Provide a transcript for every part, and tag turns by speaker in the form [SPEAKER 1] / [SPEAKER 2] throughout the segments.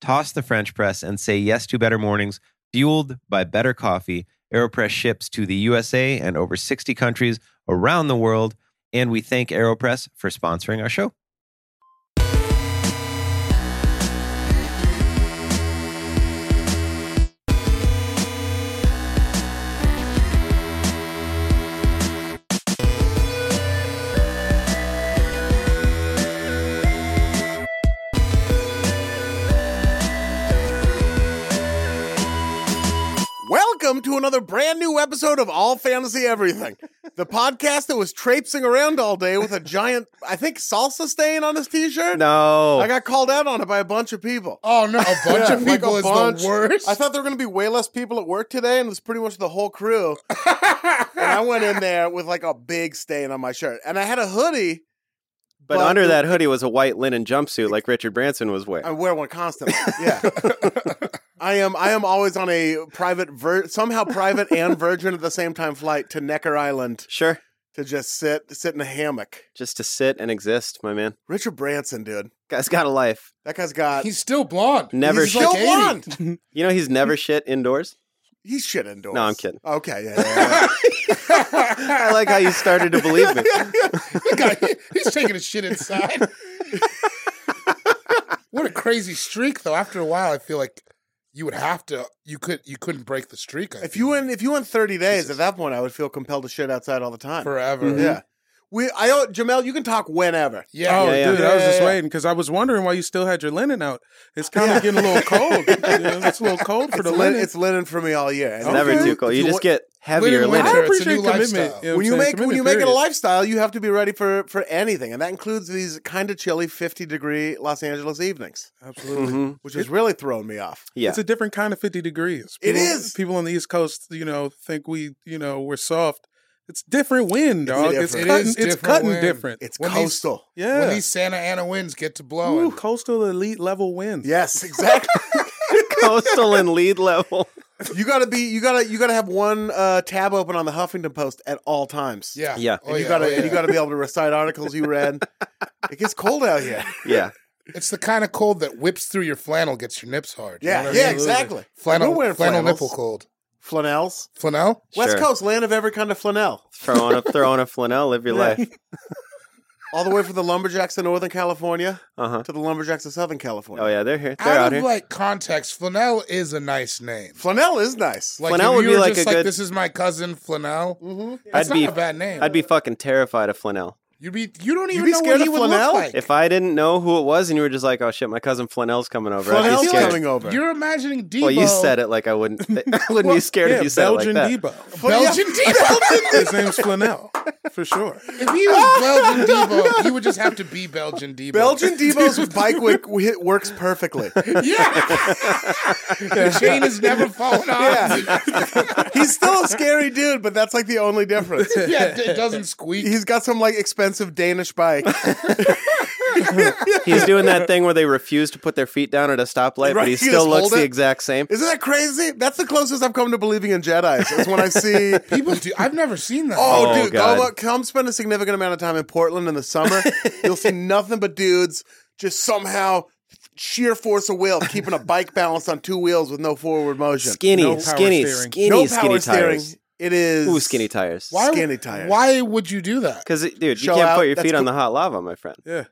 [SPEAKER 1] toss the french press and say yes to better mornings fueled by better coffee aeropress ships to the usa and over 60 countries around the world and we thank AeroPress for sponsoring our show.
[SPEAKER 2] Welcome to another brand new episode of All Fantasy Everything, the podcast that was traipsing around all day with a giant, I think, salsa stain on his t-shirt.
[SPEAKER 1] No.
[SPEAKER 2] I got called out on it by a bunch of people.
[SPEAKER 3] Oh no, a bunch of
[SPEAKER 2] Like a
[SPEAKER 3] people is
[SPEAKER 2] bunch.
[SPEAKER 3] the worst.
[SPEAKER 2] I thought there were going to be way less people at work today, and it was pretty much the whole crew. and I went in there with like a big stain on my shirt, and I had a hoodie.
[SPEAKER 4] But
[SPEAKER 2] But
[SPEAKER 4] under
[SPEAKER 2] the-
[SPEAKER 4] that hoodie was a white linen jumpsuit like Richard Branson was
[SPEAKER 2] I
[SPEAKER 4] wearing.
[SPEAKER 2] wear one constantly. Yeah. I am. I am always on a private, vir- somehow private and Virgin at the same time flight to Necker Island
[SPEAKER 4] Sure.
[SPEAKER 2] to just sit, sit in a hammock.
[SPEAKER 4] Just to sit and exist, my man.
[SPEAKER 2] Richard Branson, dude.
[SPEAKER 4] Guy's got a life.
[SPEAKER 2] That guy's got.
[SPEAKER 3] he's still blonde.
[SPEAKER 4] Never
[SPEAKER 3] He's
[SPEAKER 4] shit.
[SPEAKER 2] still
[SPEAKER 3] like 80.
[SPEAKER 2] blonde.
[SPEAKER 4] You know he's never shit indoors.
[SPEAKER 2] He's shit indoors.
[SPEAKER 4] No, I'm kidding.
[SPEAKER 2] Okay. Yeah. yeah,
[SPEAKER 4] I like how you started to believe me.
[SPEAKER 3] That guy, he- he's taking a shit inside. what a crazy streak, though. After a while, I feel like you would have to. You could. You couldn't break the streak. I
[SPEAKER 2] yeah. if
[SPEAKER 3] think,
[SPEAKER 2] you went, if you went 30 days, at that point, I would feel compelled to shit outside all the time.
[SPEAKER 3] forever.
[SPEAKER 4] Mm-hmm.
[SPEAKER 5] Mm-hmm.
[SPEAKER 2] Yeah. We. I. owe- Jamel, you can talk whenever.
[SPEAKER 3] Yeah.
[SPEAKER 5] Oh,
[SPEAKER 4] yeah.
[SPEAKER 5] dude, I was just
[SPEAKER 2] Yeah, yeah.
[SPEAKER 5] waiting because I was wondering why you still had your linen out. It's kind of getting a little cold. You know, it's a little cold for
[SPEAKER 2] It's
[SPEAKER 5] the
[SPEAKER 2] linen,
[SPEAKER 5] linen.
[SPEAKER 2] Oh, it's linen for me all year. And
[SPEAKER 4] It's never
[SPEAKER 5] Okay.
[SPEAKER 4] too cold.
[SPEAKER 2] If
[SPEAKER 4] You just
[SPEAKER 2] want-
[SPEAKER 4] get heavier later.
[SPEAKER 3] Linen winter.
[SPEAKER 5] I
[SPEAKER 3] It's a new
[SPEAKER 5] appreciate commitment.
[SPEAKER 3] lifestyle.
[SPEAKER 5] know what
[SPEAKER 2] when you
[SPEAKER 5] I'm saying?
[SPEAKER 2] make when you make it a
[SPEAKER 5] Commitment,
[SPEAKER 2] lifestyle, you have to be ready for for anything, and that includes these kind of chilly fifty degree Los Angeles evenings,
[SPEAKER 5] period. Absolutely.
[SPEAKER 4] Mhm.
[SPEAKER 2] which has really thrown me off.
[SPEAKER 4] Yeah.
[SPEAKER 5] It's a different kind of 50 degrees.
[SPEAKER 2] It
[SPEAKER 5] People-
[SPEAKER 2] is.
[SPEAKER 5] People on the East Coast, you know, think we, you know, we're soft. It's different wind, dog. It's,
[SPEAKER 2] different.
[SPEAKER 5] cutting,
[SPEAKER 3] It is
[SPEAKER 5] it's
[SPEAKER 3] different
[SPEAKER 5] cutting
[SPEAKER 3] wind.
[SPEAKER 5] different.
[SPEAKER 2] It's
[SPEAKER 3] When these-
[SPEAKER 2] coastal.
[SPEAKER 5] yeah.
[SPEAKER 3] When these Santa Ana winds get to blowing,
[SPEAKER 5] Ooh, coastal elite level winds.
[SPEAKER 2] yes, exactly.
[SPEAKER 4] Coastal and lead level.
[SPEAKER 2] you gotta be you gotta you gotta have one uh, tab open on the Huffington Post at all times.
[SPEAKER 3] yeah,
[SPEAKER 4] Yeah.
[SPEAKER 3] Oh,
[SPEAKER 2] And you
[SPEAKER 3] yeah,
[SPEAKER 2] gotta
[SPEAKER 3] oh,
[SPEAKER 2] and
[SPEAKER 3] yeah.
[SPEAKER 2] you gotta be able to recite articles you read. it gets cold out here.
[SPEAKER 4] Yeah.
[SPEAKER 3] It's the kind of cold that whips through your flannel, gets your nips hard. You know
[SPEAKER 2] Yeah,
[SPEAKER 3] what I
[SPEAKER 2] yeah,
[SPEAKER 3] mean?
[SPEAKER 2] exactly.
[SPEAKER 3] Flannel,
[SPEAKER 2] We're wearing
[SPEAKER 3] flannel
[SPEAKER 2] flannels.
[SPEAKER 3] nipple cold.
[SPEAKER 2] Flannels,
[SPEAKER 3] Flannel?
[SPEAKER 2] West
[SPEAKER 4] Sure.
[SPEAKER 2] Coast, land of every kind of flannel.
[SPEAKER 4] Throw on a throw on a flannel, live your
[SPEAKER 2] Yeah.
[SPEAKER 4] life.
[SPEAKER 2] all the way from the Lumberjacks in Northern California
[SPEAKER 1] Uh
[SPEAKER 4] Uh-huh.
[SPEAKER 1] huh.
[SPEAKER 2] to the Lumberjacks in Southern California.
[SPEAKER 1] Oh yeah, they're here. They're
[SPEAKER 3] Out,
[SPEAKER 1] out,
[SPEAKER 3] of
[SPEAKER 1] here.
[SPEAKER 3] like context, Flanell is a nice name.
[SPEAKER 2] Flanell is nice.
[SPEAKER 3] Like
[SPEAKER 1] Flanell
[SPEAKER 3] if
[SPEAKER 1] would
[SPEAKER 3] you
[SPEAKER 1] be
[SPEAKER 3] were
[SPEAKER 1] like
[SPEAKER 3] just
[SPEAKER 1] a
[SPEAKER 3] like
[SPEAKER 1] good-
[SPEAKER 3] this is my cousin Flanell.
[SPEAKER 2] Mm-hmm.
[SPEAKER 1] I'd
[SPEAKER 3] That's not
[SPEAKER 1] be-
[SPEAKER 3] a bad name.
[SPEAKER 1] I'd be fucking terrified of Flanell.
[SPEAKER 3] You'd be you don't
[SPEAKER 2] You'd
[SPEAKER 3] even
[SPEAKER 2] be
[SPEAKER 3] know
[SPEAKER 2] scared
[SPEAKER 3] what he
[SPEAKER 2] of
[SPEAKER 3] would
[SPEAKER 2] Flanell?
[SPEAKER 3] look like.
[SPEAKER 1] If I didn't know who it was and you were just like, "Oh shit, my cousin Flanell's coming over," I'd be
[SPEAKER 2] Flanell's
[SPEAKER 1] scared.
[SPEAKER 2] coming over.
[SPEAKER 3] You're imagining Debo.
[SPEAKER 1] Well, you said it like I wouldn't. I wouldn't be scared if you said
[SPEAKER 5] Belgian
[SPEAKER 1] it like that.
[SPEAKER 5] Debo.
[SPEAKER 3] Belgian Debo.
[SPEAKER 5] His name's Flanell, for sure.
[SPEAKER 3] if he was Belgian Debo, he would just have to be Belgian Debo.
[SPEAKER 2] Belgian Debo's bike wick hit works perfectly.
[SPEAKER 3] Yeah. the chain has never fallen off.
[SPEAKER 2] Yeah.
[SPEAKER 3] Yeah.
[SPEAKER 2] He's still a scary dude, but that's like the only difference.
[SPEAKER 3] it doesn't squeak.
[SPEAKER 2] He's got some like expensive Danish bike.
[SPEAKER 1] He's doing that thing where they refuse to put their feet down at a stoplight,
[SPEAKER 2] Right,
[SPEAKER 1] but he
[SPEAKER 2] you
[SPEAKER 1] still
[SPEAKER 2] just
[SPEAKER 1] looks
[SPEAKER 2] hold
[SPEAKER 1] the
[SPEAKER 2] it.
[SPEAKER 1] exact same.
[SPEAKER 2] Isn't that crazy? That's the closest I've come to believing in Jedi's. Is when I see
[SPEAKER 3] People do. I've never seen that.
[SPEAKER 2] Oh,
[SPEAKER 1] Oh,
[SPEAKER 2] dude,
[SPEAKER 1] God.
[SPEAKER 2] go, look, come spend a significant amount of time in Portland in the summer. You'll see nothing but dudes just somehow sheer force of will keeping a bike balanced on two wheels with no forward motion.
[SPEAKER 1] Skinny,
[SPEAKER 5] No power
[SPEAKER 1] skinny,
[SPEAKER 5] steering.
[SPEAKER 1] skinny,
[SPEAKER 2] no
[SPEAKER 1] skinny
[SPEAKER 2] power steering.
[SPEAKER 1] tires.
[SPEAKER 2] It is
[SPEAKER 1] Ooh, skinny tires.
[SPEAKER 3] why,
[SPEAKER 2] skinny tires.
[SPEAKER 3] Why would you do that?
[SPEAKER 1] Because dude, you
[SPEAKER 2] Show
[SPEAKER 1] can't
[SPEAKER 2] out,
[SPEAKER 1] put your
[SPEAKER 2] that's
[SPEAKER 1] feet on
[SPEAKER 2] cool.
[SPEAKER 1] the hot lava, my friend.
[SPEAKER 5] Yeah.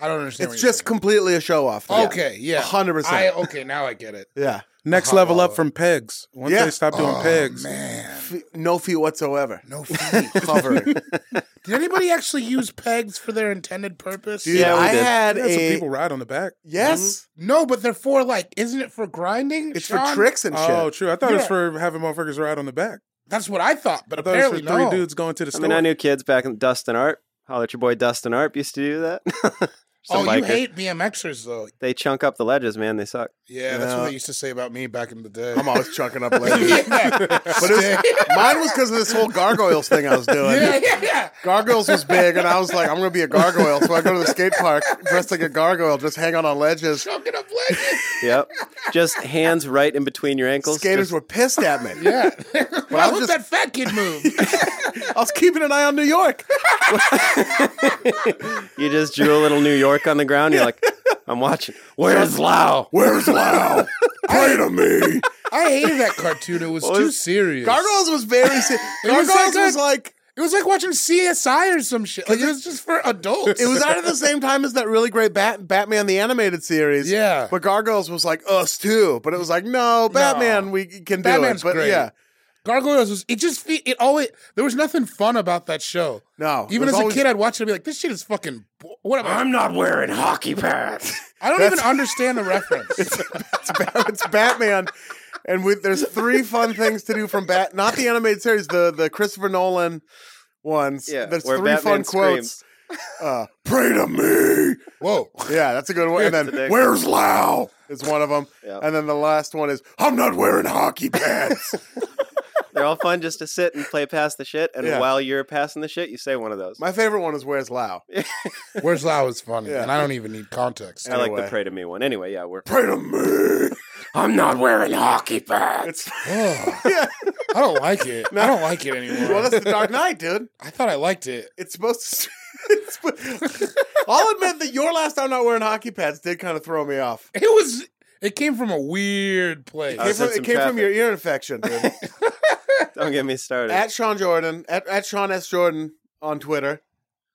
[SPEAKER 3] I don't understand.
[SPEAKER 2] It's
[SPEAKER 3] what you're
[SPEAKER 2] just
[SPEAKER 3] saying.
[SPEAKER 2] completely a show off.
[SPEAKER 3] okay. Yeah,
[SPEAKER 2] 100%.
[SPEAKER 3] I- Okay, now I get it.
[SPEAKER 2] Yeah.
[SPEAKER 5] Next level
[SPEAKER 1] Oh.
[SPEAKER 5] up from pegs. Once
[SPEAKER 2] Yeah.
[SPEAKER 5] they stop doing pegs,
[SPEAKER 3] Man,
[SPEAKER 2] F- No feet whatsoever.
[SPEAKER 3] no feet.
[SPEAKER 2] Hovering.
[SPEAKER 3] Did anybody actually use pegs for their intended purpose?
[SPEAKER 2] Dude,
[SPEAKER 1] Yeah, we
[SPEAKER 2] I
[SPEAKER 1] did.
[SPEAKER 2] had
[SPEAKER 5] yeah, some
[SPEAKER 2] a.
[SPEAKER 5] people ride on the back.
[SPEAKER 2] yes.
[SPEAKER 3] No, but they're for like, isn't it for grinding?
[SPEAKER 2] It's
[SPEAKER 3] Mm-hmm. Sean?
[SPEAKER 2] for tricks and shit.
[SPEAKER 5] Oh, true. I thought it was
[SPEAKER 3] Yeah.
[SPEAKER 5] for having motherfuckers ride on the back.
[SPEAKER 3] That's what I thought, but
[SPEAKER 5] I thought it was
[SPEAKER 3] apparently
[SPEAKER 5] for three
[SPEAKER 3] no.
[SPEAKER 5] dudes going to the
[SPEAKER 1] I
[SPEAKER 5] store.
[SPEAKER 1] mean, I knew kids back in Dustin Arp. Holler at your boy Dustin Arp used to do that.
[SPEAKER 3] Oh,
[SPEAKER 1] Some biker.
[SPEAKER 3] you hate BMXers though.
[SPEAKER 1] They chunk up the ledges, man. They suck.
[SPEAKER 3] Yeah, that's
[SPEAKER 2] Yeah.
[SPEAKER 3] what they used to say about me back in the day.
[SPEAKER 2] I'm always chunking up later.
[SPEAKER 3] yeah.
[SPEAKER 2] But it was, mine was because of this whole gargoyles thing I was doing.
[SPEAKER 3] yeah, yeah, yeah.
[SPEAKER 2] Gargoyles was big, and I was like, I'm gonna be a gargoyle. So I go to the skate park dressed like a gargoyle, just hang out on ledges.
[SPEAKER 3] Choking up legends.
[SPEAKER 1] Yep. just hands right in between your ankles.
[SPEAKER 2] Skaters
[SPEAKER 1] just-
[SPEAKER 2] were pissed at me.
[SPEAKER 3] Yeah.
[SPEAKER 2] I
[SPEAKER 3] Why
[SPEAKER 2] was just-
[SPEAKER 3] would that fat kid move?
[SPEAKER 2] I was keeping an eye on New York.
[SPEAKER 1] you just drew a little New York on the ground. You're like, I'm watching. Where's Lau?
[SPEAKER 2] Where's Lau? Play to me.
[SPEAKER 3] I hated that cartoon. It was
[SPEAKER 1] What
[SPEAKER 3] too
[SPEAKER 1] was-
[SPEAKER 3] serious.
[SPEAKER 2] Gargoyles was very. Se-
[SPEAKER 3] It was
[SPEAKER 2] gargoyles
[SPEAKER 3] like a-
[SPEAKER 2] was like.
[SPEAKER 3] It was like watching CSI or some shit. Like it was just for adults.
[SPEAKER 2] It was out at the same time as that really great Bat- Batman the animated series.
[SPEAKER 3] Yeah.
[SPEAKER 2] But Gargoyles was like us too. But it was like no, Batman, we can do
[SPEAKER 3] Batman's
[SPEAKER 2] it. But
[SPEAKER 3] great.
[SPEAKER 2] yeah,
[SPEAKER 3] Gargoyles was it just fe- it always there was nothing fun about that show.
[SPEAKER 2] No, it
[SPEAKER 3] Even
[SPEAKER 2] was
[SPEAKER 3] as
[SPEAKER 2] always-
[SPEAKER 3] a kid, I'd watch it and be like, "This shit is fucking." Bo- what am I?
[SPEAKER 1] not wearing hockey pads.
[SPEAKER 3] I don't even understand the reference.
[SPEAKER 2] it's, Ba- it's Batman. And we, there's three fun things to do from Bat, not the animated series, the the Christopher Nolan ones.
[SPEAKER 1] yeah.
[SPEAKER 2] there's
[SPEAKER 1] where
[SPEAKER 2] three fun
[SPEAKER 1] Batman
[SPEAKER 2] quotes.
[SPEAKER 1] screams.
[SPEAKER 2] Uh, Pray to me.
[SPEAKER 3] Whoa!
[SPEAKER 2] Yeah, that's a good one. And
[SPEAKER 1] the
[SPEAKER 2] then
[SPEAKER 1] next
[SPEAKER 2] Where's Lao is one of them.
[SPEAKER 1] Yeah.
[SPEAKER 2] And then the last one is I'm not wearing hockey pants.
[SPEAKER 1] They're all fun just to sit and play past the shit. And
[SPEAKER 2] Yeah.
[SPEAKER 1] while you're passing the shit, you say one of those.
[SPEAKER 2] My favorite one is Where's Lao.
[SPEAKER 3] Where's Lao is funny,
[SPEAKER 2] Yeah.
[SPEAKER 3] and I don't even need context.
[SPEAKER 1] I like the
[SPEAKER 2] anyway.
[SPEAKER 1] pray to me one. Anyway, yeah, we're
[SPEAKER 2] Pray to me.
[SPEAKER 1] I'm not wearing hockey pads.
[SPEAKER 3] Ugh. I don't like it. I don't like it anymore.
[SPEAKER 2] Well, that's the Dark Knight, dude.
[SPEAKER 3] I thought I liked it.
[SPEAKER 2] It's supposed to. It's, sp- I'll admit that your last I'm not wearing hockey pads did kind of throw me off.
[SPEAKER 3] It was. It came from a weird place.
[SPEAKER 2] It
[SPEAKER 1] I
[SPEAKER 2] came,
[SPEAKER 1] was in
[SPEAKER 2] from, it
[SPEAKER 1] some
[SPEAKER 2] came from
[SPEAKER 1] traffic.
[SPEAKER 2] your ear infection, dude.
[SPEAKER 1] Don't get me started.
[SPEAKER 2] at Sean Jordan, at, at Sean S. Jordan on Twitter,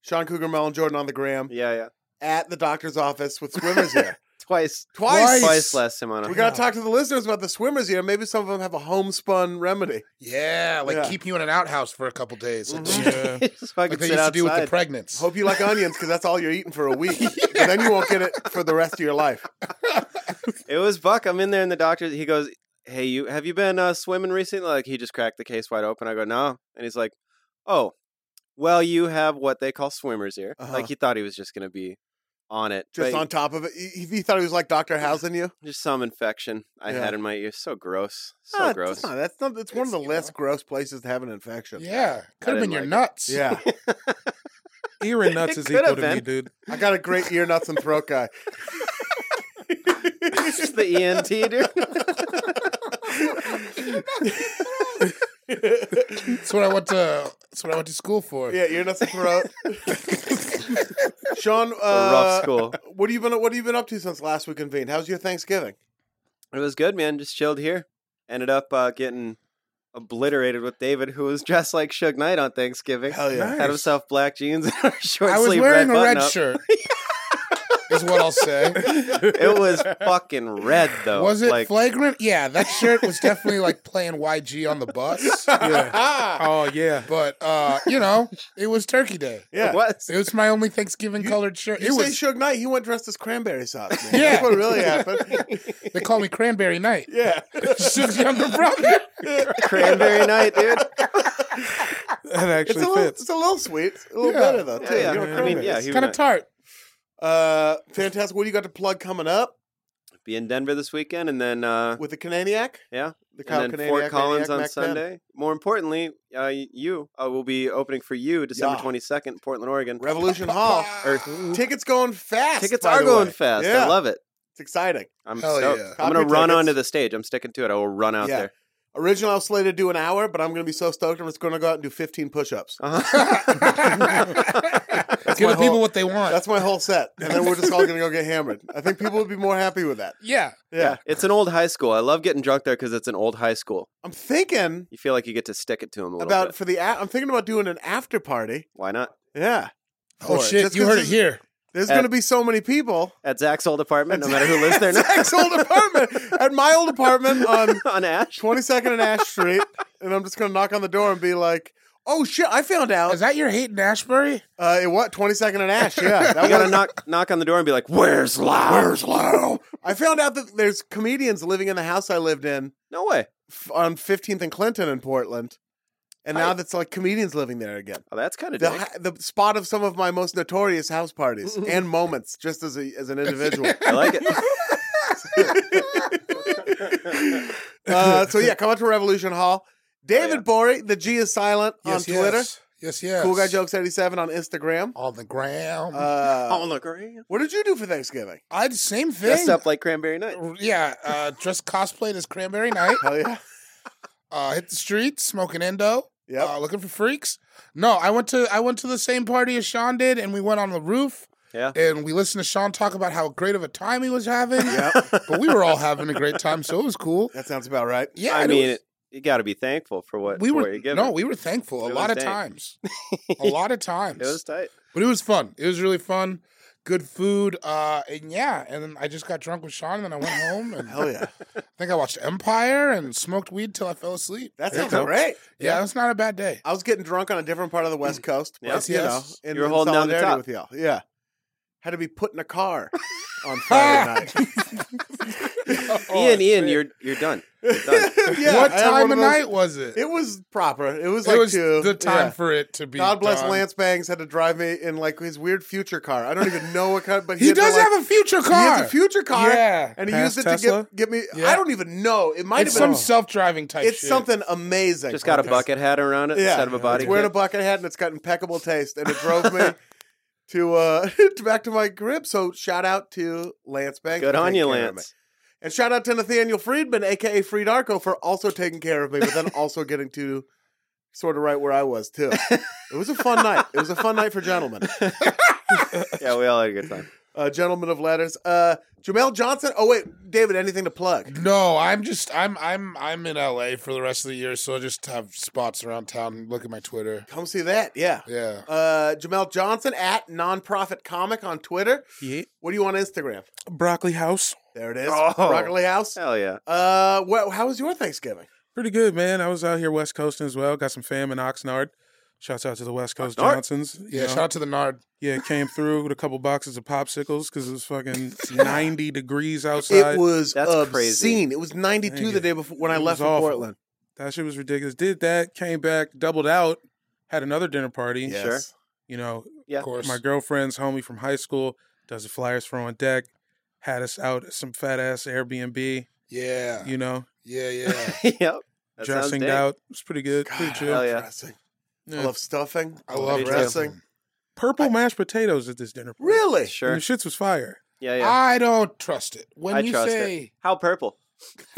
[SPEAKER 2] Sean Cougar Mellon Jordan on the gram,
[SPEAKER 1] yeah, yeah.
[SPEAKER 2] at the doctor's office with swimmers here.
[SPEAKER 1] Twice.
[SPEAKER 2] Twice.
[SPEAKER 1] Twice last time on a
[SPEAKER 2] We got to talk to the listeners about the swimmers here. Maybe some of them have a homespun remedy.
[SPEAKER 3] yeah, like
[SPEAKER 2] Yeah. Mm-hmm.
[SPEAKER 3] keep you in an outhouse for a couple days, like,
[SPEAKER 5] Yeah.
[SPEAKER 1] Just fucking
[SPEAKER 3] like they
[SPEAKER 1] sit
[SPEAKER 3] used to do with the
[SPEAKER 1] outside.
[SPEAKER 3] pregnants.
[SPEAKER 2] Hope you like onions because that's all you're eating for a week. And then you won't get it for the rest of your life.
[SPEAKER 1] It was Buck. I'm in there in the doctor. He goes, "Hey, you have you been uh, swimming recently?" Like he just cracked the case wide open. I go, "No," and he's like, "Oh, well, you have what they call swimmer's ear."
[SPEAKER 2] Uh-huh.
[SPEAKER 1] Like he thought he was just gonna be on it,
[SPEAKER 2] Just
[SPEAKER 1] but
[SPEAKER 2] on top of it. He, he thought he was like Dr. Housing you.
[SPEAKER 1] just some infection I
[SPEAKER 2] Yeah.
[SPEAKER 1] had in my ear. So gross. So
[SPEAKER 2] Ah,
[SPEAKER 1] gross.
[SPEAKER 2] It's, not, that's not, it's one of the less gross places to have an infection.
[SPEAKER 3] yeah, could have been
[SPEAKER 1] didn't
[SPEAKER 3] your
[SPEAKER 1] like it.
[SPEAKER 3] nuts.
[SPEAKER 2] Yeah.
[SPEAKER 5] Ear and nuts is
[SPEAKER 1] could
[SPEAKER 5] equal
[SPEAKER 1] have
[SPEAKER 5] to me,
[SPEAKER 1] been.
[SPEAKER 5] dude.
[SPEAKER 2] I got a great ear, nuts, and throat guy.
[SPEAKER 1] It's the ENT, dude.
[SPEAKER 3] that's what I went to. That's what I went to school for.
[SPEAKER 2] Yeah, ear, nuts, and throat.
[SPEAKER 1] A
[SPEAKER 2] Sean, uh,
[SPEAKER 1] rough school.
[SPEAKER 2] What have you been What have you been up to since last we convened? How's your Thanksgiving?
[SPEAKER 1] It was good, man. Just chilled here. Ended up uh, getting obliterated with David, who was dressed like Suge Knight on Thanksgiving.
[SPEAKER 2] Hell yeah.
[SPEAKER 1] Had himself black jeans and a short
[SPEAKER 3] I was
[SPEAKER 1] sleeve
[SPEAKER 3] wearing
[SPEAKER 1] red
[SPEAKER 3] a red
[SPEAKER 1] button up.
[SPEAKER 3] shirt. is what I'll say.
[SPEAKER 1] It was fucking red though.
[SPEAKER 3] was it
[SPEAKER 1] Oh, like
[SPEAKER 3] flagrant? Yeah, that shirt was definitely like playing YG on the bus.
[SPEAKER 5] Yeah. Oh yeah.
[SPEAKER 3] But uh, you know, it was Turkey Day.
[SPEAKER 1] it was?
[SPEAKER 3] It was my only Thanksgiving colored shirt.
[SPEAKER 2] You
[SPEAKER 3] It
[SPEAKER 2] say
[SPEAKER 3] was.
[SPEAKER 2] Suge Knight, he went dressed as cranberry sauce. Man.
[SPEAKER 3] Yeah.
[SPEAKER 2] That's what really happened.
[SPEAKER 3] they call me Cranberry Night.
[SPEAKER 2] yeah.
[SPEAKER 3] Suge's younger brother.
[SPEAKER 1] Cranberry night, dude.
[SPEAKER 5] That
[SPEAKER 2] It's a,
[SPEAKER 5] actually
[SPEAKER 2] little,
[SPEAKER 5] fits.
[SPEAKER 2] it's a little sweet. A little
[SPEAKER 3] Yeah.
[SPEAKER 2] better, though, too.
[SPEAKER 1] Yeah, yeah.
[SPEAKER 2] You're a
[SPEAKER 1] I mean,
[SPEAKER 2] cranberry.
[SPEAKER 1] yeah, he was
[SPEAKER 3] Kind of
[SPEAKER 1] nice.
[SPEAKER 3] tart.
[SPEAKER 2] Uh, fantastic. What do you got to plug coming up
[SPEAKER 1] Be in Denver this weekend, and then uh,
[SPEAKER 2] with the Cananiac?
[SPEAKER 1] Yeah.
[SPEAKER 2] The Kyle
[SPEAKER 1] and then Fort
[SPEAKER 2] Cananiac,
[SPEAKER 1] Collins
[SPEAKER 2] Maniac,
[SPEAKER 1] on
[SPEAKER 2] Mac Ben.
[SPEAKER 1] Sunday. More importantly, uh, you uh, will be opening for you December
[SPEAKER 2] Yeah.
[SPEAKER 1] twenty second, Portland, Oregon.
[SPEAKER 2] Revolution Hall.
[SPEAKER 1] Earth.
[SPEAKER 2] Tickets going fast.
[SPEAKER 1] Tickets
[SPEAKER 2] by
[SPEAKER 1] are
[SPEAKER 2] the
[SPEAKER 1] going
[SPEAKER 2] way.
[SPEAKER 1] fast.
[SPEAKER 2] Yeah.
[SPEAKER 1] I love it.
[SPEAKER 2] It's exciting.
[SPEAKER 1] I'm
[SPEAKER 3] Hell
[SPEAKER 1] stoked.
[SPEAKER 3] yeah.
[SPEAKER 1] I'm
[SPEAKER 2] Copy
[SPEAKER 1] gonna run
[SPEAKER 2] tickets.
[SPEAKER 1] onto the stage. I'm sticking to it. I will run out
[SPEAKER 2] Yeah.
[SPEAKER 1] there.
[SPEAKER 2] Originally, I was slated to do an hour, but I'm going to be so stoked. I'm just going to go out and do 15 push ups.
[SPEAKER 1] Uh-huh.
[SPEAKER 3] Give
[SPEAKER 2] my
[SPEAKER 3] the people
[SPEAKER 2] whole-
[SPEAKER 3] what they want.
[SPEAKER 2] That's my whole set. And then we're just all going to go get hammered. I think people would be more happy with that.
[SPEAKER 3] yeah.
[SPEAKER 2] Yeah.
[SPEAKER 1] it's an old high school. I love getting drunk there because it's an old high school.
[SPEAKER 2] I'm thinking
[SPEAKER 1] You feel like you get to stick it to them a little
[SPEAKER 2] about
[SPEAKER 1] bit.
[SPEAKER 2] for the, a- I'm thinking about doing an after party.
[SPEAKER 1] Why not?
[SPEAKER 2] Yeah. For
[SPEAKER 3] Oh
[SPEAKER 2] it.
[SPEAKER 3] shit!
[SPEAKER 2] Just
[SPEAKER 3] You
[SPEAKER 2] 'cause
[SPEAKER 3] heard it
[SPEAKER 2] this-
[SPEAKER 3] here.
[SPEAKER 2] There's
[SPEAKER 1] At-
[SPEAKER 2] going to be so many people.
[SPEAKER 1] At Zach's old apartment, no matter who lives there. now.
[SPEAKER 2] Zach's old apartment. At my old apartment on
[SPEAKER 1] on Ash.
[SPEAKER 2] 22nd and Ash Street. And I'm just going to knock on the door and be like, oh shit, I found out.
[SPEAKER 3] Is that your hate in Ashbury?
[SPEAKER 2] Uh, it what? 22nd and Ash. Yeah. That
[SPEAKER 1] You gotta
[SPEAKER 2] was-
[SPEAKER 1] knock knock on the door and be like, "Where's Lau?" Where's Lau?
[SPEAKER 2] I found out that there's comedians living in the house I lived in
[SPEAKER 1] No way.
[SPEAKER 2] f- on 15th and Clinton in Portland. And now
[SPEAKER 1] Hi.
[SPEAKER 2] that's like comedians living there again.
[SPEAKER 1] Oh, that's kind of
[SPEAKER 2] The, hi- the spot of some of my most notorious house parties and moments, just as, a, as an individual.
[SPEAKER 1] I like it.
[SPEAKER 2] uh, so, yeah, come out to Revolution Hall. David
[SPEAKER 1] yeah.
[SPEAKER 2] Bory, the G is silent on Twitter.
[SPEAKER 3] Oh, Yes. Yes. Yes.
[SPEAKER 2] Cool Guy Jokes 87 on Instagram.
[SPEAKER 3] on the ground.
[SPEAKER 2] Uh,
[SPEAKER 1] the ground.
[SPEAKER 2] what did you do for Thanksgiving?
[SPEAKER 3] I the same thing.
[SPEAKER 1] Dressed up like cranberry night.
[SPEAKER 3] Yeah, uh, just cosplayed as Cranberry Night.
[SPEAKER 2] Hell yeah.
[SPEAKER 3] Uh, hit the streets, smoking endo,
[SPEAKER 2] Yep.
[SPEAKER 3] uh, looking for freaks. No, I went to I went to the same party as Sean did, and we went on the roof.
[SPEAKER 1] Yeah.
[SPEAKER 3] and we listened to Sean talk about how great of a time he was having. Yeah, but we were all having a great time, so it was cool.
[SPEAKER 2] that sounds about right.
[SPEAKER 3] Yeah,
[SPEAKER 1] I
[SPEAKER 3] and it
[SPEAKER 1] mean,
[SPEAKER 3] was-
[SPEAKER 1] you got to be thankful for what
[SPEAKER 3] we
[SPEAKER 1] for
[SPEAKER 3] were
[SPEAKER 1] what you're given.
[SPEAKER 3] no, we were thankful
[SPEAKER 1] It
[SPEAKER 3] a lot
[SPEAKER 1] was
[SPEAKER 3] of
[SPEAKER 1] dank.
[SPEAKER 3] times, a lot of times.
[SPEAKER 1] it was tight.
[SPEAKER 3] But it was fun. It was really fun. Good food. Uh, and yeah, and then I just got drunk with Sean, and then I went home. And
[SPEAKER 2] Hell yeah.
[SPEAKER 3] I think I watched Empire and smoked weed till I fell asleep.
[SPEAKER 2] That
[SPEAKER 3] There you
[SPEAKER 2] sounds
[SPEAKER 3] go.
[SPEAKER 2] great.
[SPEAKER 3] Yeah, it's not a bad day.
[SPEAKER 2] I was getting drunk on a different part of the West Coast.
[SPEAKER 1] Yeah.
[SPEAKER 2] but,
[SPEAKER 3] Mm.
[SPEAKER 2] You
[SPEAKER 3] Yes.
[SPEAKER 2] know, in,
[SPEAKER 1] You were
[SPEAKER 2] in
[SPEAKER 1] holding down the
[SPEAKER 2] solidarity
[SPEAKER 1] top.
[SPEAKER 2] with y'all. Yeah. Had to be put in a car on
[SPEAKER 3] Ah!
[SPEAKER 2] Friday night. Oh,
[SPEAKER 1] Ian, Ian, you're you're done. You're done.
[SPEAKER 2] Yeah,
[SPEAKER 3] what
[SPEAKER 2] I had
[SPEAKER 3] time
[SPEAKER 2] one
[SPEAKER 3] of
[SPEAKER 2] those-
[SPEAKER 3] night was it?
[SPEAKER 2] It was proper. It was
[SPEAKER 3] It
[SPEAKER 2] like
[SPEAKER 3] was
[SPEAKER 2] two.
[SPEAKER 3] the time
[SPEAKER 2] Yeah.
[SPEAKER 3] for it to be.
[SPEAKER 2] God bless
[SPEAKER 3] done.
[SPEAKER 2] Lance Bangs had to drive me in like his weird future car. I don't even know what kind, but he,
[SPEAKER 3] He
[SPEAKER 2] had to,
[SPEAKER 3] does
[SPEAKER 2] like-
[SPEAKER 3] have a future car.
[SPEAKER 2] He has a future car.
[SPEAKER 3] Yeah.
[SPEAKER 2] and he
[SPEAKER 5] Past
[SPEAKER 2] used it
[SPEAKER 5] Tesla?
[SPEAKER 2] to get, get me.
[SPEAKER 3] Yeah.
[SPEAKER 2] I don't even know. It might
[SPEAKER 3] It's
[SPEAKER 2] have been.
[SPEAKER 3] some self-driving type.
[SPEAKER 2] it's
[SPEAKER 3] shit.
[SPEAKER 2] something amazing.
[SPEAKER 1] Just got a bucket hat around it
[SPEAKER 2] Yeah.
[SPEAKER 1] instead of a body.
[SPEAKER 2] It's wearing a
[SPEAKER 1] kit.
[SPEAKER 2] bucket hat and it's got impeccable taste, and it drove me to uh to back to my grip. So shout out to Lance Banks.
[SPEAKER 1] Good
[SPEAKER 2] for
[SPEAKER 1] on
[SPEAKER 2] taking
[SPEAKER 1] you,
[SPEAKER 2] care of
[SPEAKER 1] Lance.
[SPEAKER 2] me. And shout out to Nathaniel Friedman, aka Fried Arco, for also taking care of me, but then also getting to sort of right where I was too. It was a fun night. It was a fun night for gentlemen.
[SPEAKER 1] Yeah, we all had a good time.
[SPEAKER 2] Uh, gentlemen of letters. Uh Jamel Johnson. Oh wait, David, anything to plug?
[SPEAKER 3] No, I'm just I'm I'm I'm in LA for the rest of the year, so I just have spots around town. and Look at my Twitter.
[SPEAKER 2] Come see that. Yeah.
[SPEAKER 3] Yeah.
[SPEAKER 2] Uh Jamel Johnson at nonprofit comic on Twitter.
[SPEAKER 5] Yeah.
[SPEAKER 2] What do you on Instagram?
[SPEAKER 5] Broccoli House.
[SPEAKER 2] There it is.
[SPEAKER 1] Oh.
[SPEAKER 2] Broccoli House.
[SPEAKER 1] Hell yeah.
[SPEAKER 2] Uh, well, how was your Thanksgiving?
[SPEAKER 5] Pretty good, man. I was out here West Coasting as well. Got some fam in Oxnard. Shouts out to the West Coast
[SPEAKER 1] Oxnard?
[SPEAKER 5] Johnsons. you
[SPEAKER 3] Yeah,
[SPEAKER 5] know.
[SPEAKER 3] shout out to the Nard.
[SPEAKER 5] yeah, came through with a couple boxes of popsicles because it was fucking 90 degrees outside.
[SPEAKER 2] it was
[SPEAKER 1] That's
[SPEAKER 2] obscene.
[SPEAKER 1] crazy.
[SPEAKER 2] It was 92
[SPEAKER 5] Thank
[SPEAKER 2] the
[SPEAKER 5] you.
[SPEAKER 2] day before when I
[SPEAKER 5] It
[SPEAKER 2] left
[SPEAKER 5] was
[SPEAKER 2] for
[SPEAKER 5] awful.
[SPEAKER 2] Portland.
[SPEAKER 5] that shit was ridiculous. Did that, came back, doubled out, had another dinner party.
[SPEAKER 1] Yeah. Sure.
[SPEAKER 5] You know,
[SPEAKER 1] Yeah.
[SPEAKER 3] Of course.
[SPEAKER 5] my girlfriend's homie from high school does the flyers for on deck, had us out at some fat ass Airbnb,
[SPEAKER 3] yeah.
[SPEAKER 5] you know,
[SPEAKER 3] Yeah, yeah.
[SPEAKER 1] yep. That sounds
[SPEAKER 5] dressing
[SPEAKER 1] dank.
[SPEAKER 5] out. It was pretty good.
[SPEAKER 2] God,
[SPEAKER 5] pretty
[SPEAKER 2] I
[SPEAKER 5] chill.
[SPEAKER 1] hell
[SPEAKER 2] love
[SPEAKER 1] yeah.
[SPEAKER 2] dressing. I
[SPEAKER 5] Yeah.
[SPEAKER 2] love stuffing.
[SPEAKER 3] I love
[SPEAKER 1] Me too.
[SPEAKER 3] wrestling.
[SPEAKER 5] Purple mashed potatoes at this dinner party.
[SPEAKER 2] Really?
[SPEAKER 5] And
[SPEAKER 1] Sure.
[SPEAKER 5] the shits was fire.
[SPEAKER 1] Yeah, yeah.
[SPEAKER 3] I don't trust it. Ah, When
[SPEAKER 1] I
[SPEAKER 3] you
[SPEAKER 1] trust
[SPEAKER 3] say
[SPEAKER 1] How purple?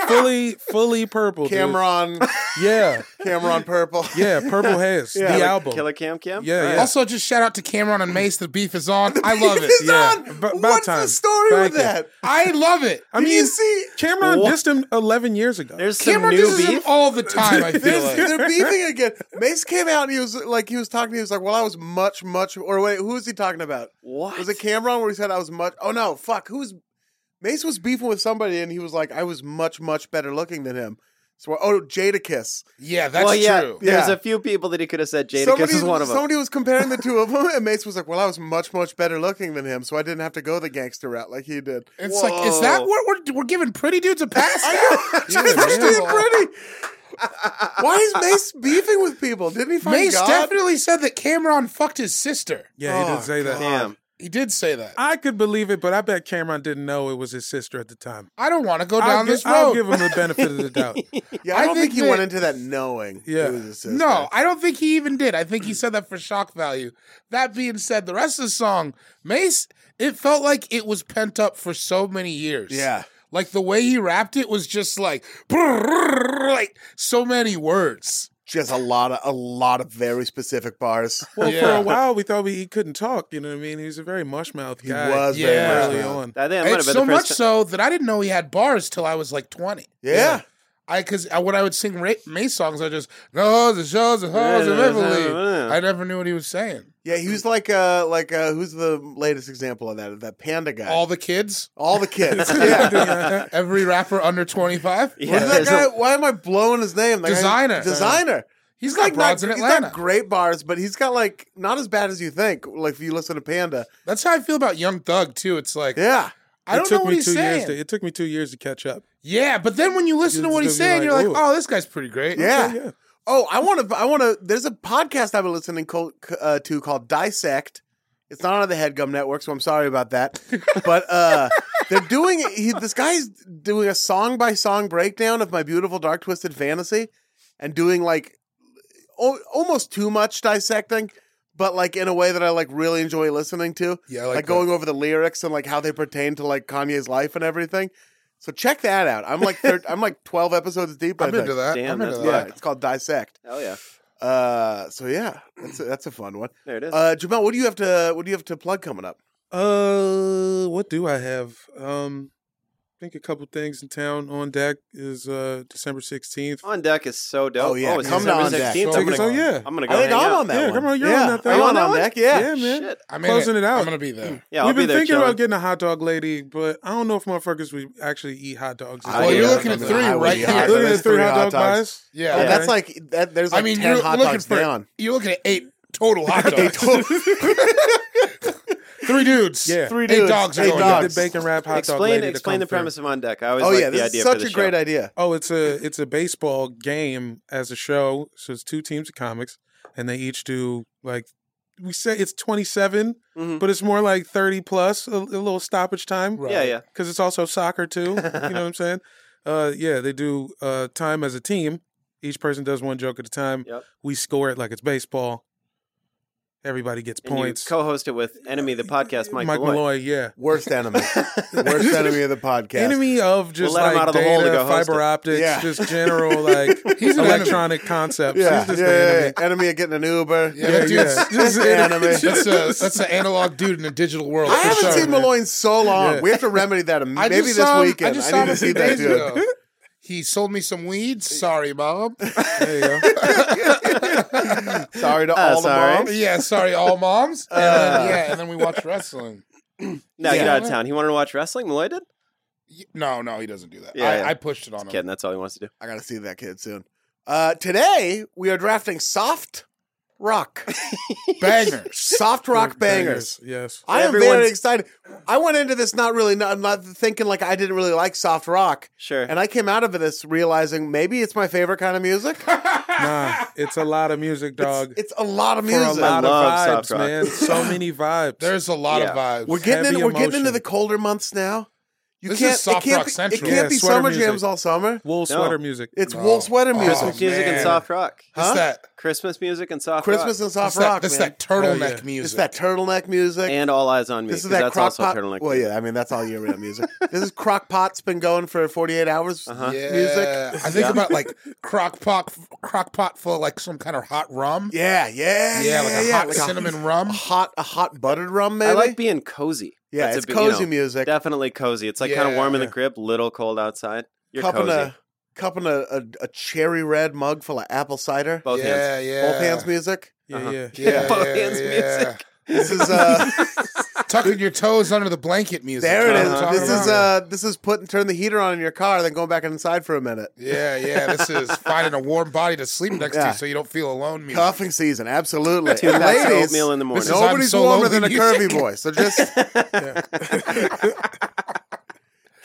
[SPEAKER 5] fully, fully purple. dude.
[SPEAKER 2] Cameron,
[SPEAKER 5] Yeah,
[SPEAKER 2] Cameron Purple.
[SPEAKER 5] yeah, purple haze.
[SPEAKER 2] Yeah.
[SPEAKER 5] the
[SPEAKER 2] Killer-
[SPEAKER 5] album.
[SPEAKER 1] Killer Cam Cam.
[SPEAKER 5] Yeah,
[SPEAKER 1] All
[SPEAKER 5] yeah.
[SPEAKER 3] Also, just shout out to Cameron and Mace. The beef is on. I love it.
[SPEAKER 2] He's
[SPEAKER 5] Yeah.
[SPEAKER 2] on.
[SPEAKER 5] About- about
[SPEAKER 2] What's the
[SPEAKER 5] time.
[SPEAKER 2] story
[SPEAKER 5] Thank
[SPEAKER 2] with
[SPEAKER 5] you.
[SPEAKER 2] that?
[SPEAKER 3] I love it.
[SPEAKER 5] I
[SPEAKER 2] Do
[SPEAKER 5] mean,
[SPEAKER 2] you see?
[SPEAKER 5] Cameron
[SPEAKER 1] What?
[SPEAKER 5] dissed him eleven years ago.
[SPEAKER 1] There's some
[SPEAKER 3] Cameron
[SPEAKER 1] new
[SPEAKER 3] does him
[SPEAKER 1] beef.
[SPEAKER 3] all the time. I feel
[SPEAKER 5] There's-
[SPEAKER 3] like.
[SPEAKER 2] They're beefing again. Mace came out and he was like, he was talking. He was like, "Well, I was much, much." Or wait, who was he talking about?
[SPEAKER 1] What?
[SPEAKER 2] Was it Cameron where he said I was much? Oh no, fuck. Who's Mace was beefing with somebody and he was like, I was much, much better looking than him. So oh, Jadakiss.
[SPEAKER 3] Yeah, that's
[SPEAKER 1] well, yeah,
[SPEAKER 3] true.
[SPEAKER 1] There's
[SPEAKER 2] Yeah.
[SPEAKER 1] a few people that he could have said. Jadakiss
[SPEAKER 2] somebody,
[SPEAKER 1] is one of them.
[SPEAKER 2] Somebody was comparing the two of them, and Mace was like, "Well, I was much, much better looking than him, so I didn't have to go the gangster route like he did."
[SPEAKER 3] It's like, is that
[SPEAKER 1] Whoa.
[SPEAKER 3] what we're we're giving pretty dudes a pass? I
[SPEAKER 2] Just being pretty. Why is Mace beefing with people? Didn't he find
[SPEAKER 3] Mace
[SPEAKER 2] God?
[SPEAKER 3] definitely said that Cameron fucked his sister.
[SPEAKER 5] yeah, he
[SPEAKER 2] Oh,
[SPEAKER 5] did say that.
[SPEAKER 1] Damn.
[SPEAKER 3] He did say that.
[SPEAKER 5] I could believe it, but I bet Cameron didn't know it was his sister at the time.
[SPEAKER 3] I don't want to go down
[SPEAKER 5] I'll, gi-
[SPEAKER 3] this
[SPEAKER 5] I'll
[SPEAKER 3] road.
[SPEAKER 5] give him the benefit of the doubt.
[SPEAKER 2] Yeah, I,
[SPEAKER 3] I
[SPEAKER 2] don't think,
[SPEAKER 3] think
[SPEAKER 2] he
[SPEAKER 3] that-
[SPEAKER 2] went into that knowing.
[SPEAKER 5] Yeah.
[SPEAKER 2] it was his sister.
[SPEAKER 3] no, I don't think he even did. I think he said that for shock value. That being said, the rest of the song, Mace, it felt like it was pent up for so many years.
[SPEAKER 2] Yeah.
[SPEAKER 3] Like the way he rapped it was just like, like so many words.
[SPEAKER 2] just a lot of a lot of very specific bars.
[SPEAKER 5] Well, for
[SPEAKER 3] Yeah.
[SPEAKER 5] a while we thought we, he couldn't talk. You know what I mean? He was a very mush mouth
[SPEAKER 2] He
[SPEAKER 5] guy.
[SPEAKER 2] was
[SPEAKER 3] very Yeah.
[SPEAKER 5] early
[SPEAKER 2] mush-mouthed.
[SPEAKER 5] on.
[SPEAKER 1] I think that might
[SPEAKER 3] And
[SPEAKER 1] have been
[SPEAKER 3] so
[SPEAKER 1] the
[SPEAKER 3] much
[SPEAKER 1] first.
[SPEAKER 3] so that I didn't know he had bars till I was like 20.
[SPEAKER 2] yeah.
[SPEAKER 3] I because when I would sing Ray, Mace songs, I just no the shows the halls of Beverly. I never knew what he was saying.
[SPEAKER 2] Yeah, he was like uh like uh who's the latest example of that? That panda guy.
[SPEAKER 3] All
[SPEAKER 2] All,
[SPEAKER 3] the kids,
[SPEAKER 2] the kids. yeah.
[SPEAKER 3] every rapper under twenty five.
[SPEAKER 1] Yeah,
[SPEAKER 2] What is that
[SPEAKER 1] there's
[SPEAKER 2] guy?
[SPEAKER 1] no-
[SPEAKER 2] Why am I blowing his name? That guy-
[SPEAKER 3] Designer.
[SPEAKER 2] designer.
[SPEAKER 3] He's got broads in
[SPEAKER 2] not,
[SPEAKER 3] Atlanta.
[SPEAKER 2] He's got great bars, but he's got like not as bad as you think. Like if you listen to Panda.
[SPEAKER 3] That's how I feel about Young Thug too. It's like
[SPEAKER 2] Yeah.
[SPEAKER 3] I don't
[SPEAKER 5] it took
[SPEAKER 3] know what
[SPEAKER 5] me
[SPEAKER 3] he's
[SPEAKER 5] two
[SPEAKER 3] saying.
[SPEAKER 5] years to, It took me two years to catch up.
[SPEAKER 3] yeah, but then when you listen to
[SPEAKER 5] It's
[SPEAKER 3] what he's
[SPEAKER 5] gonna
[SPEAKER 3] saying,
[SPEAKER 5] be
[SPEAKER 3] you're like,
[SPEAKER 5] like,
[SPEAKER 3] oh, this guy's pretty great.
[SPEAKER 2] Yeah.
[SPEAKER 5] yeah.
[SPEAKER 2] Oh, I want to. I want to. There's a podcast I've been listening co- uh, to called Dissect. It's not on the Headgum Network, so I'm sorry about that. But uh, they're doing. He, this guy's doing a song by song breakdown of My Beautiful Dark Twisted Fantasy, and doing like o- almost too much dissecting, but like in a way that I like really enjoy listening to.
[SPEAKER 3] Yeah, I
[SPEAKER 2] like,
[SPEAKER 3] like
[SPEAKER 2] going over the lyrics and like how they pertain to like Kanye's life and everything. So check that out. I'm like thir- I'm like 12 episodes deep. I
[SPEAKER 3] I'm into
[SPEAKER 2] think.
[SPEAKER 3] that.
[SPEAKER 1] Damn,
[SPEAKER 3] I'm into
[SPEAKER 1] that's
[SPEAKER 3] that.
[SPEAKER 2] Yeah, it's called Dissect.
[SPEAKER 1] Hell yeah.
[SPEAKER 2] Uh, so yeah, that's a, that's a fun one.
[SPEAKER 1] There it is.
[SPEAKER 2] Uh, Jamel, what do you have to what do you have to plug coming up?
[SPEAKER 5] Uh, what do I have? Um, I think a couple things in town on deck is uh December sixteenth.
[SPEAKER 1] on deck is so dope.
[SPEAKER 2] Oh, yeah,
[SPEAKER 1] it's
[SPEAKER 2] come to
[SPEAKER 1] December
[SPEAKER 2] On Deck.
[SPEAKER 1] 16th.
[SPEAKER 3] So
[SPEAKER 1] I'm
[SPEAKER 3] it's
[SPEAKER 1] gonna,
[SPEAKER 5] Oh yeah,
[SPEAKER 1] I'm gonna go.
[SPEAKER 2] I think
[SPEAKER 1] hang
[SPEAKER 2] I'm
[SPEAKER 1] out.
[SPEAKER 2] on that
[SPEAKER 5] yeah.
[SPEAKER 2] one.
[SPEAKER 5] Come on, you're
[SPEAKER 2] yeah.
[SPEAKER 5] on that
[SPEAKER 2] Are
[SPEAKER 5] thing.
[SPEAKER 2] you on
[SPEAKER 1] that
[SPEAKER 2] that
[SPEAKER 1] one?
[SPEAKER 2] deck? Yeah.
[SPEAKER 5] Yeah, man.
[SPEAKER 1] Shit.
[SPEAKER 3] I'm in
[SPEAKER 5] Closing it out.
[SPEAKER 3] I'm gonna be there.
[SPEAKER 1] Yeah, I'll
[SPEAKER 5] We've
[SPEAKER 1] be
[SPEAKER 5] been
[SPEAKER 1] there
[SPEAKER 5] thinking
[SPEAKER 1] chilling.
[SPEAKER 5] about getting a hot dog lady, but I don't know if motherfuckers would actually eat hot dogs.
[SPEAKER 2] I-
[SPEAKER 3] Well,
[SPEAKER 2] yeah,
[SPEAKER 3] you're looking
[SPEAKER 2] I
[SPEAKER 3] at
[SPEAKER 2] mean,
[SPEAKER 3] three
[SPEAKER 2] I would
[SPEAKER 3] right
[SPEAKER 2] eat
[SPEAKER 3] here.
[SPEAKER 2] hot
[SPEAKER 5] You're
[SPEAKER 2] dogs.
[SPEAKER 5] looking at
[SPEAKER 2] There's
[SPEAKER 5] three
[SPEAKER 2] three
[SPEAKER 5] hot
[SPEAKER 2] hot
[SPEAKER 5] dog
[SPEAKER 2] dogs.
[SPEAKER 5] buys.
[SPEAKER 3] Yeah,
[SPEAKER 2] Oh,
[SPEAKER 1] Yeah.
[SPEAKER 2] That's like that. There's like
[SPEAKER 3] I mean,
[SPEAKER 2] 10
[SPEAKER 3] you're
[SPEAKER 2] hot
[SPEAKER 3] looking
[SPEAKER 2] dogs
[SPEAKER 3] for
[SPEAKER 2] down.
[SPEAKER 3] you're looking at eight total hot dogs. three dudes.
[SPEAKER 5] Yeah.
[SPEAKER 2] Three
[SPEAKER 3] eight
[SPEAKER 2] dudes,
[SPEAKER 3] dogs are
[SPEAKER 2] eight
[SPEAKER 3] going
[SPEAKER 5] Get
[SPEAKER 3] down.
[SPEAKER 2] dogs.
[SPEAKER 5] The bacon wrap hot dog
[SPEAKER 1] Explain
[SPEAKER 5] lady. to
[SPEAKER 1] explain
[SPEAKER 5] come
[SPEAKER 1] the
[SPEAKER 5] through.
[SPEAKER 1] premise of on deck. I always
[SPEAKER 2] Oh
[SPEAKER 1] like
[SPEAKER 2] yeah,
[SPEAKER 1] the
[SPEAKER 2] this
[SPEAKER 1] idea
[SPEAKER 2] is
[SPEAKER 1] for
[SPEAKER 2] such
[SPEAKER 1] the
[SPEAKER 2] a great
[SPEAKER 1] show.
[SPEAKER 2] idea.
[SPEAKER 5] Oh, it's a it's a baseball game as a show. So it's two teams of comics, and they each do like we say it's twenty seven,
[SPEAKER 1] Mhm.
[SPEAKER 5] but it's more like thirty plus a, a little stoppage time.
[SPEAKER 3] Right.
[SPEAKER 1] Yeah, yeah.
[SPEAKER 5] because it's also soccer too. you know what I'm saying? Uh, yeah, they do uh, time as a team. Each person does one joke at a time.
[SPEAKER 1] Yep.
[SPEAKER 5] We score it like it's baseball. Everybody gets
[SPEAKER 1] And you
[SPEAKER 5] points.
[SPEAKER 1] co-host it with Enemy the podcast, Mike,
[SPEAKER 5] Mike
[SPEAKER 1] Malloy.
[SPEAKER 5] yeah.
[SPEAKER 2] Worst enemy. Worst enemy of the podcast.
[SPEAKER 5] Enemy of just
[SPEAKER 1] let him
[SPEAKER 5] like
[SPEAKER 1] out of the hole to
[SPEAKER 5] data,
[SPEAKER 1] go host
[SPEAKER 5] fiber
[SPEAKER 1] it.
[SPEAKER 5] optics,
[SPEAKER 2] Yeah.
[SPEAKER 5] just general like
[SPEAKER 3] He's an
[SPEAKER 5] electronic concepts.
[SPEAKER 2] Yeah,
[SPEAKER 5] He's just
[SPEAKER 2] yeah,
[SPEAKER 5] the
[SPEAKER 2] yeah,
[SPEAKER 5] enemy.
[SPEAKER 2] yeah. enemy of getting an Uber.
[SPEAKER 3] Yeah, that dude's-
[SPEAKER 5] yeah.
[SPEAKER 3] that's
[SPEAKER 2] Just
[SPEAKER 3] an-
[SPEAKER 2] anime.
[SPEAKER 3] That's a that's an analog dude in a digital world.
[SPEAKER 2] I
[SPEAKER 3] for
[SPEAKER 2] haven't
[SPEAKER 3] sure.
[SPEAKER 2] seen Malloy in so long.
[SPEAKER 5] Yeah.
[SPEAKER 2] We have to remedy that. im-
[SPEAKER 3] I
[SPEAKER 2] Maybe this
[SPEAKER 3] just saw him-
[SPEAKER 2] weekend.
[SPEAKER 3] I just saw him
[SPEAKER 2] need
[SPEAKER 3] a
[SPEAKER 2] to see
[SPEAKER 3] few
[SPEAKER 2] that
[SPEAKER 3] days
[SPEAKER 2] dude.
[SPEAKER 3] ago. He sold me some weed. Sorry, mom.
[SPEAKER 5] There you go.
[SPEAKER 2] Sorry to
[SPEAKER 1] Uh,
[SPEAKER 2] all
[SPEAKER 1] sorry.
[SPEAKER 2] the moms.
[SPEAKER 3] yeah, sorry, all moms. And
[SPEAKER 2] Uh.
[SPEAKER 3] then, yeah, and then we watch wrestling.
[SPEAKER 1] No, get
[SPEAKER 3] Yeah.
[SPEAKER 1] out of town. He wanted to watch wrestling. Malloy did.
[SPEAKER 3] Y- No, no, he doesn't do that.
[SPEAKER 1] Yeah,
[SPEAKER 3] I,
[SPEAKER 1] yeah.
[SPEAKER 3] I pushed it on him.
[SPEAKER 1] Kidding. That's all he wants to do.
[SPEAKER 2] I gotta see that kid soon. Uh, today we are drafting soft rock,
[SPEAKER 3] Bangers.
[SPEAKER 2] soft rock bangers.
[SPEAKER 5] Yes.
[SPEAKER 2] I am very
[SPEAKER 1] Everyone's-
[SPEAKER 2] excited. I went into this not really, not, not thinking like I didn't really like soft rock,
[SPEAKER 1] Sure.
[SPEAKER 2] and I came out of this realizing maybe it's my favorite kind of music.
[SPEAKER 5] Nah, it's a lot of music, dog.
[SPEAKER 2] It's a lot of
[SPEAKER 5] For a
[SPEAKER 2] music.
[SPEAKER 5] lot of
[SPEAKER 1] love soft
[SPEAKER 5] vibes,
[SPEAKER 1] rock.
[SPEAKER 5] man. So many vibes.
[SPEAKER 3] There's a lot
[SPEAKER 1] Yeah.
[SPEAKER 3] of vibes.
[SPEAKER 2] we're getting
[SPEAKER 5] heavy
[SPEAKER 2] into, we're getting
[SPEAKER 5] emotion.
[SPEAKER 2] into the colder months now. You
[SPEAKER 3] This is
[SPEAKER 2] can't,
[SPEAKER 3] soft
[SPEAKER 2] it can't
[SPEAKER 3] rock
[SPEAKER 2] be,
[SPEAKER 3] central.
[SPEAKER 2] It can't
[SPEAKER 5] Yeah,
[SPEAKER 2] be
[SPEAKER 5] sweater
[SPEAKER 2] summer
[SPEAKER 5] music.
[SPEAKER 2] jams all summer.
[SPEAKER 5] Wool
[SPEAKER 1] No.
[SPEAKER 5] sweater music.
[SPEAKER 2] It's
[SPEAKER 3] No.
[SPEAKER 2] wool sweater
[SPEAKER 3] Oh,
[SPEAKER 2] music.
[SPEAKER 1] Christmas music and
[SPEAKER 3] man.
[SPEAKER 1] soft rock.
[SPEAKER 2] Huh?
[SPEAKER 3] It's that.
[SPEAKER 1] Christmas music and soft
[SPEAKER 2] Christmas
[SPEAKER 1] rock.
[SPEAKER 2] and soft
[SPEAKER 3] it's that-
[SPEAKER 2] rock.
[SPEAKER 3] That's
[SPEAKER 2] man. Oh,
[SPEAKER 3] that turtleneck
[SPEAKER 5] Hell yeah.
[SPEAKER 3] music.
[SPEAKER 2] It's that turtleneck music.
[SPEAKER 1] and all eyes on me.
[SPEAKER 2] this is
[SPEAKER 1] 'cause
[SPEAKER 2] that
[SPEAKER 1] that's
[SPEAKER 2] crock
[SPEAKER 1] also
[SPEAKER 2] pot.
[SPEAKER 1] turtleneck.
[SPEAKER 2] Well, yeah, I mean that's all year round music. this is crock pot's been going for 48 hours
[SPEAKER 1] Uh-huh.
[SPEAKER 3] yeah.
[SPEAKER 2] music.
[SPEAKER 3] I think about like crock pot, crock pot full of like some kind of hot rum.
[SPEAKER 2] Yeah, yeah,
[SPEAKER 3] Yeah, like a
[SPEAKER 2] yeah,
[SPEAKER 3] hot
[SPEAKER 2] like
[SPEAKER 3] cinnamon rum.
[SPEAKER 2] a hot, a hot buttered rum. Maybe
[SPEAKER 1] I like being cozy.
[SPEAKER 2] yeah,
[SPEAKER 1] That's a
[SPEAKER 2] it's
[SPEAKER 1] big- you
[SPEAKER 2] cozy
[SPEAKER 1] know,
[SPEAKER 2] music.
[SPEAKER 1] Definitely cozy. It's like kind
[SPEAKER 3] Yeah,
[SPEAKER 1] of warm in the
[SPEAKER 3] yeah.
[SPEAKER 1] crib, little cold outside. You're
[SPEAKER 2] cupping
[SPEAKER 1] cozy.
[SPEAKER 2] a cupping a, a, a cherry red mug full of apple cider.
[SPEAKER 1] Both
[SPEAKER 3] yeah,
[SPEAKER 1] hands.
[SPEAKER 3] yeah.
[SPEAKER 2] Both hands music.
[SPEAKER 5] Yeah,
[SPEAKER 1] Uh-huh.
[SPEAKER 5] yeah.
[SPEAKER 3] Yeah,
[SPEAKER 1] Both
[SPEAKER 3] yeah,
[SPEAKER 1] hands
[SPEAKER 3] yeah.
[SPEAKER 1] music.
[SPEAKER 2] This is uh,
[SPEAKER 3] Tucking your toes under the blanket music.
[SPEAKER 2] there it
[SPEAKER 3] That's
[SPEAKER 2] is.
[SPEAKER 3] what I'm talking
[SPEAKER 2] This is
[SPEAKER 3] about.
[SPEAKER 2] uh, this is putting turn the heater on in your car, then going back inside for a minute.
[SPEAKER 3] Yeah, yeah. This is finding a warm body to sleep next
[SPEAKER 2] Yeah.
[SPEAKER 3] to so you don't feel alone music.
[SPEAKER 2] Cuffing season, absolutely.
[SPEAKER 1] Two
[SPEAKER 2] And
[SPEAKER 1] cups of
[SPEAKER 2] ladies,
[SPEAKER 1] oatmeal in the morning.
[SPEAKER 3] This is-
[SPEAKER 2] nobody's
[SPEAKER 3] I'm so
[SPEAKER 2] warmer
[SPEAKER 3] lonely
[SPEAKER 2] than a curvy
[SPEAKER 3] music.
[SPEAKER 2] boy. So just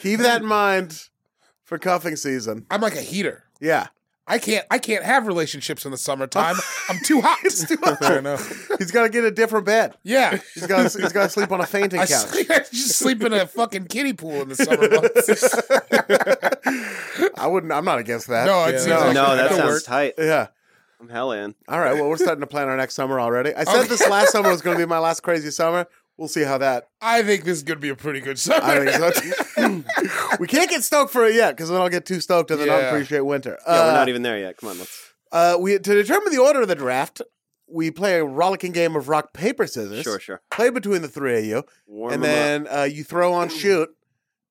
[SPEAKER 2] keep that in mind for cuffing season.
[SPEAKER 3] I'm like a heater.
[SPEAKER 2] Yeah,
[SPEAKER 3] I can't I can't have relationships in the summertime. I'm too hot.
[SPEAKER 2] it's too hot.
[SPEAKER 5] Fair enough.
[SPEAKER 2] He's got to get a different bed.
[SPEAKER 3] yeah.
[SPEAKER 2] He's got he's got to sleep on a fainting
[SPEAKER 3] I,
[SPEAKER 2] couch.
[SPEAKER 3] sleep, I just sleep in a fucking kiddie pool in the summer months.
[SPEAKER 2] I wouldn't. I'm not against Oh, that.
[SPEAKER 3] No, it
[SPEAKER 5] Yeah,
[SPEAKER 3] seems
[SPEAKER 5] no.
[SPEAKER 3] like
[SPEAKER 1] no, that
[SPEAKER 3] that'll
[SPEAKER 1] sounds
[SPEAKER 3] work.
[SPEAKER 1] tight.
[SPEAKER 2] Yeah.
[SPEAKER 1] I'm hell in.
[SPEAKER 2] All right. Well, we're starting to plan our next summer already. I said
[SPEAKER 3] Okay.
[SPEAKER 2] this last summer was going to be my last crazy summer. We'll see how that.
[SPEAKER 3] I think this is gonna be a pretty good summer.
[SPEAKER 2] I think so. we can't get stoked for it yet because then I'll get too stoked and then I'll
[SPEAKER 3] Yeah.
[SPEAKER 2] appreciate winter.
[SPEAKER 1] Yeah,
[SPEAKER 2] uh,
[SPEAKER 1] we're not even there yet. Come on, let's.
[SPEAKER 2] uh, we to determine the order of the draft. We play a rollicking game of rock paper scissors.
[SPEAKER 1] Sure, sure.
[SPEAKER 2] Play between the three of you,
[SPEAKER 1] Warm
[SPEAKER 2] and
[SPEAKER 1] 'em up.
[SPEAKER 2] then uh, you throw on
[SPEAKER 1] Mm.
[SPEAKER 2] shoot,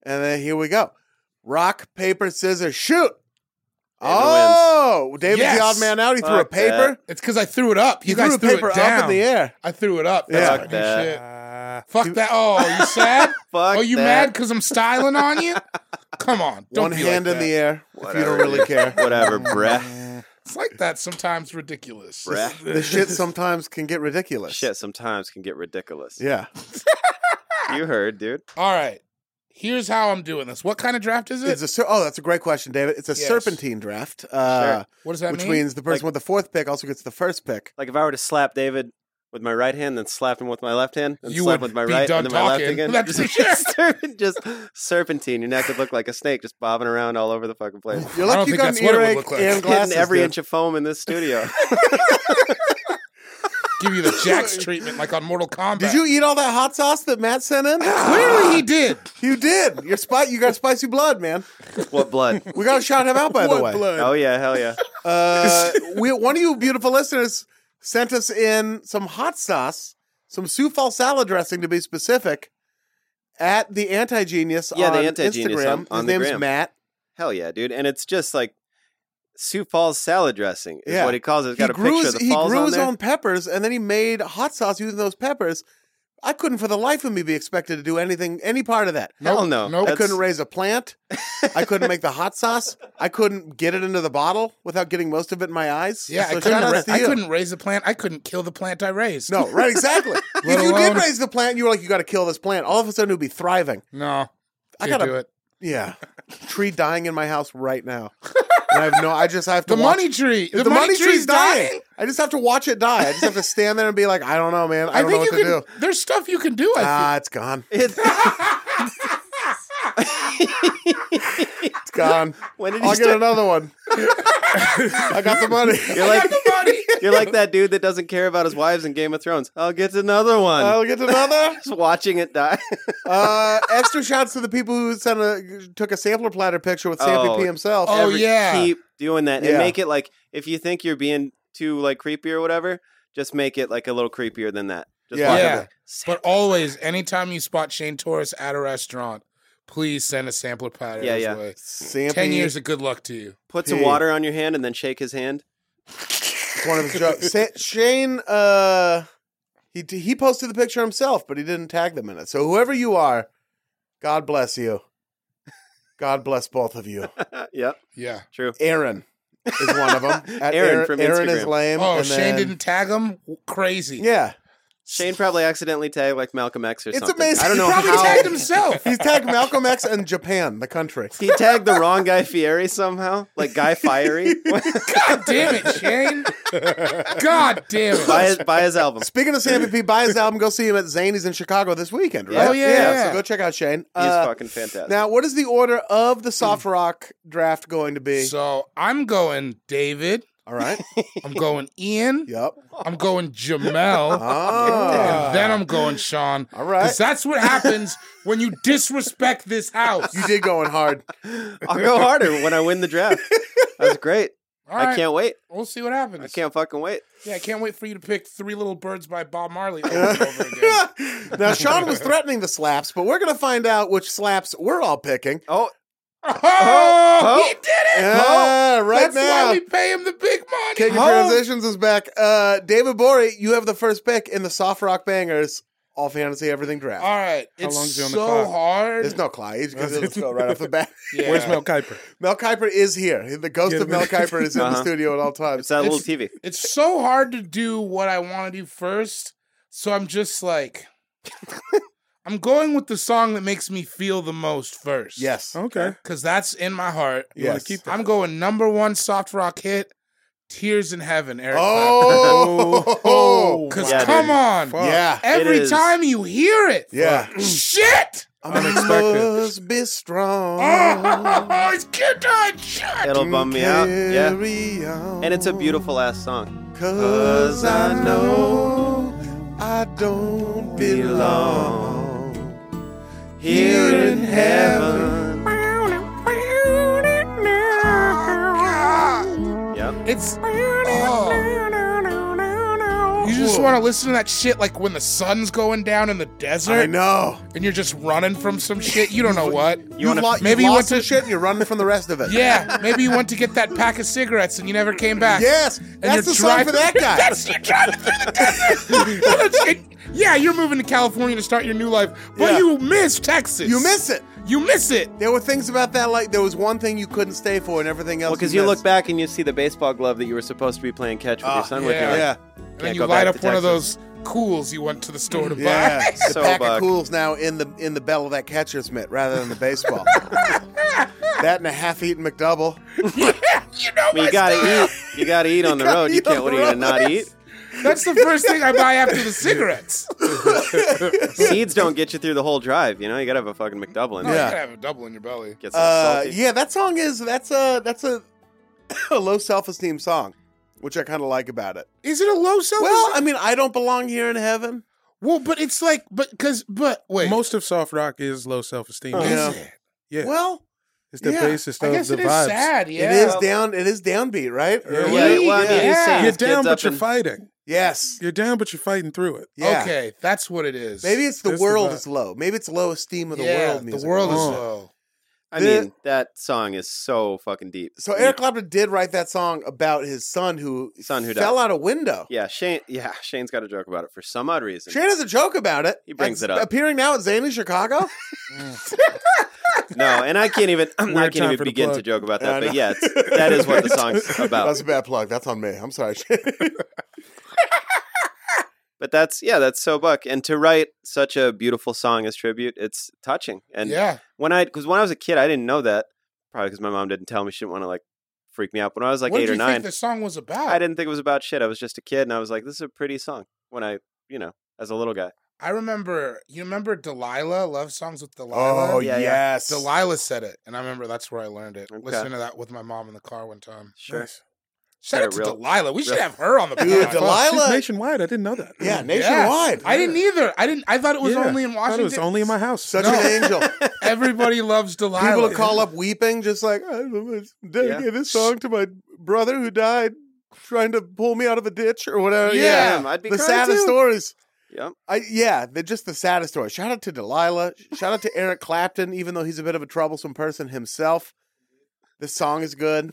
[SPEAKER 2] and then here we go. Rock paper scissors shoot.
[SPEAKER 1] David wins.
[SPEAKER 2] oh, David's the
[SPEAKER 3] Yes.
[SPEAKER 2] odd man out. He threw a
[SPEAKER 1] Fuck that.
[SPEAKER 2] paper.
[SPEAKER 3] It's because I threw it up. You
[SPEAKER 2] He
[SPEAKER 3] guys
[SPEAKER 2] threw a paper up
[SPEAKER 3] it down.
[SPEAKER 2] in the air.
[SPEAKER 3] I threw it up.
[SPEAKER 2] Yeah.
[SPEAKER 3] That's
[SPEAKER 1] Fuck
[SPEAKER 3] fucking
[SPEAKER 1] that.
[SPEAKER 3] shit.
[SPEAKER 5] Uh,
[SPEAKER 3] Fuck that. Oh, you sad?
[SPEAKER 1] Fuck
[SPEAKER 3] oh, you
[SPEAKER 1] that.
[SPEAKER 3] mad because I'm styling on you? Come on.
[SPEAKER 2] One
[SPEAKER 3] Don't be
[SPEAKER 2] hand
[SPEAKER 3] like
[SPEAKER 2] in
[SPEAKER 3] that.
[SPEAKER 2] the air if you
[SPEAKER 1] Whatever,
[SPEAKER 2] don't really
[SPEAKER 1] dude.
[SPEAKER 2] care.
[SPEAKER 1] Whatever, bruh.
[SPEAKER 3] It's like that sometimes ridiculous.
[SPEAKER 1] Bruh.
[SPEAKER 2] the shit sometimes can get ridiculous.
[SPEAKER 1] Shit sometimes can get ridiculous.
[SPEAKER 2] Yeah.
[SPEAKER 1] You heard, dude.
[SPEAKER 3] All right. Here's how I'm doing this. What kind of draft is it?
[SPEAKER 2] It's a ser- oh, that's a great question, David. It's a
[SPEAKER 3] Yes.
[SPEAKER 2] serpentine draft, uh,
[SPEAKER 3] what does that
[SPEAKER 2] which
[SPEAKER 3] mean?
[SPEAKER 2] means the person
[SPEAKER 1] Like-
[SPEAKER 2] with the fourth pick also gets the first pick.
[SPEAKER 1] Like if I were to slap David with my right hand, then slap him with my left hand, and
[SPEAKER 3] You
[SPEAKER 1] slap
[SPEAKER 3] would
[SPEAKER 1] with my
[SPEAKER 3] be
[SPEAKER 1] right,
[SPEAKER 3] done
[SPEAKER 1] and then my left
[SPEAKER 3] talking.
[SPEAKER 1] again.
[SPEAKER 3] That's for
[SPEAKER 1] just, just serpentine. Your neck would look like a snake just bobbing around all over the fucking place.
[SPEAKER 2] You're
[SPEAKER 3] I don't
[SPEAKER 2] lucky you
[SPEAKER 3] think
[SPEAKER 2] got
[SPEAKER 3] that's
[SPEAKER 2] an
[SPEAKER 3] what it would
[SPEAKER 2] earache
[SPEAKER 3] look like.
[SPEAKER 2] and
[SPEAKER 3] Hidden
[SPEAKER 2] glasses.
[SPEAKER 1] Getting every
[SPEAKER 2] dude.
[SPEAKER 1] inch of foam in this studio.
[SPEAKER 3] Give you the Jax treatment like on Mortal Kombat.
[SPEAKER 2] Did you eat all that hot sauce that Matt sent in?
[SPEAKER 3] Clearly he did.
[SPEAKER 2] you did. Your spot. You got spicy blood, man.
[SPEAKER 1] what blood?
[SPEAKER 2] We got to shout him out, by the way.
[SPEAKER 1] Oh yeah, hell yeah.
[SPEAKER 2] Uh, we, one of you beautiful listeners sent us in some hot sauce, some Sioux Falls salad dressing to be specific, at the Anti Genius
[SPEAKER 1] Yeah,
[SPEAKER 2] on
[SPEAKER 1] the Anti-Genius
[SPEAKER 2] Instagram.
[SPEAKER 1] on- on
[SPEAKER 2] His
[SPEAKER 1] the
[SPEAKER 2] name's
[SPEAKER 1] gram.
[SPEAKER 2] Matt.
[SPEAKER 1] Hell yeah, dude. And it's just like Sioux Falls salad dressing is
[SPEAKER 2] Yeah.
[SPEAKER 1] what he calls it. It's
[SPEAKER 2] He
[SPEAKER 1] got a
[SPEAKER 2] grew,
[SPEAKER 1] picture
[SPEAKER 2] his,
[SPEAKER 1] of the
[SPEAKER 2] he
[SPEAKER 1] falls
[SPEAKER 2] grew
[SPEAKER 1] on
[SPEAKER 2] his
[SPEAKER 1] there.
[SPEAKER 2] own peppers and then he made hot sauce using those peppers. I couldn't for the life of me be expected to do anything, any part of that.
[SPEAKER 1] Hell
[SPEAKER 3] Nope,
[SPEAKER 1] no.
[SPEAKER 3] nope.
[SPEAKER 2] I
[SPEAKER 1] That's-
[SPEAKER 2] couldn't raise a plant. I couldn't make the hot sauce. I couldn't get it into the bottle without getting most of it in my eyes.
[SPEAKER 3] Yeah,
[SPEAKER 2] so
[SPEAKER 3] I, couldn't
[SPEAKER 2] shout
[SPEAKER 3] ra-
[SPEAKER 2] outs to
[SPEAKER 3] I
[SPEAKER 2] you.
[SPEAKER 3] couldn't raise the plant. I couldn't kill the plant I raised.
[SPEAKER 2] No, right, exactly. if you
[SPEAKER 3] alone-
[SPEAKER 2] did raise the plant, you were like, you got to kill this plant. All of a sudden, it would be thriving. I
[SPEAKER 3] No. Can't
[SPEAKER 2] gotta-
[SPEAKER 3] do it.
[SPEAKER 2] Yeah, tree dying in my house right now. And I have no. I just have to
[SPEAKER 3] The
[SPEAKER 2] watch-
[SPEAKER 3] money tree. The,
[SPEAKER 2] The,
[SPEAKER 3] money,
[SPEAKER 2] tree's dying.
[SPEAKER 3] dying.
[SPEAKER 2] I just have to watch it die. I just have to stand there and be like, I don't know, man. I, don't know what
[SPEAKER 3] think
[SPEAKER 2] to
[SPEAKER 3] you
[SPEAKER 2] do.
[SPEAKER 3] can. There's stuff you can do. I
[SPEAKER 2] Ah, it's gone. It's gone.
[SPEAKER 1] When did you
[SPEAKER 2] I'll get
[SPEAKER 1] start-
[SPEAKER 2] another one. I got the money.
[SPEAKER 1] You're like
[SPEAKER 3] think. Money.
[SPEAKER 1] you're like that dude that doesn't care about his wives in Game of Thrones. I'll get another one.
[SPEAKER 2] I'll get another.
[SPEAKER 1] Just watching it die.
[SPEAKER 2] Uh, extra shouts to the people who sent a took a sampler platter picture with Sam
[SPEAKER 1] Oh.
[SPEAKER 2] P himself.
[SPEAKER 3] Oh, yeah.
[SPEAKER 1] Keep doing that
[SPEAKER 2] Yeah.
[SPEAKER 1] and make it like if you think you're being too like creepy or whatever, just make it like a little creepier than that. Just
[SPEAKER 2] Yeah.
[SPEAKER 1] walk up
[SPEAKER 3] Yeah.
[SPEAKER 1] like, "Sam."
[SPEAKER 3] But always, anytime you spot Shane Torres at a restaurant, please send a sampler platter.
[SPEAKER 1] Yeah,
[SPEAKER 3] his
[SPEAKER 1] yeah.
[SPEAKER 3] way.
[SPEAKER 2] Sam
[SPEAKER 3] Ten
[SPEAKER 2] P.
[SPEAKER 3] years of good luck to you.
[SPEAKER 1] put some
[SPEAKER 2] Pete.
[SPEAKER 1] water on your hand and then shake his hand.
[SPEAKER 2] It's one of his jokes. Sa- Shane, uh, he he posted the picture himself, but he didn't tag them in it. So whoever you are, God bless you. God bless both of you.
[SPEAKER 1] Uh, yep,
[SPEAKER 3] Yeah.
[SPEAKER 1] true.
[SPEAKER 2] Aaron is one of them.
[SPEAKER 1] Aaron from
[SPEAKER 2] Aaron is
[SPEAKER 1] Instagram.
[SPEAKER 2] lame.
[SPEAKER 3] Oh,
[SPEAKER 2] and
[SPEAKER 3] Shane
[SPEAKER 2] then-
[SPEAKER 3] didn't tag him. Crazy.
[SPEAKER 2] Yeah,
[SPEAKER 1] Shane probably accidentally tagged like Malcolm X or
[SPEAKER 2] It's
[SPEAKER 1] something.
[SPEAKER 2] amazing.
[SPEAKER 1] I don't
[SPEAKER 2] He
[SPEAKER 1] know
[SPEAKER 3] Probably
[SPEAKER 1] how
[SPEAKER 3] tagged himself.
[SPEAKER 2] He's tagged Malcolm X and Japan, the country.
[SPEAKER 1] he tagged the wrong guy Fieri somehow, like Guy Fiery.
[SPEAKER 3] God damn it, Shane. God damn it.
[SPEAKER 1] buy, his, buy his album.
[SPEAKER 2] Speaking of Sam P, buy his album. Go see him at Zany's in Chicago this weekend, right?
[SPEAKER 3] Oh, yeah, yeah.
[SPEAKER 2] So go check out Shane.
[SPEAKER 1] He's
[SPEAKER 2] Uh,
[SPEAKER 1] fucking Hmm. fantastic.
[SPEAKER 2] now, what is the order of the soft rock draft going to be?
[SPEAKER 3] So I'm going David.
[SPEAKER 2] All right.
[SPEAKER 3] I'm going Ian.
[SPEAKER 2] yep.
[SPEAKER 3] I'm going Jamel.
[SPEAKER 2] Ah.
[SPEAKER 3] And then I'm going Sean.
[SPEAKER 2] All right.
[SPEAKER 3] Because that's what happens when you disrespect this house.
[SPEAKER 2] You did going hard.
[SPEAKER 1] I'll go harder when I win the draft. That's great.
[SPEAKER 3] All right,
[SPEAKER 1] I can't wait.
[SPEAKER 3] We'll see what happens.
[SPEAKER 1] I can't fucking wait.
[SPEAKER 3] Yeah, I can't wait for you to pick Three Little Birds by Bob Marley over and over again.
[SPEAKER 2] now, Sean was threatening the slaps, but we're going to find out which slaps we're all picking.
[SPEAKER 1] Oh,
[SPEAKER 3] Oh,
[SPEAKER 1] oh.
[SPEAKER 3] he did it!
[SPEAKER 2] Yeah, right
[SPEAKER 3] that's
[SPEAKER 2] now.
[SPEAKER 3] why we Oh. pay him the big money.
[SPEAKER 2] King of Transitions is back. Uh, David Borey, you have the first pick in the soft rock bangers, all fantasy everything draft.
[SPEAKER 3] All right,
[SPEAKER 5] How
[SPEAKER 3] it's
[SPEAKER 5] long's it on the
[SPEAKER 3] so
[SPEAKER 5] clock?
[SPEAKER 3] hard.
[SPEAKER 2] There's no Clyde. He's going to go right off the bat.
[SPEAKER 3] Yeah.
[SPEAKER 5] Where's Mel Kiper?
[SPEAKER 2] Mel Kiper is here. The ghost
[SPEAKER 5] Get
[SPEAKER 2] of
[SPEAKER 5] him
[SPEAKER 2] Mel
[SPEAKER 5] in.
[SPEAKER 2] Kiper is in the
[SPEAKER 1] Uh-huh.
[SPEAKER 2] studio at all times.
[SPEAKER 1] it's that little
[SPEAKER 3] It's-
[SPEAKER 1] TV.
[SPEAKER 3] It's so hard to do what I want to do first, so I'm just like, I'm going with the song that makes me feel the most first.
[SPEAKER 2] yes.
[SPEAKER 5] Okay.
[SPEAKER 3] because that's in my heart.
[SPEAKER 5] You wanna
[SPEAKER 2] Yes.
[SPEAKER 5] keep that?
[SPEAKER 3] I'm going number one soft rock hit, "Tears in Heaven." Eric
[SPEAKER 2] Oh,
[SPEAKER 3] because
[SPEAKER 1] Yeah,
[SPEAKER 3] come
[SPEAKER 1] dude.
[SPEAKER 3] on,
[SPEAKER 5] Fuck.
[SPEAKER 2] yeah,
[SPEAKER 3] every
[SPEAKER 1] is.
[SPEAKER 3] time you hear it,
[SPEAKER 2] yeah.
[SPEAKER 3] shit.
[SPEAKER 5] Unexpected.
[SPEAKER 2] Must be strong.
[SPEAKER 3] Oh, it's good time. Shit.
[SPEAKER 1] It'll bum me out. Yeah.
[SPEAKER 2] yeah.
[SPEAKER 1] And it's a beautiful ass song.
[SPEAKER 2] Cause I know I don't belong
[SPEAKER 1] Here in heaven. Yep.
[SPEAKER 3] It's oh. you just want to listen to that shit like when the sun's going down in the
[SPEAKER 2] I
[SPEAKER 3] desert
[SPEAKER 2] know.
[SPEAKER 3] and you're just running from some shit. You don't know what.
[SPEAKER 2] You
[SPEAKER 1] wanna-
[SPEAKER 2] lo-
[SPEAKER 3] maybe
[SPEAKER 2] you
[SPEAKER 3] you
[SPEAKER 2] lost
[SPEAKER 3] want to-
[SPEAKER 2] some shit and you're running from the rest of it.
[SPEAKER 3] Yeah, maybe you went to get that pack of cigarettes and you never came back.
[SPEAKER 2] Yes, that's
[SPEAKER 3] you're
[SPEAKER 2] the song for that guy.
[SPEAKER 3] that's you driving through the desert. And- yeah, you're moving to California to start your new life, but
[SPEAKER 2] Yeah.
[SPEAKER 3] you miss Texas.
[SPEAKER 2] You miss it.
[SPEAKER 3] You miss it.
[SPEAKER 2] There were things about that like there was one thing you couldn't stay for and everything else.
[SPEAKER 1] Well, because you
[SPEAKER 2] missed.
[SPEAKER 1] look back and you see the baseball glove that you were supposed to be playing catch with
[SPEAKER 2] Ah,
[SPEAKER 1] your son with.
[SPEAKER 3] yeah.
[SPEAKER 1] you like,
[SPEAKER 2] Yeah.
[SPEAKER 3] And then
[SPEAKER 1] Can't
[SPEAKER 3] you
[SPEAKER 1] go
[SPEAKER 3] light
[SPEAKER 1] back
[SPEAKER 3] up
[SPEAKER 1] to
[SPEAKER 3] one of
[SPEAKER 1] Texas.
[SPEAKER 3] those cools you went to the store to buy.
[SPEAKER 2] Yeah.
[SPEAKER 1] So
[SPEAKER 2] the pack
[SPEAKER 1] buck.
[SPEAKER 2] of cools now in the in the bell of that catcher's mitt rather than the baseball. that and a half eaten McDouble.
[SPEAKER 3] you know
[SPEAKER 1] I mean,
[SPEAKER 3] my
[SPEAKER 1] you gotta
[SPEAKER 3] style.
[SPEAKER 1] eat. You gotta eat on the
[SPEAKER 2] gotta
[SPEAKER 1] road. You
[SPEAKER 2] eat on
[SPEAKER 1] can't. What
[SPEAKER 2] the
[SPEAKER 1] are you gonna
[SPEAKER 2] road.
[SPEAKER 1] not eat?
[SPEAKER 3] That's the first thing I buy after the cigarettes.
[SPEAKER 1] Seeds don't get you through the whole drive. You know, you gotta have a fucking McDouble in
[SPEAKER 3] No,
[SPEAKER 1] there.
[SPEAKER 2] Yeah.
[SPEAKER 3] Oh, You gotta have a double in your belly.
[SPEAKER 1] Get some
[SPEAKER 2] Uh,
[SPEAKER 1] salty.
[SPEAKER 2] yeah, that song is that's a that's a, a low self esteem song, which I kind of like about it.
[SPEAKER 3] Is it a low self?
[SPEAKER 2] Well, I mean, I don't belong here in heaven.
[SPEAKER 3] well, but it's like, but because, but wait,
[SPEAKER 5] Most of soft rock is low self esteem.
[SPEAKER 2] Oh,
[SPEAKER 5] yeah.
[SPEAKER 2] yeah.
[SPEAKER 3] is it?
[SPEAKER 2] Well,
[SPEAKER 5] It's the
[SPEAKER 2] Yeah.
[SPEAKER 5] basis
[SPEAKER 3] I
[SPEAKER 5] of
[SPEAKER 3] guess
[SPEAKER 5] the
[SPEAKER 3] it is
[SPEAKER 5] vibes.
[SPEAKER 3] sad. Yeah,
[SPEAKER 2] it is down. It is downbeat, right? Or
[SPEAKER 5] Yeah.
[SPEAKER 1] Yeah,
[SPEAKER 2] what?
[SPEAKER 1] well, I mean,
[SPEAKER 3] Yeah.
[SPEAKER 1] he's saying
[SPEAKER 5] You're
[SPEAKER 1] his kids
[SPEAKER 5] down,
[SPEAKER 1] up
[SPEAKER 5] but you're
[SPEAKER 1] in-
[SPEAKER 5] fighting.
[SPEAKER 2] Yes.
[SPEAKER 5] You're down, but you're fighting through it.
[SPEAKER 2] Yeah.
[SPEAKER 3] Okay, that's what it is.
[SPEAKER 2] Maybe it's the
[SPEAKER 5] That's the
[SPEAKER 2] world
[SPEAKER 5] vibe.
[SPEAKER 2] is low. Maybe it's low esteem of the
[SPEAKER 3] Yeah,
[SPEAKER 2] world. Music
[SPEAKER 3] The world is
[SPEAKER 5] Oh.
[SPEAKER 3] low.
[SPEAKER 1] I
[SPEAKER 2] The-
[SPEAKER 1] mean, that song is so fucking deep.
[SPEAKER 2] So Eric Clapton did write that song about his son who
[SPEAKER 1] Son who
[SPEAKER 2] fell
[SPEAKER 1] died.
[SPEAKER 2] out a window.
[SPEAKER 1] Yeah, Shane. Yeah, Shane's got a joke about it for some odd reason.
[SPEAKER 2] Shane has a joke about it.
[SPEAKER 1] He brings it up.
[SPEAKER 2] Appearing now at Zany Chicago.
[SPEAKER 1] No, and I can't even. I
[SPEAKER 5] Weird
[SPEAKER 1] can't
[SPEAKER 5] time
[SPEAKER 1] even
[SPEAKER 5] for the
[SPEAKER 1] begin to
[SPEAKER 5] plug.
[SPEAKER 1] joke about
[SPEAKER 2] I
[SPEAKER 1] that.
[SPEAKER 2] know.
[SPEAKER 1] But yeah, it's, that is what the song's
[SPEAKER 2] That's
[SPEAKER 1] about.
[SPEAKER 2] a bad plug. That's on me. I'm sorry. Shane.
[SPEAKER 1] But that's yeah, that's so Buck. And to write such a beautiful song as tribute, it's touching. And
[SPEAKER 3] yeah,
[SPEAKER 1] when I, because when I was a kid, I didn't know that. Probably because my mom didn't tell me. She didn't want to like freak me out. When I was like
[SPEAKER 3] what
[SPEAKER 1] eight
[SPEAKER 3] did
[SPEAKER 1] or
[SPEAKER 3] you
[SPEAKER 1] nine,
[SPEAKER 3] think the song was about?
[SPEAKER 1] I didn't think it was about shit. I was just a kid, and I was like, "This is a pretty song." When I, you know, as a little guy,
[SPEAKER 3] I remember. You remember Delilah? Love songs with Delilah.
[SPEAKER 2] oh
[SPEAKER 1] Yeah, yeah.
[SPEAKER 2] yes.
[SPEAKER 3] Delilah said it, and I remember that's where I learned it.
[SPEAKER 1] Okay.
[SPEAKER 3] Listening to that with my mom in the car one time.
[SPEAKER 1] sure.
[SPEAKER 3] Shout
[SPEAKER 1] Had
[SPEAKER 3] out
[SPEAKER 1] a
[SPEAKER 3] to
[SPEAKER 1] real-
[SPEAKER 3] Delilah. We should
[SPEAKER 1] real-
[SPEAKER 3] have her on the
[SPEAKER 2] Dude,
[SPEAKER 3] podcast.
[SPEAKER 2] Delilah-
[SPEAKER 5] She's nationwide. I didn't know that.
[SPEAKER 2] Yeah,
[SPEAKER 3] Yeah.
[SPEAKER 2] nationwide.
[SPEAKER 3] I didn't either. I didn't. I thought it was
[SPEAKER 5] Yeah.
[SPEAKER 3] only in
[SPEAKER 5] I thought
[SPEAKER 3] Washington.
[SPEAKER 5] it was only in my house.
[SPEAKER 2] Such
[SPEAKER 3] No.
[SPEAKER 2] an angel.
[SPEAKER 3] Everybody loves Delilah.
[SPEAKER 2] People to call up weeping, just like I dedicate this song to my brother who died trying to pull me out of a ditch or whatever.
[SPEAKER 3] Oh, Yeah.
[SPEAKER 1] Damn, I'd be
[SPEAKER 2] the
[SPEAKER 1] crying
[SPEAKER 2] saddest
[SPEAKER 1] too.
[SPEAKER 2] stories.
[SPEAKER 1] Yep.
[SPEAKER 2] I yeah, they're just the saddest stories. Shout out to Delilah. Shout out to Eric Clapton, even though he's a bit of a troublesome person himself. This song is good.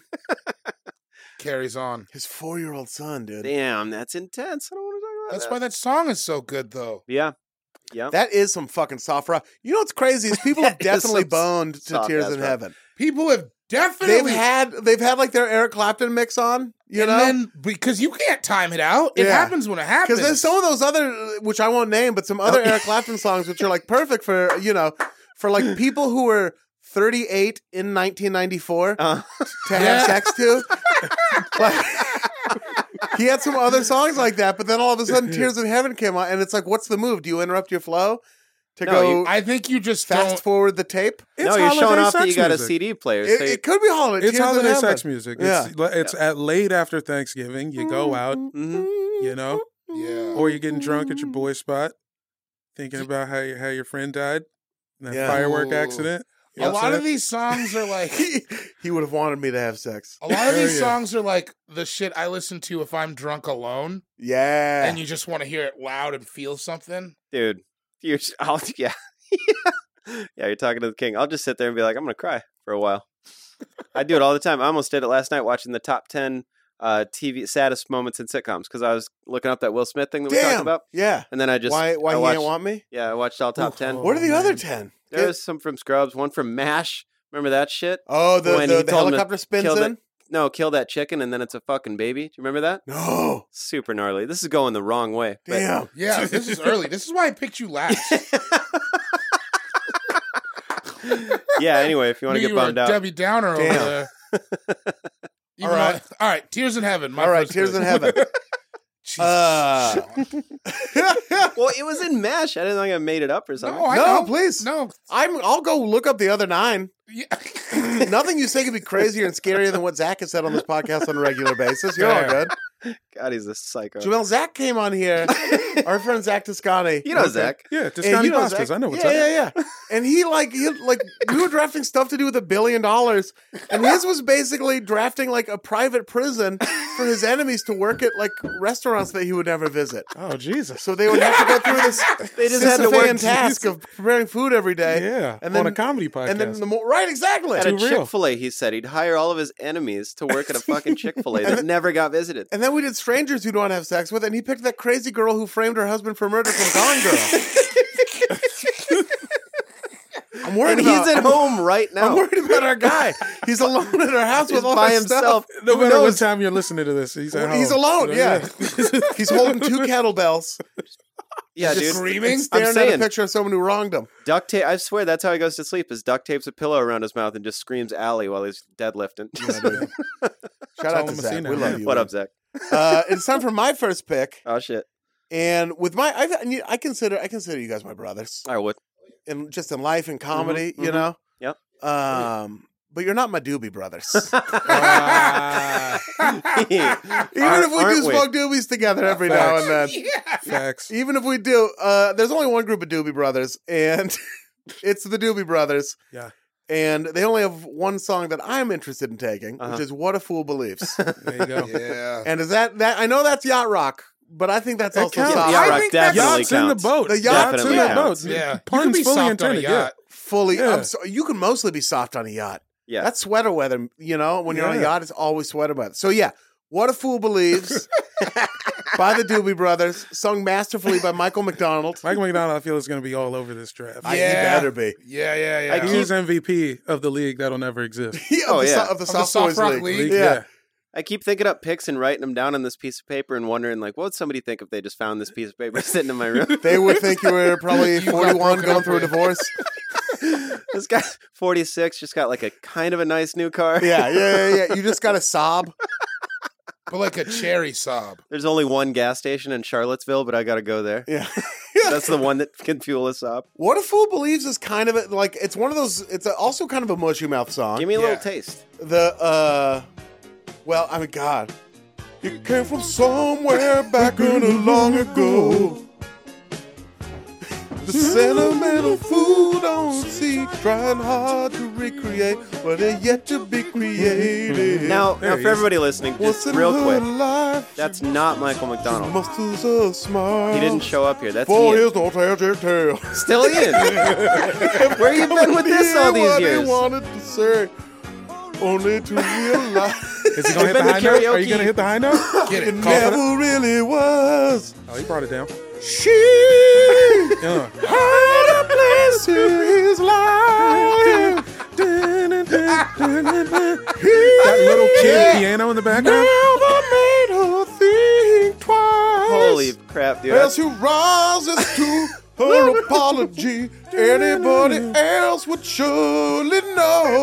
[SPEAKER 3] Carries on.
[SPEAKER 2] His four-year-old son, dude.
[SPEAKER 1] Damn, that's intense. I don't want to talk about
[SPEAKER 3] That's
[SPEAKER 1] that.
[SPEAKER 3] why that song is so good, though.
[SPEAKER 1] yeah, yeah.
[SPEAKER 2] That is some fucking soft rock. You know what's crazy is people have
[SPEAKER 1] That is
[SPEAKER 2] definitely
[SPEAKER 1] some
[SPEAKER 2] boned to
[SPEAKER 1] soft
[SPEAKER 2] Tears
[SPEAKER 1] ass
[SPEAKER 2] in
[SPEAKER 1] rock.
[SPEAKER 2] Heaven.
[SPEAKER 3] People have definitely
[SPEAKER 2] They've had they've had like their Eric Clapton mix on, you
[SPEAKER 3] and
[SPEAKER 2] know.
[SPEAKER 3] then because you can't time it out. It
[SPEAKER 2] Yeah.
[SPEAKER 3] happens when it happens.
[SPEAKER 2] Because there's some of those other, which I won't name, but some other Eric Clapton songs, which are like perfect for you know, for like people who were 38 in 1994
[SPEAKER 1] Uh,
[SPEAKER 2] to have sex to. like, he had some other songs like that, but then all of a sudden, Tears in Heaven came on, and it's like, what's the move? Do you interrupt your flow to
[SPEAKER 1] No,
[SPEAKER 2] go
[SPEAKER 3] I think you just
[SPEAKER 2] fast
[SPEAKER 3] don't.
[SPEAKER 2] forward the tape?
[SPEAKER 5] It's
[SPEAKER 1] no, you're showing
[SPEAKER 5] holiday
[SPEAKER 1] off that
[SPEAKER 5] sex
[SPEAKER 1] you got a
[SPEAKER 5] music.
[SPEAKER 1] CD player.
[SPEAKER 2] It,
[SPEAKER 1] so
[SPEAKER 2] it could be holiday.
[SPEAKER 5] It's
[SPEAKER 2] Tears in
[SPEAKER 5] holiday
[SPEAKER 2] Heaven.
[SPEAKER 5] sex music. It's it's at late after Thanksgiving. You go out,
[SPEAKER 1] Mhm.
[SPEAKER 5] you know,
[SPEAKER 3] Yeah.
[SPEAKER 5] or you're getting drunk at your boy spot, thinking about how how your friend died in that
[SPEAKER 2] Yeah.
[SPEAKER 5] firework
[SPEAKER 3] Ooh.
[SPEAKER 5] accident. You
[SPEAKER 3] A
[SPEAKER 5] know what I'm
[SPEAKER 3] lot of
[SPEAKER 5] saying?
[SPEAKER 3] these songs are like.
[SPEAKER 2] He, he would have wanted me to have sex.
[SPEAKER 3] A lot of
[SPEAKER 2] Hell
[SPEAKER 3] these
[SPEAKER 2] yeah.
[SPEAKER 3] songs are like the shit I listen to if I'm drunk alone,
[SPEAKER 2] Yeah.
[SPEAKER 3] and you just want to hear it loud and feel something.
[SPEAKER 1] dude. You're, s- I'll, yeah. yeah, you're talking to the king. I'll just sit there and be like, I'm going to cry for a while. I do it all the time. I almost did it last night watching the top 10 uh, TV saddest moments in sitcoms because I was looking up that Will Smith thing that we talked
[SPEAKER 2] Damn.
[SPEAKER 1] about.
[SPEAKER 2] Yeah.
[SPEAKER 1] And then I just.
[SPEAKER 2] why? Why
[SPEAKER 1] I
[SPEAKER 2] he
[SPEAKER 1] watched,
[SPEAKER 2] didn't want me?
[SPEAKER 1] Yeah, I watched all top
[SPEAKER 5] Oof.
[SPEAKER 1] 10.
[SPEAKER 2] What are the
[SPEAKER 5] Oh,
[SPEAKER 2] other
[SPEAKER 5] man.
[SPEAKER 2] ten?
[SPEAKER 1] There was some from Scrubs, one from MASH. Remember that shit?
[SPEAKER 2] Oh, the,
[SPEAKER 1] When
[SPEAKER 2] the,
[SPEAKER 1] he
[SPEAKER 2] the
[SPEAKER 1] told him to
[SPEAKER 2] helicopter spins
[SPEAKER 1] kill that-
[SPEAKER 2] in?
[SPEAKER 1] No, kill that chicken and then it's a fucking baby. Do you remember that?
[SPEAKER 2] No.
[SPEAKER 1] Super gnarly. This is going the wrong way. but-
[SPEAKER 2] Damn.
[SPEAKER 3] Yeah, this is early. This is why I picked you last.
[SPEAKER 1] yeah, anyway, if you want
[SPEAKER 3] Knew
[SPEAKER 1] to get
[SPEAKER 3] were a
[SPEAKER 1] bummed out.
[SPEAKER 3] Debbie Downer over
[SPEAKER 2] Damn.
[SPEAKER 3] there.
[SPEAKER 2] All
[SPEAKER 3] Even though-
[SPEAKER 2] right.
[SPEAKER 3] all right. Tears in heaven. My
[SPEAKER 2] All right,
[SPEAKER 3] first
[SPEAKER 2] tears
[SPEAKER 3] pick.
[SPEAKER 2] in heaven.
[SPEAKER 3] Jesus.
[SPEAKER 2] Uh,
[SPEAKER 1] well, it was in MASH. I didn't think I made it up or something.
[SPEAKER 3] no, I
[SPEAKER 2] no,
[SPEAKER 3] know.
[SPEAKER 2] please.
[SPEAKER 3] No.
[SPEAKER 2] I'm. I'll go look up the other nine.
[SPEAKER 3] Yeah.
[SPEAKER 2] Nothing you say could be crazier and scarier than what Zach has said on this podcast on a regular basis. You're all
[SPEAKER 3] Damn.
[SPEAKER 2] good.
[SPEAKER 1] God, he's a psycho.
[SPEAKER 2] Jamel, Zach came on here. Our friend Zach Toscani.
[SPEAKER 1] you know,
[SPEAKER 5] Okay.
[SPEAKER 1] Zach.
[SPEAKER 5] Yeah,
[SPEAKER 2] And
[SPEAKER 5] Toscani
[SPEAKER 2] you know
[SPEAKER 5] Vasquez.
[SPEAKER 2] Zach-
[SPEAKER 5] I know what's
[SPEAKER 2] yeah,
[SPEAKER 5] up.
[SPEAKER 2] Yeah, yeah, And he like he like we were drafting stuff to do with a billion dollars, and his was basically drafting like a private prison for his enemies to work at like restaurants that he would never visit.
[SPEAKER 5] Oh Jesus!
[SPEAKER 2] So they would have to go through this
[SPEAKER 1] They just had to work
[SPEAKER 2] Sisyphean task of preparing food every day.
[SPEAKER 5] Yeah,
[SPEAKER 2] and
[SPEAKER 5] on
[SPEAKER 2] then
[SPEAKER 5] a comedy podcast.
[SPEAKER 2] And then the more right, exactly.
[SPEAKER 1] At a
[SPEAKER 5] Too real.
[SPEAKER 1] Chick fil A, he said he'd hire all of his enemies to work at a fucking Chick fil A that never got visited.
[SPEAKER 2] And then we did strangers who don't have sex with, and he picked that crazy girl who framed her husband for murder from Gone Girl. I'm worried
[SPEAKER 1] And
[SPEAKER 2] about.
[SPEAKER 1] he's at home right
[SPEAKER 2] uh, I'm
[SPEAKER 1] now.
[SPEAKER 2] worried about our guy. Oh. He's alone in our house
[SPEAKER 1] He's
[SPEAKER 2] with all
[SPEAKER 1] by
[SPEAKER 2] his
[SPEAKER 1] himself.
[SPEAKER 2] stuff.
[SPEAKER 5] no
[SPEAKER 2] Who
[SPEAKER 5] matter what
[SPEAKER 2] knows?
[SPEAKER 5] time you're listening to this, he's at
[SPEAKER 2] He's
[SPEAKER 5] home.
[SPEAKER 2] alone.
[SPEAKER 5] So,
[SPEAKER 2] Oh. Yeah, he's holding two kettlebells,
[SPEAKER 1] Yeah,
[SPEAKER 3] Just
[SPEAKER 1] dude.
[SPEAKER 3] screaming.
[SPEAKER 1] I'm
[SPEAKER 2] staring at a
[SPEAKER 1] saying
[SPEAKER 2] picture of someone who wronged him.
[SPEAKER 1] duct tape. I swear that's how he goes to sleep. Is duct tapes a pillow around his mouth and just screams "Alley" while he's deadlifting.
[SPEAKER 2] Shout
[SPEAKER 5] Tell
[SPEAKER 2] out to
[SPEAKER 5] him to see
[SPEAKER 2] Zach.
[SPEAKER 5] now.
[SPEAKER 2] We love you.
[SPEAKER 1] what
[SPEAKER 2] man.
[SPEAKER 1] up, Zach?
[SPEAKER 2] Uh, it's time for my first pick,
[SPEAKER 1] Oh shit.
[SPEAKER 2] and with my, I, I consider, I consider you guys my brothers.
[SPEAKER 1] I would.
[SPEAKER 2] in just in life and comedy,
[SPEAKER 1] Mhm,
[SPEAKER 2] you
[SPEAKER 1] mhm.
[SPEAKER 2] know.
[SPEAKER 1] Yep.
[SPEAKER 2] Um, but you're not my doobie brothers.
[SPEAKER 5] Ah,
[SPEAKER 2] Even
[SPEAKER 1] Aren't-
[SPEAKER 2] if we do
[SPEAKER 1] aren't we?
[SPEAKER 2] smoke doobies together every now and then,
[SPEAKER 3] yeah.
[SPEAKER 5] facts.
[SPEAKER 2] even if we do, uh, there's only one group of doobie brothers, and it's the doobie brothers.
[SPEAKER 5] Yeah.
[SPEAKER 2] And they only have one song that I'm interested in taking,
[SPEAKER 1] Uh-huh.
[SPEAKER 2] which is "What a Fool Believes."
[SPEAKER 5] There you go.
[SPEAKER 3] Yeah.
[SPEAKER 2] and is that that I know that's yacht rock, but I think that's
[SPEAKER 5] That
[SPEAKER 2] also
[SPEAKER 5] counts.
[SPEAKER 2] soft-
[SPEAKER 1] Yeah,
[SPEAKER 5] I
[SPEAKER 1] Rock
[SPEAKER 5] think
[SPEAKER 1] definitely
[SPEAKER 5] yacht's in the
[SPEAKER 1] counts.
[SPEAKER 5] boat.
[SPEAKER 2] The yacht's
[SPEAKER 1] Definitely
[SPEAKER 5] in the
[SPEAKER 1] counts.
[SPEAKER 5] boat.
[SPEAKER 3] Yeah. You
[SPEAKER 5] Pun's
[SPEAKER 3] can be
[SPEAKER 5] fully
[SPEAKER 3] soft
[SPEAKER 5] intended.
[SPEAKER 3] on a yacht.
[SPEAKER 2] fully.
[SPEAKER 5] Yeah.
[SPEAKER 2] I'm so, you can mostly be soft on a yacht.
[SPEAKER 1] Yeah.
[SPEAKER 2] That's sweater weather, you know, when you're on a
[SPEAKER 5] Yeah.
[SPEAKER 2] yacht, it's always sweater weather. So, yeah, What a Fool Believes by the Doobie Brothers, sung masterfully by Michael McDonald.
[SPEAKER 5] Mike McDonald, I feel is going to be all over this draft.
[SPEAKER 2] I,
[SPEAKER 3] Yeah.
[SPEAKER 2] He better be.
[SPEAKER 3] Yeah, yeah, yeah.
[SPEAKER 1] I
[SPEAKER 3] Of
[SPEAKER 1] keep-
[SPEAKER 5] He's MVP of the league that'll never exist.
[SPEAKER 2] He, of
[SPEAKER 1] Oh,
[SPEAKER 2] the, so-
[SPEAKER 1] yeah.
[SPEAKER 2] Of the
[SPEAKER 3] the
[SPEAKER 2] Soft,
[SPEAKER 3] soft
[SPEAKER 2] Boys
[SPEAKER 3] rock
[SPEAKER 2] League.
[SPEAKER 3] league.
[SPEAKER 5] League,
[SPEAKER 2] Yeah.
[SPEAKER 1] I keep thinking up picks and writing them down on this piece of paper and wondering, like, what would somebody think if they just found this piece of paper sitting in my room?
[SPEAKER 2] They would think you were probably
[SPEAKER 3] You got
[SPEAKER 2] 41
[SPEAKER 3] broken
[SPEAKER 2] going
[SPEAKER 3] up
[SPEAKER 2] through a
[SPEAKER 3] with.
[SPEAKER 2] divorce.
[SPEAKER 1] this guy, 46, just got like a kind of a nice new car.
[SPEAKER 2] Yeah, yeah, yeah, yeah. You just got a sob.
[SPEAKER 3] But like a cherry sob.
[SPEAKER 1] There's only one gas station in Charlottesville, but I got to go there.
[SPEAKER 2] Yeah.
[SPEAKER 1] That's the one that can fuel us up.
[SPEAKER 2] What a Fool Believes is kind of a, like, it's one of those, it's a, also kind of a mushy mouth song.
[SPEAKER 1] Give me a
[SPEAKER 3] Yeah.
[SPEAKER 1] little taste.
[SPEAKER 2] the uh well i mean god you came from somewhere back in a long ago the sentimental fool don't see trying hard to recreate what they yet to be created
[SPEAKER 1] Now,
[SPEAKER 5] There
[SPEAKER 1] now
[SPEAKER 5] he
[SPEAKER 1] for
[SPEAKER 5] is.
[SPEAKER 1] everybody listening,
[SPEAKER 2] What's
[SPEAKER 1] just real
[SPEAKER 2] in her
[SPEAKER 1] quick,
[SPEAKER 2] life?
[SPEAKER 1] that's not Michael McDonald.
[SPEAKER 2] Muscles are smart.
[SPEAKER 1] He didn't show up here. That's
[SPEAKER 2] For
[SPEAKER 1] Ian.
[SPEAKER 2] his no tragic tale.
[SPEAKER 1] Still Ian. Where you been with this
[SPEAKER 2] Hear
[SPEAKER 1] all these
[SPEAKER 2] what he
[SPEAKER 1] years?
[SPEAKER 2] wanted to say, only to realize.
[SPEAKER 5] Is he going to hit
[SPEAKER 1] been to
[SPEAKER 5] the high note? Are you
[SPEAKER 1] karaoke.
[SPEAKER 5] going to hit the high note?
[SPEAKER 3] Get it.
[SPEAKER 2] It
[SPEAKER 3] Call for the-
[SPEAKER 2] never really was.
[SPEAKER 5] Oh, he brought it down. Uh.
[SPEAKER 2] She
[SPEAKER 5] Yeah.
[SPEAKER 2] had a place in his life.
[SPEAKER 5] that little kid
[SPEAKER 2] Yeah.
[SPEAKER 5] piano in the background.
[SPEAKER 2] made her think twice.
[SPEAKER 1] Holy crap, dude.
[SPEAKER 2] else who rises to her apology. Anybody else would surely know.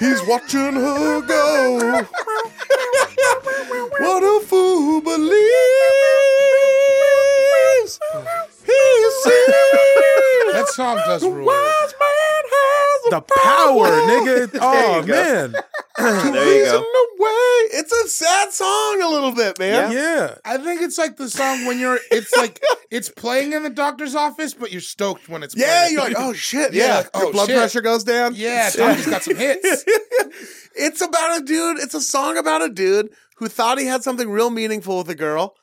[SPEAKER 2] He's watching her go. What a fool believes he sees.
[SPEAKER 3] That song does
[SPEAKER 2] The
[SPEAKER 3] rule.
[SPEAKER 2] wise man has
[SPEAKER 5] The power, nigga. Oh
[SPEAKER 1] you go.
[SPEAKER 5] man,
[SPEAKER 1] Oh, there you go.
[SPEAKER 2] Reason away. It's a sad song, a little bit, man.
[SPEAKER 5] yeah.
[SPEAKER 3] I think it's like the song when you're. It's like it's playing in the doctor's office, but you're stoked when it's.
[SPEAKER 2] Yeah,
[SPEAKER 3] playing.
[SPEAKER 2] you're like, oh shit,
[SPEAKER 3] Yeah,
[SPEAKER 2] yeah.
[SPEAKER 3] like,
[SPEAKER 2] Your
[SPEAKER 3] oh,
[SPEAKER 2] blood
[SPEAKER 3] shit.
[SPEAKER 2] pressure goes down.
[SPEAKER 3] yeah, Doctor's got some hits.
[SPEAKER 2] It's about a dude, it's a song about a dude who thought he had something real meaningful with a girl.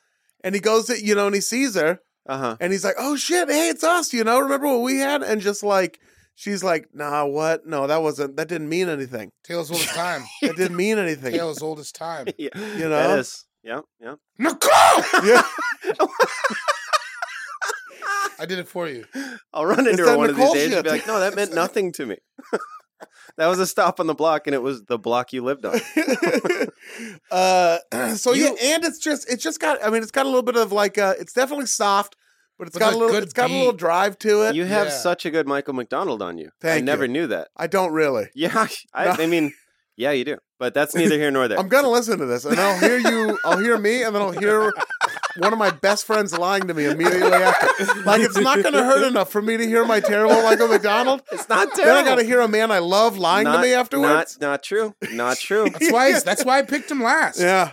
[SPEAKER 2] And he goes to, you know, and he sees her
[SPEAKER 1] Uh huh.
[SPEAKER 2] and he's like, oh shit, hey, it's us, you know, remember what we had? And just like, she's like, nah, what? No, that wasn't, that didn't mean anything.
[SPEAKER 3] Tale as old as time.
[SPEAKER 2] That didn't mean anything.
[SPEAKER 3] Tale as old as time.
[SPEAKER 1] Yeah.
[SPEAKER 2] You know?
[SPEAKER 1] That is. Yeah, yeah.
[SPEAKER 3] Nicole.
[SPEAKER 2] Yeah.
[SPEAKER 3] I did it for you.
[SPEAKER 1] I'll run into
[SPEAKER 2] that
[SPEAKER 1] her one
[SPEAKER 2] Nicole
[SPEAKER 1] of these days and be
[SPEAKER 2] shit?
[SPEAKER 1] like, no, that meant nothing to me. that was a stop on the block, and it was the block you lived on.
[SPEAKER 2] uh, so
[SPEAKER 3] You-
[SPEAKER 2] yeah, and it's just it's just got. I mean, it's got a little bit of like uh, it's definitely soft, but it's
[SPEAKER 3] But
[SPEAKER 2] got
[SPEAKER 3] a
[SPEAKER 2] a little
[SPEAKER 3] good
[SPEAKER 2] it's got a little
[SPEAKER 3] beat.
[SPEAKER 2] drive to it.
[SPEAKER 1] You have
[SPEAKER 3] Yeah.
[SPEAKER 1] such a good Michael McDonald on you. I
[SPEAKER 2] Thank you.
[SPEAKER 1] never knew that.
[SPEAKER 2] I don't really.
[SPEAKER 1] Yeah, I, I mean, yeah, you do, but that's neither here nor there.
[SPEAKER 2] I'm gonna listen to this, and I'll hear you. I'll hear me, and then I'll hear one of my best friends lying to me immediately after. Like it's not gonna hurt enough for me to hear my terrible Michael McDonald.
[SPEAKER 1] it's not
[SPEAKER 2] Then I gotta hear a man I love lying
[SPEAKER 1] Not-
[SPEAKER 2] to me afterwards.
[SPEAKER 1] Not, not true. Not true.
[SPEAKER 3] That's why. he's- That's why I picked him last.
[SPEAKER 2] yeah,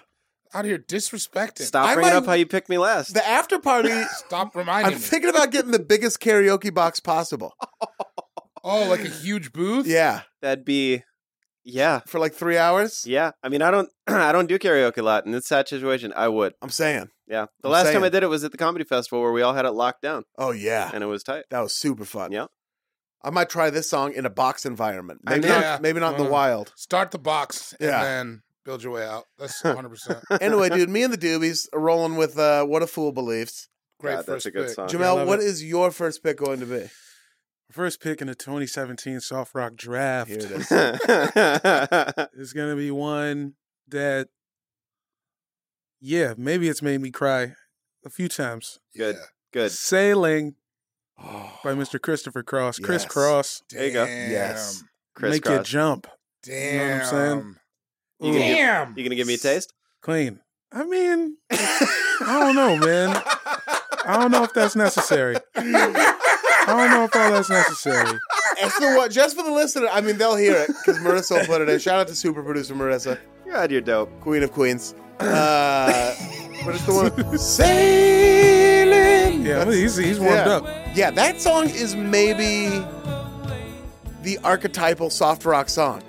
[SPEAKER 3] Out here disrespecting.
[SPEAKER 1] Stop
[SPEAKER 2] I
[SPEAKER 1] bringing
[SPEAKER 2] might-
[SPEAKER 1] up how you picked me last.
[SPEAKER 2] the after party.
[SPEAKER 3] Stop
[SPEAKER 2] I'm
[SPEAKER 3] reminding me.
[SPEAKER 2] thinking about getting the biggest karaoke box possible.
[SPEAKER 3] Oh, like a huge booth.
[SPEAKER 2] Yeah,
[SPEAKER 1] That'd be, yeah,
[SPEAKER 2] for like three hours.
[SPEAKER 1] yeah. I mean, I don't, I don't do karaoke a lot, and in that situation, I would.
[SPEAKER 2] I'm saying.
[SPEAKER 1] Yeah. The
[SPEAKER 2] I'm
[SPEAKER 1] last time
[SPEAKER 2] saying.
[SPEAKER 1] I did it was at the comedy festival where we all had it locked down,
[SPEAKER 2] Oh yeah,
[SPEAKER 1] and it was tight.
[SPEAKER 2] that was super fun.
[SPEAKER 1] Yeah.
[SPEAKER 2] I might try this song in a box environment.
[SPEAKER 1] I
[SPEAKER 2] Maybe
[SPEAKER 3] know.
[SPEAKER 2] not.
[SPEAKER 3] Yeah.
[SPEAKER 2] Maybe not in
[SPEAKER 3] Uh.
[SPEAKER 2] the wild.
[SPEAKER 3] Start the box and
[SPEAKER 2] Yeah.
[SPEAKER 3] then build your way out. That's 100. percent
[SPEAKER 2] Anyway, dude, me and the Doobies are rolling with uh, "What a Fool Believes."
[SPEAKER 3] Great
[SPEAKER 1] God, that's
[SPEAKER 3] first
[SPEAKER 1] a good
[SPEAKER 3] pick.
[SPEAKER 1] song.
[SPEAKER 5] I
[SPEAKER 2] Jamel,
[SPEAKER 5] love
[SPEAKER 2] what
[SPEAKER 5] it.
[SPEAKER 2] is your first pick going to be?
[SPEAKER 5] First pick in the 2017 soft rock draft
[SPEAKER 2] Here it is.
[SPEAKER 5] is gonna be one that, yeah, maybe it's made me cry a few times.
[SPEAKER 1] Good.
[SPEAKER 3] Yeah.
[SPEAKER 1] Good.
[SPEAKER 5] Sailing
[SPEAKER 2] Oh,
[SPEAKER 5] by Mr. Christopher Cross.
[SPEAKER 2] Yes.
[SPEAKER 5] Chris Cross,
[SPEAKER 3] Damn.
[SPEAKER 1] There you go.
[SPEAKER 2] Yes.
[SPEAKER 1] Chris
[SPEAKER 5] make
[SPEAKER 1] Cross.
[SPEAKER 5] it jump.
[SPEAKER 3] Damn.
[SPEAKER 5] know what I'm saying?
[SPEAKER 1] You gonna give-
[SPEAKER 3] Damn.
[SPEAKER 1] You gonna give me a taste?
[SPEAKER 5] Clean. I mean, I don't know, man. I don't know if that's necessary. I don't know if all that's necessary.
[SPEAKER 2] That's the one. Just for the listener, I mean, they'll hear it because Marissa will put it in. Shout out to super producer Marissa,
[SPEAKER 1] God, you're dope.
[SPEAKER 2] Queen of Queens. Uh, but it's the one sailing.
[SPEAKER 5] Yeah,
[SPEAKER 2] That's-
[SPEAKER 5] he's, he's warmed
[SPEAKER 2] yeah.
[SPEAKER 5] up.
[SPEAKER 2] Yeah, that song is maybe the archetypal soft rock song.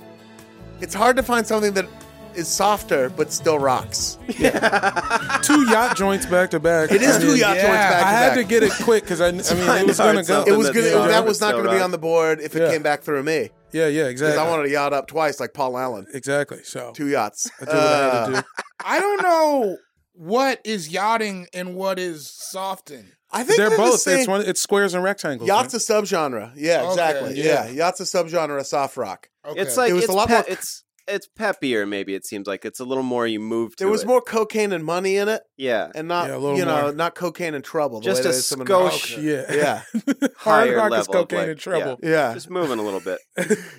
[SPEAKER 2] It's hard to find something that is softer but still rocks.
[SPEAKER 5] Two yacht joints back to back.
[SPEAKER 2] It is two yacht joints
[SPEAKER 3] yeah,
[SPEAKER 2] back
[SPEAKER 5] I
[SPEAKER 2] to
[SPEAKER 5] had
[SPEAKER 2] back.
[SPEAKER 5] to get it quick because I, I mean
[SPEAKER 1] I
[SPEAKER 5] it was
[SPEAKER 1] know,
[SPEAKER 5] gonna
[SPEAKER 1] it's
[SPEAKER 5] go.
[SPEAKER 1] something
[SPEAKER 2] it was
[SPEAKER 1] that
[SPEAKER 2] good.
[SPEAKER 1] they are,
[SPEAKER 2] That
[SPEAKER 1] but
[SPEAKER 2] was not
[SPEAKER 1] still
[SPEAKER 2] going to be
[SPEAKER 1] rock.
[SPEAKER 2] on the board if it
[SPEAKER 5] Yeah.
[SPEAKER 2] came back through me
[SPEAKER 5] Yeah, yeah,
[SPEAKER 2] because
[SPEAKER 5] exactly.
[SPEAKER 2] I wanted to yacht up twice like Paul Allen.
[SPEAKER 5] exactly. So
[SPEAKER 2] Two yachts.
[SPEAKER 5] I did what I had to
[SPEAKER 2] Uh,
[SPEAKER 5] do.
[SPEAKER 3] I don't know what is yachting and what is softing.
[SPEAKER 2] I think
[SPEAKER 5] They're
[SPEAKER 2] the
[SPEAKER 5] both.
[SPEAKER 2] same-
[SPEAKER 5] It's one. It's squares and rectangles.
[SPEAKER 2] Yacht's a
[SPEAKER 5] man.
[SPEAKER 2] subgenre. Yeah,
[SPEAKER 3] Okay,
[SPEAKER 2] exactly.
[SPEAKER 5] yeah.
[SPEAKER 2] yeah. yacht's a subgenre of soft rock.
[SPEAKER 3] Okay.
[SPEAKER 1] It's like
[SPEAKER 2] It was
[SPEAKER 1] it's
[SPEAKER 2] a lot
[SPEAKER 1] pe-
[SPEAKER 2] more-
[SPEAKER 1] it's it's peppier. Maybe it seems like it's a little more. You move to
[SPEAKER 2] There was
[SPEAKER 1] it.
[SPEAKER 2] more cocaine and money in it,
[SPEAKER 1] Yeah,
[SPEAKER 2] and not
[SPEAKER 5] Yeah, a little
[SPEAKER 2] you know
[SPEAKER 5] more. Oh,
[SPEAKER 2] not cocaine and trouble. the
[SPEAKER 1] Just
[SPEAKER 2] way
[SPEAKER 1] a
[SPEAKER 2] that someone-
[SPEAKER 1] skosh.
[SPEAKER 5] yeah,
[SPEAKER 2] Yeah,
[SPEAKER 5] Hard
[SPEAKER 1] Higher
[SPEAKER 5] rock is
[SPEAKER 1] level of,
[SPEAKER 5] cocaine
[SPEAKER 1] like,
[SPEAKER 5] and trouble.
[SPEAKER 2] yeah.
[SPEAKER 1] just moving a little bit.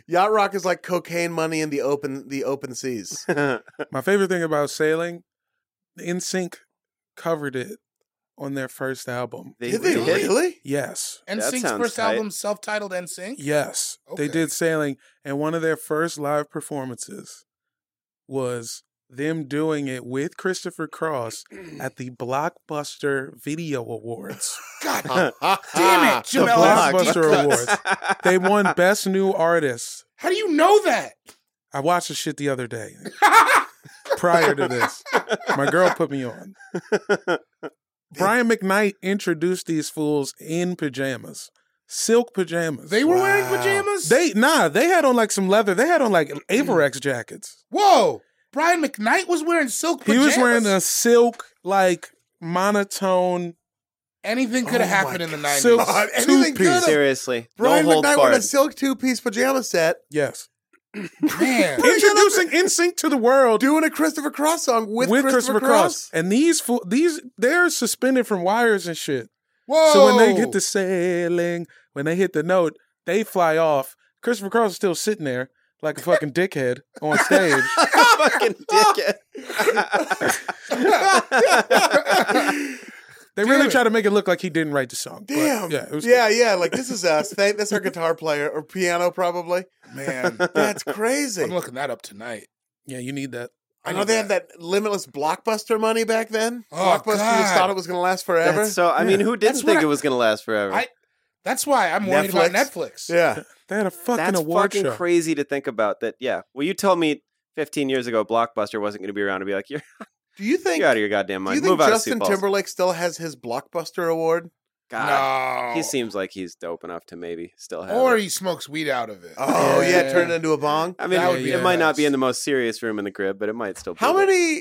[SPEAKER 2] Yacht rock is like cocaine money in the open the open seas.
[SPEAKER 5] My favorite thing about sailing, NSYNC covered it on their first album.
[SPEAKER 1] They
[SPEAKER 2] Did they
[SPEAKER 1] really-
[SPEAKER 2] really?
[SPEAKER 5] Yes,
[SPEAKER 3] And
[SPEAKER 1] That
[SPEAKER 3] Sync's
[SPEAKER 1] sounds
[SPEAKER 3] first
[SPEAKER 1] tight.
[SPEAKER 3] album, self-titled and Sync.
[SPEAKER 5] yes, they
[SPEAKER 3] Okay.
[SPEAKER 5] did sailing, and one of their first live performances was them doing it with Christopher Cross at the Blockbuster Video Awards.
[SPEAKER 3] God damn
[SPEAKER 2] Damn
[SPEAKER 3] it,
[SPEAKER 5] the
[SPEAKER 3] Jamel.
[SPEAKER 5] Blockbuster
[SPEAKER 3] Deep cuts.
[SPEAKER 5] Awards. They won Best New Artist.
[SPEAKER 3] How do you know that?
[SPEAKER 5] I watched the shit the other day prior to this. My girl put me on. Brian McKnight introduced these fools in pajamas, silk pajamas.
[SPEAKER 3] they were wearing
[SPEAKER 2] Wow.
[SPEAKER 3] pajamas.
[SPEAKER 5] they nah, they had on like some leather. They had on like Averex jackets.
[SPEAKER 3] whoa. Brian McKnight was wearing silk
[SPEAKER 5] He
[SPEAKER 3] pajamas.
[SPEAKER 5] was wearing a silk like monotone
[SPEAKER 3] Anything could have
[SPEAKER 2] Oh
[SPEAKER 3] happened
[SPEAKER 2] my
[SPEAKER 3] in the
[SPEAKER 2] God.
[SPEAKER 3] 90s.
[SPEAKER 5] Silk
[SPEAKER 2] God,
[SPEAKER 5] two
[SPEAKER 2] anything
[SPEAKER 5] piece.
[SPEAKER 2] good.
[SPEAKER 1] Seriously,
[SPEAKER 2] Brian
[SPEAKER 1] no
[SPEAKER 2] McKnight
[SPEAKER 1] holds
[SPEAKER 2] wore a
[SPEAKER 1] barred.
[SPEAKER 2] silk two piece pajama set,
[SPEAKER 5] Yes.
[SPEAKER 3] Man.
[SPEAKER 5] Introducing NSYNC to the world
[SPEAKER 2] doing a Christopher Cross song with,
[SPEAKER 5] with, Christopher, Cross. And these fo- these they're suspended from wires and shit.
[SPEAKER 3] Whoa.
[SPEAKER 5] So when they
[SPEAKER 3] Oh.
[SPEAKER 5] get to sailing, when they hit the note, they fly off. Christopher Cross is still sitting there like a fucking dickhead on stage.
[SPEAKER 1] fucking dickhead.
[SPEAKER 5] They
[SPEAKER 3] Damn
[SPEAKER 5] really
[SPEAKER 3] it.
[SPEAKER 5] try to make it look like he didn't write the song. but
[SPEAKER 2] Damn.
[SPEAKER 5] yeah, it was
[SPEAKER 2] yeah, yeah. Like this is us. Thank, that's our guitar player or piano, probably.
[SPEAKER 3] Man.
[SPEAKER 2] That's
[SPEAKER 3] I'm
[SPEAKER 2] crazy.
[SPEAKER 3] looking that up tonight.
[SPEAKER 5] yeah, you need that.
[SPEAKER 2] I know they had that limitless blockbuster money back then.
[SPEAKER 3] Oh,
[SPEAKER 2] blockbuster just
[SPEAKER 3] God.
[SPEAKER 2] thought it was going to last forever.
[SPEAKER 1] That's so I mean, who didn't
[SPEAKER 3] That's
[SPEAKER 1] think
[SPEAKER 3] what
[SPEAKER 1] it
[SPEAKER 3] I-
[SPEAKER 1] was going to last forever?
[SPEAKER 3] I- That's why I'm worried about Netflix.
[SPEAKER 2] yeah,
[SPEAKER 5] They had a fucking
[SPEAKER 1] That's
[SPEAKER 5] award
[SPEAKER 1] fucking
[SPEAKER 5] show.
[SPEAKER 1] crazy to think about. That yeah. Well, you told me 15 years ago Blockbuster wasn't going to be around to be like you're,
[SPEAKER 2] do you think?
[SPEAKER 1] you're out of your goddamn
[SPEAKER 2] do you
[SPEAKER 1] mind.
[SPEAKER 2] think
[SPEAKER 1] Move out
[SPEAKER 2] Justin
[SPEAKER 1] of Sioux Falls.
[SPEAKER 2] Timberlake still has his blockbuster award?
[SPEAKER 1] God,
[SPEAKER 3] No.
[SPEAKER 1] he seems like he's dope enough to maybe still have.
[SPEAKER 3] or
[SPEAKER 1] it.
[SPEAKER 3] he smokes weed out of it.
[SPEAKER 2] Oh yeah,
[SPEAKER 5] Yeah.
[SPEAKER 2] turn it into a bong.
[SPEAKER 1] I mean,
[SPEAKER 3] That
[SPEAKER 1] it,
[SPEAKER 3] would be
[SPEAKER 1] might not be
[SPEAKER 3] nice.
[SPEAKER 1] in the most serious room in the crib, but it might still. be
[SPEAKER 2] How
[SPEAKER 1] there.
[SPEAKER 2] many?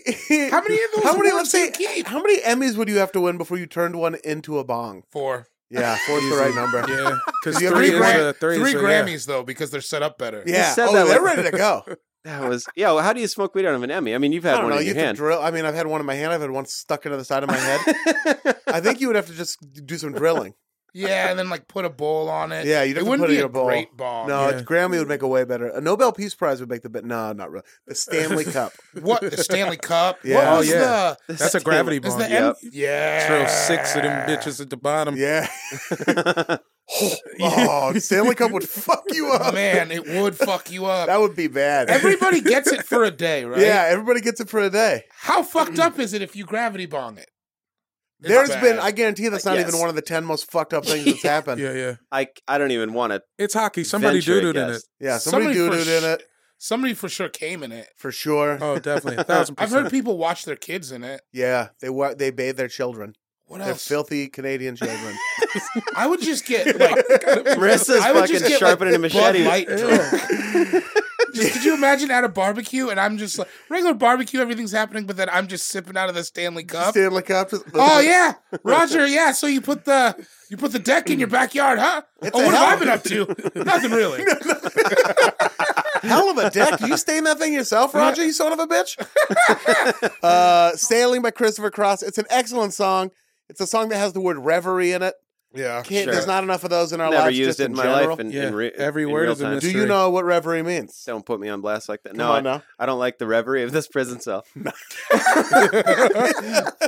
[SPEAKER 3] How many of those
[SPEAKER 2] How many? Let's
[SPEAKER 3] awards
[SPEAKER 2] say.
[SPEAKER 3] do you keep?
[SPEAKER 2] How many Emmys would you have to win before you turned one into a bong?
[SPEAKER 3] Four.
[SPEAKER 2] Yeah, four's the
[SPEAKER 5] Easy.
[SPEAKER 2] right number.
[SPEAKER 5] Yeah, because
[SPEAKER 2] You have three
[SPEAKER 3] Three,
[SPEAKER 5] three, is
[SPEAKER 3] gra-
[SPEAKER 5] a, three,
[SPEAKER 3] three
[SPEAKER 5] is a- yeah.
[SPEAKER 3] Grammys, though, because they're set up better.
[SPEAKER 2] Yeah.
[SPEAKER 1] said
[SPEAKER 2] oh,
[SPEAKER 1] that
[SPEAKER 2] they're
[SPEAKER 1] like-
[SPEAKER 2] ready to go.
[SPEAKER 1] That was yeah. Well, how do you smoke weed out of an Emmy? I mean, you've
[SPEAKER 2] I
[SPEAKER 1] had
[SPEAKER 2] don't
[SPEAKER 1] one
[SPEAKER 2] know.
[SPEAKER 1] in
[SPEAKER 2] You
[SPEAKER 1] your
[SPEAKER 2] have to
[SPEAKER 1] hand.
[SPEAKER 2] drill. I mean, I've had one in my hand. I've had one stuck into the side of my head. I think you would have to just do some drilling.
[SPEAKER 3] Yeah, and then like put a bowl on it.
[SPEAKER 2] Yeah, you'd have
[SPEAKER 3] it
[SPEAKER 2] to
[SPEAKER 3] wouldn't
[SPEAKER 2] put it
[SPEAKER 3] be
[SPEAKER 2] in
[SPEAKER 3] a
[SPEAKER 2] a bowl.
[SPEAKER 3] great bomb.
[SPEAKER 2] No,
[SPEAKER 5] yeah.
[SPEAKER 2] Grammy would make a way better. A Nobel Peace Prize would make the bit. No, not really. The Stanley Cup.
[SPEAKER 3] What the Stanley Cup?
[SPEAKER 2] Yeah.
[SPEAKER 3] What
[SPEAKER 2] Oh,
[SPEAKER 3] was
[SPEAKER 5] yeah.
[SPEAKER 3] the
[SPEAKER 5] That's a gravity
[SPEAKER 3] is
[SPEAKER 5] bomb.
[SPEAKER 3] the
[SPEAKER 1] Yep.
[SPEAKER 3] M- yeah
[SPEAKER 5] Throw six of them bitches at the bottom.
[SPEAKER 2] Yeah.
[SPEAKER 1] That's
[SPEAKER 2] Oh, Stanley Cup would fuck you up.
[SPEAKER 3] Man, it would fuck you up.
[SPEAKER 2] that would be bad.
[SPEAKER 3] Everybody gets it for a day, right?
[SPEAKER 2] Yeah, everybody gets it for a day.
[SPEAKER 3] How fucked up is it if you gravity bong it? It's
[SPEAKER 2] There's
[SPEAKER 3] bad.
[SPEAKER 2] been. I guarantee that's
[SPEAKER 1] Uh,
[SPEAKER 2] not
[SPEAKER 1] yes.
[SPEAKER 2] even one of the ten most fucked up things that's happened.
[SPEAKER 5] Yeah, yeah.
[SPEAKER 1] I I don't even want to.
[SPEAKER 5] It's hockey. Somebody
[SPEAKER 1] venture a
[SPEAKER 5] doo dooed in
[SPEAKER 1] guess.
[SPEAKER 5] it.
[SPEAKER 2] Yeah, somebody,
[SPEAKER 3] Somebody for
[SPEAKER 2] doo-dooed in
[SPEAKER 3] sh-
[SPEAKER 2] it
[SPEAKER 3] somebody for sure came in it.
[SPEAKER 2] for sure.
[SPEAKER 5] Oh, definitely. A thousand
[SPEAKER 3] I've
[SPEAKER 5] percent.
[SPEAKER 3] heard people watch their kids in it.
[SPEAKER 2] Yeah, they wa- they bathe their children.
[SPEAKER 3] What
[SPEAKER 2] They're
[SPEAKER 3] else?
[SPEAKER 2] filthy Canadian children.
[SPEAKER 3] I would just get like
[SPEAKER 1] Marissa's
[SPEAKER 3] I would just
[SPEAKER 1] fucking
[SPEAKER 3] get,
[SPEAKER 1] sharpening
[SPEAKER 3] like,
[SPEAKER 1] a machete.
[SPEAKER 3] Bud Light drunk. Just- could you imagine at a barbecue and I'm just like regular barbecue, everything's happening, but then I'm just sipping out of the Stanley Cup.
[SPEAKER 2] Stanley Cup. just-
[SPEAKER 3] Oh yeah, Roger. Yeah, so you put the you put the deck in your backyard, huh?
[SPEAKER 2] It's
[SPEAKER 3] oh,
[SPEAKER 2] a
[SPEAKER 3] what
[SPEAKER 2] hell
[SPEAKER 3] have I
[SPEAKER 2] of
[SPEAKER 3] been up to? Nothing really.
[SPEAKER 2] Hell of a deck. Do you stain that thing yourself, Roger, you son of a bitch? uh, Sailing by Christopher Cross. It's an excellent song. It's a song that has the word reverie in it.
[SPEAKER 3] Yeah,
[SPEAKER 2] Can't,
[SPEAKER 1] Sure.
[SPEAKER 2] There's not enough of those in our
[SPEAKER 1] Never
[SPEAKER 2] lives.
[SPEAKER 1] used
[SPEAKER 2] just
[SPEAKER 1] it in, my life.
[SPEAKER 2] general.
[SPEAKER 1] In,
[SPEAKER 5] Yeah,
[SPEAKER 1] in re-
[SPEAKER 5] every
[SPEAKER 1] in
[SPEAKER 5] word
[SPEAKER 1] real
[SPEAKER 5] is a
[SPEAKER 1] time.
[SPEAKER 5] mystery.
[SPEAKER 2] Do you know what reverie means?
[SPEAKER 1] Don't put me on blast like that.
[SPEAKER 2] Come
[SPEAKER 1] no, I,
[SPEAKER 2] on now.
[SPEAKER 1] I don't like the reverie of this prison cell.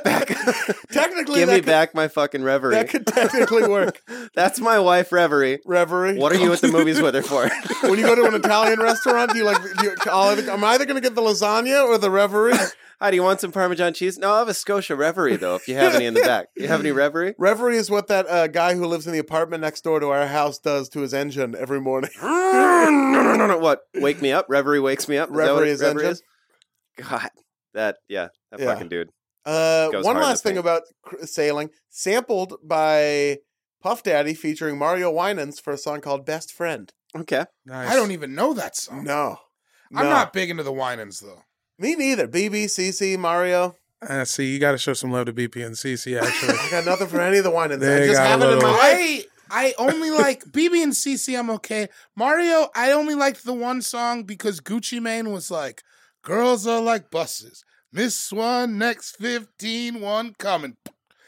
[SPEAKER 2] Technically,
[SPEAKER 1] Give
[SPEAKER 2] that
[SPEAKER 1] me
[SPEAKER 2] could,
[SPEAKER 1] back my fucking reverie.
[SPEAKER 2] That could technically work.
[SPEAKER 1] That's my wife reverie.
[SPEAKER 2] reverie.
[SPEAKER 1] What are you at the movies with her for?
[SPEAKER 2] when you go to an Italian restaurant, do you like? Do you, I'll either- I'm either going to get the lasagna or the reverie.
[SPEAKER 1] Hi, do you want some Parmesan cheese? No, I'll have a Scotia reverie though. If you have any in the back, you have any reverie?
[SPEAKER 2] Reverie is what that uh, guy who lives in the apartment next door to our house does to his engine every morning.
[SPEAKER 1] no, no, no, no. What? Wake me up. Reverie wakes me up. Is that what
[SPEAKER 2] Reverie is
[SPEAKER 1] reverie
[SPEAKER 2] engine.
[SPEAKER 1] is? God, that yeah, that
[SPEAKER 2] Yeah.
[SPEAKER 1] fucking dude.
[SPEAKER 2] Uh,
[SPEAKER 1] Goes
[SPEAKER 2] one
[SPEAKER 1] hard in
[SPEAKER 2] last
[SPEAKER 1] the
[SPEAKER 2] thing
[SPEAKER 1] paint.
[SPEAKER 2] about cr- sailing, sampled by Puff Daddy featuring Mario Winans for a song called "Best Friend."
[SPEAKER 1] Okay,
[SPEAKER 5] Nice.
[SPEAKER 3] I don't even know that song.
[SPEAKER 2] No,
[SPEAKER 3] I'm
[SPEAKER 2] No.
[SPEAKER 3] not big into the Winans though.
[SPEAKER 2] me neither. BB, CC, Mario.
[SPEAKER 5] Uh, see, you got to show some love to BP and CC. Actually,
[SPEAKER 2] I got nothing for any of the Winans. I
[SPEAKER 5] They
[SPEAKER 2] just
[SPEAKER 5] got a
[SPEAKER 2] have it in my
[SPEAKER 5] little-
[SPEAKER 2] life.
[SPEAKER 3] I I only like BB and CC. I'm okay. Mario, I only liked the one song because Gucci Mane was like, "Girls are like buses. Miss one, next fifteen, one coming."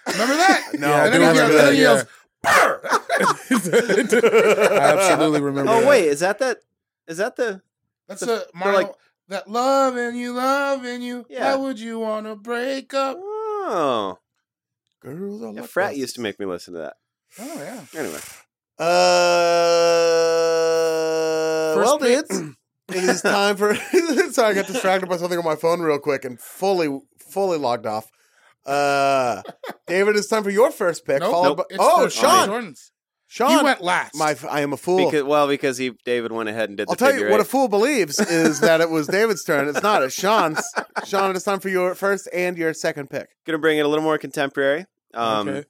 [SPEAKER 3] Remember that?
[SPEAKER 2] No,
[SPEAKER 5] Yeah, I
[SPEAKER 3] and then
[SPEAKER 5] do
[SPEAKER 3] he yells,
[SPEAKER 5] remember
[SPEAKER 3] then
[SPEAKER 5] that,
[SPEAKER 3] he yells, "Brr!"
[SPEAKER 5] I absolutely remember.
[SPEAKER 1] Oh
[SPEAKER 5] that.
[SPEAKER 1] wait, is that that? Is that the?
[SPEAKER 3] That's
[SPEAKER 1] The-
[SPEAKER 3] a Mario.
[SPEAKER 1] like-
[SPEAKER 3] that loving you, loving you.
[SPEAKER 1] Yeah.
[SPEAKER 3] How would you want to break up?
[SPEAKER 1] Oh,
[SPEAKER 2] Girls are
[SPEAKER 1] yeah,
[SPEAKER 2] like
[SPEAKER 1] frat
[SPEAKER 2] buses.
[SPEAKER 1] used to make me listen to that.
[SPEAKER 3] Oh yeah.
[SPEAKER 1] Anyway,
[SPEAKER 2] Uh,
[SPEAKER 5] First
[SPEAKER 2] well,
[SPEAKER 5] pick.
[SPEAKER 2] dudes, it is time for. sorry, I got distracted by something on my phone real quick and fully, fully logged off. Uh, David, it's time for your first pick.
[SPEAKER 3] Nope.
[SPEAKER 2] followed
[SPEAKER 3] Nope.
[SPEAKER 2] by
[SPEAKER 3] It's
[SPEAKER 2] oh,
[SPEAKER 3] the-
[SPEAKER 2] Sean,
[SPEAKER 3] Jordan's.
[SPEAKER 2] Sean,
[SPEAKER 3] You went last.
[SPEAKER 2] my, I am a fool.
[SPEAKER 1] because well, because he David went ahead and did.
[SPEAKER 2] I'll
[SPEAKER 1] the
[SPEAKER 2] tell you
[SPEAKER 1] figure
[SPEAKER 2] what a
[SPEAKER 1] eight.
[SPEAKER 2] fool believes is that it was David's turn. It's not. It's Sean's. Sean, it is time for your first and your second pick.
[SPEAKER 1] Gonna bring it a little more contemporary. Um,
[SPEAKER 5] Okay.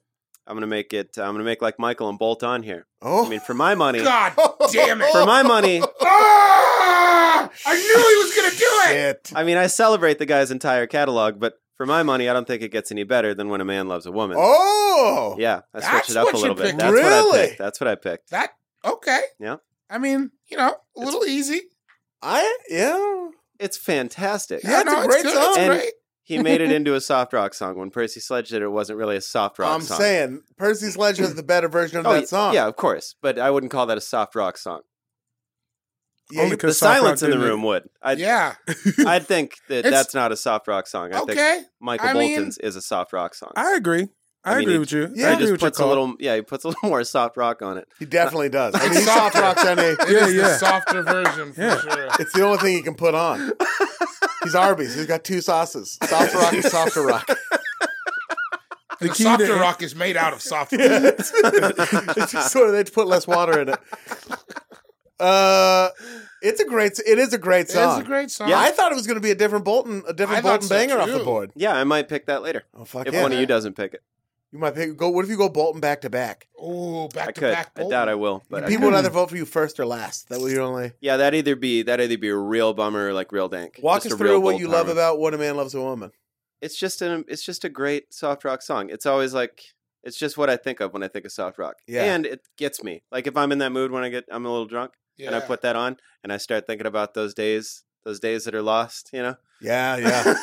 [SPEAKER 1] I'm gonna make it. I'm gonna make like Michael and Bolt on here.
[SPEAKER 2] Oh,
[SPEAKER 1] I mean, for my money,
[SPEAKER 3] God damn it!
[SPEAKER 1] for my money,
[SPEAKER 3] Ah! I knew he was gonna do it.
[SPEAKER 2] shit.
[SPEAKER 1] I mean, I celebrate the guy's entire catalog, but for my money, I don't think it gets any better than when a man loves a woman.
[SPEAKER 2] Oh,
[SPEAKER 1] Yeah, I
[SPEAKER 3] That's
[SPEAKER 1] switched it up
[SPEAKER 3] what
[SPEAKER 1] a
[SPEAKER 3] you
[SPEAKER 1] little bit.
[SPEAKER 3] picked.
[SPEAKER 1] That's what I
[SPEAKER 2] Really?
[SPEAKER 1] picked. That's what I picked.
[SPEAKER 3] That okay.
[SPEAKER 1] Yeah.
[SPEAKER 3] I mean, you know, a little easy.
[SPEAKER 2] I yeah.
[SPEAKER 1] It's fantastic.
[SPEAKER 2] Yeah. it's
[SPEAKER 3] no,
[SPEAKER 2] a great
[SPEAKER 3] good,
[SPEAKER 2] song.
[SPEAKER 3] It's
[SPEAKER 1] And-
[SPEAKER 3] great.
[SPEAKER 1] he made it into a soft rock song. When Percy Sledge did it, it wasn't really a soft rock
[SPEAKER 2] I'm
[SPEAKER 1] song.
[SPEAKER 2] saying Percy Sledge has the better version of
[SPEAKER 1] Oh,
[SPEAKER 2] that song.
[SPEAKER 1] Yeah, of course. But I wouldn't call that a soft rock song.
[SPEAKER 2] Yeah,
[SPEAKER 5] Only
[SPEAKER 2] you-
[SPEAKER 1] The
[SPEAKER 5] 'cause soft rock
[SPEAKER 1] silence in the
[SPEAKER 5] didn't-
[SPEAKER 1] room would. I'd,
[SPEAKER 3] Yeah.
[SPEAKER 1] I'd think that
[SPEAKER 3] It's-
[SPEAKER 1] that's not a soft rock song. I think
[SPEAKER 3] Okay.
[SPEAKER 1] Michael
[SPEAKER 3] I mean-
[SPEAKER 1] Bolton's is a soft rock song.
[SPEAKER 5] I agree. I,
[SPEAKER 1] I mean,
[SPEAKER 5] agree
[SPEAKER 1] he-
[SPEAKER 5] with you.
[SPEAKER 2] yeah,
[SPEAKER 5] I
[SPEAKER 1] he
[SPEAKER 5] agree
[SPEAKER 1] just
[SPEAKER 5] with your
[SPEAKER 1] puts a
[SPEAKER 5] call.
[SPEAKER 1] little, yeah, he puts a little more soft rock on it.
[SPEAKER 2] he definitely does. I mean,
[SPEAKER 3] It's
[SPEAKER 2] he soft
[SPEAKER 3] softer.
[SPEAKER 2] rocks any.
[SPEAKER 3] It is
[SPEAKER 5] yeah.
[SPEAKER 3] the softer version for
[SPEAKER 5] Yeah.
[SPEAKER 3] sure.
[SPEAKER 2] It's the only thing he can put on. He's Arby's. He's got two sauces: soft rock and softer rock.
[SPEAKER 3] The,
[SPEAKER 5] key
[SPEAKER 3] softer
[SPEAKER 5] to-
[SPEAKER 3] rock is made out of soft rock.
[SPEAKER 2] it's just sort of they put less water in it. Uh, it's a great. It is a great
[SPEAKER 3] It is
[SPEAKER 2] song.
[SPEAKER 3] a great song.
[SPEAKER 2] I thought it was going to be a different Bolton, a
[SPEAKER 3] I
[SPEAKER 2] different
[SPEAKER 3] thought
[SPEAKER 2] Bolton
[SPEAKER 3] so,
[SPEAKER 2] banger off the
[SPEAKER 3] too.
[SPEAKER 2] board.
[SPEAKER 1] Yeah, I might pick that later.
[SPEAKER 2] Oh fuck
[SPEAKER 1] if
[SPEAKER 2] yeah!
[SPEAKER 1] one of you doesn't pick it.
[SPEAKER 2] you might pick. Go. What if you go Bolton back to back?
[SPEAKER 3] Ooh, back
[SPEAKER 1] I
[SPEAKER 3] to
[SPEAKER 1] could.
[SPEAKER 3] back.
[SPEAKER 1] I
[SPEAKER 3] Bolton.
[SPEAKER 1] doubt I will. But I
[SPEAKER 2] People would
[SPEAKER 1] could.
[SPEAKER 2] either vote for you first or last. That would your only.
[SPEAKER 1] Yeah, that'd either be that would either be a real bummer or like real dank.
[SPEAKER 2] Walk
[SPEAKER 1] Just
[SPEAKER 2] us
[SPEAKER 1] a real
[SPEAKER 2] through what
[SPEAKER 1] Bolt
[SPEAKER 2] you love
[SPEAKER 1] Harmon.
[SPEAKER 2] about "What a Man Loves a Woman."
[SPEAKER 1] It's just an it's just a great soft rock song. It's always like it's just what I think of when I think of soft rock.
[SPEAKER 2] Yeah.
[SPEAKER 1] And it gets me. Like if I'm in that mood when I get I'm a little drunk
[SPEAKER 3] Yeah.
[SPEAKER 1] and I put that on and I start thinking about those days those days that are lost, you know?
[SPEAKER 2] Yeah, yeah.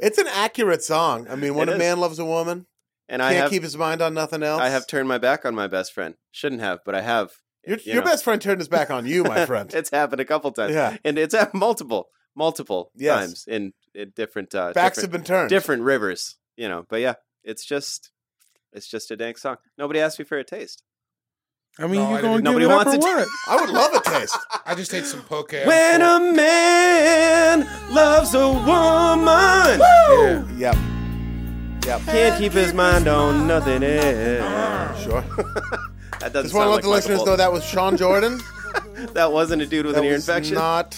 [SPEAKER 2] it's an accurate song. I mean, when
[SPEAKER 1] It
[SPEAKER 2] a
[SPEAKER 1] is.
[SPEAKER 2] man loves a woman,
[SPEAKER 1] and I
[SPEAKER 2] can't
[SPEAKER 1] have
[SPEAKER 2] keep his mind on nothing else.
[SPEAKER 1] I have turned my back on my best friend. Shouldn't have, but I have.
[SPEAKER 2] your,
[SPEAKER 1] you
[SPEAKER 2] your
[SPEAKER 1] know.
[SPEAKER 2] best friend turned his back on you, my friend.
[SPEAKER 1] it's happened a couple times.
[SPEAKER 2] Yeah.
[SPEAKER 1] And it's happened multiple multiple
[SPEAKER 2] Yes.
[SPEAKER 1] times in, in different uh
[SPEAKER 2] Backs
[SPEAKER 1] different-
[SPEAKER 2] have been turned.
[SPEAKER 1] different rivers, you know. But yeah, it's just it's just a dank song. Nobody asked me for a taste.
[SPEAKER 5] I mean,
[SPEAKER 3] No, I
[SPEAKER 5] you
[SPEAKER 3] didn't.
[SPEAKER 5] going to give
[SPEAKER 1] Nobody
[SPEAKER 5] it up
[SPEAKER 1] wants
[SPEAKER 5] or
[SPEAKER 1] it.
[SPEAKER 5] what?
[SPEAKER 2] I would love a taste.
[SPEAKER 3] I just ate some poke. out
[SPEAKER 1] When
[SPEAKER 3] of
[SPEAKER 1] a man loves a woman,
[SPEAKER 5] Yeah.
[SPEAKER 2] yep. Yep.
[SPEAKER 1] can't keep his mind on nothing else.
[SPEAKER 2] Sure.
[SPEAKER 1] That doesn't
[SPEAKER 2] Just want to
[SPEAKER 1] sound
[SPEAKER 2] let
[SPEAKER 1] like
[SPEAKER 2] the listeners know
[SPEAKER 1] that
[SPEAKER 2] that was Sean Jordan.
[SPEAKER 1] that wasn't a dude with
[SPEAKER 2] that
[SPEAKER 1] an ear
[SPEAKER 2] was
[SPEAKER 1] infection.
[SPEAKER 2] not.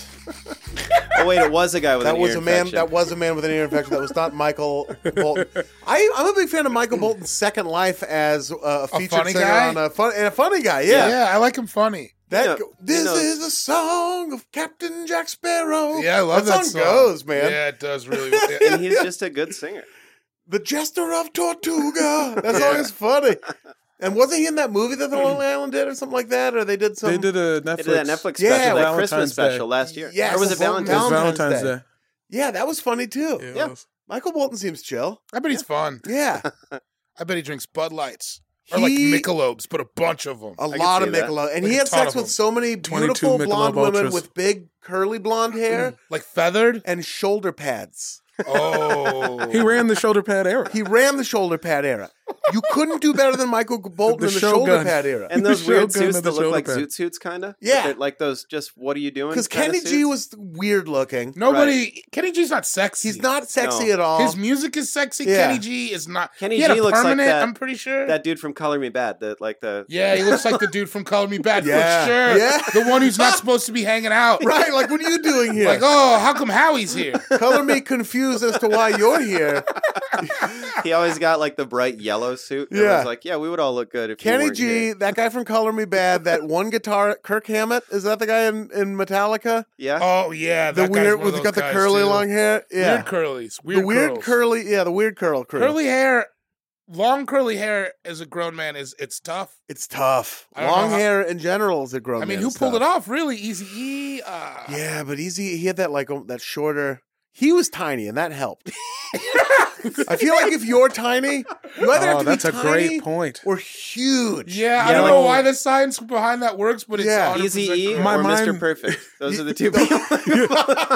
[SPEAKER 1] oh wait, it was a guy with
[SPEAKER 2] That
[SPEAKER 1] an
[SPEAKER 2] was
[SPEAKER 1] ear
[SPEAKER 2] a man.
[SPEAKER 1] infection.
[SPEAKER 2] That was a man with an ear infection. That was not Michael Bolton. I, I'm a big fan of Michael Bolton's second life as uh, a featured
[SPEAKER 3] funny
[SPEAKER 2] singer
[SPEAKER 3] guy?
[SPEAKER 2] on a fun and a funny guy.
[SPEAKER 3] it.
[SPEAKER 2] Yeah.
[SPEAKER 3] yeah, I like him funny.
[SPEAKER 2] That
[SPEAKER 1] You know,
[SPEAKER 2] this
[SPEAKER 1] you know-
[SPEAKER 2] is a song of Captain Jack Sparrow.
[SPEAKER 3] Yeah, I love that, song.
[SPEAKER 2] goes, man.
[SPEAKER 3] Yeah, it does really.
[SPEAKER 1] and he's just a good singer.
[SPEAKER 2] The Jester of Tortuga. That song is funny. And wasn't he in that movie that the Long Island did or something like that? Or they did some
[SPEAKER 5] They did a Netflix.
[SPEAKER 1] They did that Netflix
[SPEAKER 2] Yeah,
[SPEAKER 1] special, that
[SPEAKER 5] Valentine's
[SPEAKER 1] Christmas
[SPEAKER 5] Day.
[SPEAKER 1] special last year.
[SPEAKER 2] Yes,
[SPEAKER 1] or was it
[SPEAKER 2] Valentine's
[SPEAKER 5] It
[SPEAKER 1] Valentine's?
[SPEAKER 5] was Valentine's
[SPEAKER 2] Day.
[SPEAKER 5] Day.
[SPEAKER 2] Yeah, that was funny too.
[SPEAKER 5] it
[SPEAKER 1] Yeah.
[SPEAKER 5] was.
[SPEAKER 2] Michael Bolton seems chill.
[SPEAKER 3] I bet he's fun.
[SPEAKER 2] Yeah.
[SPEAKER 3] I bet he drinks Bud Lights or
[SPEAKER 2] He- Oh.
[SPEAKER 3] like Michelobes, but a bunch of them.
[SPEAKER 2] A
[SPEAKER 1] can
[SPEAKER 2] lot
[SPEAKER 1] see
[SPEAKER 2] of
[SPEAKER 1] that.
[SPEAKER 2] Michelob. And
[SPEAKER 3] Like
[SPEAKER 2] he
[SPEAKER 3] a
[SPEAKER 2] had
[SPEAKER 3] ton
[SPEAKER 2] sex
[SPEAKER 3] of
[SPEAKER 2] with
[SPEAKER 3] them.
[SPEAKER 2] so many
[SPEAKER 5] 22
[SPEAKER 2] beautiful blonde
[SPEAKER 5] Michelob
[SPEAKER 2] women
[SPEAKER 5] Ultras.
[SPEAKER 2] with big curly blonde hair
[SPEAKER 3] Like feathered.
[SPEAKER 2] and shoulder pads.
[SPEAKER 3] Oh,
[SPEAKER 5] He ran the shoulder pad era.
[SPEAKER 2] He ran the shoulder pad era. You couldn't do better than Michael Bolton
[SPEAKER 5] The
[SPEAKER 2] in the
[SPEAKER 5] Shogun.
[SPEAKER 2] shoulder pad era.
[SPEAKER 1] And those weird
[SPEAKER 5] Shogun
[SPEAKER 1] suits
[SPEAKER 5] of the
[SPEAKER 1] that look like
[SPEAKER 5] shoulder
[SPEAKER 1] zoot suits, kind of.
[SPEAKER 2] Yeah.
[SPEAKER 1] like those. Just what are you doing?
[SPEAKER 2] Because
[SPEAKER 1] kinda
[SPEAKER 2] Kenny G
[SPEAKER 1] suits.
[SPEAKER 2] was weird looking.
[SPEAKER 3] Nobody. Kenny G's not sexy.
[SPEAKER 2] He's not sexy
[SPEAKER 1] No.
[SPEAKER 2] at all.
[SPEAKER 3] His music is sexy.
[SPEAKER 2] Yeah.
[SPEAKER 3] Kenny G is not.
[SPEAKER 1] Kenny
[SPEAKER 3] he had
[SPEAKER 1] G
[SPEAKER 3] a
[SPEAKER 1] looks like
[SPEAKER 3] permanent.
[SPEAKER 1] that-
[SPEAKER 3] I'm pretty sure.
[SPEAKER 1] that dude from Color Me Bad. That like the
[SPEAKER 3] yeah, he looks like the dude from Calling Me Bad
[SPEAKER 2] Yeah.
[SPEAKER 3] for sure.
[SPEAKER 2] Yeah.
[SPEAKER 3] The one who's not supposed to be hanging out.
[SPEAKER 2] right? Like, what are you doing here?
[SPEAKER 3] Like, oh, how come Howie's here?
[SPEAKER 2] Color me confused as to why you're here.
[SPEAKER 1] he always got like the bright yellow suit. Yeah,
[SPEAKER 2] Yeah.
[SPEAKER 1] was like yeah, we would all look good if you
[SPEAKER 2] Kenny
[SPEAKER 1] weren't
[SPEAKER 2] G,
[SPEAKER 1] gay."
[SPEAKER 2] that guy from Color Me Bad, that one guitar, Kirk Hammett, is that the guy in, in Metallica?
[SPEAKER 1] Yeah,
[SPEAKER 3] Oh yeah,
[SPEAKER 2] The
[SPEAKER 3] that guy's
[SPEAKER 2] weird,
[SPEAKER 3] one of
[SPEAKER 2] with
[SPEAKER 3] those
[SPEAKER 2] got the
[SPEAKER 3] guys,
[SPEAKER 2] curly
[SPEAKER 3] too.
[SPEAKER 2] long hair. Yeah,
[SPEAKER 3] Weird curlies. Weird
[SPEAKER 2] the weird
[SPEAKER 3] curls.
[SPEAKER 2] curly, yeah, the weird curl crew.
[SPEAKER 3] Curly hair, long curly hair as a grown man is it's tough.
[SPEAKER 2] It's tough.
[SPEAKER 3] I don't
[SPEAKER 2] Long
[SPEAKER 3] know how-
[SPEAKER 2] hair in general is a grown.
[SPEAKER 3] I mean,
[SPEAKER 2] Oh, man
[SPEAKER 3] who
[SPEAKER 2] is
[SPEAKER 3] pulled
[SPEAKER 2] tough.
[SPEAKER 3] it off? Really, Easy E. Uh,
[SPEAKER 2] Yeah, but easy. He had that like um, that shorter. He was tiny, and that helped. I feel like if you're tiny, you either have
[SPEAKER 5] Oh,
[SPEAKER 2] to
[SPEAKER 5] that's
[SPEAKER 2] be
[SPEAKER 5] a
[SPEAKER 2] tiny
[SPEAKER 5] great point.
[SPEAKER 2] or huge.
[SPEAKER 3] Yeah,
[SPEAKER 1] Yeah,
[SPEAKER 3] I don't
[SPEAKER 1] like-
[SPEAKER 3] know why the science behind that works, but it's
[SPEAKER 2] Yeah.
[SPEAKER 3] yeah.
[SPEAKER 1] Easy E or
[SPEAKER 5] My
[SPEAKER 1] Mr.
[SPEAKER 5] mind-
[SPEAKER 1] Perfect. Those are the two people.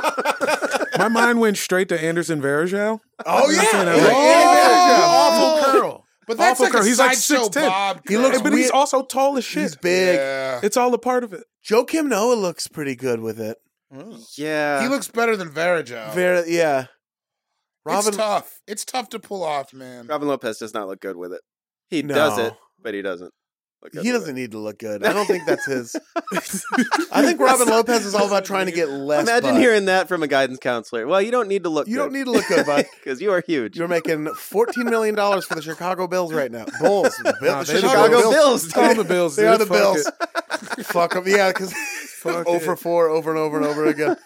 [SPEAKER 5] My mind went straight to Anderson Varejao.
[SPEAKER 2] Oh yeah.
[SPEAKER 5] saying that
[SPEAKER 2] Yeah,
[SPEAKER 5] right.
[SPEAKER 2] yeah, yeah.
[SPEAKER 5] Awful curl.
[SPEAKER 3] But that's
[SPEAKER 5] Awful
[SPEAKER 3] like a
[SPEAKER 5] curl. He's like
[SPEAKER 3] sideshow
[SPEAKER 5] 6'10".
[SPEAKER 3] Bob.
[SPEAKER 2] He looks
[SPEAKER 3] curl.
[SPEAKER 5] But he's
[SPEAKER 2] weird.
[SPEAKER 5] also tall as shit.
[SPEAKER 2] He's big.
[SPEAKER 3] Yeah.
[SPEAKER 5] It's all a part of it.
[SPEAKER 2] Joe Kim Noah looks pretty good with it.
[SPEAKER 1] yeah,
[SPEAKER 3] He looks better than Verajao.
[SPEAKER 2] Very, yeah. Robin,
[SPEAKER 3] It's Oh. tough. It's tough to pull off, man.
[SPEAKER 1] Robin Lopez does not look good with it. He
[SPEAKER 2] No.
[SPEAKER 1] does it, but he doesn't. Look good
[SPEAKER 2] he
[SPEAKER 1] with
[SPEAKER 2] doesn't need to look good. I don't think that's his. I think Robin Lopez is all about trying to get
[SPEAKER 1] it.
[SPEAKER 2] less.
[SPEAKER 1] Imagine
[SPEAKER 2] butt.
[SPEAKER 1] hearing that from a guidance counselor. Well, you don't need to look.
[SPEAKER 2] You don't need to look good, bud.
[SPEAKER 1] because you are huge.
[SPEAKER 2] You're making fourteen million dollars for the Chicago Bills right now. Bulls, the, Bill-
[SPEAKER 5] Nah,
[SPEAKER 2] the
[SPEAKER 5] they
[SPEAKER 2] Chicago,
[SPEAKER 1] Chicago
[SPEAKER 2] Bills.
[SPEAKER 1] Bills.
[SPEAKER 5] Call the Bills.
[SPEAKER 2] They
[SPEAKER 5] dude.
[SPEAKER 2] are the
[SPEAKER 5] Fuck
[SPEAKER 2] Bills.
[SPEAKER 5] it.
[SPEAKER 2] Fuck them, yeah, because
[SPEAKER 5] Fuck
[SPEAKER 2] over
[SPEAKER 5] it.
[SPEAKER 2] four over and over and over again.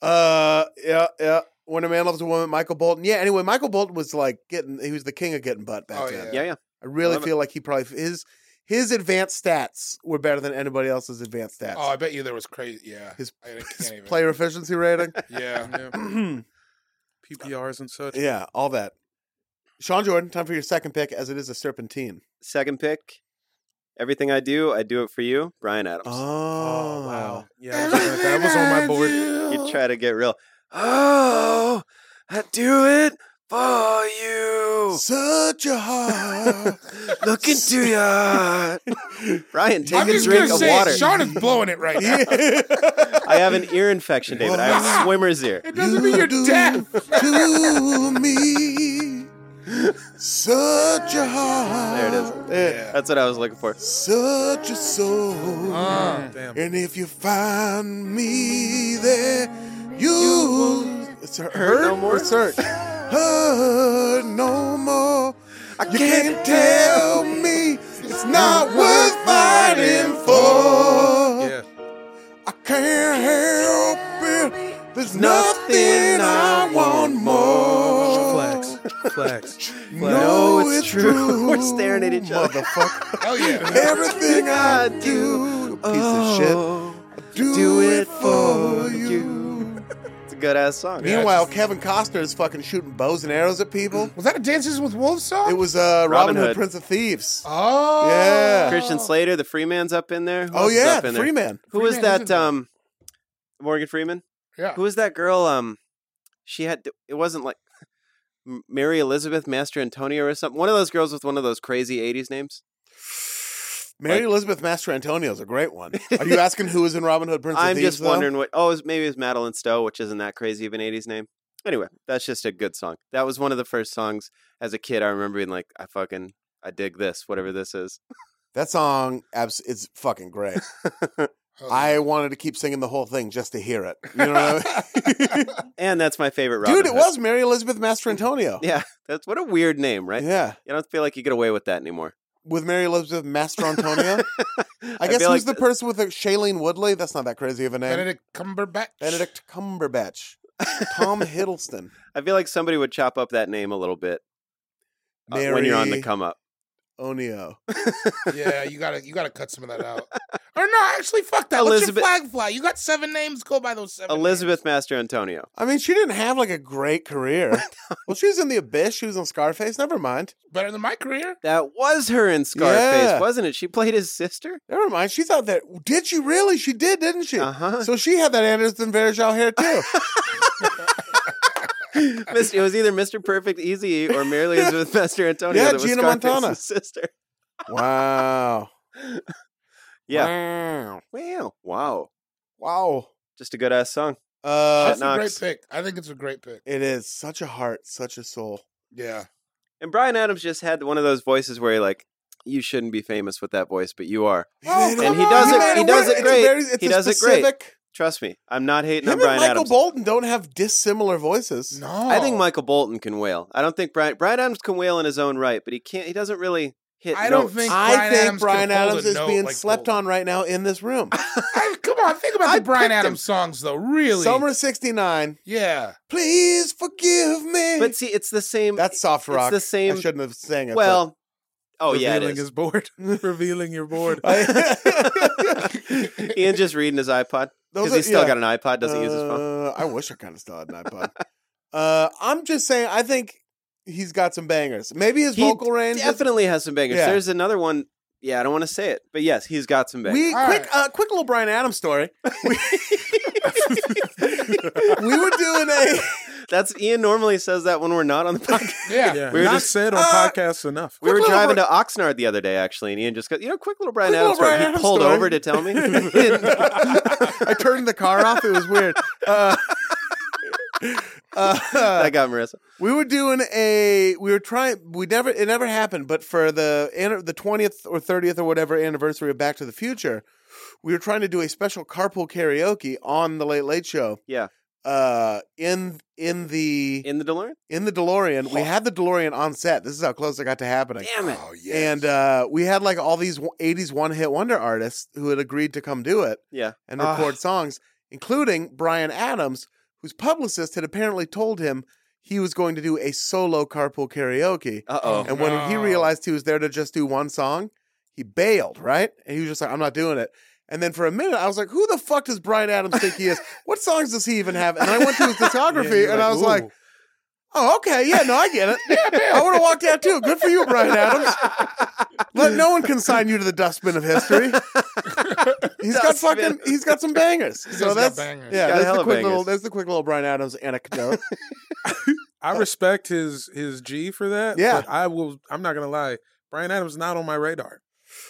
[SPEAKER 2] Uh, yeah, yeah. When a Man Loves a Woman, Michael Bolton. Yeah, anyway, Michael Bolton was like getting, he was the king of getting butt back
[SPEAKER 3] Oh,
[SPEAKER 2] then.
[SPEAKER 3] yeah.
[SPEAKER 1] Yeah, yeah.
[SPEAKER 2] I really
[SPEAKER 1] Love it.
[SPEAKER 2] feel like he probably, his his advanced stats were better than anybody else's advanced stats.
[SPEAKER 3] Oh, I bet you there was crazy. Yeah,
[SPEAKER 2] His-
[SPEAKER 3] I can't
[SPEAKER 2] His
[SPEAKER 3] even-
[SPEAKER 2] player efficiency rating.
[SPEAKER 3] Yeah,
[SPEAKER 5] PPRs and such.
[SPEAKER 2] yeah, all that. Sean Jordan, time for your second pick, as it is a serpentine.
[SPEAKER 1] Second pick. Everything I do, I do it for you, Brian Adams.
[SPEAKER 2] Oh, wow.
[SPEAKER 5] Yeah, I was gonna- that was on my board.
[SPEAKER 1] You try to get real. Oh, I do it for you.
[SPEAKER 2] Such a heart.
[SPEAKER 1] Look into your Brian, take
[SPEAKER 3] I'm
[SPEAKER 1] a
[SPEAKER 3] just gonna
[SPEAKER 1] drink of
[SPEAKER 3] say,
[SPEAKER 1] water.
[SPEAKER 3] it. Sean is blowing it right now.
[SPEAKER 1] I have an ear infection, David. I have a swimmer's ear.
[SPEAKER 3] It doesn't mean you're
[SPEAKER 2] do
[SPEAKER 3] deaf.
[SPEAKER 2] to me. Such a heart.
[SPEAKER 1] There it is.
[SPEAKER 2] Yeah.
[SPEAKER 1] That's what I was looking for.
[SPEAKER 2] Such a soul.
[SPEAKER 3] Uh,
[SPEAKER 5] Damn.
[SPEAKER 2] And if you find me there, you it's her, hurt
[SPEAKER 1] no more.
[SPEAKER 2] or search. Hurt no more. you can't,
[SPEAKER 1] can't
[SPEAKER 2] tell me it's not worth fighting for.
[SPEAKER 5] Yeah.
[SPEAKER 2] I can't help it. There's nothing I want more.
[SPEAKER 5] Flags. Flags.
[SPEAKER 2] No,
[SPEAKER 1] No, it's true. We're staring at each other.
[SPEAKER 2] Motherfucker.
[SPEAKER 3] hell yeah.
[SPEAKER 2] Everything I do, piece of shit, do, it for you.
[SPEAKER 1] It's a good ass song.
[SPEAKER 2] Meanwhile, Kevin Costner is fucking shooting bows and arrows at people.
[SPEAKER 3] Was that a Dances with Wolves song?
[SPEAKER 2] It was uh,
[SPEAKER 1] Robin
[SPEAKER 2] Robin, Hood, Uh,
[SPEAKER 1] Hood.
[SPEAKER 2] Prince of Thieves.
[SPEAKER 3] Oh,
[SPEAKER 2] Yeah.
[SPEAKER 1] Christian Slater, the Freeman's up in there. Who
[SPEAKER 2] oh
[SPEAKER 1] else is
[SPEAKER 2] yeah,
[SPEAKER 1] up in there?
[SPEAKER 2] Freeman.
[SPEAKER 1] Who was
[SPEAKER 3] Freeman is
[SPEAKER 1] that?
[SPEAKER 3] in there.
[SPEAKER 1] Um, Morgan Freeman.
[SPEAKER 3] Yeah.
[SPEAKER 1] Who was that girl? Um, she had. It wasn't like M- Mary Elizabeth Master Antonio or something. One of those girls with one of those crazy '80s names.
[SPEAKER 2] Mary
[SPEAKER 1] Like-
[SPEAKER 2] Elizabeth Master Antonio is a great one. Are you asking who is in Robin Hood, Prince of
[SPEAKER 1] I'm
[SPEAKER 2] Thieves?
[SPEAKER 1] just
[SPEAKER 2] though?
[SPEAKER 1] wondering what. Oh, it was, maybe it was Madeline Stowe, which isn't that crazy of an '80s name. Anyway, that's just a good song. That was one of the first songs as a kid. I remember being like, I fucking, I dig this, whatever this is.
[SPEAKER 2] That song, abs- it's fucking great.
[SPEAKER 3] Hell yeah.
[SPEAKER 2] I wanted to keep singing the whole thing just to hear it. You know what I mean?
[SPEAKER 1] And that's my favorite. Robin
[SPEAKER 2] Dude, it
[SPEAKER 1] Hood.
[SPEAKER 2] was Mary Elizabeth Master Antonio.
[SPEAKER 1] Yeah, that's what a weird name, right?
[SPEAKER 2] Yeah.
[SPEAKER 1] I don't feel like you get away with that anymore.
[SPEAKER 2] With Mary Elizabeth Master Antonio. I guess who's
[SPEAKER 1] feel like
[SPEAKER 2] the person with the Shailene Woodley? That's not that crazy of a name.
[SPEAKER 3] Benedict Cumberbatch.
[SPEAKER 2] Benedict Cumberbatch. Tom Hiddleston.
[SPEAKER 1] I feel like somebody would chop up that name a little bit uh,
[SPEAKER 2] Mary
[SPEAKER 1] when you're on the come up.
[SPEAKER 2] Onio.
[SPEAKER 3] yeah, you gotta you gotta cut some of that out. Or no, actually, fuck that.
[SPEAKER 1] Elizabeth-
[SPEAKER 3] What's your flag fly? You got seven names. Go by those seven.
[SPEAKER 1] Elizabeth Master Antonio.
[SPEAKER 2] I mean, she didn't have like a great career. well, she was in The Abyss. She was in Scarface. Never mind.
[SPEAKER 3] names. better than my career.
[SPEAKER 1] That was her in Scarface,
[SPEAKER 2] Yeah.
[SPEAKER 1] wasn't it? She played his sister.
[SPEAKER 2] Never mind. She's out there. Did she really? She did, didn't she?
[SPEAKER 1] Uh-huh.
[SPEAKER 2] So she had that Anderson Varejao hair too.
[SPEAKER 1] Mis- it was either Mr. Perfect Easy or Mary Elizabeth Master Antonio.
[SPEAKER 2] Yeah,
[SPEAKER 1] that was
[SPEAKER 2] Gina
[SPEAKER 1] Scarface's
[SPEAKER 2] Montana.
[SPEAKER 1] sister.
[SPEAKER 2] wow.
[SPEAKER 1] Yeah.
[SPEAKER 2] Wow.
[SPEAKER 1] Wow. Wow.
[SPEAKER 2] Wow.
[SPEAKER 1] Just a good ass song.
[SPEAKER 2] Uh,
[SPEAKER 3] That's
[SPEAKER 1] Knox.
[SPEAKER 3] a great pick. I think it's a great pick.
[SPEAKER 2] it is such a heart, such a soul.
[SPEAKER 3] Yeah.
[SPEAKER 1] And Brian Adams just had one of those voices where you're like, you shouldn't be famous with that voice, but you are.
[SPEAKER 3] Oh,
[SPEAKER 1] And he does
[SPEAKER 2] You
[SPEAKER 1] it-
[SPEAKER 2] made
[SPEAKER 1] he does
[SPEAKER 2] work.
[SPEAKER 1] it
[SPEAKER 2] It's a
[SPEAKER 1] great.
[SPEAKER 2] very- it's
[SPEAKER 1] He
[SPEAKER 2] a
[SPEAKER 1] does it great.
[SPEAKER 2] specific-
[SPEAKER 1] Trust me. I'm not hating on
[SPEAKER 2] Him and
[SPEAKER 1] Brian
[SPEAKER 2] Michael
[SPEAKER 1] Adams.
[SPEAKER 2] Bolton don't have dissimilar voices.
[SPEAKER 3] No.
[SPEAKER 1] I think Michael Bolton can wail. I don't think Brian Brian Adams can wail in his own right, but he can't. He doesn't really hit.
[SPEAKER 3] I don't
[SPEAKER 1] notes.
[SPEAKER 3] think-
[SPEAKER 2] I
[SPEAKER 3] Bryan
[SPEAKER 2] think
[SPEAKER 3] Adams
[SPEAKER 2] Brian
[SPEAKER 3] can hold
[SPEAKER 2] Adams
[SPEAKER 3] a
[SPEAKER 2] is
[SPEAKER 3] note
[SPEAKER 2] being
[SPEAKER 3] like
[SPEAKER 2] slept
[SPEAKER 3] Bolton.
[SPEAKER 2] on right now in this room.
[SPEAKER 3] I- come on, think about
[SPEAKER 1] I
[SPEAKER 3] the Brian
[SPEAKER 1] picked him.
[SPEAKER 3] Adams songs though. Really.
[SPEAKER 2] Summer '69.
[SPEAKER 3] Yeah.
[SPEAKER 2] Please forgive me.
[SPEAKER 1] But see, it's the same.
[SPEAKER 2] That's soft
[SPEAKER 1] it's
[SPEAKER 2] rock.
[SPEAKER 1] the same-
[SPEAKER 2] I shouldn't have sang it.
[SPEAKER 1] well. Oh yeah,
[SPEAKER 5] Revealing
[SPEAKER 1] it is.
[SPEAKER 5] his board. Revealing your board.
[SPEAKER 2] but-
[SPEAKER 1] Ian just reading his iPod
[SPEAKER 2] Those
[SPEAKER 1] because
[SPEAKER 2] are-
[SPEAKER 1] he's still
[SPEAKER 2] yeah.
[SPEAKER 1] got an iPod. Doesn't use his phone.
[SPEAKER 2] Uh, I wish I kind of still had an iPod. uh, I'm just saying. I think he's got some bangers. Maybe his
[SPEAKER 1] He
[SPEAKER 2] vocal range. is-
[SPEAKER 1] Definitely has some bangers.
[SPEAKER 2] Yeah.
[SPEAKER 1] There's another one. Yeah, I don't want to say it, but yes, he's got some bangers.
[SPEAKER 2] we
[SPEAKER 3] All
[SPEAKER 2] quick,
[SPEAKER 3] right.
[SPEAKER 2] uh, quick little Brian Adams story. We, we were doing a.
[SPEAKER 1] That's Ian normally says that when we're not on the podcast.
[SPEAKER 3] Yeah.
[SPEAKER 5] Yeah.
[SPEAKER 1] We were
[SPEAKER 5] not
[SPEAKER 1] just- Ah!
[SPEAKER 5] said on
[SPEAKER 2] uh,
[SPEAKER 5] podcasts enough.
[SPEAKER 1] We were
[SPEAKER 2] little
[SPEAKER 1] driving to Oxnard the other day, actually, and Ian just goes, "You know, quick little Brian
[SPEAKER 2] Quick little
[SPEAKER 1] Adams story."
[SPEAKER 2] Bryan
[SPEAKER 1] He
[SPEAKER 2] Adams
[SPEAKER 1] pulled
[SPEAKER 2] story.
[SPEAKER 1] over to tell me. that
[SPEAKER 2] I turned the car off. It was weird. Uh, uh,
[SPEAKER 1] got Marissa.
[SPEAKER 2] we were doing a. We were trying. We never. It never happened. But for the an- the twentieth or thirtieth or whatever anniversary of Back to the Future, we were trying to do a special carpool karaoke on the Late Late Show.
[SPEAKER 1] Yeah.
[SPEAKER 2] Uh, in in the in,
[SPEAKER 1] In the DeLorean.
[SPEAKER 2] the DeLorean, we had the DeLorean on set. This is how close I got to happening.
[SPEAKER 1] Damn it.
[SPEAKER 3] Oh yeah.
[SPEAKER 2] And uh, we had like all these w- 80s one hit wonder artists who had agreed to come do it
[SPEAKER 1] Yeah.
[SPEAKER 2] and
[SPEAKER 1] Ah.
[SPEAKER 2] record songs, including Brian Adams, whose publicist had apparently told him he was going to do a solo carpool karaoke.
[SPEAKER 1] Uh oh.
[SPEAKER 2] And when he
[SPEAKER 3] no.
[SPEAKER 2] realized he was there to just do one song, he bailed, right? And he was just like, I'm not doing it. And then for a minute, I was like, who the fuck does Brian Adams think he is? What songs does he even have? And I went to his discography and I was like, oh, okay. Yeah, no, I get it. I would have walked out too. Good for you, Brian Adams. Let no one consign you to the dustbin of history. He's got
[SPEAKER 1] Dustbin.
[SPEAKER 2] fucking, he's got some bangers.
[SPEAKER 3] He's
[SPEAKER 2] So
[SPEAKER 3] got
[SPEAKER 2] that's,
[SPEAKER 3] bangers.
[SPEAKER 2] yeah,
[SPEAKER 1] He's got
[SPEAKER 2] that's
[SPEAKER 1] hella
[SPEAKER 2] the, quick
[SPEAKER 1] bangers.
[SPEAKER 2] little, that's the quick little Brian Adams anecdote.
[SPEAKER 5] I respect his his G for that.
[SPEAKER 2] Yeah.
[SPEAKER 5] but I will. I'm not gonna lie. Brian Adams is not on my radar.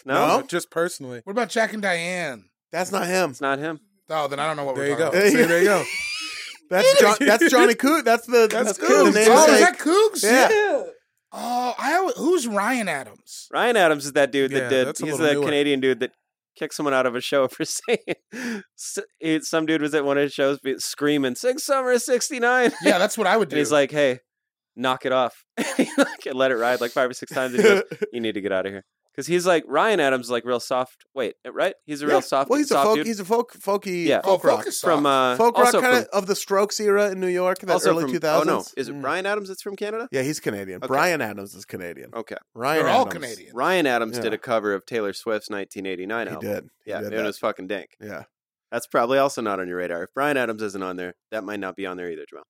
[SPEAKER 5] Uh,
[SPEAKER 1] No,
[SPEAKER 2] No?
[SPEAKER 5] just personally.
[SPEAKER 3] What about Jack and Diane?
[SPEAKER 2] That's not him.
[SPEAKER 1] it's not him.
[SPEAKER 3] Oh, then I don't know what
[SPEAKER 5] There
[SPEAKER 3] we're
[SPEAKER 5] you go.
[SPEAKER 3] talking
[SPEAKER 5] See, there you go.
[SPEAKER 2] That's John, that's Johnny Coot. That's the
[SPEAKER 5] That's
[SPEAKER 2] the
[SPEAKER 5] Coots.
[SPEAKER 2] namesake.
[SPEAKER 3] about. Oh, is that Cougs?
[SPEAKER 2] Yeah.
[SPEAKER 3] Oh, I always, who's Ryan Adams?
[SPEAKER 1] Ryan Adams is that dude
[SPEAKER 5] Yeah,
[SPEAKER 1] that did.
[SPEAKER 5] that's a
[SPEAKER 1] He's
[SPEAKER 5] little
[SPEAKER 1] the
[SPEAKER 5] newer.
[SPEAKER 1] Canadian dude that kicked someone out of a show for saying. s- it- Some dude was at one of his shows be- screaming, "Sing Summer of '69."
[SPEAKER 3] Yeah, that's what I would do.
[SPEAKER 1] And he's like, "Hey, knock it off!" he like, let it ride like five or six times. And he goes, "You need to get out of here," because he's like Ryan Adams, is like real soft. Wait, right? He's a real
[SPEAKER 2] Yeah.
[SPEAKER 1] soft.
[SPEAKER 2] Well, he's
[SPEAKER 1] soft
[SPEAKER 2] a folk.
[SPEAKER 1] dude
[SPEAKER 2] He's a folk, folky,
[SPEAKER 1] Yeah.
[SPEAKER 3] oh,
[SPEAKER 2] folk rock,
[SPEAKER 3] focus
[SPEAKER 1] from
[SPEAKER 3] on-
[SPEAKER 1] uh,
[SPEAKER 2] folk rock
[SPEAKER 1] also
[SPEAKER 2] kind
[SPEAKER 1] from,
[SPEAKER 2] of of the Strokes era in New York, that
[SPEAKER 1] also
[SPEAKER 2] early
[SPEAKER 1] from-
[SPEAKER 2] two thousands. Mm.
[SPEAKER 1] Oh no, is it Ryan Adams that's from Canada?
[SPEAKER 2] Yeah, he's Canadian.
[SPEAKER 1] Okay.
[SPEAKER 2] Brian Adams is Canadian.
[SPEAKER 1] Okay,
[SPEAKER 2] Ryan,
[SPEAKER 3] They're all
[SPEAKER 2] Adams.
[SPEAKER 3] Canadian.
[SPEAKER 1] Ryan Adams
[SPEAKER 2] Yeah.
[SPEAKER 1] did a cover of Taylor Swift's 1989
[SPEAKER 2] He
[SPEAKER 1] album.
[SPEAKER 2] did. He
[SPEAKER 1] Yeah,
[SPEAKER 2] did
[SPEAKER 1] it
[SPEAKER 2] that.
[SPEAKER 1] was fucking dank.
[SPEAKER 2] yeah.
[SPEAKER 1] That's probably also not on your radar. If Brian Adams isn't on there, that might not be on there either, Jamal.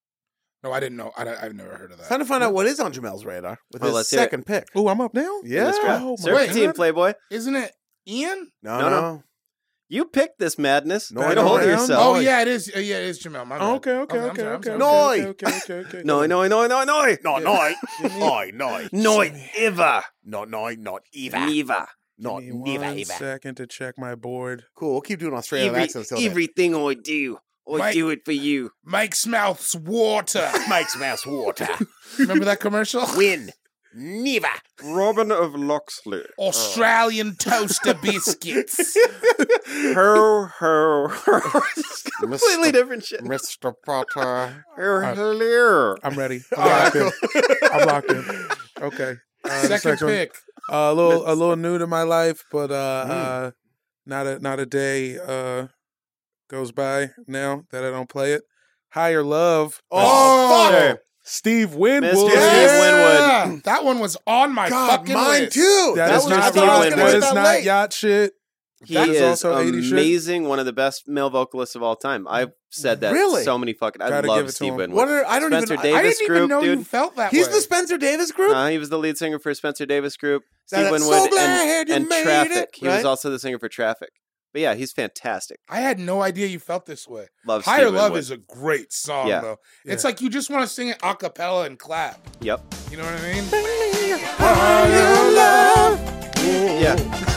[SPEAKER 3] No, I didn't know. I, have never heard of
[SPEAKER 2] It's time
[SPEAKER 3] that.
[SPEAKER 2] to find out what is on Jamel's radar with
[SPEAKER 1] Well,
[SPEAKER 2] his
[SPEAKER 1] let's hear it.
[SPEAKER 2] second pick.
[SPEAKER 5] Oh, I'm up now.
[SPEAKER 1] In
[SPEAKER 2] Yeah.
[SPEAKER 1] this draft.
[SPEAKER 5] Oh my
[SPEAKER 1] Serpentine
[SPEAKER 3] God.
[SPEAKER 1] Playboy.
[SPEAKER 3] Isn't it Ian?
[SPEAKER 2] No,
[SPEAKER 1] No,
[SPEAKER 2] no,
[SPEAKER 1] no. You picked this madness.
[SPEAKER 2] No,
[SPEAKER 1] Get
[SPEAKER 2] I
[SPEAKER 1] a hold of
[SPEAKER 5] don't.
[SPEAKER 1] yourself.
[SPEAKER 3] Oh, yeah, it is. uh, Yeah, it is Jamel. My
[SPEAKER 5] Oh,
[SPEAKER 3] bad.
[SPEAKER 5] okay, okay,
[SPEAKER 3] I'm
[SPEAKER 5] okay,
[SPEAKER 3] sorry, I'm
[SPEAKER 5] okay.
[SPEAKER 3] sorry.
[SPEAKER 5] okay,
[SPEAKER 2] Noi.
[SPEAKER 5] Okay, okay, okay.
[SPEAKER 1] No, no, no, no, no.
[SPEAKER 2] No,
[SPEAKER 5] Yeah.
[SPEAKER 2] no,
[SPEAKER 5] Give me-
[SPEAKER 2] no, no,
[SPEAKER 1] No, Eva.
[SPEAKER 2] no, no, not Eva,
[SPEAKER 1] Eva.
[SPEAKER 2] not
[SPEAKER 5] Give me
[SPEAKER 2] Eva,
[SPEAKER 5] one
[SPEAKER 2] Eva.
[SPEAKER 5] second to check my board.
[SPEAKER 2] Cool. We'll keep doing Australian
[SPEAKER 1] Every-
[SPEAKER 2] accents till then.
[SPEAKER 1] Everything I do, I
[SPEAKER 3] Right.
[SPEAKER 1] do it for you.
[SPEAKER 3] Mike's mouth's water.
[SPEAKER 2] Makes mouse water.
[SPEAKER 3] Remember that commercial?
[SPEAKER 2] Win. Never.
[SPEAKER 1] Robin of Locksley.
[SPEAKER 3] Australian toaster biscuits.
[SPEAKER 1] Ho, ho, ho. It's completely
[SPEAKER 2] Mr.
[SPEAKER 1] different shit.
[SPEAKER 2] Mr. Potter.
[SPEAKER 1] Her, her.
[SPEAKER 5] I'm ready. I'm
[SPEAKER 3] All right,
[SPEAKER 5] locked in. I'm locked in. Okay. Uh, the
[SPEAKER 3] Second
[SPEAKER 5] one.
[SPEAKER 3] pick.
[SPEAKER 5] a little a little new to my life, but uh, uh not a not a day uh goes by now that I don't play it. Higher Love. by
[SPEAKER 2] Oh,
[SPEAKER 1] Sure.
[SPEAKER 5] Steve Winwood.
[SPEAKER 1] Mr. Steve Winwood.
[SPEAKER 3] Yeah, that one was on my
[SPEAKER 2] God,
[SPEAKER 3] fucking
[SPEAKER 2] mine
[SPEAKER 3] list.
[SPEAKER 2] too.
[SPEAKER 5] That
[SPEAKER 1] That
[SPEAKER 5] is
[SPEAKER 1] was- I
[SPEAKER 5] not
[SPEAKER 1] thought I was
[SPEAKER 5] yacht,
[SPEAKER 1] gonna
[SPEAKER 5] that
[SPEAKER 1] get
[SPEAKER 5] is
[SPEAKER 1] that
[SPEAKER 5] not
[SPEAKER 2] late.
[SPEAKER 5] yacht shit.
[SPEAKER 1] He
[SPEAKER 5] That
[SPEAKER 1] is,
[SPEAKER 5] is also 80 shit.
[SPEAKER 1] amazing. One of the best male vocalists of all time. I've said that
[SPEAKER 2] Really?
[SPEAKER 1] so many fucking. I
[SPEAKER 5] Gotta give
[SPEAKER 1] love
[SPEAKER 5] it to
[SPEAKER 1] Steve
[SPEAKER 5] him.
[SPEAKER 1] Winwood.
[SPEAKER 2] What are I don't
[SPEAKER 1] Spencer
[SPEAKER 2] even.
[SPEAKER 1] Davis
[SPEAKER 3] I didn't even
[SPEAKER 1] group,
[SPEAKER 3] know
[SPEAKER 1] dude.
[SPEAKER 3] you felt that
[SPEAKER 2] he's
[SPEAKER 3] way.
[SPEAKER 2] the Spencer Davis group.
[SPEAKER 1] Uh, he was the lead singer for Spencer Davis Group,
[SPEAKER 2] That-
[SPEAKER 1] Steve
[SPEAKER 2] that's so
[SPEAKER 1] Winwood,
[SPEAKER 2] glad
[SPEAKER 1] and,
[SPEAKER 2] you
[SPEAKER 1] and
[SPEAKER 2] made
[SPEAKER 1] Traffic.
[SPEAKER 2] it,
[SPEAKER 1] He was
[SPEAKER 2] right?
[SPEAKER 1] also the singer for Traffic. But yeah, he's fantastic.
[SPEAKER 3] I had no idea you felt this way.
[SPEAKER 1] Love
[SPEAKER 3] Higher
[SPEAKER 1] Steve
[SPEAKER 3] Love
[SPEAKER 1] Winwood.
[SPEAKER 3] is a great song,
[SPEAKER 1] Yeah.
[SPEAKER 3] though.
[SPEAKER 5] Yeah.
[SPEAKER 3] It's like you just want to sing it a cappella and clap.
[SPEAKER 1] Yep.
[SPEAKER 3] You know what I mean?
[SPEAKER 2] Higher love,
[SPEAKER 1] Yeah.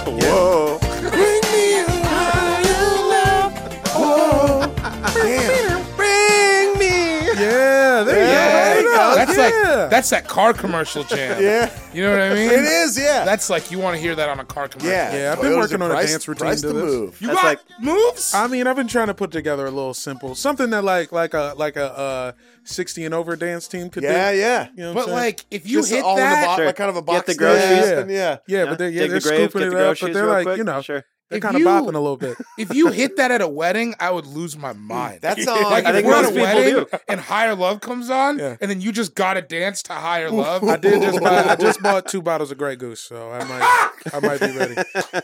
[SPEAKER 1] Whoa.
[SPEAKER 2] bring me a higher love. Oh, damn. Bring me.
[SPEAKER 5] Yeah, there
[SPEAKER 2] Yeah,
[SPEAKER 5] you go.
[SPEAKER 2] there
[SPEAKER 3] That's
[SPEAKER 5] yeah.
[SPEAKER 3] like that's that car commercial jam.
[SPEAKER 2] Yeah,
[SPEAKER 3] You know what I mean?
[SPEAKER 2] it is. Yeah,
[SPEAKER 3] That's like you want to hear that on a car commercial.
[SPEAKER 2] yeah.
[SPEAKER 5] Yeah, I've been
[SPEAKER 2] Toyota's
[SPEAKER 5] working on a
[SPEAKER 2] price-
[SPEAKER 5] dance routine
[SPEAKER 2] price
[SPEAKER 5] to
[SPEAKER 2] to
[SPEAKER 5] this.
[SPEAKER 2] move.
[SPEAKER 3] You
[SPEAKER 1] That's
[SPEAKER 3] got
[SPEAKER 1] like-
[SPEAKER 3] moves?
[SPEAKER 5] I mean, I've been trying to put together a little simple something that like like a like a uh, sixty and over dance team could
[SPEAKER 2] Yeah,
[SPEAKER 5] do.
[SPEAKER 2] yeah.
[SPEAKER 5] You know what
[SPEAKER 3] but
[SPEAKER 5] I'm saying?
[SPEAKER 3] like if you
[SPEAKER 2] Just
[SPEAKER 3] hit
[SPEAKER 2] all in the
[SPEAKER 3] that,
[SPEAKER 2] box,
[SPEAKER 1] Sure.
[SPEAKER 2] like kind of a
[SPEAKER 1] Get
[SPEAKER 2] box.
[SPEAKER 1] the groceries.
[SPEAKER 2] Yeah, and yeah.
[SPEAKER 5] yeah, but they're, yeah,
[SPEAKER 1] Dig
[SPEAKER 5] they're
[SPEAKER 1] the grave,
[SPEAKER 5] scooping
[SPEAKER 1] get
[SPEAKER 5] it
[SPEAKER 1] the
[SPEAKER 5] up,
[SPEAKER 1] groceries
[SPEAKER 5] but they're
[SPEAKER 1] real
[SPEAKER 5] like
[SPEAKER 1] quick.
[SPEAKER 5] you know
[SPEAKER 1] Sure.
[SPEAKER 5] they're
[SPEAKER 3] If
[SPEAKER 5] kind of
[SPEAKER 3] you-
[SPEAKER 5] bopping a little bit.
[SPEAKER 3] if you hit that at a wedding, I would lose my mind.
[SPEAKER 2] That's on.
[SPEAKER 3] like
[SPEAKER 1] I
[SPEAKER 3] if
[SPEAKER 1] think
[SPEAKER 3] we're at a
[SPEAKER 1] most people
[SPEAKER 3] wedding
[SPEAKER 1] do.
[SPEAKER 3] and higher love comes on,
[SPEAKER 5] Yeah.
[SPEAKER 3] and then you just gotta dance to higher love.
[SPEAKER 5] I
[SPEAKER 2] Oh
[SPEAKER 5] did just buy, I just bought two bottles of Grey Goose, so I might I might be ready.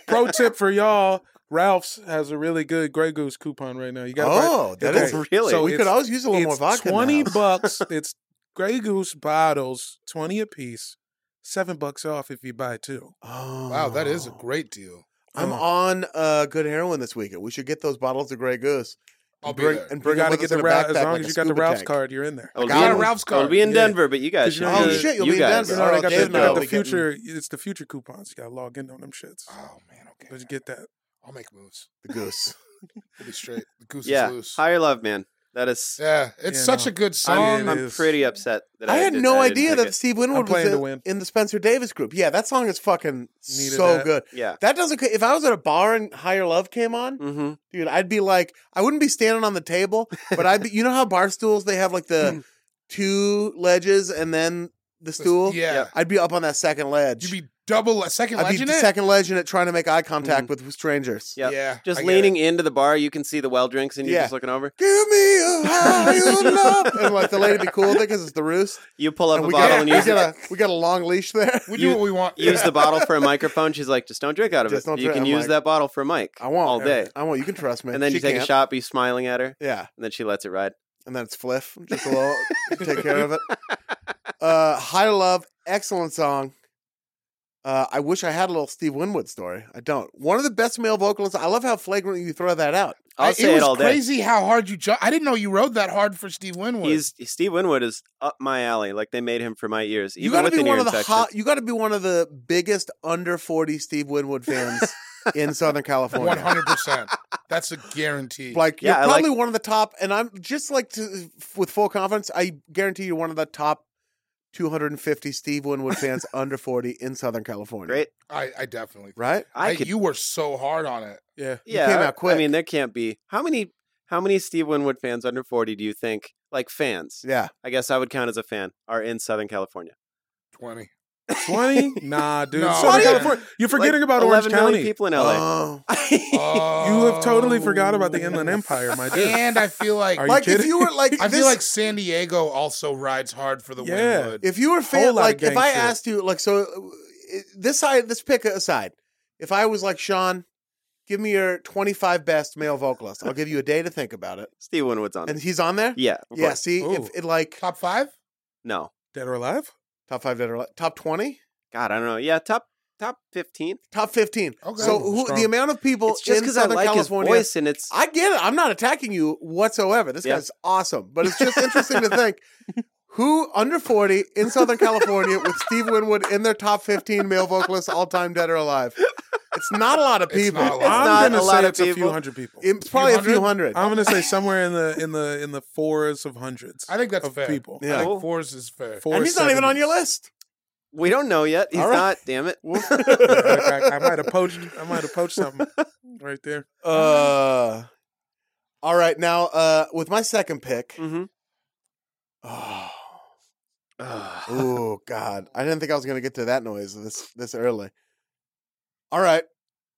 [SPEAKER 5] Pro tip for y'all: Ralph's has a really good Grey Goose coupon right now. You got
[SPEAKER 2] Oh, that is
[SPEAKER 1] Really?
[SPEAKER 5] So
[SPEAKER 2] we could
[SPEAKER 5] it's-
[SPEAKER 2] always use a little more vodka.
[SPEAKER 5] twenty
[SPEAKER 2] now.
[SPEAKER 5] bucks. It's Grey Goose bottles, twenty a piece, seven bucks off if you buy two.
[SPEAKER 2] Oh.
[SPEAKER 3] Wow, that is a great deal.
[SPEAKER 2] I'm
[SPEAKER 5] Oh.
[SPEAKER 2] on uh, good heroin this weekend. We should get those bottles of Grey Goose.
[SPEAKER 3] I'll
[SPEAKER 2] and
[SPEAKER 3] be
[SPEAKER 2] bring,
[SPEAKER 3] there.
[SPEAKER 2] And
[SPEAKER 5] You
[SPEAKER 2] bring
[SPEAKER 5] got to
[SPEAKER 2] them
[SPEAKER 5] get
[SPEAKER 2] with
[SPEAKER 5] the
[SPEAKER 2] us in a
[SPEAKER 5] Ralph,
[SPEAKER 2] backpack
[SPEAKER 5] as long
[SPEAKER 2] like
[SPEAKER 5] as
[SPEAKER 2] a
[SPEAKER 5] you got the
[SPEAKER 2] scuba
[SPEAKER 5] Ralph's
[SPEAKER 2] tank.
[SPEAKER 5] card, you're in there.
[SPEAKER 1] It'll
[SPEAKER 3] I
[SPEAKER 1] be in-
[SPEAKER 3] got a Ralph's
[SPEAKER 1] it'll
[SPEAKER 3] card.
[SPEAKER 1] be in
[SPEAKER 5] Yeah.
[SPEAKER 1] Denver, but you guys
[SPEAKER 5] Because
[SPEAKER 1] should.
[SPEAKER 5] you know
[SPEAKER 2] Oh
[SPEAKER 5] the-
[SPEAKER 2] shit, you'll
[SPEAKER 1] you
[SPEAKER 2] be in
[SPEAKER 1] guys.
[SPEAKER 2] Denver.
[SPEAKER 5] You know, they got,
[SPEAKER 2] Damn,
[SPEAKER 5] the, they got
[SPEAKER 2] I'll
[SPEAKER 5] the
[SPEAKER 2] be getting-
[SPEAKER 5] future. It's the future coupons. You got to log in on them shits.
[SPEAKER 3] Oh man, okay.
[SPEAKER 5] But you get that.
[SPEAKER 3] I'll make moves.
[SPEAKER 2] The goose.
[SPEAKER 3] I'll be straight. The goose
[SPEAKER 1] Yeah.
[SPEAKER 3] is loose.
[SPEAKER 1] Higher love, man. That is.
[SPEAKER 3] yeah, it's
[SPEAKER 5] Yeah,
[SPEAKER 3] such
[SPEAKER 5] no.
[SPEAKER 3] a good
[SPEAKER 5] I
[SPEAKER 3] song.
[SPEAKER 5] mean, it
[SPEAKER 3] I'm-
[SPEAKER 1] I'm
[SPEAKER 5] is-
[SPEAKER 1] pretty upset that I,
[SPEAKER 2] I had
[SPEAKER 1] didn't-
[SPEAKER 2] no
[SPEAKER 1] I didn't
[SPEAKER 2] idea
[SPEAKER 1] pick
[SPEAKER 2] that Steve Winwood was
[SPEAKER 5] playing to
[SPEAKER 2] in,
[SPEAKER 5] win.
[SPEAKER 2] in the Spencer Davis group. Yeah, that song is fucking
[SPEAKER 5] Needed
[SPEAKER 2] so
[SPEAKER 5] that.
[SPEAKER 2] good.
[SPEAKER 1] it. Yeah.
[SPEAKER 2] That doesn't. If I was at a bar and Higher Love came on,
[SPEAKER 1] Mm-hmm.
[SPEAKER 2] dude, I'd be like, I wouldn't be standing on the table, but I'd be. You know how bar stools they have like the two ledges and then the stool.
[SPEAKER 3] Yeah.
[SPEAKER 1] Yeah.
[SPEAKER 2] I'd be up on that second ledge.
[SPEAKER 3] You'd be double le- second
[SPEAKER 2] I beat
[SPEAKER 3] legend.
[SPEAKER 2] the
[SPEAKER 3] it?
[SPEAKER 2] second legend at trying to make eye contact with strangers.
[SPEAKER 1] Yep.
[SPEAKER 3] Yeah,
[SPEAKER 1] Just
[SPEAKER 3] I get
[SPEAKER 1] leaning into the bar, you can see the well drinks, and you're
[SPEAKER 2] Yeah.
[SPEAKER 1] just looking over.
[SPEAKER 2] Give me a high you love. And like the lady be cool because it's the roost.
[SPEAKER 1] You pull up
[SPEAKER 2] And
[SPEAKER 1] a
[SPEAKER 2] we
[SPEAKER 1] bottle
[SPEAKER 2] got,
[SPEAKER 1] and
[SPEAKER 2] we,
[SPEAKER 1] use,
[SPEAKER 2] got a, we got a long leash there.
[SPEAKER 3] We do
[SPEAKER 1] You-
[SPEAKER 3] what we want.
[SPEAKER 1] use
[SPEAKER 3] Yeah.
[SPEAKER 1] the bottle for a microphone. She's like, just don't drink out of
[SPEAKER 2] Just
[SPEAKER 1] it.
[SPEAKER 2] don't
[SPEAKER 1] You
[SPEAKER 2] drink."
[SPEAKER 1] can
[SPEAKER 2] I'm
[SPEAKER 1] use
[SPEAKER 2] like,
[SPEAKER 1] that bottle for Mike
[SPEAKER 2] I won't.
[SPEAKER 1] all day.
[SPEAKER 2] I won't. You can trust me.
[SPEAKER 1] And then
[SPEAKER 2] She
[SPEAKER 1] you take
[SPEAKER 2] can't.
[SPEAKER 1] a shot, be smiling at her,
[SPEAKER 2] Yeah.
[SPEAKER 1] and then she lets it ride.
[SPEAKER 2] And then it's Fliff. Just a little. take care of it. Uh, High Love. Excellent song. Uh, I wish I had a little Steve Winwood story. I don't. One of the best male vocalists. I love how flagrant you throw that out.
[SPEAKER 1] I'll
[SPEAKER 3] I-
[SPEAKER 1] say
[SPEAKER 3] it
[SPEAKER 1] it,
[SPEAKER 3] was
[SPEAKER 1] all day.
[SPEAKER 3] crazy how hard you. Ju- I didn't know you rode that hard for Steve Winwood.
[SPEAKER 1] He's Steve Winwood is up my alley. Like they made him for my ears.
[SPEAKER 2] You
[SPEAKER 1] Even
[SPEAKER 2] got to be
[SPEAKER 1] within
[SPEAKER 2] one
[SPEAKER 1] your
[SPEAKER 2] of the
[SPEAKER 1] infection.
[SPEAKER 2] hot. You got to be one of the biggest under forty Steve Winwood fans in Southern
[SPEAKER 3] One
[SPEAKER 2] California.
[SPEAKER 3] hundred percent. That's a guarantee.
[SPEAKER 2] Like
[SPEAKER 1] Yeah, I
[SPEAKER 2] you're
[SPEAKER 1] like-
[SPEAKER 2] probably one of the top, and I'm just like to, with full confidence. I guarantee you're one of the top 250 Steve Winwood fans under 40 in Southern California.
[SPEAKER 1] Great.
[SPEAKER 3] I, I definitely.
[SPEAKER 2] right?
[SPEAKER 1] I
[SPEAKER 3] Hey,
[SPEAKER 1] could.
[SPEAKER 3] you were so hard on it.
[SPEAKER 5] Yeah.
[SPEAKER 1] yeah.
[SPEAKER 2] came
[SPEAKER 1] I-
[SPEAKER 2] out quick.
[SPEAKER 1] I mean, there can't be how many how many Steve Winwood fans under forty do you think? Like fans,
[SPEAKER 2] Yeah,
[SPEAKER 1] I guess I would count as a fan. Are in Southern California.
[SPEAKER 3] Twenty.
[SPEAKER 5] 20? Nah, dude.
[SPEAKER 3] No.
[SPEAKER 5] Southern
[SPEAKER 1] 20?
[SPEAKER 5] California. You're
[SPEAKER 1] Like,
[SPEAKER 5] forgetting about
[SPEAKER 1] 11
[SPEAKER 5] Orange
[SPEAKER 1] million
[SPEAKER 5] County.
[SPEAKER 1] people in LA.
[SPEAKER 2] Oh.
[SPEAKER 5] You have totally forgot about the Inland Empire, my dude.
[SPEAKER 3] Oh. And I feel like
[SPEAKER 5] Are you
[SPEAKER 2] like if
[SPEAKER 5] kidding?
[SPEAKER 2] you were like,
[SPEAKER 3] I
[SPEAKER 2] this,
[SPEAKER 3] feel like San Diego also rides hard for the
[SPEAKER 5] Yeah.
[SPEAKER 3] Winwood.
[SPEAKER 2] if you were
[SPEAKER 5] Whole
[SPEAKER 2] fan,
[SPEAKER 5] lot of
[SPEAKER 2] like if
[SPEAKER 5] gang
[SPEAKER 2] I
[SPEAKER 5] shit.
[SPEAKER 2] asked you, like, so uh, this side, this pick aside, if I was like Sean, give me your 25 best male vocalists, I'll give you a day to think about it,
[SPEAKER 1] Steve Winwood's on.
[SPEAKER 2] and
[SPEAKER 1] it.
[SPEAKER 2] he's on there.
[SPEAKER 1] yeah. of
[SPEAKER 2] yeah.
[SPEAKER 1] course.
[SPEAKER 2] See,
[SPEAKER 5] Ooh.
[SPEAKER 2] if it like
[SPEAKER 3] Top five?
[SPEAKER 1] No.
[SPEAKER 5] Dead or alive?
[SPEAKER 2] top five, dead or alive- top 20,
[SPEAKER 1] God, I don't know. Yeah. Top top fifteen.
[SPEAKER 2] top 15.
[SPEAKER 3] Okay.
[SPEAKER 2] So
[SPEAKER 5] Ooh,
[SPEAKER 2] who,
[SPEAKER 5] strong.
[SPEAKER 2] the amount of people
[SPEAKER 1] it's just
[SPEAKER 2] in
[SPEAKER 1] because I
[SPEAKER 2] Southern
[SPEAKER 1] like
[SPEAKER 2] California.
[SPEAKER 1] his voice, and it's
[SPEAKER 2] I get it. I'm not attacking you whatsoever. This
[SPEAKER 1] Yeah.
[SPEAKER 2] guy's awesome, but it's just interesting to think who under 40 in Southern California with Steve Winwood in their top 15 male vocalists all time, dead or alive. It's not a lot of
[SPEAKER 3] It's
[SPEAKER 2] people.
[SPEAKER 3] not a lot.
[SPEAKER 1] not
[SPEAKER 5] I'm
[SPEAKER 1] a
[SPEAKER 5] gonna
[SPEAKER 1] lot
[SPEAKER 5] say
[SPEAKER 1] of
[SPEAKER 5] it's a few
[SPEAKER 1] people.
[SPEAKER 5] hundred people.
[SPEAKER 2] It's probably a few hundred.
[SPEAKER 5] I'm gonna say somewhere in the in the in the fours of hundreds.
[SPEAKER 3] I think that's
[SPEAKER 5] of
[SPEAKER 3] fair.
[SPEAKER 5] people.
[SPEAKER 2] Yeah.
[SPEAKER 3] I
[SPEAKER 1] Cool.
[SPEAKER 3] think fours is fair.
[SPEAKER 5] Four
[SPEAKER 2] and he's not even on your
[SPEAKER 5] seventies.
[SPEAKER 2] list.
[SPEAKER 1] we don't know yet. He's
[SPEAKER 2] All right.
[SPEAKER 1] not. Damn it.
[SPEAKER 5] I, I- I might have poached. I might have poached something right there.
[SPEAKER 2] Uh, all right. Now, uh, with my second pick.
[SPEAKER 1] mm-hmm.
[SPEAKER 2] Oh, uh, ooh, God. I didn't think I was going to get to that noise this, this early. All right.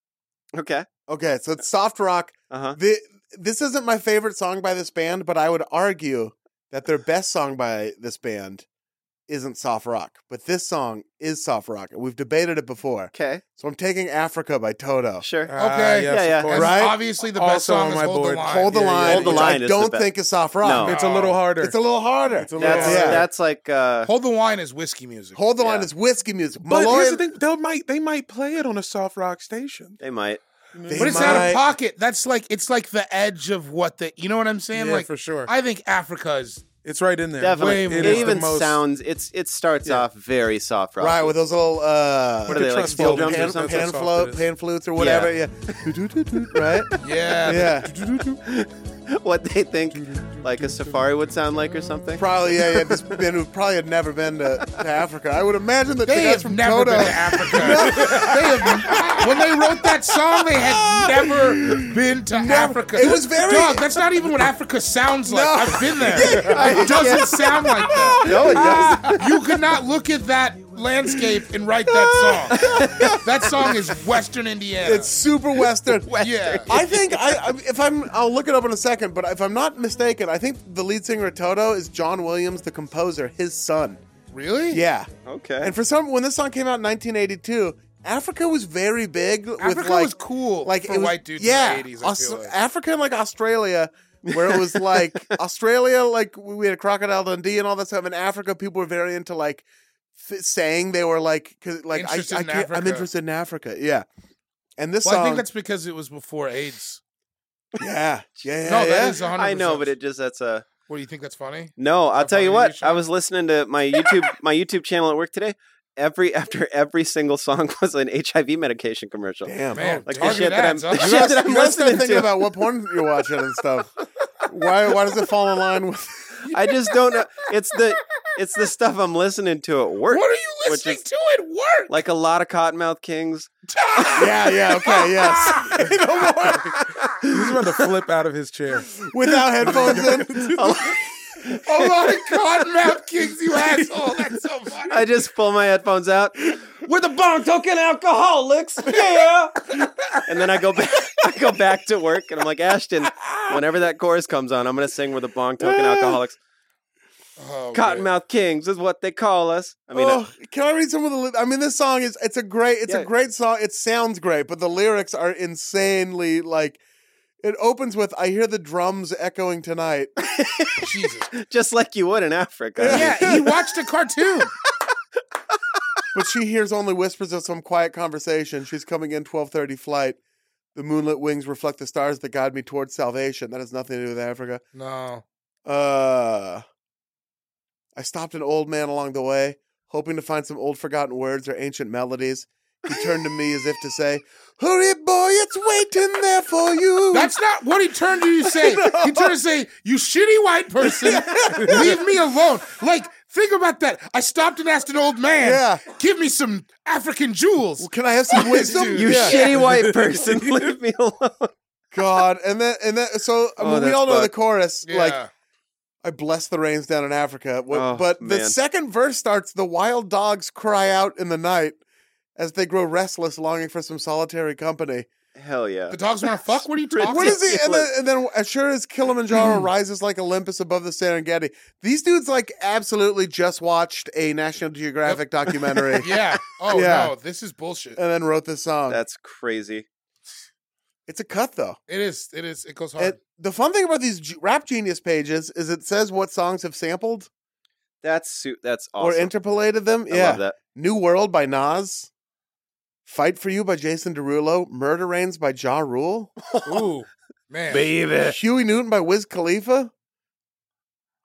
[SPEAKER 1] okay.
[SPEAKER 2] Okay. So it's soft rock.
[SPEAKER 1] Uh huh.
[SPEAKER 2] the, this isn't my favorite song by this band, but I would argue that their best song by this band isn't soft rock. But this song is soft rock, and we've debated it before.
[SPEAKER 1] Okay.
[SPEAKER 2] So I'm taking Africa by Toto.
[SPEAKER 1] Sure.
[SPEAKER 5] Ah, yes,
[SPEAKER 1] Yeah, yeah.
[SPEAKER 5] of course.
[SPEAKER 3] And
[SPEAKER 2] Right.
[SPEAKER 3] Obviously, the best
[SPEAKER 5] Also
[SPEAKER 3] song
[SPEAKER 5] on
[SPEAKER 3] is
[SPEAKER 5] my
[SPEAKER 3] Hold
[SPEAKER 5] board.
[SPEAKER 3] the Line.
[SPEAKER 2] Hold the
[SPEAKER 5] Yeah, yeah,
[SPEAKER 2] line,
[SPEAKER 5] yeah.
[SPEAKER 1] Hold the
[SPEAKER 2] which
[SPEAKER 1] Line
[SPEAKER 2] I
[SPEAKER 1] is the
[SPEAKER 2] don't
[SPEAKER 1] best.
[SPEAKER 2] think is soft rock.
[SPEAKER 1] No.
[SPEAKER 5] It's a little harder.
[SPEAKER 2] It's a little harder.
[SPEAKER 5] It's a little
[SPEAKER 1] That's
[SPEAKER 2] Yeah.
[SPEAKER 1] that's like uh,
[SPEAKER 3] Hold the line is whiskey music.
[SPEAKER 2] Hold the line
[SPEAKER 1] Yeah.
[SPEAKER 2] is whiskey music.
[SPEAKER 5] but
[SPEAKER 2] Malloy,
[SPEAKER 5] here's the thing: they might they might play it on a soft rock station.
[SPEAKER 1] they might.
[SPEAKER 2] They
[SPEAKER 3] but it's
[SPEAKER 2] might-
[SPEAKER 3] out of pocket. That's like it's like the edge of what the you know what I'm saying?
[SPEAKER 5] yeah,
[SPEAKER 3] like
[SPEAKER 5] for sure.
[SPEAKER 3] I think Africa is
[SPEAKER 5] it's right in there.
[SPEAKER 1] Definitely.
[SPEAKER 3] Way
[SPEAKER 1] it
[SPEAKER 3] more.
[SPEAKER 5] is the
[SPEAKER 1] even
[SPEAKER 5] most-
[SPEAKER 1] sounds. It's it starts
[SPEAKER 5] Yeah.
[SPEAKER 1] off very soft rock.
[SPEAKER 2] right with those little uh,
[SPEAKER 1] What are they, like,
[SPEAKER 5] Trust
[SPEAKER 1] steel
[SPEAKER 5] me,
[SPEAKER 1] drums or
[SPEAKER 2] pan,
[SPEAKER 5] that's how
[SPEAKER 1] something?
[SPEAKER 2] pan
[SPEAKER 5] soft
[SPEAKER 2] flo-
[SPEAKER 5] it is.
[SPEAKER 2] pan flutes or whatever. Yeah, right.
[SPEAKER 3] yeah.
[SPEAKER 2] Yeah,
[SPEAKER 1] what they think like a safari would sound like or something.
[SPEAKER 2] probably. Yeah, yeah. This band who probably had never been to, to Africa. I would imagine that the
[SPEAKER 3] They
[SPEAKER 2] guys
[SPEAKER 3] have
[SPEAKER 2] from
[SPEAKER 3] never
[SPEAKER 2] Toto
[SPEAKER 3] been to Africa. they have, when they wrote that song, they had never been to Africa.
[SPEAKER 2] It was very-
[SPEAKER 3] Dog, that's not even what Africa sounds like.
[SPEAKER 2] No.
[SPEAKER 3] I've been there. It doesn't sound like that.
[SPEAKER 1] No, it does.
[SPEAKER 3] You could not look at that landscape and write that song. That song is Western Indiana.
[SPEAKER 2] It's super western.
[SPEAKER 3] yeah.
[SPEAKER 2] I think I, I if I'm I'll look it up in a second, but if I'm not mistaken, I think the lead singer of Toto is John Williams, the composer, his son.
[SPEAKER 3] Really?
[SPEAKER 2] Yeah.
[SPEAKER 1] Okay.
[SPEAKER 2] And for some when this song came out in 1982, Africa was very big with
[SPEAKER 3] Africa
[SPEAKER 2] like
[SPEAKER 3] was cool
[SPEAKER 2] like
[SPEAKER 3] for
[SPEAKER 2] it was-
[SPEAKER 3] white dudes
[SPEAKER 2] yeah,
[SPEAKER 3] in the 80s. I
[SPEAKER 2] Aus-
[SPEAKER 3] feel like.
[SPEAKER 2] Africa and like Australia where it was like Australia like we had Crocodile Dundee and all that stuff in Africa people were very into like th- saying they were like cause, like I,
[SPEAKER 3] Interested
[SPEAKER 2] I
[SPEAKER 3] in
[SPEAKER 2] can't, I'm
[SPEAKER 3] Africa.
[SPEAKER 2] interested in Africa. Yeah. And this
[SPEAKER 3] Well, I
[SPEAKER 2] song
[SPEAKER 3] think that's because it was before AIDS.
[SPEAKER 2] yeah. Yeah, yeah.
[SPEAKER 3] no,
[SPEAKER 2] yeah.
[SPEAKER 3] that is 100%.
[SPEAKER 1] I know, but it just that's a
[SPEAKER 3] What do you think that's funny?
[SPEAKER 1] no. I'll
[SPEAKER 3] That's
[SPEAKER 1] tell you
[SPEAKER 3] funny,
[SPEAKER 1] what.
[SPEAKER 3] Sean.
[SPEAKER 1] I was listening to my YouTube my YouTube channel at work today. Every after every single song was an HIV medication commercial.
[SPEAKER 2] Damn.
[SPEAKER 3] Man,
[SPEAKER 1] Like the
[SPEAKER 3] targeted
[SPEAKER 1] shit that I'm-
[SPEAKER 3] ads, huh?
[SPEAKER 1] the
[SPEAKER 2] You
[SPEAKER 1] shit
[SPEAKER 2] guys,
[SPEAKER 1] that I'm
[SPEAKER 2] you guys start
[SPEAKER 1] listening
[SPEAKER 2] thinking
[SPEAKER 1] to.
[SPEAKER 2] about what porn you're watching and stuff. Why why does it fall in line with
[SPEAKER 1] I just don't know. It's the it's the stuff I'm listening to at work.
[SPEAKER 3] What are you
[SPEAKER 1] Which
[SPEAKER 3] listening
[SPEAKER 1] is-
[SPEAKER 3] to at work?
[SPEAKER 1] Like a lot of Cottonmouth Kings.
[SPEAKER 2] Yeah, yeah, okay, yes. Say no more.
[SPEAKER 5] He's about to flip out of his chair.
[SPEAKER 2] Without headphones in.
[SPEAKER 3] Oh my God, Mouth Kings, you asshole! That's so funny.
[SPEAKER 1] I just pull my headphones out. We're the bong token alcoholics. Yeah. and then I go back I go back to work and I'm like, Ashton, whenever that chorus comes on, I'm gonna sing we're the bong token alcoholics.
[SPEAKER 3] Oh, man.
[SPEAKER 1] Cottonmouth Kings is what they call us. I mean uh,
[SPEAKER 2] oh, can I read some of the? Li- I mean, this song is it's a great it's
[SPEAKER 1] Yeah.
[SPEAKER 2] a great song. It sounds great, but the lyrics are insanely like. It opens with "I hear the drums echoing tonight."
[SPEAKER 3] Jesus.
[SPEAKER 1] just like you would in Africa.
[SPEAKER 3] Oh. Yeah, he watched a cartoon.
[SPEAKER 2] but she hears only whispers of some quiet conversation. She's coming in twelve thirty flight. The moonlit wings reflect the stars that guide me towards salvation. That has nothing to do with Africa.
[SPEAKER 3] No.
[SPEAKER 2] Uh, I stopped an old man along the way, hoping to find some old forgotten words or ancient melodies. He turned to me as if to say, "Hurry, boy, it's waiting there for you."
[SPEAKER 3] That's not what he turned to you say. He turned to say, "You shitty white person, leave me alone." Like, think about that. I stopped and asked an old man,
[SPEAKER 2] Yeah.
[SPEAKER 3] "Give me some African jewels."
[SPEAKER 2] Well, can I have some wisdom?
[SPEAKER 1] You
[SPEAKER 2] Yeah.
[SPEAKER 1] shitty white person, leave me alone.
[SPEAKER 2] God, and then and then so I
[SPEAKER 1] Oh,
[SPEAKER 2] mean, we
[SPEAKER 1] that's
[SPEAKER 2] all know the
[SPEAKER 1] fucked.
[SPEAKER 2] chorus.
[SPEAKER 3] Yeah.
[SPEAKER 2] Like I bless the rains down in Africa, What-
[SPEAKER 1] Oh,
[SPEAKER 2] but the
[SPEAKER 1] man.
[SPEAKER 2] second verse starts: the wild dogs cry out in the night as they grow restless, longing for some solitary company.
[SPEAKER 1] Hell yeah.
[SPEAKER 3] the dogs want to fuck. What are you talking?
[SPEAKER 2] What is he? And then,
[SPEAKER 1] Ridiculous.
[SPEAKER 2] and then as sure as Kilimanjaro
[SPEAKER 1] Mm-hmm.
[SPEAKER 2] rises like Olympus above the Serengeti, these dudes like absolutely just watched a National Geographic documentary
[SPEAKER 3] about? Yeah. Oh
[SPEAKER 2] Yeah. Uh,
[SPEAKER 3] no, this is bullshit.
[SPEAKER 2] and then wrote this song.
[SPEAKER 1] That's crazy.
[SPEAKER 2] it's a cut though.
[SPEAKER 3] It is. It is. It goes hard.
[SPEAKER 2] It, the fun thing about these G- rap genius pages is it says what songs have sampled
[SPEAKER 1] That's su- that's awesome.
[SPEAKER 2] or interpolated them.
[SPEAKER 1] I
[SPEAKER 2] yeah,
[SPEAKER 1] love that.
[SPEAKER 2] New World by Nas. Fight for You by Jason Derulo. Murder Reigns by Ja Rule.
[SPEAKER 3] Ooh, man.
[SPEAKER 1] Baby.
[SPEAKER 2] Huey Newton by Wiz Khalifa.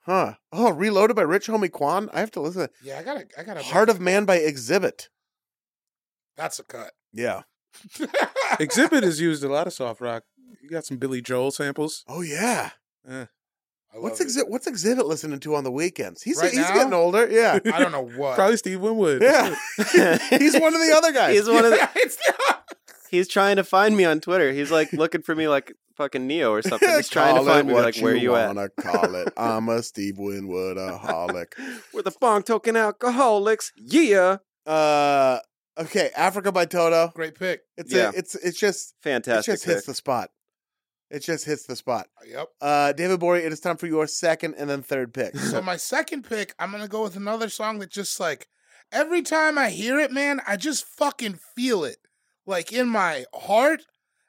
[SPEAKER 2] Huh. Oh, Reloaded by Rich Homie Quan. I have to listen to
[SPEAKER 3] Yeah, I gotta. I gotta.
[SPEAKER 2] that. Heart of Man by Exhibit.
[SPEAKER 3] That's a cut.
[SPEAKER 2] Yeah.
[SPEAKER 5] Exhibit is used a lot of soft rock. You got some Billy Joel samples.
[SPEAKER 2] Oh yeah.
[SPEAKER 3] I
[SPEAKER 2] What's
[SPEAKER 3] love it.
[SPEAKER 2] exhibit? What's exhibit listening to on the weekends? He's
[SPEAKER 3] Right
[SPEAKER 2] he's
[SPEAKER 3] now?
[SPEAKER 2] getting older. Yeah,
[SPEAKER 3] I don't know what.
[SPEAKER 5] Probably Steve Winwood.
[SPEAKER 2] yeah. he's one of the other guys.
[SPEAKER 1] He's one of the,
[SPEAKER 3] It's not-
[SPEAKER 1] he's trying to find me on Twitter. He's like looking for me like fucking Neo or something. He's trying to
[SPEAKER 2] Call it
[SPEAKER 1] find me
[SPEAKER 2] what
[SPEAKER 1] like where you at.
[SPEAKER 2] wanna call it. I'm a Steve Winwood aholic.
[SPEAKER 1] We're the bong token alcoholics. Yeah.
[SPEAKER 2] uh, okay, Africa by Toto.
[SPEAKER 3] Great pick.
[SPEAKER 2] It's
[SPEAKER 1] Yeah.
[SPEAKER 2] a, it's it's just it
[SPEAKER 1] Fantastic.
[SPEAKER 2] just hits
[SPEAKER 1] pick.
[SPEAKER 2] the spot. It just hits the spot.
[SPEAKER 3] Yep.
[SPEAKER 2] Uh, David Bory, it is time for your second and then third pick.
[SPEAKER 3] So my second pick, I'm gonna go with another song that just like every time I hear it, man, I just fucking feel it. Like in my heart.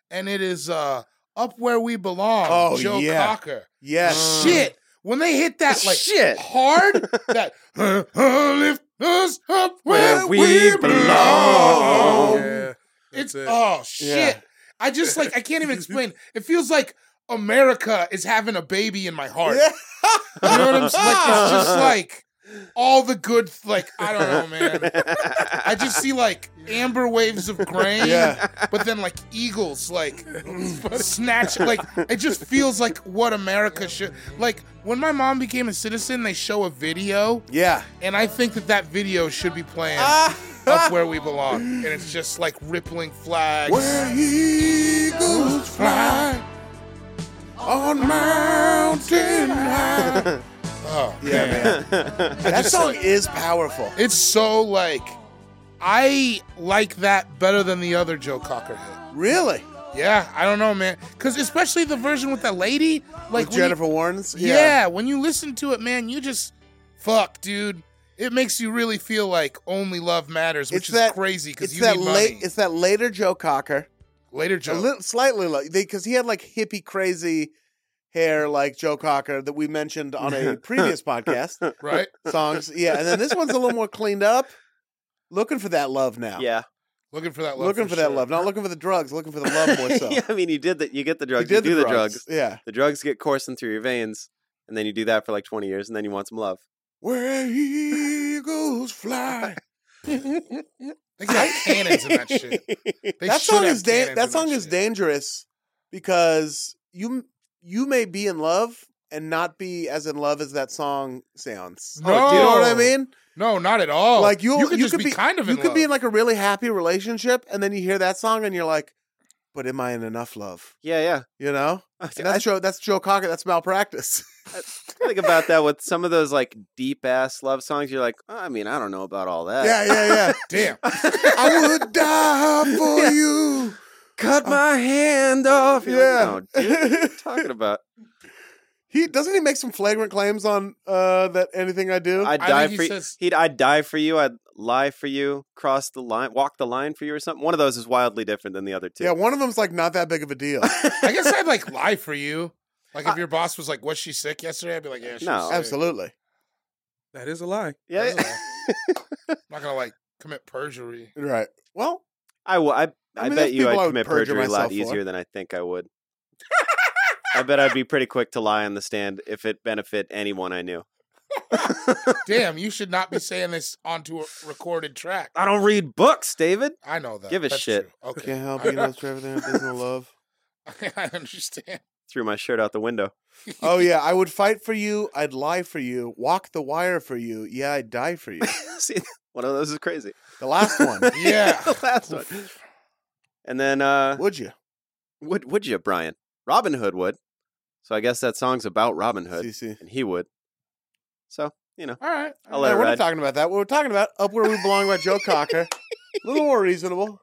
[SPEAKER 3] And it is uh Up Where We Belong,
[SPEAKER 2] Oh,
[SPEAKER 3] Joe
[SPEAKER 2] yeah.
[SPEAKER 3] Cocker.
[SPEAKER 2] yes,
[SPEAKER 3] Shit. When they hit that like
[SPEAKER 1] Shit.
[SPEAKER 3] hard, that uh, uh, lift us up where,
[SPEAKER 1] Where
[SPEAKER 3] we,
[SPEAKER 1] we
[SPEAKER 3] belong.
[SPEAKER 1] belong.
[SPEAKER 5] Yeah.
[SPEAKER 3] It's
[SPEAKER 5] That's it.
[SPEAKER 3] oh shit.
[SPEAKER 2] Yeah.
[SPEAKER 3] I just like I can't even explain. It feels like America is having a baby in my heart.
[SPEAKER 2] Yeah.
[SPEAKER 3] You know what I'm saying? Like, it's just like all the good, like, I don't know, man. I just see like amber waves of grain,
[SPEAKER 2] Yeah.
[SPEAKER 3] but then like eagles, like snatch. Like, it just feels like what America should. Like, when my mom became a citizen, they show a video,
[SPEAKER 2] yeah.
[SPEAKER 3] and I think that that video should be playing up where we belong. And it's just like rippling flags.
[SPEAKER 2] Where eagles fly on mountain high.
[SPEAKER 3] Oh,
[SPEAKER 2] Yeah,
[SPEAKER 3] man.
[SPEAKER 2] man. That song is powerful.
[SPEAKER 3] It's so like I like that better than the other Joe Cocker hit.
[SPEAKER 2] Really?
[SPEAKER 3] Yeah, I don't know, man. Cause especially the version with the lady, like
[SPEAKER 2] With
[SPEAKER 3] when you-
[SPEAKER 2] Jennifer Warnes?
[SPEAKER 3] yeah. when you listen to it, man, you just fuck, dude. It makes you really feel like only love matters, which
[SPEAKER 2] It's
[SPEAKER 3] is
[SPEAKER 2] that-
[SPEAKER 3] crazy because
[SPEAKER 2] It's
[SPEAKER 3] you
[SPEAKER 2] that
[SPEAKER 3] need
[SPEAKER 2] late.
[SPEAKER 3] money.
[SPEAKER 2] It's that later Joe Cocker,
[SPEAKER 3] later
[SPEAKER 2] a
[SPEAKER 3] Joe.
[SPEAKER 2] little slightly like because he had like hippie crazy hair like Joe Cocker that we mentioned on a previous podcast
[SPEAKER 3] right?
[SPEAKER 2] songs. Yeah, and then this one's a little more cleaned up. Looking for that love now.
[SPEAKER 1] yeah.
[SPEAKER 3] Looking for that love.
[SPEAKER 2] looking for, that
[SPEAKER 3] sure.
[SPEAKER 2] love, not looking for the drugs. Looking for the love more so.
[SPEAKER 1] yeah. I mean, you did that. You get the
[SPEAKER 2] You
[SPEAKER 1] drugs. You,
[SPEAKER 2] did
[SPEAKER 1] do the drugs.
[SPEAKER 2] Yeah.
[SPEAKER 1] The drugs get coursing through your veins, and then you do that for like 20 years, and then you want some love.
[SPEAKER 2] Where eagles fly.
[SPEAKER 3] They got cannons in that shit. They
[SPEAKER 2] that
[SPEAKER 3] should
[SPEAKER 2] song
[SPEAKER 3] have
[SPEAKER 2] is da-
[SPEAKER 3] cannons in
[SPEAKER 2] that song is
[SPEAKER 3] shit.
[SPEAKER 2] dangerous because you you may be in love and not be as in love as that song sounds.
[SPEAKER 3] No.
[SPEAKER 2] Do you know what I mean?
[SPEAKER 3] No, not at all.
[SPEAKER 2] like you'll-
[SPEAKER 3] you could just
[SPEAKER 2] could
[SPEAKER 3] be, kind of
[SPEAKER 2] you
[SPEAKER 3] in
[SPEAKER 2] could be
[SPEAKER 3] love.
[SPEAKER 2] in like a really happy relationship and then you hear that song and you're like, but am I in enough love?
[SPEAKER 1] Yeah, yeah.
[SPEAKER 2] You know,
[SPEAKER 1] I,
[SPEAKER 2] and that's Joe. That's Joe Cocker. That's malpractice.
[SPEAKER 1] think about that with some of those like deep ass love songs. You're like, "Oh, I mean, I don't know about all that.
[SPEAKER 2] yeah, yeah, yeah.
[SPEAKER 3] Damn.
[SPEAKER 2] I would die for
[SPEAKER 1] Yeah.
[SPEAKER 2] you.
[SPEAKER 1] Cut my hand
[SPEAKER 3] Oh,
[SPEAKER 1] off. You're like, "No, dude, what are you talking about?
[SPEAKER 2] he doesn't he make some flagrant claims on uh that anything I do.
[SPEAKER 1] I'd
[SPEAKER 3] I
[SPEAKER 1] die
[SPEAKER 3] think he
[SPEAKER 1] for you.
[SPEAKER 3] says-
[SPEAKER 1] He'd I'd die for you. I'd lie for you. Cross the line. Walk the line for you or something. One of those is wildly different than the other two.
[SPEAKER 2] yeah, one of them's like not that big of a deal.
[SPEAKER 3] I guess I'd like lie for you. Like if your boss was like, "Was she sick yesterday?" I'd be like, "Yeah, she
[SPEAKER 1] No.
[SPEAKER 3] was sick."
[SPEAKER 2] Absolutely.
[SPEAKER 5] That is a lie.
[SPEAKER 1] yeah.
[SPEAKER 3] That's I'm not gonna like commit perjury.
[SPEAKER 2] Right. Well,
[SPEAKER 1] I, w- I, I
[SPEAKER 2] mean,
[SPEAKER 1] bet
[SPEAKER 2] there's
[SPEAKER 1] you
[SPEAKER 2] people I
[SPEAKER 1] I'd
[SPEAKER 2] would
[SPEAKER 1] commit
[SPEAKER 2] perjure
[SPEAKER 1] perjury a
[SPEAKER 2] myself
[SPEAKER 1] lot
[SPEAKER 2] for.
[SPEAKER 1] easier than I think I would. I bet I'd be pretty quick to lie on the stand if it benefit anyone I knew.
[SPEAKER 3] Damn, you should not be saying this onto a recorded track.
[SPEAKER 1] I don't read books, David.
[SPEAKER 3] I know that.
[SPEAKER 1] Give a
[SPEAKER 3] That's
[SPEAKER 1] shit.
[SPEAKER 3] true. Okay,
[SPEAKER 2] can't help it, you know, Trevor. There, there's no love.
[SPEAKER 3] I understand.
[SPEAKER 1] Threw my shirt out the window.
[SPEAKER 2] Oh yeah, I would fight for you. I'd lie for you. Walk the wire for you. Yeah, I'd die for you.
[SPEAKER 1] See, one of those is crazy.
[SPEAKER 2] The last one.
[SPEAKER 3] Yeah.
[SPEAKER 1] the last one. And then, uh,
[SPEAKER 2] Would you?
[SPEAKER 1] would would you, Brian? Robin Hood would. So I guess that song's about Robin Hood,
[SPEAKER 2] CC.
[SPEAKER 1] and he would. So you know,
[SPEAKER 3] All right.
[SPEAKER 1] I'll let it
[SPEAKER 2] No, we're not
[SPEAKER 1] ride.
[SPEAKER 2] talking about that. We're talking about Up Where We Belong by Joe Cocker. A little more reasonable.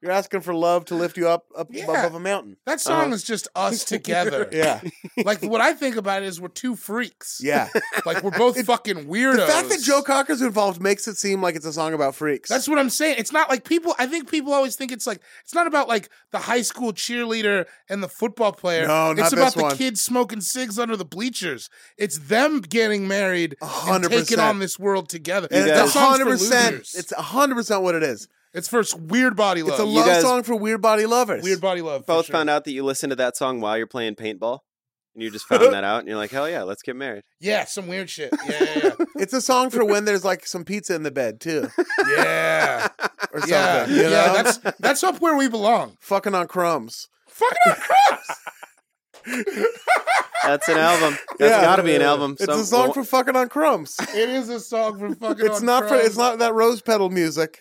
[SPEAKER 2] You're asking for love to lift you up up
[SPEAKER 3] Yeah.
[SPEAKER 2] above a mountain.
[SPEAKER 3] That song is just us together.
[SPEAKER 2] Uh-huh. Yeah.
[SPEAKER 3] Like what I think about it is we're two freaks.
[SPEAKER 2] Yeah.
[SPEAKER 3] Like we're both
[SPEAKER 2] It-
[SPEAKER 3] fucking weirdos.
[SPEAKER 2] The fact that Joe Cocker's involved makes it seem like it's a song about freaks.
[SPEAKER 3] That's what I'm saying. It's not like people. I think people always think it's like it's not about like the high school cheerleader and the football player.
[SPEAKER 2] No, not
[SPEAKER 3] it's about
[SPEAKER 2] this
[SPEAKER 3] the
[SPEAKER 2] one.
[SPEAKER 3] kids smoking cigs under the bleachers. It's them getting married
[SPEAKER 2] A
[SPEAKER 3] and
[SPEAKER 2] hundred
[SPEAKER 3] taking
[SPEAKER 2] percent.
[SPEAKER 3] on this world together.
[SPEAKER 2] And
[SPEAKER 1] guys-
[SPEAKER 2] it's
[SPEAKER 3] That
[SPEAKER 2] a
[SPEAKER 3] song's for
[SPEAKER 2] hundred percent.
[SPEAKER 3] losers.
[SPEAKER 2] It's a hundred percent what it is.
[SPEAKER 3] It's for weird body love.
[SPEAKER 2] It's a
[SPEAKER 1] You
[SPEAKER 2] love
[SPEAKER 1] guys-
[SPEAKER 2] song for weird body lovers.
[SPEAKER 3] weird body love.
[SPEAKER 1] both found out that you listened to that song while you're playing paintball, and you just found that out, and you're like, hell yeah, let's get married.
[SPEAKER 3] Yeah, some weird shit. Yeah, yeah, yeah.
[SPEAKER 2] It's a song for when there's like some pizza in the bed too,
[SPEAKER 3] yeah.
[SPEAKER 2] or something.
[SPEAKER 3] yeah,
[SPEAKER 2] you know?
[SPEAKER 3] yeah. That's that's up where we belong.
[SPEAKER 2] fucking on crumbs.
[SPEAKER 3] Fucking our crops.
[SPEAKER 1] That's an album. That's
[SPEAKER 2] Yeah.
[SPEAKER 1] got to be an album.
[SPEAKER 2] It's
[SPEAKER 1] Some-
[SPEAKER 2] a song
[SPEAKER 1] well,
[SPEAKER 2] for fucking on crumbs.
[SPEAKER 3] It is a song for fucking.
[SPEAKER 2] it's not for. It's not that rose petal music.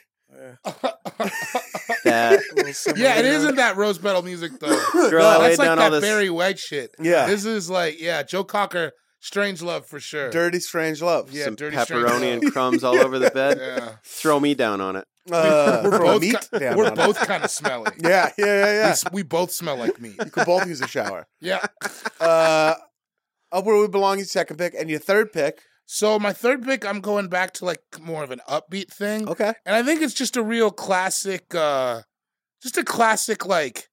[SPEAKER 1] that.
[SPEAKER 3] Yeah, it isn't that rose petal music though.
[SPEAKER 1] Girl,
[SPEAKER 2] No,
[SPEAKER 1] I laid
[SPEAKER 3] that's like
[SPEAKER 1] down all
[SPEAKER 3] that
[SPEAKER 1] this.
[SPEAKER 3] Barry White shit.
[SPEAKER 2] Yeah.
[SPEAKER 3] this is like yeah, Joe Cocker, Strange Love for sure.
[SPEAKER 2] Dirty strange love.
[SPEAKER 3] yeah,
[SPEAKER 1] some
[SPEAKER 3] dirty
[SPEAKER 1] pepperoni
[SPEAKER 3] strange
[SPEAKER 1] and crumbs all over the bed.
[SPEAKER 3] Yeah,
[SPEAKER 1] Throw me down on it.
[SPEAKER 2] Uh,
[SPEAKER 3] we're
[SPEAKER 2] throw
[SPEAKER 3] both
[SPEAKER 2] meat
[SPEAKER 3] ki-
[SPEAKER 2] down
[SPEAKER 3] we're
[SPEAKER 2] on it.
[SPEAKER 3] both kind of smelly.
[SPEAKER 2] Yeah, yeah, yeah,
[SPEAKER 3] We
[SPEAKER 2] yeah.
[SPEAKER 3] s- we, both smell like meat.
[SPEAKER 2] You could both use a shower.
[SPEAKER 3] Yeah.
[SPEAKER 2] Uh, up where we belong. Your second pick and your third pick.
[SPEAKER 3] So my third pick, I'm going back to like more of an upbeat thing.
[SPEAKER 2] Okay.
[SPEAKER 3] And I think it's just a real classic, uh just a classic like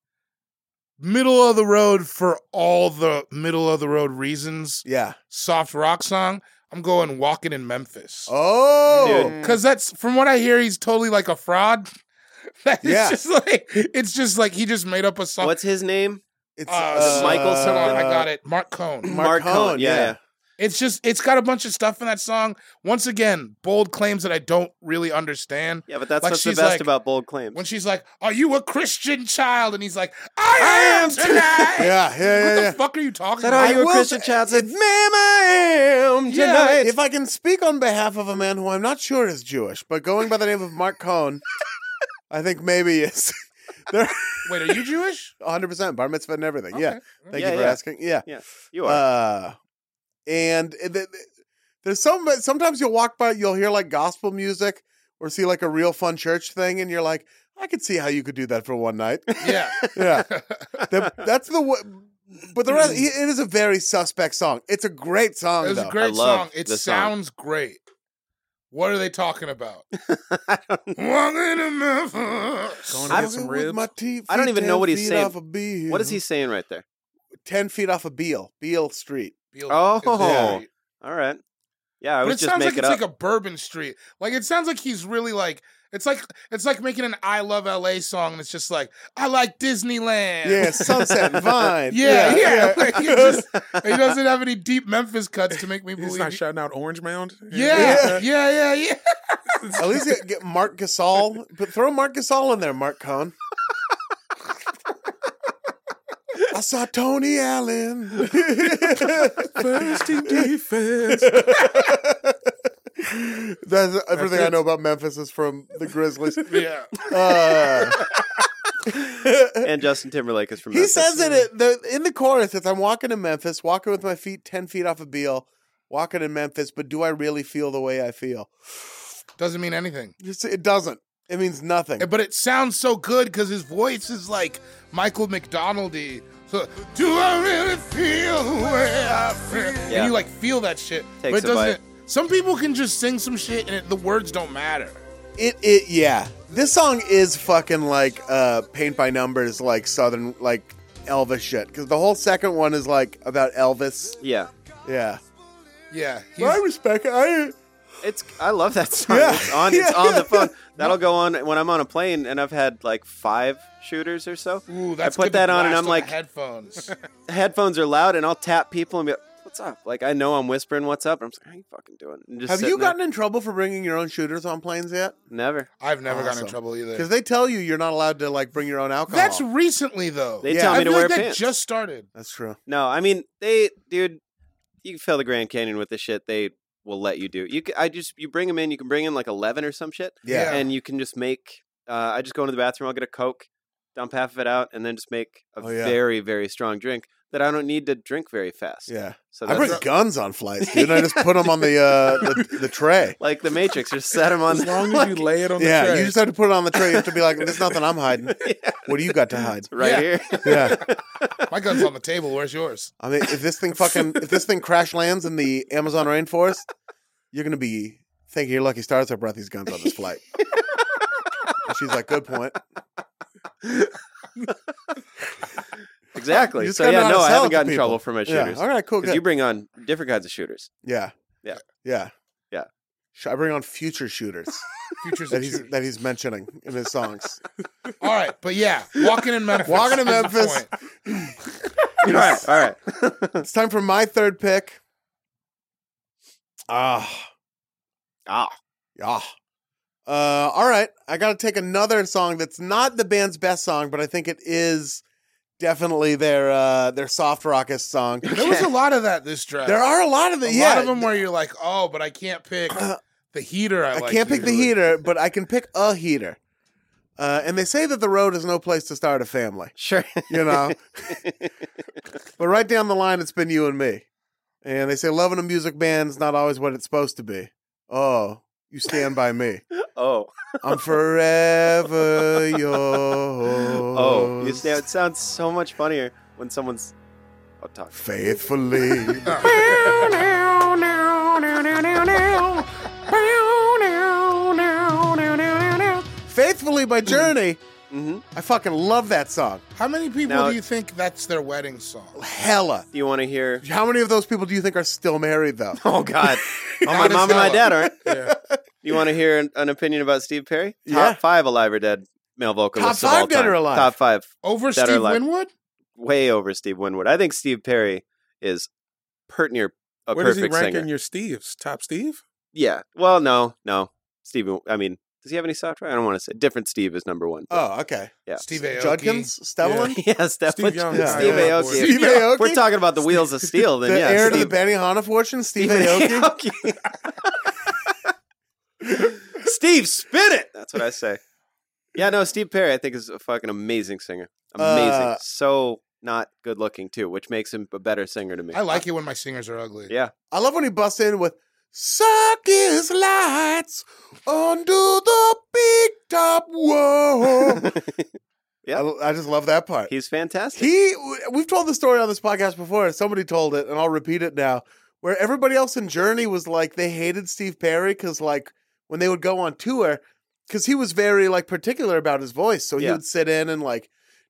[SPEAKER 3] middle of the road for all the middle of the road reasons.
[SPEAKER 2] Yeah.
[SPEAKER 3] Soft rock song. I'm going walking in Memphis.
[SPEAKER 2] Oh.
[SPEAKER 1] Dude.
[SPEAKER 3] Cause that's from what I hear, he's totally like a fraud. That it's
[SPEAKER 2] Yeah.
[SPEAKER 3] just like it's just like he just made up a song.
[SPEAKER 1] What's his name?
[SPEAKER 2] It's
[SPEAKER 3] uh,
[SPEAKER 1] Michael uh,
[SPEAKER 3] Michael? Hold on, I got it. Mark
[SPEAKER 2] Mark
[SPEAKER 3] Cohn.
[SPEAKER 1] Marcone,
[SPEAKER 2] Cohn,
[SPEAKER 1] yeah,
[SPEAKER 2] uh, yeah.
[SPEAKER 1] yeah.
[SPEAKER 3] It's just it's got a bunch of stuff in that song. Once again, bold claims that I don't really understand.
[SPEAKER 1] Yeah, but that's
[SPEAKER 3] Like,
[SPEAKER 1] what's the
[SPEAKER 3] she's
[SPEAKER 1] best
[SPEAKER 3] like-
[SPEAKER 1] about bold claims.
[SPEAKER 3] when she's like, "Are you a Christian child?" and he's like, "I, am tonight."
[SPEAKER 2] Yeah, yeah, yeah,
[SPEAKER 3] What
[SPEAKER 2] yeah.
[SPEAKER 3] the fuck are you talking
[SPEAKER 1] Said,
[SPEAKER 3] about?
[SPEAKER 1] are you a
[SPEAKER 2] will-
[SPEAKER 1] Christian child? Said, ma'am, I am
[SPEAKER 3] Yeah,
[SPEAKER 1] tonight.
[SPEAKER 2] If I can speak on behalf of a man who I'm not sure is Jewish, but going by the name of Mark Cohn, I think maybe is. They're
[SPEAKER 3] Wait, are you Jewish?
[SPEAKER 2] 100% bar mitzvah and everything.
[SPEAKER 3] Okay.
[SPEAKER 2] Yeah. Thank
[SPEAKER 1] Yeah,
[SPEAKER 2] you for
[SPEAKER 1] yeah.
[SPEAKER 2] asking. Yeah.
[SPEAKER 1] you are.
[SPEAKER 2] Uh, and th- th- there's some, sometimes you'll walk by, you'll hear like gospel music or see like a real fun church thing, and you're like, I could see how you could do that for one night.
[SPEAKER 3] Yeah,
[SPEAKER 2] Yeah.
[SPEAKER 1] Oh,
[SPEAKER 2] The- that's the way. But the rest, it is a very suspect song. It's a great song,
[SPEAKER 3] it's
[SPEAKER 2] though.
[SPEAKER 3] a great
[SPEAKER 1] love
[SPEAKER 3] song. It
[SPEAKER 1] the song.
[SPEAKER 3] sounds great. What are they talking about?
[SPEAKER 2] Walking in
[SPEAKER 5] Going
[SPEAKER 2] Memphis.
[SPEAKER 5] to get some ribs.
[SPEAKER 1] I don't even know what he's saying.
[SPEAKER 2] What
[SPEAKER 1] what is he saying right there?
[SPEAKER 2] Ten feet off of Beale, Beale Street.
[SPEAKER 3] Beale-
[SPEAKER 1] Oh.
[SPEAKER 3] Yeah.
[SPEAKER 1] All right. Yeah, I
[SPEAKER 3] but
[SPEAKER 1] was
[SPEAKER 3] it
[SPEAKER 1] just
[SPEAKER 3] sounds like
[SPEAKER 1] making
[SPEAKER 3] it's
[SPEAKER 1] up.
[SPEAKER 3] like a Bourbon Street. Like it sounds like he's really like it's like it's like making an I Love L.A. song, and it's just like I like Disneyland.
[SPEAKER 2] Yeah, Sunset and Vine.
[SPEAKER 3] Yeah, yeah. Like, he, just, he doesn't have any deep Memphis cuts to make me
[SPEAKER 5] He's
[SPEAKER 3] believe.
[SPEAKER 5] not
[SPEAKER 3] he-
[SPEAKER 5] shouting out Orange Mound.
[SPEAKER 3] yeah, yeah, yeah, yeah.
[SPEAKER 2] At least get, get Mark Gasol. But throw Mark Gasol in there, Mark Cohn. I saw Tony Allen.
[SPEAKER 5] First team defense.
[SPEAKER 2] That's everything I
[SPEAKER 5] it.
[SPEAKER 2] know about Memphis is from the Grizzlies.
[SPEAKER 3] Yeah.
[SPEAKER 2] Uh,
[SPEAKER 1] and Justin Timberlake is from.
[SPEAKER 2] He
[SPEAKER 1] Memphis.
[SPEAKER 2] says it at the, in the chorus. It's I'm walking to Memphis, walking with my feet ten feet off a Beal, walking in Memphis. But do I really feel the way I feel?
[SPEAKER 3] Doesn't mean anything.
[SPEAKER 2] You see, It doesn't. It means nothing.
[SPEAKER 3] But it sounds so good because his voice is like Michael McDonaldy. So, do I really feel the way I feel?
[SPEAKER 1] Yeah.
[SPEAKER 3] And you like feel that shit.
[SPEAKER 1] Takes
[SPEAKER 3] but it
[SPEAKER 1] a
[SPEAKER 3] doesn't. Some people can just sing some shit and it, the words don't matter.
[SPEAKER 2] It it yeah. This song is fucking like uh paint by numbers like southern like Elvis shit cuz the whole second one is like about Elvis.
[SPEAKER 1] Yeah,
[SPEAKER 2] Yeah.
[SPEAKER 3] Yeah. he's-
[SPEAKER 2] I respect it. I
[SPEAKER 1] it's. I love that song.
[SPEAKER 2] Yeah.
[SPEAKER 1] It's on. It's
[SPEAKER 2] Yeah,
[SPEAKER 1] on the
[SPEAKER 2] yeah, yeah.
[SPEAKER 1] phone. That'll go on when I'm on a plane, and I've had like five shooters or so.
[SPEAKER 3] Ooh, that's
[SPEAKER 1] I put
[SPEAKER 3] good to
[SPEAKER 1] that on, and
[SPEAKER 3] blast
[SPEAKER 1] I'm
[SPEAKER 3] the
[SPEAKER 1] like,
[SPEAKER 3] headphones.
[SPEAKER 1] headphones are loud, and I'll tap people and be like, "What's up?" Like I know I'm whispering, "What's up?" And I'm just like, "I ain't fucking doing." It. And just
[SPEAKER 2] Have you
[SPEAKER 1] sitting there.
[SPEAKER 2] gotten in trouble for bringing your own shooters on planes yet?
[SPEAKER 1] Never.
[SPEAKER 3] I've never gotten
[SPEAKER 2] Awesome.
[SPEAKER 3] in trouble either.
[SPEAKER 2] Cuz they tell you you're not allowed to like bring your own alcohol.
[SPEAKER 3] That's recently though.
[SPEAKER 1] They
[SPEAKER 2] Yeah.
[SPEAKER 1] tell me
[SPEAKER 3] I
[SPEAKER 1] to
[SPEAKER 3] feel
[SPEAKER 1] wear
[SPEAKER 3] like that
[SPEAKER 1] pants.
[SPEAKER 3] just started.
[SPEAKER 2] That's true.
[SPEAKER 1] No, I mean they, dude. You can fill the Grand Canyon with this shit. They will let you do. You, c- I just you bring them in. You can bring in like eleven or some shit,
[SPEAKER 2] Yeah.
[SPEAKER 1] and you can just make. Uh, I just go into the bathroom. I'll get a coke, dump half of it out, and then just make a
[SPEAKER 2] Oh, yeah.
[SPEAKER 1] very very strong drink that I don't need to drink very fast.
[SPEAKER 2] Yeah.
[SPEAKER 1] So
[SPEAKER 2] I
[SPEAKER 1] that's
[SPEAKER 2] bring guns on flights, dude. I just put them on the uh the, the tray.
[SPEAKER 1] like the Matrix, just set them on.
[SPEAKER 5] As long as
[SPEAKER 1] like,
[SPEAKER 5] you lay it on
[SPEAKER 2] Yeah,
[SPEAKER 5] the tray.
[SPEAKER 2] you just have to put it on the tray. You have to be like, "There's nothing I'm hiding. What do you got to hide?"
[SPEAKER 1] right
[SPEAKER 3] Yeah.
[SPEAKER 1] here.
[SPEAKER 2] Yeah,
[SPEAKER 3] My gun's on the table. Where's yours?
[SPEAKER 2] I mean, if this thing fucking if this thing crash lands in the Amazon rainforest, you're gonna be thinking your lucky stars I brought these guns on this flight. And she's like, good point. You
[SPEAKER 1] Exactly.
[SPEAKER 2] just
[SPEAKER 1] So
[SPEAKER 2] gotta know
[SPEAKER 1] yeah,
[SPEAKER 2] how to
[SPEAKER 1] no, I
[SPEAKER 2] sell it
[SPEAKER 1] haven't
[SPEAKER 2] to
[SPEAKER 1] gotten in
[SPEAKER 2] people.
[SPEAKER 1] trouble for my
[SPEAKER 2] Yeah.
[SPEAKER 1] shooters.
[SPEAKER 2] All right. Cool.
[SPEAKER 1] 'Cause
[SPEAKER 2] Good.
[SPEAKER 1] you bring on different kinds of shooters.
[SPEAKER 2] yeah.
[SPEAKER 1] Yeah.
[SPEAKER 2] Yeah.
[SPEAKER 1] Yeah.
[SPEAKER 2] Sh- I bring on future shooters
[SPEAKER 3] Futures
[SPEAKER 2] that
[SPEAKER 3] and
[SPEAKER 2] he's
[SPEAKER 3] shooters.
[SPEAKER 2] that he's mentioning in his songs.
[SPEAKER 3] All right, but yeah, walking in Memphis.
[SPEAKER 2] Walking in
[SPEAKER 3] is the
[SPEAKER 2] Memphis.
[SPEAKER 3] point.
[SPEAKER 1] all right, all right.
[SPEAKER 2] It's time for my third pick. Ah.
[SPEAKER 1] Ah.
[SPEAKER 2] Yeah. Uh, all right. I got to take another song that's not the band's best song, but I think it is definitely their uh, their soft rockist song.
[SPEAKER 3] There was a lot of that this draft.
[SPEAKER 2] There are a lot of the
[SPEAKER 3] a
[SPEAKER 2] yeah.
[SPEAKER 3] lot of them where you're like, oh, but I can't pick the heater. I,
[SPEAKER 2] I
[SPEAKER 3] like
[SPEAKER 2] can't pick the
[SPEAKER 3] usually.
[SPEAKER 2] heater, but I can pick a heater. Uh, and they say that the road is no place to start a family,
[SPEAKER 1] Sure.
[SPEAKER 2] you know. but right down the line, it's been you and me. And they say loving a music band is not always what it's supposed to be. Oh, you stand by me.
[SPEAKER 1] Oh.
[SPEAKER 2] I'm forever yours.
[SPEAKER 1] Oh. You see, it sounds so much funnier when someone's. Oh, talk.
[SPEAKER 2] faithfully. faithfully by Journey.
[SPEAKER 1] Mm-hmm.
[SPEAKER 2] I fucking love that song.
[SPEAKER 3] How many people
[SPEAKER 1] Now-
[SPEAKER 3] do you think that's their wedding song?
[SPEAKER 2] Hella.
[SPEAKER 1] Do you want to hear?
[SPEAKER 2] How many of those people do you think are still married though?
[SPEAKER 1] Oh God. Oh, my
[SPEAKER 3] Not
[SPEAKER 1] mom and
[SPEAKER 3] as
[SPEAKER 1] my
[SPEAKER 3] hell.
[SPEAKER 1] dad aren't.
[SPEAKER 5] Yeah.
[SPEAKER 1] You want to hear an, an opinion about Steve Perry?
[SPEAKER 2] Yeah.
[SPEAKER 1] Top five alive or dead male vocalists
[SPEAKER 2] Top
[SPEAKER 1] of all
[SPEAKER 2] five dead
[SPEAKER 1] time.
[SPEAKER 2] or alive?
[SPEAKER 1] Top five,
[SPEAKER 3] Over
[SPEAKER 1] Dead or
[SPEAKER 3] Steve
[SPEAKER 1] alive.
[SPEAKER 3] Winwood?
[SPEAKER 1] way over Steve Winwood. I think Steve Perry is pert near a
[SPEAKER 5] Where does he
[SPEAKER 1] perfect
[SPEAKER 5] rank
[SPEAKER 1] singer.
[SPEAKER 5] in your Steve's? Top Steve?
[SPEAKER 1] yeah. Well, no, no. Steve. I mean, does he have any software? I don't want to say. Different Steve is number one.
[SPEAKER 2] Oh, okay.
[SPEAKER 1] yeah.
[SPEAKER 3] Steve Aoki.
[SPEAKER 2] Judkins, Stevlin,
[SPEAKER 1] yes, definitely.
[SPEAKER 5] Steve Young.
[SPEAKER 1] Steve,
[SPEAKER 2] Yeah. Yeah.
[SPEAKER 1] Aoki.
[SPEAKER 3] Steve
[SPEAKER 1] If
[SPEAKER 2] Aoki.
[SPEAKER 1] If we're talking about the wheels of steel, then
[SPEAKER 2] the
[SPEAKER 1] yeah,
[SPEAKER 2] heir
[SPEAKER 1] Steve,
[SPEAKER 2] to the Benihana fortune, Steve
[SPEAKER 1] Steve
[SPEAKER 2] Aoki.
[SPEAKER 1] Aoki. Steve, spin it. That's what I say. Yeah, no, Steve Perry, I think, is a fucking amazing singer. Amazing.
[SPEAKER 2] Uh,
[SPEAKER 1] so not good looking too, which makes him a better singer to me.
[SPEAKER 3] I like it when my singers are ugly.
[SPEAKER 1] Yeah.
[SPEAKER 2] I love when he busts in with circus lights under the big top wall.
[SPEAKER 1] Yeah.
[SPEAKER 2] I, I just love that part.
[SPEAKER 1] He's fantastic.
[SPEAKER 2] He, we've told the story on this podcast before. Somebody told it, and I'll repeat it now. Where everybody else in Journey was like, they hated Steve Perry because, like, when they would go on tour, because he was very like particular about his voice, so he
[SPEAKER 1] Yeah.
[SPEAKER 2] would sit in and like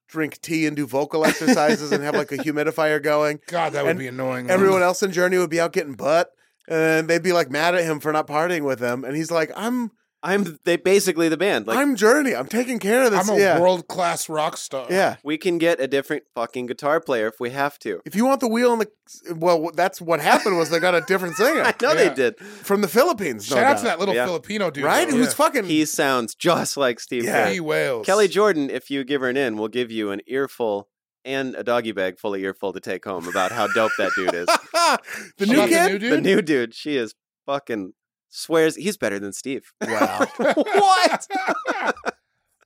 [SPEAKER 2] drink tea and do vocal exercises and have like a humidifier going.
[SPEAKER 3] God, that would
[SPEAKER 2] And
[SPEAKER 3] be annoying.
[SPEAKER 1] Mm-hmm.
[SPEAKER 2] Everyone else in Journey would be out getting butt, and they'd be like mad at him for not partying with them. And he's like, "I'm,
[SPEAKER 1] I'm they basically the band. Like
[SPEAKER 2] I'm Journey. I'm taking care of this.
[SPEAKER 3] I'm a
[SPEAKER 2] yeah,
[SPEAKER 3] world class rock star.
[SPEAKER 2] yeah."
[SPEAKER 1] we can get a different fucking guitar player if we have to.
[SPEAKER 2] If you want the wheel and the well, that's what happened was they got a different singer.
[SPEAKER 1] I know
[SPEAKER 3] Yeah.
[SPEAKER 1] they did.
[SPEAKER 2] from the Philippines. no
[SPEAKER 3] Shout out
[SPEAKER 2] doubt.
[SPEAKER 3] to that little
[SPEAKER 1] Yeah.
[SPEAKER 3] Filipino dude.
[SPEAKER 2] right?
[SPEAKER 3] though.
[SPEAKER 2] Who's fucking?
[SPEAKER 1] He sounds just like Steve
[SPEAKER 2] Yeah.
[SPEAKER 1] Perry.
[SPEAKER 3] yeah. Lee Wales.
[SPEAKER 1] Kelly Jordan, if you give her an in, will give you an earful and a doggy bag full of earful to take home about how dope that dude is.
[SPEAKER 2] the
[SPEAKER 3] About
[SPEAKER 2] new
[SPEAKER 3] the
[SPEAKER 2] kid.
[SPEAKER 3] new dude?
[SPEAKER 1] The new dude, she is fucking swears he's better than Steve.
[SPEAKER 2] wow.
[SPEAKER 1] what?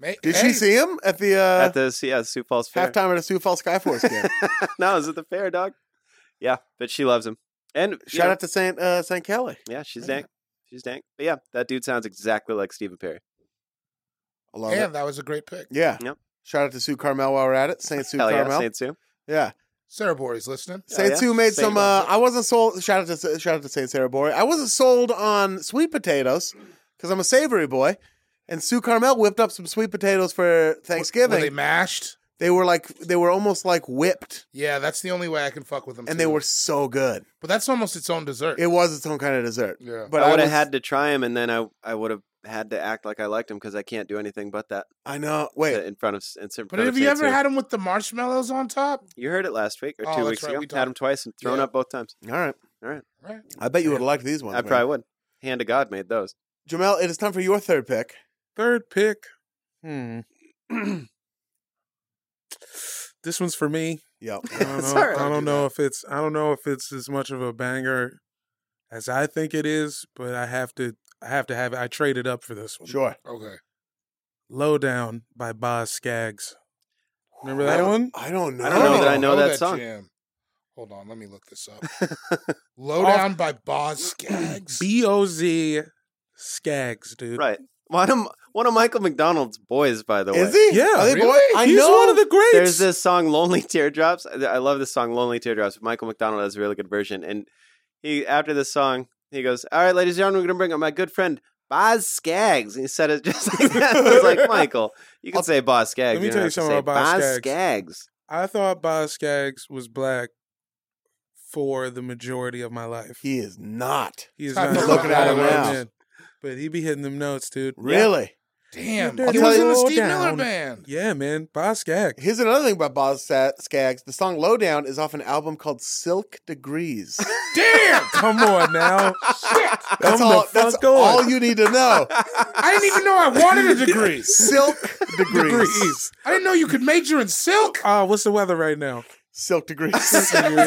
[SPEAKER 3] Ma-
[SPEAKER 2] Did
[SPEAKER 3] hey,
[SPEAKER 2] she see him at the, uh,
[SPEAKER 1] at the yeah Sioux Falls Fair.
[SPEAKER 2] halftime at a Sioux Falls Skyforce game?
[SPEAKER 1] no, is it the fair, dog? Yeah, but she loves him. And you
[SPEAKER 2] Shout
[SPEAKER 1] know,
[SPEAKER 2] out to Saint uh, Saint Kelly.
[SPEAKER 1] yeah, she's dank. She's dank. But yeah, that dude sounds exactly like Stephen Perry.
[SPEAKER 2] I love
[SPEAKER 3] Damn,
[SPEAKER 2] it.
[SPEAKER 3] that was a great pick.
[SPEAKER 2] Yeah.
[SPEAKER 1] Yep.
[SPEAKER 2] Shout out to Sue Carmel while we're at it. Saint Sue
[SPEAKER 1] Hell yeah,
[SPEAKER 2] Carmel.
[SPEAKER 1] Saint Sue.
[SPEAKER 2] Yeah.
[SPEAKER 3] Sarah Bory's listening.
[SPEAKER 1] Yeah,
[SPEAKER 2] Saint
[SPEAKER 1] yeah.
[SPEAKER 2] Sue made
[SPEAKER 1] Saint
[SPEAKER 2] some. Uh,
[SPEAKER 1] loves it.
[SPEAKER 2] I wasn't sold. Shout out to Sa- shout out to Saint Sarah Boy. I wasn't sold on sweet potatoes because I'm a savory boy. And Sue Carmel whipped up some sweet potatoes for
[SPEAKER 3] Were
[SPEAKER 2] Thanksgiving.
[SPEAKER 3] they mashed?
[SPEAKER 2] they-, were like they were almost like whipped,
[SPEAKER 3] Yeah, that's the only way I can fuck with them.
[SPEAKER 1] Mm,
[SPEAKER 2] and they
[SPEAKER 3] too.
[SPEAKER 2] were so good.
[SPEAKER 3] but that's almost its own dessert.
[SPEAKER 2] It was its own kind of dessert.
[SPEAKER 3] yeah,
[SPEAKER 2] But
[SPEAKER 1] I would have
[SPEAKER 2] was-
[SPEAKER 1] had to try him, and then I I would have had to act like I liked him because I can't do anything but that
[SPEAKER 2] I know.
[SPEAKER 1] to-
[SPEAKER 2] Wait,
[SPEAKER 1] in front of in front
[SPEAKER 3] but
[SPEAKER 1] of
[SPEAKER 3] have you
[SPEAKER 1] Saint
[SPEAKER 3] ever
[SPEAKER 1] Sue.
[SPEAKER 3] had them with the marshmallows on top?
[SPEAKER 1] You heard it last week or
[SPEAKER 3] Oh,
[SPEAKER 1] two
[SPEAKER 3] that's
[SPEAKER 1] weeks
[SPEAKER 3] right,
[SPEAKER 1] ago.
[SPEAKER 3] we
[SPEAKER 1] Had
[SPEAKER 3] talked-
[SPEAKER 1] him twice and thrown
[SPEAKER 3] Yeah.
[SPEAKER 1] up both times.
[SPEAKER 2] all right.
[SPEAKER 3] Right.
[SPEAKER 2] I bet you would have liked these ones.
[SPEAKER 1] I
[SPEAKER 2] man.
[SPEAKER 1] probably would. Hand to God made those.
[SPEAKER 2] Jamel, it is time for your third pick.
[SPEAKER 5] Third pick. Hmm. this one's for me.
[SPEAKER 2] Yep.
[SPEAKER 5] I don't know,
[SPEAKER 1] Sorry.
[SPEAKER 5] I don't know if it's I don't know if it's as much of a banger as I think it is, but I have to I have to have it. I traded up for this one.
[SPEAKER 2] Sure.
[SPEAKER 3] Okay.
[SPEAKER 5] Lowdown by Boz Skaggs. Remember
[SPEAKER 2] I
[SPEAKER 5] that
[SPEAKER 2] don't-
[SPEAKER 5] one?
[SPEAKER 2] I don't know.
[SPEAKER 1] I don't know that I know that song.
[SPEAKER 3] jam. Oh, Hold on, let me look this up. Lowdown by Boz Skaggs.
[SPEAKER 5] B O Z Skaggs, dude.
[SPEAKER 1] Right. One of one of Michael McDonald's boys, by the way.
[SPEAKER 2] Is he?
[SPEAKER 5] Yeah.
[SPEAKER 2] Are they
[SPEAKER 3] Really?
[SPEAKER 2] boy- I
[SPEAKER 5] He's
[SPEAKER 2] know
[SPEAKER 5] one of the greats.
[SPEAKER 1] There's this song "Lonely Teardrops." I I love this song "Lonely Teardrops." Michael McDonald has a really good version, and he after this song he goes, "All right, ladies and gentlemen, we're gonna bring up my good friend Boz Skaggs." And he said it just like that. I was like, Michael, you can
[SPEAKER 5] I'll-
[SPEAKER 1] say Boz Skaggs.
[SPEAKER 5] let me
[SPEAKER 1] don't
[SPEAKER 5] tell you
[SPEAKER 1] have to
[SPEAKER 5] something
[SPEAKER 1] say
[SPEAKER 5] about Boz
[SPEAKER 1] Boz
[SPEAKER 5] Skaggs.
[SPEAKER 1] Skaggs.
[SPEAKER 5] I thought Boz Skaggs was black for the majority of my life.
[SPEAKER 2] He is not.
[SPEAKER 5] He's
[SPEAKER 3] I'm
[SPEAKER 5] not
[SPEAKER 3] looking at
[SPEAKER 5] a
[SPEAKER 3] him
[SPEAKER 5] black
[SPEAKER 2] now.
[SPEAKER 5] man, But he be hitting them notes, dude.
[SPEAKER 2] Really?
[SPEAKER 3] Damn,
[SPEAKER 5] I'll
[SPEAKER 3] he
[SPEAKER 2] tell
[SPEAKER 3] was
[SPEAKER 2] you-
[SPEAKER 3] in the Steve Miller
[SPEAKER 5] Lowdown.
[SPEAKER 3] Band.
[SPEAKER 5] Yeah, man. Boz Skaggs.
[SPEAKER 2] Here's another thing about Boz Sa- Skaggs. The song Lowdown is off an album called Silk Degrees.
[SPEAKER 3] Damn,
[SPEAKER 5] Come on now.
[SPEAKER 2] That's
[SPEAKER 5] Come
[SPEAKER 2] all
[SPEAKER 5] the
[SPEAKER 2] that's
[SPEAKER 5] fuck on.
[SPEAKER 2] all you need to know.
[SPEAKER 3] I didn't even know I wanted a degree.
[SPEAKER 2] Silk Degrees.
[SPEAKER 5] Degrees.
[SPEAKER 3] I didn't know you could major in silk.
[SPEAKER 5] Uh, what's the weather right now?
[SPEAKER 2] Silk Degrees.
[SPEAKER 5] Degrees.
[SPEAKER 1] and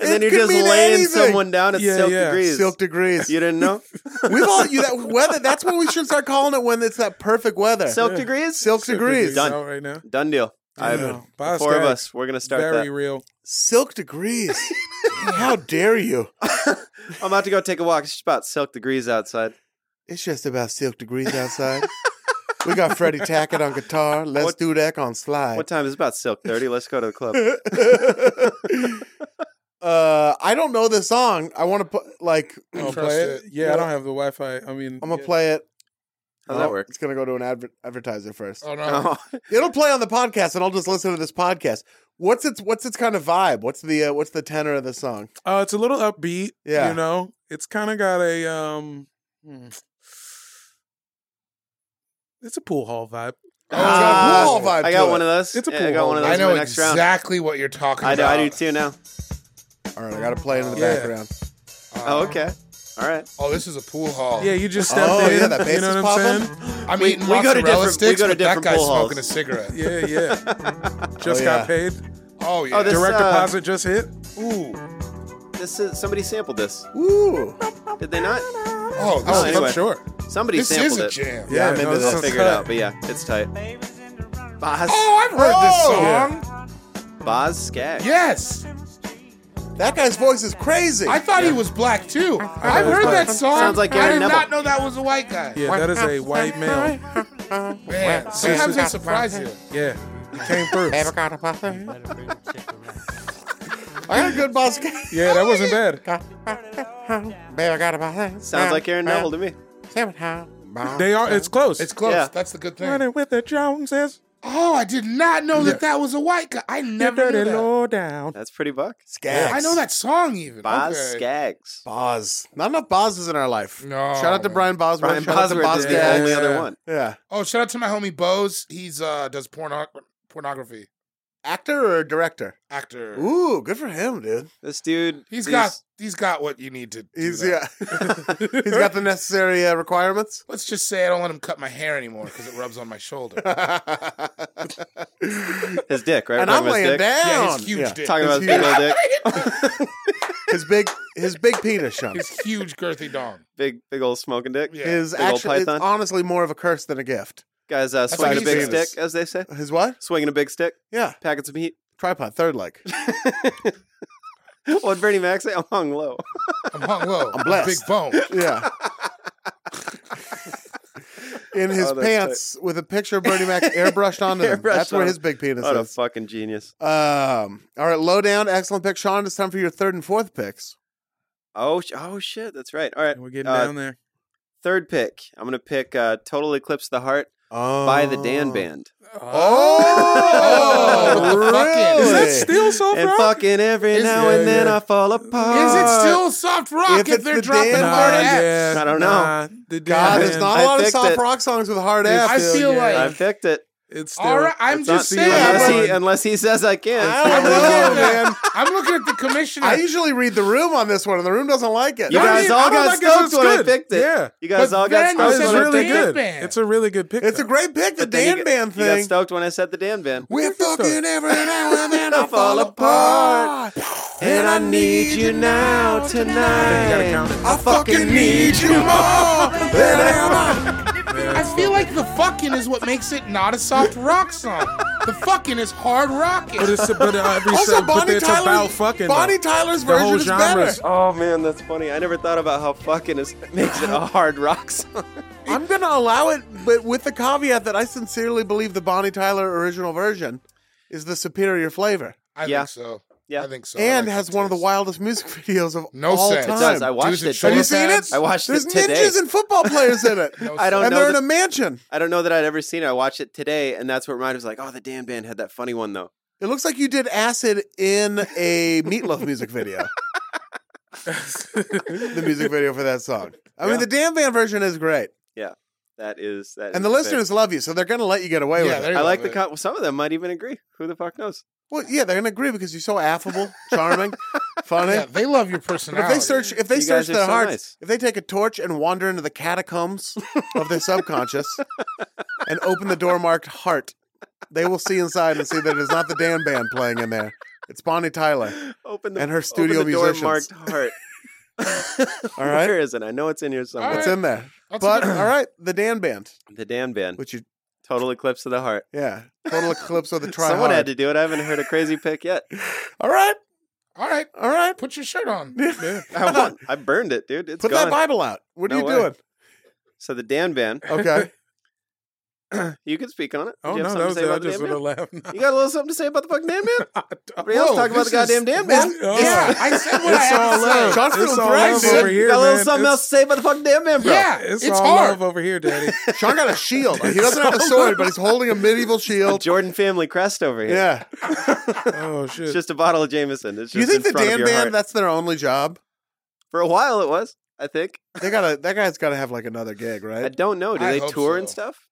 [SPEAKER 1] then
[SPEAKER 2] It
[SPEAKER 1] you're
[SPEAKER 2] could
[SPEAKER 1] just
[SPEAKER 2] mean
[SPEAKER 1] laying
[SPEAKER 2] anything.
[SPEAKER 1] someone down at
[SPEAKER 5] Yeah,
[SPEAKER 1] silk
[SPEAKER 5] yeah.
[SPEAKER 1] degrees.
[SPEAKER 2] Silk Degrees.
[SPEAKER 1] you didn't know
[SPEAKER 2] We've all you that weather. That's what we should start calling it when it's that perfect weather.
[SPEAKER 1] silk
[SPEAKER 5] Yeah.
[SPEAKER 1] degrees.
[SPEAKER 2] Silk Degrees.
[SPEAKER 1] Done.
[SPEAKER 5] out right now.
[SPEAKER 1] Done deal.
[SPEAKER 5] I
[SPEAKER 1] I'm-
[SPEAKER 5] know.
[SPEAKER 1] the
[SPEAKER 5] Boz
[SPEAKER 1] four of
[SPEAKER 5] Skaggs,
[SPEAKER 1] us. We're gonna start
[SPEAKER 5] Very
[SPEAKER 1] that.
[SPEAKER 5] real.
[SPEAKER 2] Silk Degrees. How dare you?
[SPEAKER 1] I'm about to go take a walk. It's just about silk degrees outside.
[SPEAKER 2] It's just about Silk Degrees outside. we got Freddie Tackett on guitar. Let's
[SPEAKER 1] What-
[SPEAKER 2] do that on slide.
[SPEAKER 1] What time is it? about silk thirty? Let's go to the club.
[SPEAKER 2] Oh, uh, I don't know this song. I want to put like
[SPEAKER 3] You
[SPEAKER 5] I'll
[SPEAKER 3] trust
[SPEAKER 5] play it.
[SPEAKER 3] it.
[SPEAKER 5] Yeah, I
[SPEAKER 2] Well,
[SPEAKER 5] don't have the Wi Fi. I mean,
[SPEAKER 2] I'm gonna
[SPEAKER 5] yeah.
[SPEAKER 2] play it. Oh,
[SPEAKER 1] How's that work?
[SPEAKER 2] It's gonna go to an adver- advertiser first.
[SPEAKER 3] Oh no.
[SPEAKER 2] It'll play on the podcast, and I'll just listen to this podcast. What's its What's its kind of vibe? What's the uh, What's the tenor of the song?
[SPEAKER 5] Uh, it's a little upbeat.
[SPEAKER 2] Yeah.
[SPEAKER 5] You know, it's kind of got a. um. hmm. It's a pool hall vibe.
[SPEAKER 2] Oh, it's got a
[SPEAKER 1] Ah,
[SPEAKER 2] pool vibe.
[SPEAKER 1] I
[SPEAKER 2] to
[SPEAKER 1] got
[SPEAKER 2] it.
[SPEAKER 1] one of those.
[SPEAKER 5] It's a
[SPEAKER 1] Yeah, I
[SPEAKER 5] pool
[SPEAKER 1] got one of
[SPEAKER 5] hall.
[SPEAKER 1] those for
[SPEAKER 3] I know
[SPEAKER 1] the next round.
[SPEAKER 3] exactly what you're talking
[SPEAKER 1] I do,
[SPEAKER 3] about.
[SPEAKER 1] I do too now.
[SPEAKER 2] All right, I got to play it in the
[SPEAKER 5] Yeah.
[SPEAKER 2] background.
[SPEAKER 1] Oh, okay. All right.
[SPEAKER 3] Oh, this is a pool hall.
[SPEAKER 5] Yeah, you just stepped
[SPEAKER 2] Oh
[SPEAKER 5] in.
[SPEAKER 2] yeah, that bass
[SPEAKER 5] you know
[SPEAKER 2] is
[SPEAKER 5] what I'm
[SPEAKER 2] popping.
[SPEAKER 5] saying?
[SPEAKER 3] I'm
[SPEAKER 1] We-
[SPEAKER 3] eating
[SPEAKER 1] we go to
[SPEAKER 3] mozzarella
[SPEAKER 1] different-
[SPEAKER 3] sticks,
[SPEAKER 1] we go to
[SPEAKER 3] but that
[SPEAKER 1] different
[SPEAKER 3] guy's
[SPEAKER 1] pool halls.
[SPEAKER 3] smoking a cigarette.
[SPEAKER 5] Yeah, yeah. Just
[SPEAKER 2] Oh, yeah.
[SPEAKER 5] got paid.
[SPEAKER 3] Oh yeah.
[SPEAKER 1] Oh, this-
[SPEAKER 5] Direct
[SPEAKER 1] uh,
[SPEAKER 5] deposit just hit.
[SPEAKER 3] Ooh.
[SPEAKER 1] This is somebody sampled this.
[SPEAKER 2] Ooh,
[SPEAKER 1] Did they not?
[SPEAKER 3] Oh, this
[SPEAKER 1] Oh,
[SPEAKER 3] is,
[SPEAKER 1] anyway.
[SPEAKER 5] I'm sure.
[SPEAKER 1] Somebody
[SPEAKER 3] this is
[SPEAKER 1] sampled
[SPEAKER 3] a
[SPEAKER 1] it.
[SPEAKER 3] jam.
[SPEAKER 2] Yeah, I'm
[SPEAKER 5] no,
[SPEAKER 2] into
[SPEAKER 5] this
[SPEAKER 2] this.
[SPEAKER 5] one's
[SPEAKER 1] Figure it out,
[SPEAKER 5] cut.
[SPEAKER 1] but yeah, it's tight. Boz,
[SPEAKER 3] Oh, I've heard this
[SPEAKER 2] Oh!
[SPEAKER 3] song.
[SPEAKER 1] Boz Skaggs.
[SPEAKER 3] Yes.
[SPEAKER 2] that guy's voice is crazy.
[SPEAKER 3] I thought he was black too. I've
[SPEAKER 5] he was
[SPEAKER 3] heard
[SPEAKER 5] black.
[SPEAKER 3] that song.
[SPEAKER 1] Sounds like
[SPEAKER 3] I
[SPEAKER 1] Gary
[SPEAKER 3] did
[SPEAKER 1] Neville.
[SPEAKER 3] not know that was a white guy.
[SPEAKER 5] Yeah, that is a white male.
[SPEAKER 3] Man, sometimes they surprise you.
[SPEAKER 5] Yeah, he came through.
[SPEAKER 2] I got a good Boz Skaggs.
[SPEAKER 5] Yeah, that wasn't bad.
[SPEAKER 1] Sounds like Aaron Neville to me.
[SPEAKER 5] They are. It's close.
[SPEAKER 3] It's close.
[SPEAKER 1] Yeah.
[SPEAKER 3] That's the good thing.
[SPEAKER 5] running with the Joneses.
[SPEAKER 3] Oh, I did not know
[SPEAKER 5] Yeah.
[SPEAKER 3] that that was a white guy. I
[SPEAKER 5] Your
[SPEAKER 3] never knew
[SPEAKER 5] dirty
[SPEAKER 3] that.
[SPEAKER 5] low down.
[SPEAKER 1] That's pretty buck.
[SPEAKER 2] Skaggs.
[SPEAKER 3] I know that song even.
[SPEAKER 1] Boz
[SPEAKER 3] Okay.
[SPEAKER 1] Skaggs.
[SPEAKER 2] Boz. Not enough Bozes in our life.
[SPEAKER 3] No,
[SPEAKER 2] Shout out to
[SPEAKER 3] man.
[SPEAKER 2] Brian Bosworth.
[SPEAKER 1] Brian
[SPEAKER 2] Shout out to
[SPEAKER 1] Bosworth
[SPEAKER 2] Boz
[SPEAKER 1] is the
[SPEAKER 2] Skaggs.
[SPEAKER 1] only other
[SPEAKER 5] Yeah.
[SPEAKER 1] one.
[SPEAKER 2] Yeah.
[SPEAKER 3] Oh, shout out to my homie Bose. He's uh does porno- pornography
[SPEAKER 2] Actor or director?
[SPEAKER 3] actor.
[SPEAKER 2] Ooh, good for him, dude.
[SPEAKER 1] This dude.
[SPEAKER 3] He's got he's got what you need to. do
[SPEAKER 2] He's
[SPEAKER 3] that.
[SPEAKER 2] yeah. He's got the necessary uh, requirements.
[SPEAKER 3] Let's just say I don't let him cut my hair anymore because it rubs on my shoulder.
[SPEAKER 2] and
[SPEAKER 1] his dick, right? We're
[SPEAKER 2] I'm
[SPEAKER 1] talking about his
[SPEAKER 2] laying
[SPEAKER 1] dick.
[SPEAKER 3] yeah,
[SPEAKER 2] down.
[SPEAKER 3] his huge dick.
[SPEAKER 1] Talking about his
[SPEAKER 2] His
[SPEAKER 1] big old dick.
[SPEAKER 2] His big, his big penis, Sean.
[SPEAKER 3] his huge girthy dong.
[SPEAKER 1] Big, big old smoking dick.
[SPEAKER 3] Yeah.
[SPEAKER 2] His
[SPEAKER 1] Big old
[SPEAKER 2] actually, it's
[SPEAKER 1] python.
[SPEAKER 2] honestly more of a curse than a gift.
[SPEAKER 1] Guys, uh,
[SPEAKER 3] why
[SPEAKER 1] swinging a
[SPEAKER 3] he's
[SPEAKER 1] big
[SPEAKER 3] famous.
[SPEAKER 1] stick, as they say.
[SPEAKER 2] His what?
[SPEAKER 1] Swinging a big stick,
[SPEAKER 2] Yeah,
[SPEAKER 1] packing some heat.
[SPEAKER 2] tripod, third leg.
[SPEAKER 1] What Bernie Mac say? I'm hung low.
[SPEAKER 3] I'm hung low. I'm
[SPEAKER 2] blessed.
[SPEAKER 3] Big bone.
[SPEAKER 2] Yeah. In his
[SPEAKER 1] Oh, that's
[SPEAKER 2] pants with a picture of Bernie Mac airbrushed onto them.
[SPEAKER 1] Airbrushed
[SPEAKER 2] That's where
[SPEAKER 1] on Oh,
[SPEAKER 2] his big penis
[SPEAKER 1] What a
[SPEAKER 2] is.
[SPEAKER 1] fucking genius.
[SPEAKER 2] Um, all right, low down, excellent pick. Sean, it's time for your third and fourth picks.
[SPEAKER 1] Oh, sh- oh shit. That's right. All right.
[SPEAKER 5] We're getting
[SPEAKER 1] Uh,
[SPEAKER 5] down there.
[SPEAKER 1] Third pick. I'm going to pick uh, Total Eclipse of the Heart
[SPEAKER 2] Oh.
[SPEAKER 1] by the Dan Band.
[SPEAKER 2] Oh,
[SPEAKER 3] Oh, fucking-
[SPEAKER 5] Is that
[SPEAKER 2] really?
[SPEAKER 5] still so
[SPEAKER 1] And
[SPEAKER 5] far?
[SPEAKER 1] fucking every
[SPEAKER 3] Is-
[SPEAKER 1] now
[SPEAKER 3] yeah,
[SPEAKER 1] and then
[SPEAKER 5] yeah.
[SPEAKER 1] I fall apart.
[SPEAKER 3] Is it still soft rock
[SPEAKER 2] If
[SPEAKER 3] if,
[SPEAKER 2] it's
[SPEAKER 3] they're
[SPEAKER 2] the
[SPEAKER 3] dropping
[SPEAKER 2] Dan-
[SPEAKER 3] hard
[SPEAKER 2] Nah,
[SPEAKER 3] ass?
[SPEAKER 1] I don't
[SPEAKER 5] Nah, the
[SPEAKER 2] God,
[SPEAKER 5] Dan-
[SPEAKER 2] there's not a
[SPEAKER 1] I
[SPEAKER 2] lot of
[SPEAKER 1] picked
[SPEAKER 2] soft
[SPEAKER 1] it.
[SPEAKER 2] rock songs with hard
[SPEAKER 5] It's
[SPEAKER 2] F.
[SPEAKER 3] I
[SPEAKER 2] dude.
[SPEAKER 3] feel like-
[SPEAKER 1] I picked it.
[SPEAKER 5] It's still.
[SPEAKER 3] All right, I'm
[SPEAKER 1] It's
[SPEAKER 3] just
[SPEAKER 1] not-
[SPEAKER 3] saying.
[SPEAKER 5] Yeah,
[SPEAKER 1] Unless,
[SPEAKER 5] but-
[SPEAKER 1] he, unless he says I can.
[SPEAKER 2] I don't
[SPEAKER 3] I'm looking
[SPEAKER 2] know,
[SPEAKER 3] at
[SPEAKER 2] man.
[SPEAKER 3] the- I'm looking at the commissioner.
[SPEAKER 2] I usually read the room on this one, and the room doesn't like it.
[SPEAKER 1] You
[SPEAKER 5] I
[SPEAKER 1] guys
[SPEAKER 5] mean,
[SPEAKER 1] all
[SPEAKER 5] I don't
[SPEAKER 1] got
[SPEAKER 5] like it, but
[SPEAKER 1] stoked
[SPEAKER 5] it's
[SPEAKER 1] when I
[SPEAKER 5] good.
[SPEAKER 1] picked it.
[SPEAKER 5] Yeah.
[SPEAKER 1] You guys
[SPEAKER 3] But
[SPEAKER 1] all got
[SPEAKER 3] then
[SPEAKER 1] stoked
[SPEAKER 3] you
[SPEAKER 5] It's
[SPEAKER 3] said
[SPEAKER 1] when I
[SPEAKER 3] the
[SPEAKER 5] really
[SPEAKER 1] picked it.
[SPEAKER 3] Dan
[SPEAKER 5] good.
[SPEAKER 3] Band.
[SPEAKER 5] It's a really good pick.
[SPEAKER 2] it's a
[SPEAKER 5] though.
[SPEAKER 2] great pick, the
[SPEAKER 1] But then you
[SPEAKER 2] Dan
[SPEAKER 1] got-
[SPEAKER 2] Band
[SPEAKER 1] You got
[SPEAKER 2] thing.
[SPEAKER 1] stoked when I said the Dan Band.
[SPEAKER 2] We're
[SPEAKER 5] Fucking
[SPEAKER 2] fucking
[SPEAKER 5] stoked.
[SPEAKER 2] every now and then I fall
[SPEAKER 1] Fall
[SPEAKER 2] apart.
[SPEAKER 1] apart.
[SPEAKER 2] And I need you now
[SPEAKER 5] gotta
[SPEAKER 1] tonight.
[SPEAKER 5] count it.
[SPEAKER 2] I fucking need you more than ever.
[SPEAKER 3] I feel like the fucking is what makes it not a soft rock song. The fucking is hard rocking.
[SPEAKER 5] But it's, but every
[SPEAKER 2] Also,
[SPEAKER 5] so, but
[SPEAKER 2] Bonnie
[SPEAKER 5] it's about
[SPEAKER 2] Tyler's,
[SPEAKER 5] fucking.
[SPEAKER 2] Bonnie
[SPEAKER 5] though.
[SPEAKER 2] Tyler's
[SPEAKER 5] The
[SPEAKER 2] version
[SPEAKER 5] whole
[SPEAKER 2] is
[SPEAKER 5] genre's-
[SPEAKER 2] better.
[SPEAKER 1] Oh man, that's funny. I never thought about how fucking is makes it a hard rock song.
[SPEAKER 2] I'm gonna allow it, but with the caveat that I sincerely believe the Bonnie Tyler original version is the superior flavor
[SPEAKER 3] I
[SPEAKER 1] Yeah.
[SPEAKER 3] think so.
[SPEAKER 1] Yeah.
[SPEAKER 3] I think so. I
[SPEAKER 2] and
[SPEAKER 3] like
[SPEAKER 2] has
[SPEAKER 3] the
[SPEAKER 2] one of the
[SPEAKER 3] taste.
[SPEAKER 2] wildest music videos of
[SPEAKER 3] No
[SPEAKER 2] all
[SPEAKER 3] sense. It
[SPEAKER 2] time.
[SPEAKER 3] does.
[SPEAKER 1] Guys, I watched
[SPEAKER 3] Dudes in
[SPEAKER 1] it.
[SPEAKER 3] shorts.
[SPEAKER 2] Have you
[SPEAKER 1] today.
[SPEAKER 2] seen
[SPEAKER 3] pads.
[SPEAKER 2] it?
[SPEAKER 1] I watched
[SPEAKER 2] There's
[SPEAKER 1] it today.
[SPEAKER 2] ninjas and football players in it.
[SPEAKER 3] No
[SPEAKER 1] I don't
[SPEAKER 2] and
[SPEAKER 1] know
[SPEAKER 2] they're
[SPEAKER 1] that-
[SPEAKER 2] in a mansion.
[SPEAKER 1] I don't know that I'd ever seen it. I watched it today, and that's what reminded me. was like, oh, the Dan Band had that funny one though.
[SPEAKER 2] It looks like you did acid in a Meatloaf music video. the music video for that song. I mean,
[SPEAKER 1] Yeah.
[SPEAKER 2] the Dan Band version is great,
[SPEAKER 1] That is that.
[SPEAKER 2] and
[SPEAKER 1] is
[SPEAKER 2] the
[SPEAKER 1] sick.
[SPEAKER 2] listeners love you, so they're going to let you get away
[SPEAKER 3] Yeah,
[SPEAKER 2] with
[SPEAKER 3] they
[SPEAKER 2] it.
[SPEAKER 1] I like
[SPEAKER 3] love
[SPEAKER 1] the
[SPEAKER 3] it.
[SPEAKER 1] con- some of them might even agree. Who the fuck knows?
[SPEAKER 2] Well, yeah, they're going to agree because you're so affable, charming, funny.
[SPEAKER 3] Yeah, they love your
[SPEAKER 2] But if
[SPEAKER 3] personality.
[SPEAKER 2] they search, if they
[SPEAKER 1] You
[SPEAKER 2] search
[SPEAKER 1] guys are
[SPEAKER 2] their
[SPEAKER 1] so
[SPEAKER 2] hearts,
[SPEAKER 1] nice.
[SPEAKER 2] if they take a torch and wander into the catacombs of their subconscious and open the door marked heart, they will see inside and see that it is not the Dan Band playing in there. It's Bonnie Tyler.
[SPEAKER 1] Open the
[SPEAKER 2] And her
[SPEAKER 1] open
[SPEAKER 2] studio
[SPEAKER 1] the door
[SPEAKER 2] musicians.
[SPEAKER 1] marked heart.
[SPEAKER 2] All right.
[SPEAKER 1] Where is it? I know it's in here somewhere.
[SPEAKER 3] All
[SPEAKER 2] It's
[SPEAKER 3] right.
[SPEAKER 2] in there.
[SPEAKER 3] That's
[SPEAKER 2] But
[SPEAKER 3] good.
[SPEAKER 2] all right, the Dan Band,
[SPEAKER 1] The Dan Band.
[SPEAKER 2] which you,
[SPEAKER 1] Total Eclipse of the Heart.
[SPEAKER 2] yeah, total eclipse of the try
[SPEAKER 1] Someone
[SPEAKER 2] hard.
[SPEAKER 1] had to do it. I haven't heard a crazy pick yet.
[SPEAKER 2] All right,
[SPEAKER 3] all right,
[SPEAKER 2] all right.
[SPEAKER 3] put your shirt on.
[SPEAKER 1] I won. I burned it, dude. It's
[SPEAKER 2] Put
[SPEAKER 1] gone.
[SPEAKER 2] that Bible out. What are
[SPEAKER 1] No
[SPEAKER 2] you
[SPEAKER 1] way.
[SPEAKER 2] doing?
[SPEAKER 1] so the Dan Band.
[SPEAKER 2] Okay.
[SPEAKER 1] You can speak on it. Did
[SPEAKER 5] Oh
[SPEAKER 1] you
[SPEAKER 5] no,
[SPEAKER 1] have
[SPEAKER 5] that
[SPEAKER 1] something to
[SPEAKER 5] was
[SPEAKER 1] say
[SPEAKER 5] I
[SPEAKER 1] about the
[SPEAKER 5] just
[SPEAKER 1] Dan
[SPEAKER 5] would
[SPEAKER 1] Band?
[SPEAKER 5] have laughed.
[SPEAKER 1] You got a little something to say about the fucking Dan Band? Everybody else
[SPEAKER 3] Whoa,
[SPEAKER 1] talk about the
[SPEAKER 3] this is-
[SPEAKER 1] goddamn Dan Band.
[SPEAKER 5] Oh,
[SPEAKER 3] yeah, I said what I
[SPEAKER 5] it's
[SPEAKER 3] had
[SPEAKER 5] all
[SPEAKER 3] to say.
[SPEAKER 5] love.
[SPEAKER 2] Sean's
[SPEAKER 5] It's
[SPEAKER 2] feeling
[SPEAKER 5] all
[SPEAKER 2] brag,
[SPEAKER 5] love
[SPEAKER 2] dude.
[SPEAKER 5] over
[SPEAKER 1] You
[SPEAKER 5] here,
[SPEAKER 1] got a little
[SPEAKER 5] man.
[SPEAKER 1] something else
[SPEAKER 5] It's-
[SPEAKER 1] to say about the fucking Dan Band, bro.
[SPEAKER 3] Yeah,
[SPEAKER 5] It's
[SPEAKER 3] it's,
[SPEAKER 5] all
[SPEAKER 3] hard.
[SPEAKER 5] love over here, Daddy.
[SPEAKER 2] Sean got a shield. He doesn't have a sword, but he's holding a medieval
[SPEAKER 1] The
[SPEAKER 2] shield.
[SPEAKER 1] Jordan family crest over here.
[SPEAKER 2] Yeah.
[SPEAKER 5] Oh
[SPEAKER 1] It's
[SPEAKER 5] shit!
[SPEAKER 1] just a bottle of Jameson. It's just
[SPEAKER 2] Do you think the
[SPEAKER 1] in front of
[SPEAKER 2] Dan
[SPEAKER 1] your
[SPEAKER 2] Band?
[SPEAKER 1] heart.
[SPEAKER 2] That's their only job.
[SPEAKER 1] For a while it was, I think.
[SPEAKER 2] They gotta. That guy's gotta have like another gig,
[SPEAKER 1] I
[SPEAKER 2] right?
[SPEAKER 1] don't know. Do
[SPEAKER 3] I
[SPEAKER 1] they
[SPEAKER 3] hope
[SPEAKER 1] tour and
[SPEAKER 3] so.
[SPEAKER 1] stuff?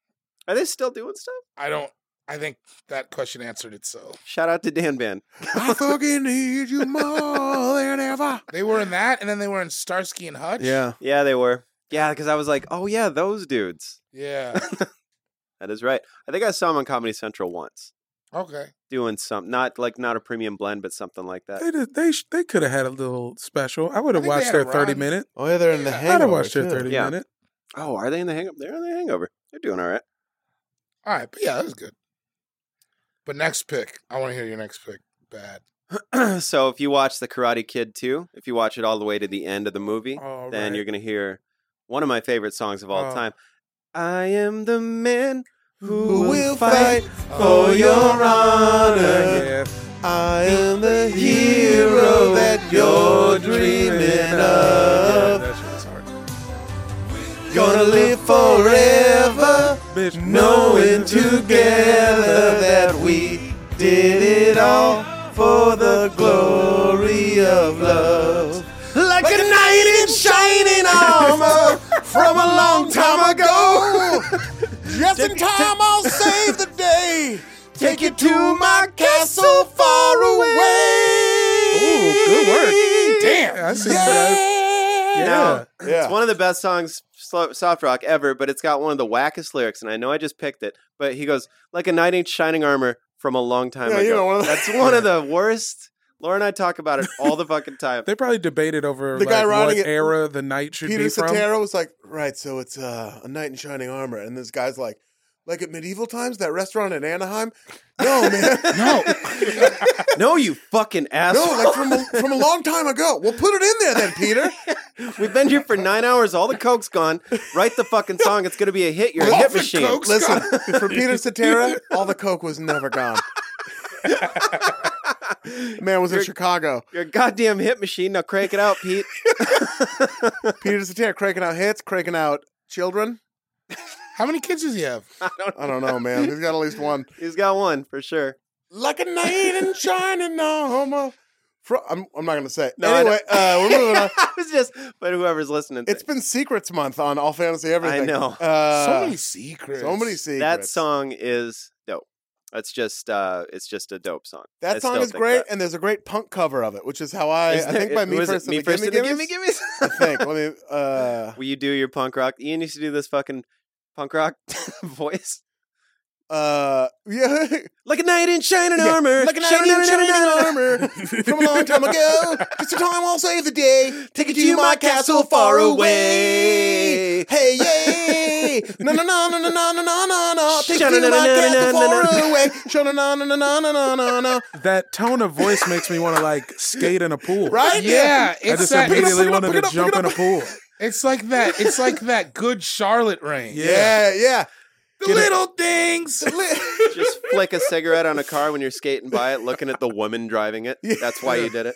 [SPEAKER 1] Are they still doing stuff?
[SPEAKER 3] I don't. I think that question answered itself.
[SPEAKER 1] Shout out to Dan Band.
[SPEAKER 2] I fucking need you more than ever.
[SPEAKER 3] They were in that, and then they were in Starsky and Hutch.
[SPEAKER 2] Yeah.
[SPEAKER 1] Yeah, they were. Yeah, because I was like, oh yeah, those dudes.
[SPEAKER 3] yeah.
[SPEAKER 1] That is right. I think I saw him on Comedy Central once
[SPEAKER 3] Okay.
[SPEAKER 1] doing something, not like not a premium blend, but something like that.
[SPEAKER 5] They did, they sh- they could have had a little special. I
[SPEAKER 3] I think
[SPEAKER 5] would have
[SPEAKER 3] they
[SPEAKER 5] watched
[SPEAKER 3] had
[SPEAKER 5] their
[SPEAKER 3] a
[SPEAKER 5] thirty
[SPEAKER 3] run.
[SPEAKER 5] minute.
[SPEAKER 2] Oh yeah, they're in the
[SPEAKER 3] Yeah.
[SPEAKER 5] I'd
[SPEAKER 2] hangover.
[SPEAKER 5] have watched their
[SPEAKER 2] too.
[SPEAKER 5] thirty
[SPEAKER 1] Yeah.
[SPEAKER 5] minute.
[SPEAKER 1] Oh, are they in the hangover? They're in the hangover. They're doing all right.
[SPEAKER 3] All right, but yeah, that was good. But next pick, I want to hear your next pick. Bad.
[SPEAKER 1] so if you watch The Karate Kid too, if you watch it all the way to the end of the movie,
[SPEAKER 5] All
[SPEAKER 1] then
[SPEAKER 5] right.
[SPEAKER 1] you're going to hear one of my favorite songs of all
[SPEAKER 5] Oh.
[SPEAKER 1] time. I am the man
[SPEAKER 2] Who
[SPEAKER 1] who
[SPEAKER 2] will fight Oh,
[SPEAKER 1] for your honor.
[SPEAKER 5] Yeah.
[SPEAKER 2] I am the hero that you're dreaming
[SPEAKER 5] Yeah,
[SPEAKER 2] of.
[SPEAKER 5] that shit's hard.
[SPEAKER 2] Gonna live forever,
[SPEAKER 5] Bitch,
[SPEAKER 2] knowing together that we did it all for the glory of love. Like a knight in shining armor from a long time ago. Just in time, I'll save the day. Take you to my castle far away.
[SPEAKER 5] Ooh, good work.
[SPEAKER 3] Damn.
[SPEAKER 5] I see that. Yeah.
[SPEAKER 1] Now, It's one of the best songs, slo- soft rock ever, but it's got one of the wackest lyrics, and I know I just picked it, but he goes like a knight in shining armor from a long time
[SPEAKER 2] Yeah,
[SPEAKER 1] ago.
[SPEAKER 2] you know, one of the-
[SPEAKER 1] That's one of the worst. Laura and I talk about it all the fucking time.
[SPEAKER 5] They probably debated over
[SPEAKER 2] The
[SPEAKER 5] like,
[SPEAKER 2] guy riding
[SPEAKER 5] what
[SPEAKER 2] it-
[SPEAKER 5] era the knight should
[SPEAKER 2] Peter
[SPEAKER 5] be from.
[SPEAKER 2] Cetera was like, right, so it's uh, a knight in shining armor, and this guy's like, Like at medieval times, that restaurant in Anaheim. No, man.
[SPEAKER 3] No,
[SPEAKER 1] no, you fucking asshole.
[SPEAKER 2] No, like from a, from a long time ago. Well, put it in there then, Peter.
[SPEAKER 1] We've been here for nine hours. All the coke's gone. Write the fucking song. It's gonna be a hit. You're a
[SPEAKER 3] All
[SPEAKER 1] hit
[SPEAKER 3] the
[SPEAKER 1] machine.
[SPEAKER 3] coke's
[SPEAKER 2] Listen,
[SPEAKER 3] gone.
[SPEAKER 2] for Peter Cetera, all the coke was never gone. Man was in Chicago.
[SPEAKER 1] You're a goddamn hit machine. Now crank it out, Pete.
[SPEAKER 2] Peter Cetera cranking out hits, cranking out children.
[SPEAKER 3] How many kids does he have?
[SPEAKER 2] I don't know, man. He's got at least one.
[SPEAKER 1] He's got one for sure.
[SPEAKER 2] Like a knight in shining armor. Fro- I'm, I'm not going to say. it.
[SPEAKER 1] No, I
[SPEAKER 2] anyway, uh, we're moving on.
[SPEAKER 1] I was just, but whoever's listening,
[SPEAKER 2] It's been Secrets Month on All Fantasy Everything.
[SPEAKER 1] know.
[SPEAKER 2] Uh,
[SPEAKER 3] so many secrets.
[SPEAKER 2] so many secrets.
[SPEAKER 1] that song is dope. That's just, uh, it's just a dope song.
[SPEAKER 2] That
[SPEAKER 1] I
[SPEAKER 2] song
[SPEAKER 1] still
[SPEAKER 2] is
[SPEAKER 1] think
[SPEAKER 2] great,
[SPEAKER 1] that.
[SPEAKER 2] and there's a great punk cover of it, which is how I,
[SPEAKER 1] Is
[SPEAKER 2] I
[SPEAKER 1] there-
[SPEAKER 2] think by me
[SPEAKER 1] was it
[SPEAKER 2] first,
[SPEAKER 1] me
[SPEAKER 2] and the
[SPEAKER 1] first,
[SPEAKER 2] gimme
[SPEAKER 1] and the
[SPEAKER 2] gimmes?
[SPEAKER 1] gimme,
[SPEAKER 2] I
[SPEAKER 1] gimmes?
[SPEAKER 2] think. Let me. Uh,
[SPEAKER 1] Will you do your punk rock? Ian used to do this fucking punk rock voice.
[SPEAKER 2] uh, yeah,
[SPEAKER 1] Like a knight in shining
[SPEAKER 2] Yeah,
[SPEAKER 1] armor.
[SPEAKER 2] like an iron in shining armor from a long time ago. Just in time, I'll save the day. Take it to my castle far away. Hey, yay! No, no, no, no, no, no, no, no, no, no. Take it to my castle far away. No, no, no, no, no, no, no, no, no.
[SPEAKER 5] That tone of voice makes me want to like skate in a pool.
[SPEAKER 2] Right?
[SPEAKER 3] Yeah, it's
[SPEAKER 5] I just
[SPEAKER 3] that,
[SPEAKER 2] pick it up, pick
[SPEAKER 5] immediately
[SPEAKER 2] it up,
[SPEAKER 5] wanted
[SPEAKER 2] pick it
[SPEAKER 5] to
[SPEAKER 2] up,
[SPEAKER 5] jump
[SPEAKER 2] pick
[SPEAKER 5] in
[SPEAKER 2] it
[SPEAKER 5] a pool.
[SPEAKER 3] It's like that. It's like that good Charlotte rain.
[SPEAKER 2] Yeah, yeah.
[SPEAKER 3] The little things.
[SPEAKER 1] Just flick a cigarette on a car when you're skating by it, looking at the woman driving it. That's why you did it.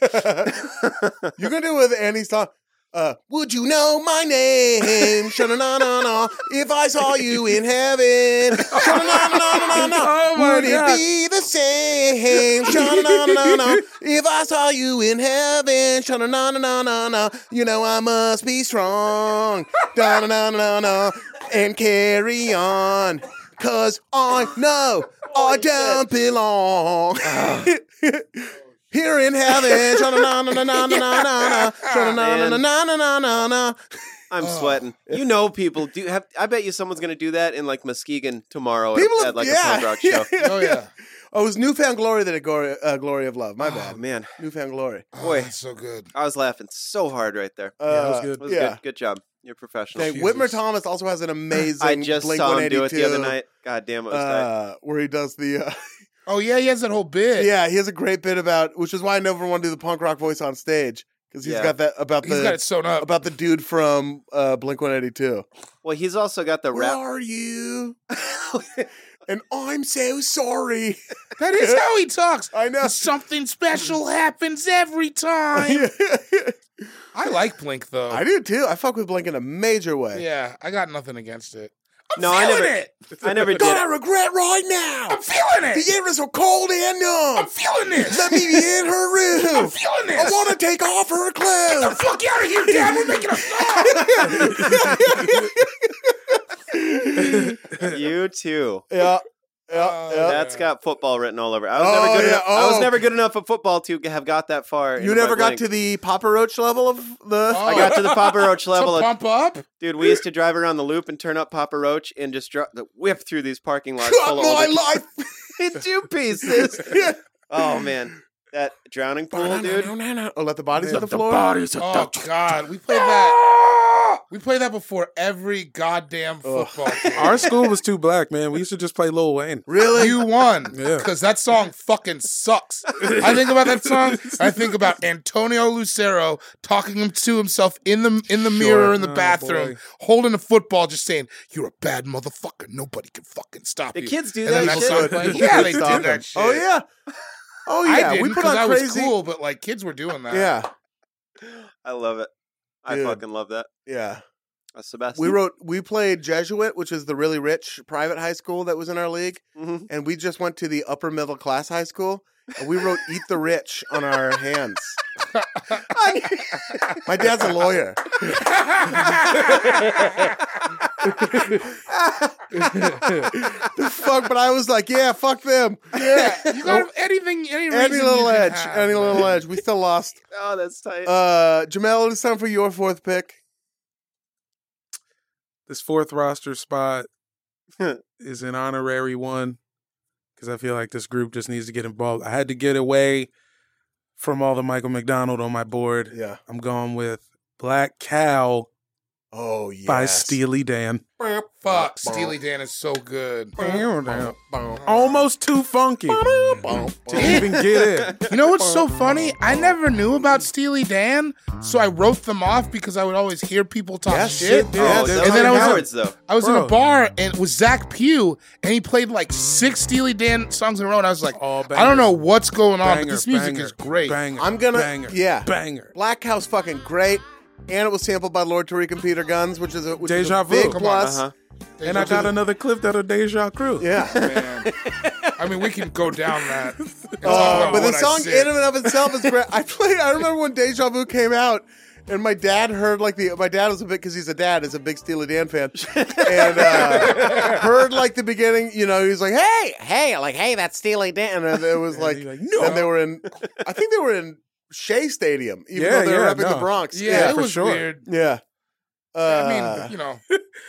[SPEAKER 2] you can do it with any song. Uh, would you know my name? Sha-na-na-na-na. If I saw you in heaven. Sha-na-na-na-na-na.
[SPEAKER 5] Oh my
[SPEAKER 2] Would
[SPEAKER 5] God.
[SPEAKER 2] it be the same? Sha-na-na-na-na. If I saw you in heaven. Sha-na-na-na-na-na. You know I must be strong. Da-na-na-na-na. And carry on. Cause I know
[SPEAKER 5] Oh,
[SPEAKER 2] I don't belong. Here in heaven. Sha-na-na-na-na-na-na-na. Sha-na-na-na-na-na-na-na.
[SPEAKER 1] I'm
[SPEAKER 2] Oh,
[SPEAKER 1] sweating. You know, people do have. I bet you someone's gonna do that in like Muskegon tomorrow at-
[SPEAKER 2] People
[SPEAKER 1] at,
[SPEAKER 2] have-
[SPEAKER 1] like
[SPEAKER 2] yeah.
[SPEAKER 1] a punk rock show.
[SPEAKER 3] Oh yeah.
[SPEAKER 2] Oh, it was Newfound Glory that had glory, uh, glory of Love. My
[SPEAKER 1] Oh
[SPEAKER 2] bad.
[SPEAKER 1] man,
[SPEAKER 2] Newfound Glory.
[SPEAKER 1] boy,
[SPEAKER 3] Oh, that's so good.
[SPEAKER 1] I was laughing so hard right there.
[SPEAKER 2] Uh,
[SPEAKER 5] that was good.
[SPEAKER 1] It was
[SPEAKER 2] yeah.
[SPEAKER 1] good. Good job. You're professional.
[SPEAKER 2] Thank-
[SPEAKER 3] Jesus.
[SPEAKER 2] Whitmer Thomas also has an amazing.
[SPEAKER 1] I just
[SPEAKER 2] Blink
[SPEAKER 1] saw him do it the other
[SPEAKER 2] 182,
[SPEAKER 1] night. God damn, it was tight.
[SPEAKER 2] Uh, where he does the uh,
[SPEAKER 3] Oh yeah, he has that whole bit.
[SPEAKER 2] yeah, he has a great bit about which is why I never want to do the punk rock voice on stage because he's
[SPEAKER 1] Yeah.
[SPEAKER 2] got that about
[SPEAKER 3] He's
[SPEAKER 2] the
[SPEAKER 3] got it sewn up.
[SPEAKER 2] about the dude from uh, Blink One Eighty Two.
[SPEAKER 1] Well, he's also got the
[SPEAKER 2] Where
[SPEAKER 1] rap.
[SPEAKER 2] are you? and I'm so sorry.
[SPEAKER 3] That is how he talks.
[SPEAKER 2] I know.
[SPEAKER 3] Something special happens every time. I like Blink though.
[SPEAKER 2] I do too. I fuck with Blink in a major way.
[SPEAKER 3] Yeah, I got nothing against it. I'm
[SPEAKER 1] No, I
[SPEAKER 3] feeling
[SPEAKER 1] never-
[SPEAKER 3] it.
[SPEAKER 1] I never did.
[SPEAKER 2] God, I regret right now.
[SPEAKER 3] I'm feeling
[SPEAKER 2] The
[SPEAKER 3] it.
[SPEAKER 2] air is so cold and numb.
[SPEAKER 3] I'm feeling this.
[SPEAKER 2] Let me in her
[SPEAKER 3] I'm
[SPEAKER 2] room.
[SPEAKER 3] feeling
[SPEAKER 2] I
[SPEAKER 3] this.
[SPEAKER 2] want to take off her
[SPEAKER 3] Get the
[SPEAKER 2] clothes.
[SPEAKER 3] fuck out of here, Dad. We're making a song.
[SPEAKER 1] You too.
[SPEAKER 2] Yeah.
[SPEAKER 3] Uh, yeah.
[SPEAKER 1] That's got football written all over. it. I was
[SPEAKER 2] Oh,
[SPEAKER 1] never good
[SPEAKER 2] yeah.
[SPEAKER 1] enough. I was
[SPEAKER 2] Oh.
[SPEAKER 1] never good enough at football to have got that far.
[SPEAKER 2] You never got to the Papa Roach level of the.
[SPEAKER 3] Oh.
[SPEAKER 1] I got to the Papa Roach level.
[SPEAKER 3] To
[SPEAKER 1] of-
[SPEAKER 3] pump up.
[SPEAKER 1] dude, we used to drive around the loop and turn up Papa Roach and just dr- whip through these parking lots full of
[SPEAKER 2] my
[SPEAKER 1] older-
[SPEAKER 2] life.
[SPEAKER 1] in two pieces. oh man, that drowning pool, dude.
[SPEAKER 2] Oh, let the bodies hit the floor.
[SPEAKER 3] Oh God, we played that. We played that before every goddamn football. game.
[SPEAKER 5] Our school was too black, man. We used to just play Lil Wayne.
[SPEAKER 2] Really?
[SPEAKER 3] You won
[SPEAKER 5] Yeah.
[SPEAKER 3] because that song fucking sucks. I think about that song. I think about Antonio Lucero talking him to himself in the in the mirror in the
[SPEAKER 5] Oh,
[SPEAKER 3] bathroom,
[SPEAKER 5] boy.
[SPEAKER 3] holding a football, just saying, "You're a bad motherfucker. Nobody can fucking stop
[SPEAKER 1] The
[SPEAKER 3] you."
[SPEAKER 1] kids do
[SPEAKER 3] And then
[SPEAKER 1] that
[SPEAKER 3] that
[SPEAKER 1] shit.
[SPEAKER 3] song played. Yeah, they did
[SPEAKER 2] Stop
[SPEAKER 3] that
[SPEAKER 2] it.
[SPEAKER 3] shit.
[SPEAKER 2] Oh yeah. Oh
[SPEAKER 3] I
[SPEAKER 2] yeah.
[SPEAKER 3] didn't,
[SPEAKER 2] We put
[SPEAKER 3] 'cause I
[SPEAKER 2] on
[SPEAKER 3] was
[SPEAKER 2] crazy.
[SPEAKER 3] cool, but like kids were doing that.
[SPEAKER 2] Yeah.
[SPEAKER 1] I love it. I
[SPEAKER 2] Dude.
[SPEAKER 1] fucking love that.
[SPEAKER 2] Yeah.
[SPEAKER 1] That's Sebastian.
[SPEAKER 2] We wrote. We played Jesuit, which is the really rich private high school that was in our league,
[SPEAKER 1] Mhm.
[SPEAKER 3] Mm-hmm.
[SPEAKER 2] and we just went to the upper middle class high school, and we wrote "Eat the Rich" on our hands. My dad's a lawyer. the fuck, but I was like, yeah, fuck them. Yeah.
[SPEAKER 3] You got anything? Oh, Any,
[SPEAKER 2] Any
[SPEAKER 3] reason you
[SPEAKER 2] little
[SPEAKER 3] can
[SPEAKER 2] edge,
[SPEAKER 3] have,
[SPEAKER 2] any
[SPEAKER 3] man.
[SPEAKER 2] little edge. We still lost.
[SPEAKER 1] Oh, that's tight.
[SPEAKER 2] Uh, Jamel, it is time for your fourth pick.
[SPEAKER 5] This fourth roster spot is an honorary one because I feel like this group just needs to get involved. I had to get away from all the Michael McDonald on my board.
[SPEAKER 2] Yeah.
[SPEAKER 5] I'm going with Black Cow
[SPEAKER 2] Oh yes.
[SPEAKER 5] by Steely Dan.
[SPEAKER 3] Fuck, Steely Dan is so good.
[SPEAKER 5] Almost too funky to even get in.
[SPEAKER 3] You know what's so funny? I never knew about Steely Dan, so I wrote them off because I would always hear people talk
[SPEAKER 5] Yeah,
[SPEAKER 3] shit.
[SPEAKER 5] shit, Yeah,
[SPEAKER 1] oh,
[SPEAKER 5] dude.
[SPEAKER 1] those
[SPEAKER 3] And then I
[SPEAKER 1] are
[SPEAKER 3] was-
[SPEAKER 1] cowards, though.
[SPEAKER 3] I was in a
[SPEAKER 5] Bro.
[SPEAKER 3] bar and it was Zach Pugh, and he played like six Steely Dan songs in a row, and I was like,
[SPEAKER 5] All
[SPEAKER 3] I don't
[SPEAKER 5] bangers.
[SPEAKER 3] know what's going on,
[SPEAKER 5] Banger,
[SPEAKER 3] but this music
[SPEAKER 5] banger,
[SPEAKER 3] is great.
[SPEAKER 5] Banger,
[SPEAKER 2] I'm gonna-
[SPEAKER 5] banger,
[SPEAKER 2] yeah.
[SPEAKER 5] banger.
[SPEAKER 2] Black House fucking great. And it was sampled by Lord Tariq and Peter Guns, which is a, which is
[SPEAKER 5] Deja
[SPEAKER 2] a
[SPEAKER 5] vu.
[SPEAKER 2] big
[SPEAKER 5] Come on,
[SPEAKER 2] plus.
[SPEAKER 1] Uh-huh.
[SPEAKER 5] And I got another clip that a Deja Crew.
[SPEAKER 2] Yeah.
[SPEAKER 3] Man. I mean, we can go down that. and talk
[SPEAKER 2] Uh,
[SPEAKER 5] Oh,
[SPEAKER 3] about
[SPEAKER 2] but the
[SPEAKER 3] what I
[SPEAKER 2] song
[SPEAKER 3] said.
[SPEAKER 2] in and of itself is great. I played. I remember when Deja Vu came out, and my dad heard like the. My dad was a bit because he's a dad is a big Steely Dan fan, and uh, heard like the beginning. You know, he was like, "Hey, hey, like hey, that's Steely Dan," and it was like,
[SPEAKER 5] he's like, "No."
[SPEAKER 2] And they were in. I think they were in Shea Stadium, even
[SPEAKER 5] Yeah,
[SPEAKER 2] though they were
[SPEAKER 5] yeah,
[SPEAKER 2] up in
[SPEAKER 5] no.
[SPEAKER 2] the Bronx.
[SPEAKER 3] yeah, it
[SPEAKER 5] for
[SPEAKER 3] was
[SPEAKER 5] sure.
[SPEAKER 3] weird.
[SPEAKER 2] yeah.
[SPEAKER 3] I
[SPEAKER 2] Uh,
[SPEAKER 3] mean, you know,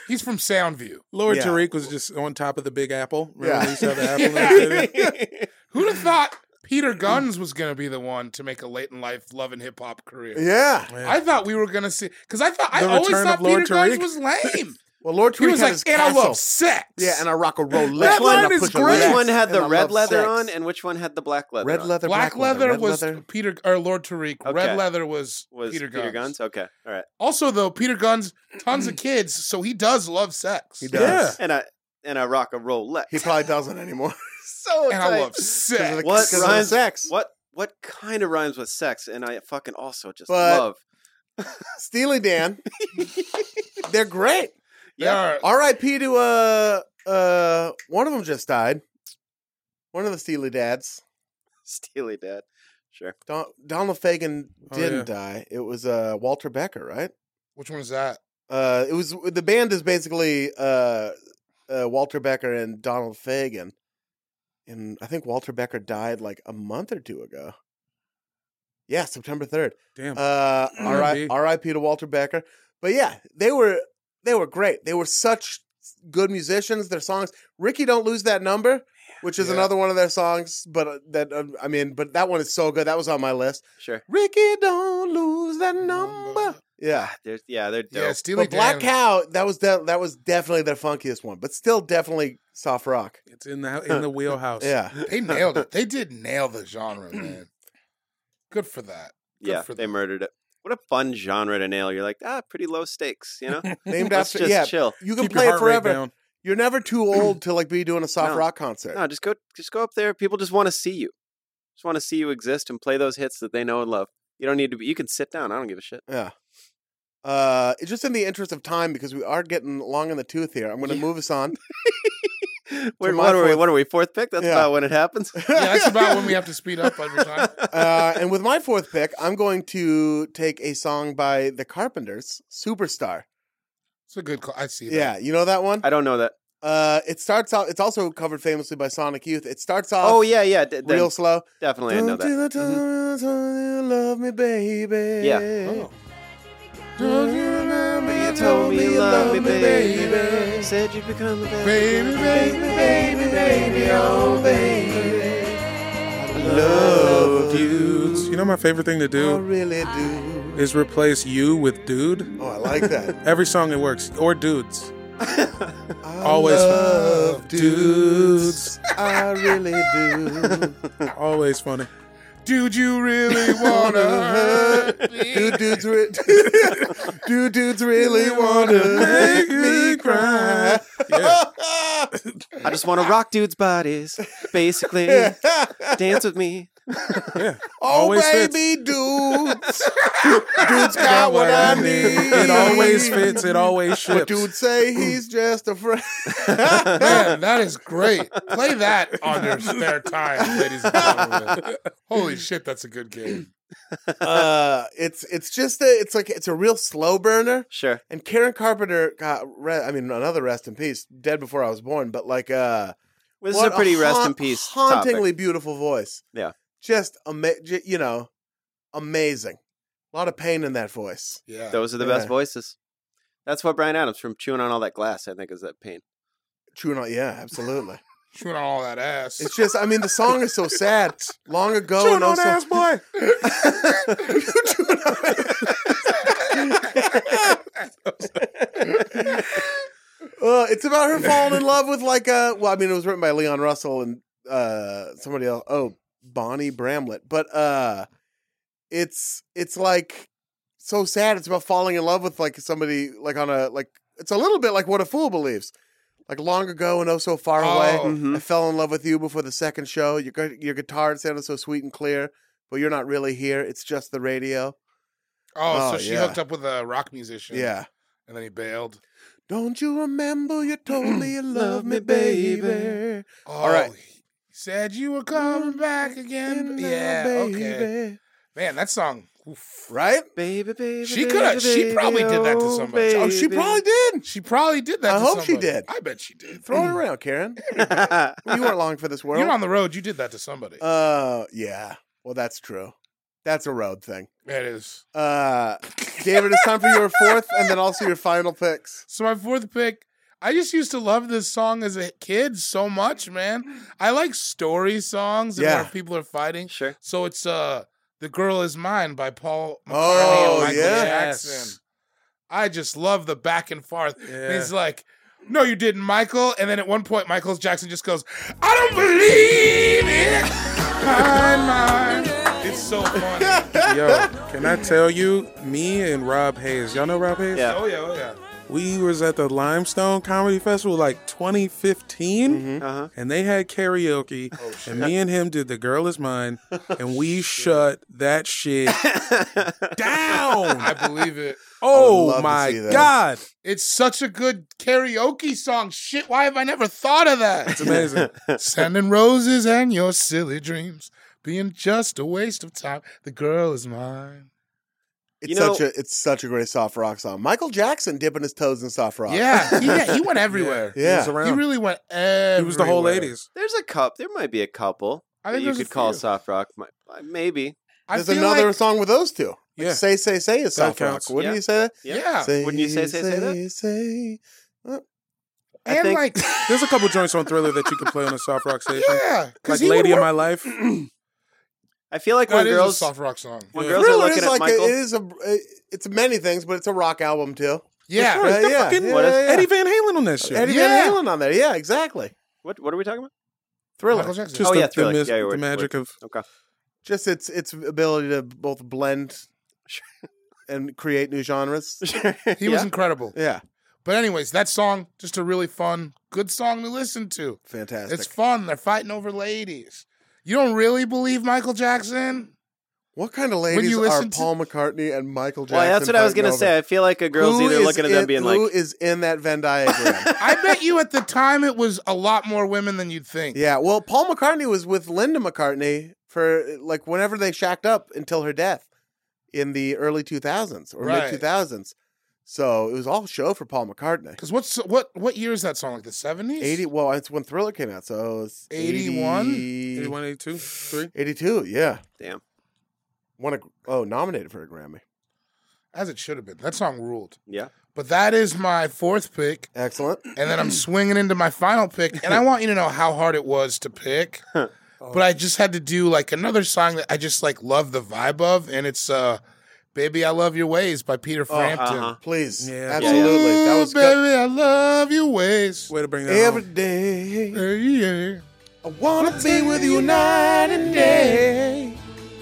[SPEAKER 3] he's from Soundview.
[SPEAKER 5] Lord
[SPEAKER 2] Yeah.
[SPEAKER 5] Tariq was just on top of the Big Apple. Remember
[SPEAKER 2] Yeah.
[SPEAKER 5] we used to have an apple in the city?
[SPEAKER 3] Who'd have thought Peter Guns was going to be the one to make a late in life love and hip hop career?
[SPEAKER 2] yeah.
[SPEAKER 3] I thought we were going to see because I thought I
[SPEAKER 5] The
[SPEAKER 3] always
[SPEAKER 5] return
[SPEAKER 3] thought
[SPEAKER 5] of Lord
[SPEAKER 3] Peter Guns
[SPEAKER 5] Tariq.
[SPEAKER 3] was lame.
[SPEAKER 2] Well, Lord
[SPEAKER 3] he
[SPEAKER 2] Tariq
[SPEAKER 3] was
[SPEAKER 2] had
[SPEAKER 3] like,
[SPEAKER 2] his
[SPEAKER 3] and I
[SPEAKER 2] castle.
[SPEAKER 3] love sex.
[SPEAKER 2] Yeah, and I rock a roll.
[SPEAKER 5] That line is great.
[SPEAKER 1] Which
[SPEAKER 5] Yes.
[SPEAKER 1] one had the
[SPEAKER 2] And I
[SPEAKER 1] red
[SPEAKER 2] love
[SPEAKER 1] leather
[SPEAKER 2] sex.
[SPEAKER 1] on, and which one had the black leather?
[SPEAKER 2] Red
[SPEAKER 1] on?
[SPEAKER 2] leather,
[SPEAKER 3] Black, leather,
[SPEAKER 2] red
[SPEAKER 3] was
[SPEAKER 2] leather.
[SPEAKER 3] Peter or Lord Tariq.
[SPEAKER 1] Okay.
[SPEAKER 3] Red leather was,
[SPEAKER 1] was
[SPEAKER 3] Peter, Guns.
[SPEAKER 1] Okay, all right.
[SPEAKER 3] Also, though, Peter Guns tons of kids, so he does love sex.
[SPEAKER 2] He does.
[SPEAKER 1] And I and I rock a Rolex.
[SPEAKER 2] He probably doesn't anymore.
[SPEAKER 1] so
[SPEAKER 3] And
[SPEAKER 1] tight.
[SPEAKER 3] I love sex.
[SPEAKER 2] the-
[SPEAKER 1] what
[SPEAKER 2] 'cause of the
[SPEAKER 1] rhymes
[SPEAKER 2] sex.
[SPEAKER 1] What what kind of rhymes with sex? And I fucking also just
[SPEAKER 2] But-
[SPEAKER 1] love.
[SPEAKER 2] Steely Dan, they're great.
[SPEAKER 3] They
[SPEAKER 1] Yeah.
[SPEAKER 3] are-
[SPEAKER 2] R.I.P. to uh uh one of them just died. One of the Steely dads.
[SPEAKER 1] Steely Dad. Sure.
[SPEAKER 2] Don, Donald Fagan
[SPEAKER 5] Oh,
[SPEAKER 2] didn't
[SPEAKER 5] yeah.
[SPEAKER 2] die. It was uh Walter Becker, right?
[SPEAKER 3] Which one is that?
[SPEAKER 2] Uh, it was the band is basically uh, uh, Walter Becker and Donald Fagen, and I think Walter Becker died like a month or two ago. Yeah, September third.
[SPEAKER 5] Damn.
[SPEAKER 2] Uh, R.I-
[SPEAKER 5] R.I.P.
[SPEAKER 2] R.I.P. to Walter Becker. But yeah, they were they were great. They were such good musicians. Their songs, Ricky, don't lose that number, which is
[SPEAKER 3] Yeah.
[SPEAKER 2] another one of their songs. But uh, that uh, I mean, but that one is so good. That was on my list.
[SPEAKER 1] Sure.
[SPEAKER 2] Ricky, don't lose that number. Yeah.
[SPEAKER 1] There's yeah, they're dope.
[SPEAKER 3] Yeah, Steely
[SPEAKER 2] but Black
[SPEAKER 3] Dan.
[SPEAKER 2] Cow, that was de- that was definitely their funkiest one, but still definitely soft rock.
[SPEAKER 5] It's in the in the wheelhouse.
[SPEAKER 2] Yeah,
[SPEAKER 3] They nailed it. They did nail the genre, man. Good for that. Good
[SPEAKER 1] yeah,
[SPEAKER 3] for
[SPEAKER 1] they
[SPEAKER 3] them.
[SPEAKER 1] murdered it. What a fun genre to nail. You're like, ah, pretty low stakes, you know?
[SPEAKER 2] named
[SPEAKER 1] Let's
[SPEAKER 2] after
[SPEAKER 1] just
[SPEAKER 2] yeah.
[SPEAKER 1] chill.
[SPEAKER 2] You can
[SPEAKER 5] Keep
[SPEAKER 2] play
[SPEAKER 5] your
[SPEAKER 2] it
[SPEAKER 5] heart rate
[SPEAKER 2] forever.
[SPEAKER 5] down.
[SPEAKER 2] You're never too old to like be doing a soft
[SPEAKER 1] No.
[SPEAKER 2] rock concert.
[SPEAKER 1] No, just go just go up there. People just want to see you. Just want to see you exist and play those hits that they know and love. You don't need to be you can sit down. I don't give a shit.
[SPEAKER 2] Yeah. Uh, it's just in the interest of time because we are getting long in the tooth here. I'm going to move us on.
[SPEAKER 1] Wait,
[SPEAKER 2] my
[SPEAKER 1] what are we
[SPEAKER 2] fourth-
[SPEAKER 1] what are we, fourth pick? That's
[SPEAKER 2] Yeah.
[SPEAKER 1] about when it happens.
[SPEAKER 3] Yeah, that's about when we have to speed up every time.
[SPEAKER 2] uh, and with my fourth pick, I'm going to take a song by the Carpenters, "Superstar."
[SPEAKER 3] It's a good call. I see that.
[SPEAKER 2] Yeah, you know that one.
[SPEAKER 1] I don't know that.
[SPEAKER 2] Uh, it starts out. It's also covered famously by Sonic Youth. It starts off
[SPEAKER 1] Oh yeah, yeah, d- then
[SPEAKER 2] real slow.
[SPEAKER 1] definitely I know
[SPEAKER 2] Don't you
[SPEAKER 1] that. Mm-hmm.
[SPEAKER 2] know, don't you love me, baby? Oh.
[SPEAKER 1] Yeah.
[SPEAKER 2] Don't you remember you
[SPEAKER 1] Told me you love me,
[SPEAKER 2] baby?
[SPEAKER 1] baby. Said you'd become a
[SPEAKER 3] Baby,
[SPEAKER 2] Baby,
[SPEAKER 3] baby.
[SPEAKER 2] baby, baby, oh baby. I love you.
[SPEAKER 5] You know my favorite thing to
[SPEAKER 2] I
[SPEAKER 5] do
[SPEAKER 2] really do.
[SPEAKER 5] is replace you with dude.
[SPEAKER 2] Oh, I like that.
[SPEAKER 5] Every song it works. Or dudes.
[SPEAKER 2] I
[SPEAKER 5] Always
[SPEAKER 2] love
[SPEAKER 5] dudes.
[SPEAKER 2] I really do.
[SPEAKER 5] Always funny.
[SPEAKER 3] Dude, you really wanna hurt me?
[SPEAKER 2] Do dudes, re- do dudes really wanna make me cry?
[SPEAKER 5] Yeah.
[SPEAKER 1] I just want to rock dudes' bodies, basically. Dance with me.
[SPEAKER 5] Yeah.
[SPEAKER 2] Oh,
[SPEAKER 5] Always fits.
[SPEAKER 2] baby, dudes. dudes got what I need.
[SPEAKER 5] It always fits. It always ships.
[SPEAKER 2] But dudes say he's just a friend.
[SPEAKER 3] Man, that is great. Play that on your spare time, ladies and gentlemen. Holy shit, that's a good game.
[SPEAKER 2] uh, it's it's just a it's like it's a real slow burner.
[SPEAKER 1] Sure.
[SPEAKER 2] And Karen Carpenter got re- I mean another rest in peace, dead before I was born, but like uh,
[SPEAKER 1] This
[SPEAKER 2] what
[SPEAKER 1] is a pretty rest
[SPEAKER 2] haun-
[SPEAKER 1] in peace.
[SPEAKER 2] hauntingly
[SPEAKER 1] Topic.
[SPEAKER 2] beautiful voice.
[SPEAKER 1] Yeah.
[SPEAKER 2] just ama- j- you know, amazing. A lot of pain in that voice.
[SPEAKER 3] Yeah.
[SPEAKER 1] Those are the
[SPEAKER 2] Yeah.
[SPEAKER 1] best voices. That's what Brian Adams from chewing on all that glass. I think is that pain.
[SPEAKER 2] True, not yeah, absolutely.
[SPEAKER 3] Chewing on all that ass.
[SPEAKER 2] It's just, I mean, the song is so sad. Long ago,
[SPEAKER 5] Chewing
[SPEAKER 2] and
[SPEAKER 5] on
[SPEAKER 2] also,
[SPEAKER 5] ass boy.
[SPEAKER 2] You chewing on ass. Uh, it's about her falling in love with like a. Well, I mean, it was written by Leon Russell and uh somebody else. Oh, Bonnie Bramlett. But uh, it's it's like so sad. It's about falling in love with like somebody like on a like. It's a little bit like what a fool believes. Like long ago and oh so far away,
[SPEAKER 3] Oh.
[SPEAKER 1] Mhm.
[SPEAKER 2] I fell in love with you before the second show. Your gu- your guitar sounded so sweet and clear, but you're not really here. It's just the radio.
[SPEAKER 3] Oh,
[SPEAKER 2] Oh,
[SPEAKER 3] so she
[SPEAKER 2] yeah.
[SPEAKER 3] hooked up with a rock musician.
[SPEAKER 2] Yeah.
[SPEAKER 3] And then he bailed.
[SPEAKER 2] Don't you remember you told me you love me, baby?
[SPEAKER 3] Oh,
[SPEAKER 2] right.
[SPEAKER 3] He said you were coming back again.
[SPEAKER 2] now,
[SPEAKER 3] Yeah. Okay. Man, that song. oof.
[SPEAKER 2] Right?
[SPEAKER 1] Baby, baby.
[SPEAKER 3] She coulda- she
[SPEAKER 1] baby,
[SPEAKER 3] probably did that to
[SPEAKER 1] oh,
[SPEAKER 3] somebody.
[SPEAKER 2] Oh, she
[SPEAKER 1] baby.
[SPEAKER 2] probably did.
[SPEAKER 3] She probably did that.
[SPEAKER 2] I
[SPEAKER 3] to
[SPEAKER 2] hope she
[SPEAKER 3] somebody.
[SPEAKER 2] did.
[SPEAKER 3] I bet she did.
[SPEAKER 2] Throw it around, Karen. You weren't long for this world.
[SPEAKER 3] Mm. You're on the road. You did that to somebody.
[SPEAKER 2] uh, yeah. Well, that's true. That's a road thing.
[SPEAKER 3] it is.
[SPEAKER 2] Uh, David, it's time for your fourth and then also your final picks.
[SPEAKER 3] So my fourth pick. I just used to love this song as a kid so much, man. I like story songs and
[SPEAKER 2] Yeah.
[SPEAKER 3] where people are fighting.
[SPEAKER 1] sure.
[SPEAKER 3] So it's uh The Girl Is Mine by Paul McCartney
[SPEAKER 2] Oh,
[SPEAKER 3] and Michael
[SPEAKER 2] yeah.
[SPEAKER 3] Jackson. I just love the back and forth. And
[SPEAKER 5] Yeah.
[SPEAKER 3] he's like, No, you didn't, Michael. And then at one point Michael Jackson just goes, I don't believe it. I'm mine. It's so funny.
[SPEAKER 5] Yo, can I tell you, me and Rob Hayes, y'all know Rob Hayes?
[SPEAKER 1] Yeah.
[SPEAKER 3] Oh yeah, oh yeah.
[SPEAKER 5] We was at the Limestone Comedy Festival like 2015,
[SPEAKER 1] Uh-huh.
[SPEAKER 5] and they had karaoke, and me and him did The Girl Is Mine, and we shut that shit down.
[SPEAKER 3] I believe it.
[SPEAKER 2] love
[SPEAKER 5] Oh
[SPEAKER 2] to
[SPEAKER 5] my
[SPEAKER 2] see that.
[SPEAKER 5] God.
[SPEAKER 3] It's such a good karaoke song. Shit, why have I never thought of that?
[SPEAKER 5] It's amazing.
[SPEAKER 3] Sending roses and your silly dreams being just a waste of time. The girl is mine.
[SPEAKER 2] It's
[SPEAKER 1] You know-
[SPEAKER 2] such a it's such a great soft rock song. Michael Jackson dipping his toes in soft rock.
[SPEAKER 3] Yeah, he, yeah, he went everywhere.
[SPEAKER 5] He
[SPEAKER 2] Yeah.
[SPEAKER 5] was around.
[SPEAKER 3] He really went everywhere.
[SPEAKER 5] He was the whole 80s.
[SPEAKER 1] There's a cup. There might be a couple
[SPEAKER 3] I
[SPEAKER 1] that
[SPEAKER 3] think
[SPEAKER 1] you
[SPEAKER 3] there's a
[SPEAKER 1] could call
[SPEAKER 3] few.
[SPEAKER 1] soft rock. Mi- uh, Maybe.
[SPEAKER 3] I
[SPEAKER 2] There's
[SPEAKER 3] feel
[SPEAKER 2] another
[SPEAKER 3] like-
[SPEAKER 2] song with those two. Like,
[SPEAKER 5] Yeah.
[SPEAKER 2] Say, say, say is
[SPEAKER 5] That
[SPEAKER 2] soft rock.
[SPEAKER 5] counts.
[SPEAKER 2] Wouldn't
[SPEAKER 1] Yeah.
[SPEAKER 2] you say that?
[SPEAKER 3] yeah,
[SPEAKER 1] Wouldn't you say, say, say that?
[SPEAKER 2] say,
[SPEAKER 1] I
[SPEAKER 3] and
[SPEAKER 1] think-
[SPEAKER 3] like,
[SPEAKER 5] There's a couple joints on Thriller that you can play on a soft rock station.
[SPEAKER 3] yeah,
[SPEAKER 5] Like
[SPEAKER 3] because
[SPEAKER 5] Lady of My Life.
[SPEAKER 1] I feel like
[SPEAKER 3] That
[SPEAKER 1] when
[SPEAKER 3] is
[SPEAKER 1] girls
[SPEAKER 3] a soft rock song.
[SPEAKER 1] when
[SPEAKER 5] Yeah.
[SPEAKER 1] girls are
[SPEAKER 2] Thriller
[SPEAKER 1] looking
[SPEAKER 2] is
[SPEAKER 1] at
[SPEAKER 2] like a,
[SPEAKER 1] Michael,
[SPEAKER 2] it is a it's many things, but it's a rock album too.
[SPEAKER 3] Yeah,
[SPEAKER 5] Sure, it's
[SPEAKER 2] Yeah,
[SPEAKER 5] got
[SPEAKER 2] yeah,
[SPEAKER 5] fucking
[SPEAKER 2] yeah,
[SPEAKER 1] What if-
[SPEAKER 2] yeah.
[SPEAKER 5] Eddie Van Halen on that shit.
[SPEAKER 2] Eddie
[SPEAKER 3] Yeah.
[SPEAKER 2] Van Halen on there. Yeah, exactly.
[SPEAKER 1] what what are we talking about?
[SPEAKER 2] Thriller.
[SPEAKER 3] Michael Jackson.
[SPEAKER 5] Just
[SPEAKER 1] Oh,
[SPEAKER 5] the,
[SPEAKER 1] yeah,
[SPEAKER 5] the,
[SPEAKER 1] Thriller.
[SPEAKER 5] mis-
[SPEAKER 1] Yeah, you're
[SPEAKER 5] the
[SPEAKER 1] right,
[SPEAKER 5] magic of
[SPEAKER 1] Okay.
[SPEAKER 2] Just its its ability to both blend
[SPEAKER 1] Sure.
[SPEAKER 2] and create new genres.
[SPEAKER 3] he was incredible.
[SPEAKER 2] Yeah,
[SPEAKER 3] But anyways, that song just a really fun, good song to listen to.
[SPEAKER 2] fantastic.
[SPEAKER 3] It's fun. They're fighting over ladies. You don't really believe Michael Jackson?
[SPEAKER 2] what kind of ladies
[SPEAKER 3] you
[SPEAKER 2] are
[SPEAKER 3] listen to-
[SPEAKER 2] Paul McCartney and Michael Jackson?
[SPEAKER 1] Well, that's what I was
[SPEAKER 2] fighting
[SPEAKER 1] gonna
[SPEAKER 2] over?
[SPEAKER 1] say. I feel like a girl's
[SPEAKER 2] Who
[SPEAKER 1] either
[SPEAKER 2] is
[SPEAKER 1] looking at them
[SPEAKER 2] in-
[SPEAKER 1] being
[SPEAKER 2] who
[SPEAKER 1] like,
[SPEAKER 2] is in that Venn diagram?
[SPEAKER 3] I bet you at the time it was a lot more women than you'd think.
[SPEAKER 2] yeah, well, Paul McCartney was with Linda McCartney for like whenever they shacked up until her death in the early 2000s or
[SPEAKER 3] Right.
[SPEAKER 2] mid 2000s. So it was all show for Paul McCartney.
[SPEAKER 3] Because what's what what year is that song? Like the seventies?
[SPEAKER 2] 80 well it's when thriller came out so it's
[SPEAKER 3] 81?
[SPEAKER 2] 80,
[SPEAKER 5] 81, 82, 3.
[SPEAKER 2] 82 yeah
[SPEAKER 1] Damn.
[SPEAKER 2] won a oh nominated for a grammy
[SPEAKER 3] As it should have been. That song ruled.
[SPEAKER 1] "Yeah,
[SPEAKER 3] But that is my fourth pick,
[SPEAKER 2] excellent
[SPEAKER 3] and then I'm swinging into my final pick, and I want you to know how hard it was to pick.
[SPEAKER 2] Oh.
[SPEAKER 3] But I just had to do like another song that I just like love the vibe of, and it's uh "Baby I Love Your Ways" by Peter Frampton.
[SPEAKER 1] uh-huh.
[SPEAKER 2] please
[SPEAKER 5] Yeah.
[SPEAKER 2] Oh, absolutely that was
[SPEAKER 3] Ooh,
[SPEAKER 2] good.
[SPEAKER 3] baby, I love your ways.
[SPEAKER 5] Way to bring that
[SPEAKER 2] every
[SPEAKER 5] home.
[SPEAKER 2] day
[SPEAKER 3] Every year,
[SPEAKER 2] i wanna be with you night and day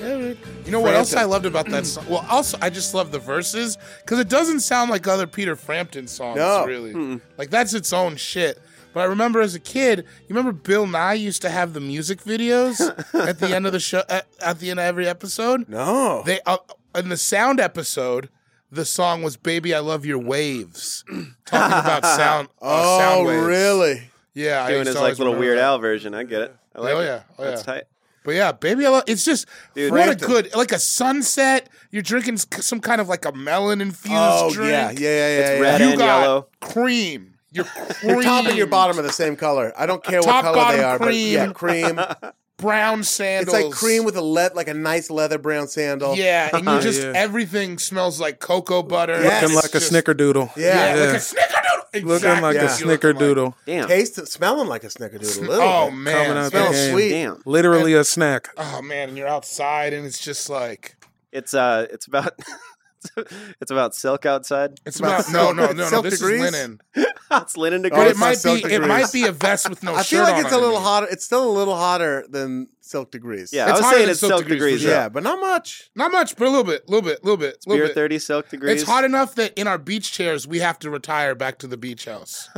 [SPEAKER 3] every- You know what else I
[SPEAKER 2] Frampton.
[SPEAKER 3] loved about that song? Well, also I just love the verses because it doesn't sound like other Peter Frampton songs.
[SPEAKER 2] No.
[SPEAKER 3] Really, like that's its own shit. But I remember as a kid, you remember Bill Nye used to have the music videos at the end of the show, at, at the end of every episode.
[SPEAKER 2] no
[SPEAKER 3] They uh, in the sound episode, the song was "Baby, I Love Your Waves," talking about sound. uh, sound
[SPEAKER 2] oh
[SPEAKER 3] waves.
[SPEAKER 2] really
[SPEAKER 3] Yeah, I
[SPEAKER 1] doing
[SPEAKER 3] used
[SPEAKER 1] his
[SPEAKER 3] to
[SPEAKER 1] like
[SPEAKER 3] always
[SPEAKER 1] little
[SPEAKER 3] remember
[SPEAKER 1] Weird
[SPEAKER 3] that.
[SPEAKER 1] Al version." I get it. I like
[SPEAKER 3] Oh
[SPEAKER 1] it.
[SPEAKER 3] yeah, oh yeah.
[SPEAKER 1] That's tight.
[SPEAKER 3] But yeah, baby, I love. It's just what a
[SPEAKER 2] Frampton.
[SPEAKER 3] good like a sunset. You're drinking s- some kind of like a melon infused
[SPEAKER 2] oh
[SPEAKER 3] drink.
[SPEAKER 2] yeah yeah yeah yeah, yeah.
[SPEAKER 1] red
[SPEAKER 3] You
[SPEAKER 1] and
[SPEAKER 3] got
[SPEAKER 1] yellow.
[SPEAKER 3] cream. You're cream.
[SPEAKER 2] your top and your bottom are the same color i don't care
[SPEAKER 3] Top,
[SPEAKER 2] what color
[SPEAKER 3] bottom,
[SPEAKER 2] they are but
[SPEAKER 3] cream.
[SPEAKER 2] yeah cream
[SPEAKER 3] brown
[SPEAKER 2] it's
[SPEAKER 3] sandals.
[SPEAKER 2] like cream with a le- like a nice leather brown sandal
[SPEAKER 3] yeah, and you just
[SPEAKER 5] Yeah.
[SPEAKER 3] everything smells like cocoa butter.
[SPEAKER 2] Yes.
[SPEAKER 3] It's
[SPEAKER 5] Looking like a
[SPEAKER 3] just-
[SPEAKER 5] snickerdoodle.
[SPEAKER 3] Yeah,
[SPEAKER 2] Yeah.
[SPEAKER 3] like a snickerdoodle. Exactly
[SPEAKER 5] Looking like a
[SPEAKER 3] what you're looking like.
[SPEAKER 5] snickerdoodle.
[SPEAKER 1] Damn.
[SPEAKER 2] taste smelling like a snickerdoodle a little
[SPEAKER 3] Oh
[SPEAKER 2] bit.
[SPEAKER 3] man,
[SPEAKER 5] Coming
[SPEAKER 3] smells-
[SPEAKER 5] out
[SPEAKER 2] smells
[SPEAKER 5] Damn.
[SPEAKER 2] sweet
[SPEAKER 1] Damn.
[SPEAKER 5] Literally a snack.
[SPEAKER 3] oh man, and you're outside and it's just like
[SPEAKER 1] It's uh, it's about it's about silk outside.
[SPEAKER 3] it's
[SPEAKER 2] About
[SPEAKER 3] about no no
[SPEAKER 2] silk-
[SPEAKER 3] no no.
[SPEAKER 2] silk
[SPEAKER 3] This
[SPEAKER 2] degrees?
[SPEAKER 3] is linen.
[SPEAKER 1] it's linen
[SPEAKER 2] Oh,
[SPEAKER 3] But
[SPEAKER 1] degrees.
[SPEAKER 3] it
[SPEAKER 2] it's not
[SPEAKER 3] might be
[SPEAKER 2] Celtic
[SPEAKER 3] it
[SPEAKER 2] Greece.
[SPEAKER 3] might be a vest with no
[SPEAKER 2] I feel
[SPEAKER 3] shirt
[SPEAKER 2] like
[SPEAKER 3] on
[SPEAKER 2] it's a little
[SPEAKER 3] underneath.
[SPEAKER 2] hotter. It's still a little hotter than silk degrees.
[SPEAKER 1] yeah, I
[SPEAKER 3] it's
[SPEAKER 1] was
[SPEAKER 3] higher
[SPEAKER 1] saying
[SPEAKER 3] than
[SPEAKER 1] it's
[SPEAKER 3] silk
[SPEAKER 1] silk
[SPEAKER 3] degrees,
[SPEAKER 1] degrees.
[SPEAKER 3] for sure.
[SPEAKER 1] Yeah,
[SPEAKER 2] yeah, but not much.
[SPEAKER 3] Not much, but a little bit, little bit, little bit, little
[SPEAKER 1] beer
[SPEAKER 3] bit.
[SPEAKER 1] thirty silk degrees.
[SPEAKER 3] It's hot enough that in our beach chairs we have to retire back to the beach house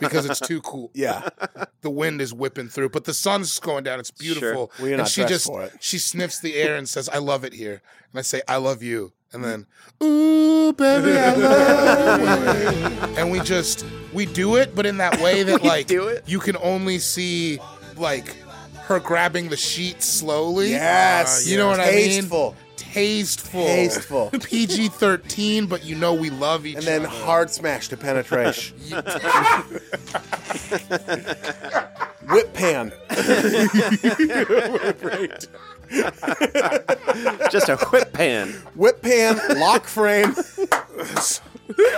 [SPEAKER 3] because it's too cool.
[SPEAKER 2] Yeah,
[SPEAKER 3] The wind is whipping through, but the sun's going down. It's beautiful.
[SPEAKER 2] Well, you're
[SPEAKER 3] and
[SPEAKER 2] not
[SPEAKER 3] she
[SPEAKER 2] dressed
[SPEAKER 3] just
[SPEAKER 2] for it.
[SPEAKER 3] she sniffs the air and says, "I love it here." And I say, "I love you." And then, "Ooh, baby, I love you." and we just we do it, but in that way that like
[SPEAKER 1] do it?
[SPEAKER 3] you can only see like her grabbing the sheet slowly. Uh,
[SPEAKER 2] Yes.
[SPEAKER 3] you know what
[SPEAKER 2] Tasteful.
[SPEAKER 3] I mean? Tasteful.
[SPEAKER 2] Tasteful.
[SPEAKER 3] PG thirteen, but you know we love each
[SPEAKER 2] and then
[SPEAKER 3] other.
[SPEAKER 2] hard smash to penetration. Whip pan.
[SPEAKER 1] just a whip pan.
[SPEAKER 2] Whip pan, lock frame.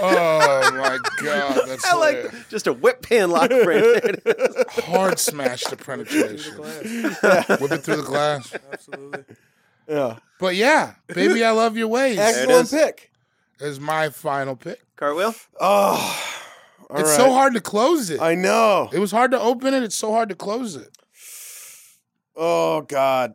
[SPEAKER 3] Oh my god, that's
[SPEAKER 1] I like
[SPEAKER 3] hilarious.
[SPEAKER 1] just a whip pan lock frame.
[SPEAKER 3] hard smash to penetration. Whip it through the glass.
[SPEAKER 5] Absolutely.
[SPEAKER 2] Yeah.
[SPEAKER 3] But yeah, baby, I love your ways
[SPEAKER 2] Excellent
[SPEAKER 1] is.
[SPEAKER 2] pick.
[SPEAKER 3] is my final pick.
[SPEAKER 1] Cartwheel.
[SPEAKER 2] Oh, all
[SPEAKER 3] it's
[SPEAKER 2] right.
[SPEAKER 3] so hard to close it.
[SPEAKER 2] I know.
[SPEAKER 3] it was hard to open it. It's so hard to close it.
[SPEAKER 2] Oh God.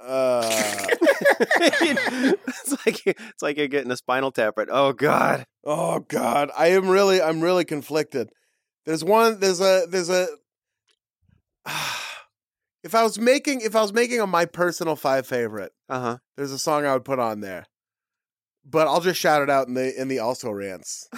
[SPEAKER 2] Uh,
[SPEAKER 1] it's like it's like you're getting a spinal tap. Right? Oh God.
[SPEAKER 2] oh God. I am really. I'm really conflicted. There's one. There's a. There's a. If I was making, if I was making a my personal five favorite,
[SPEAKER 1] Uh huh.
[SPEAKER 2] there's a song I would put on there, but I'll just shout it out in the in the also rants.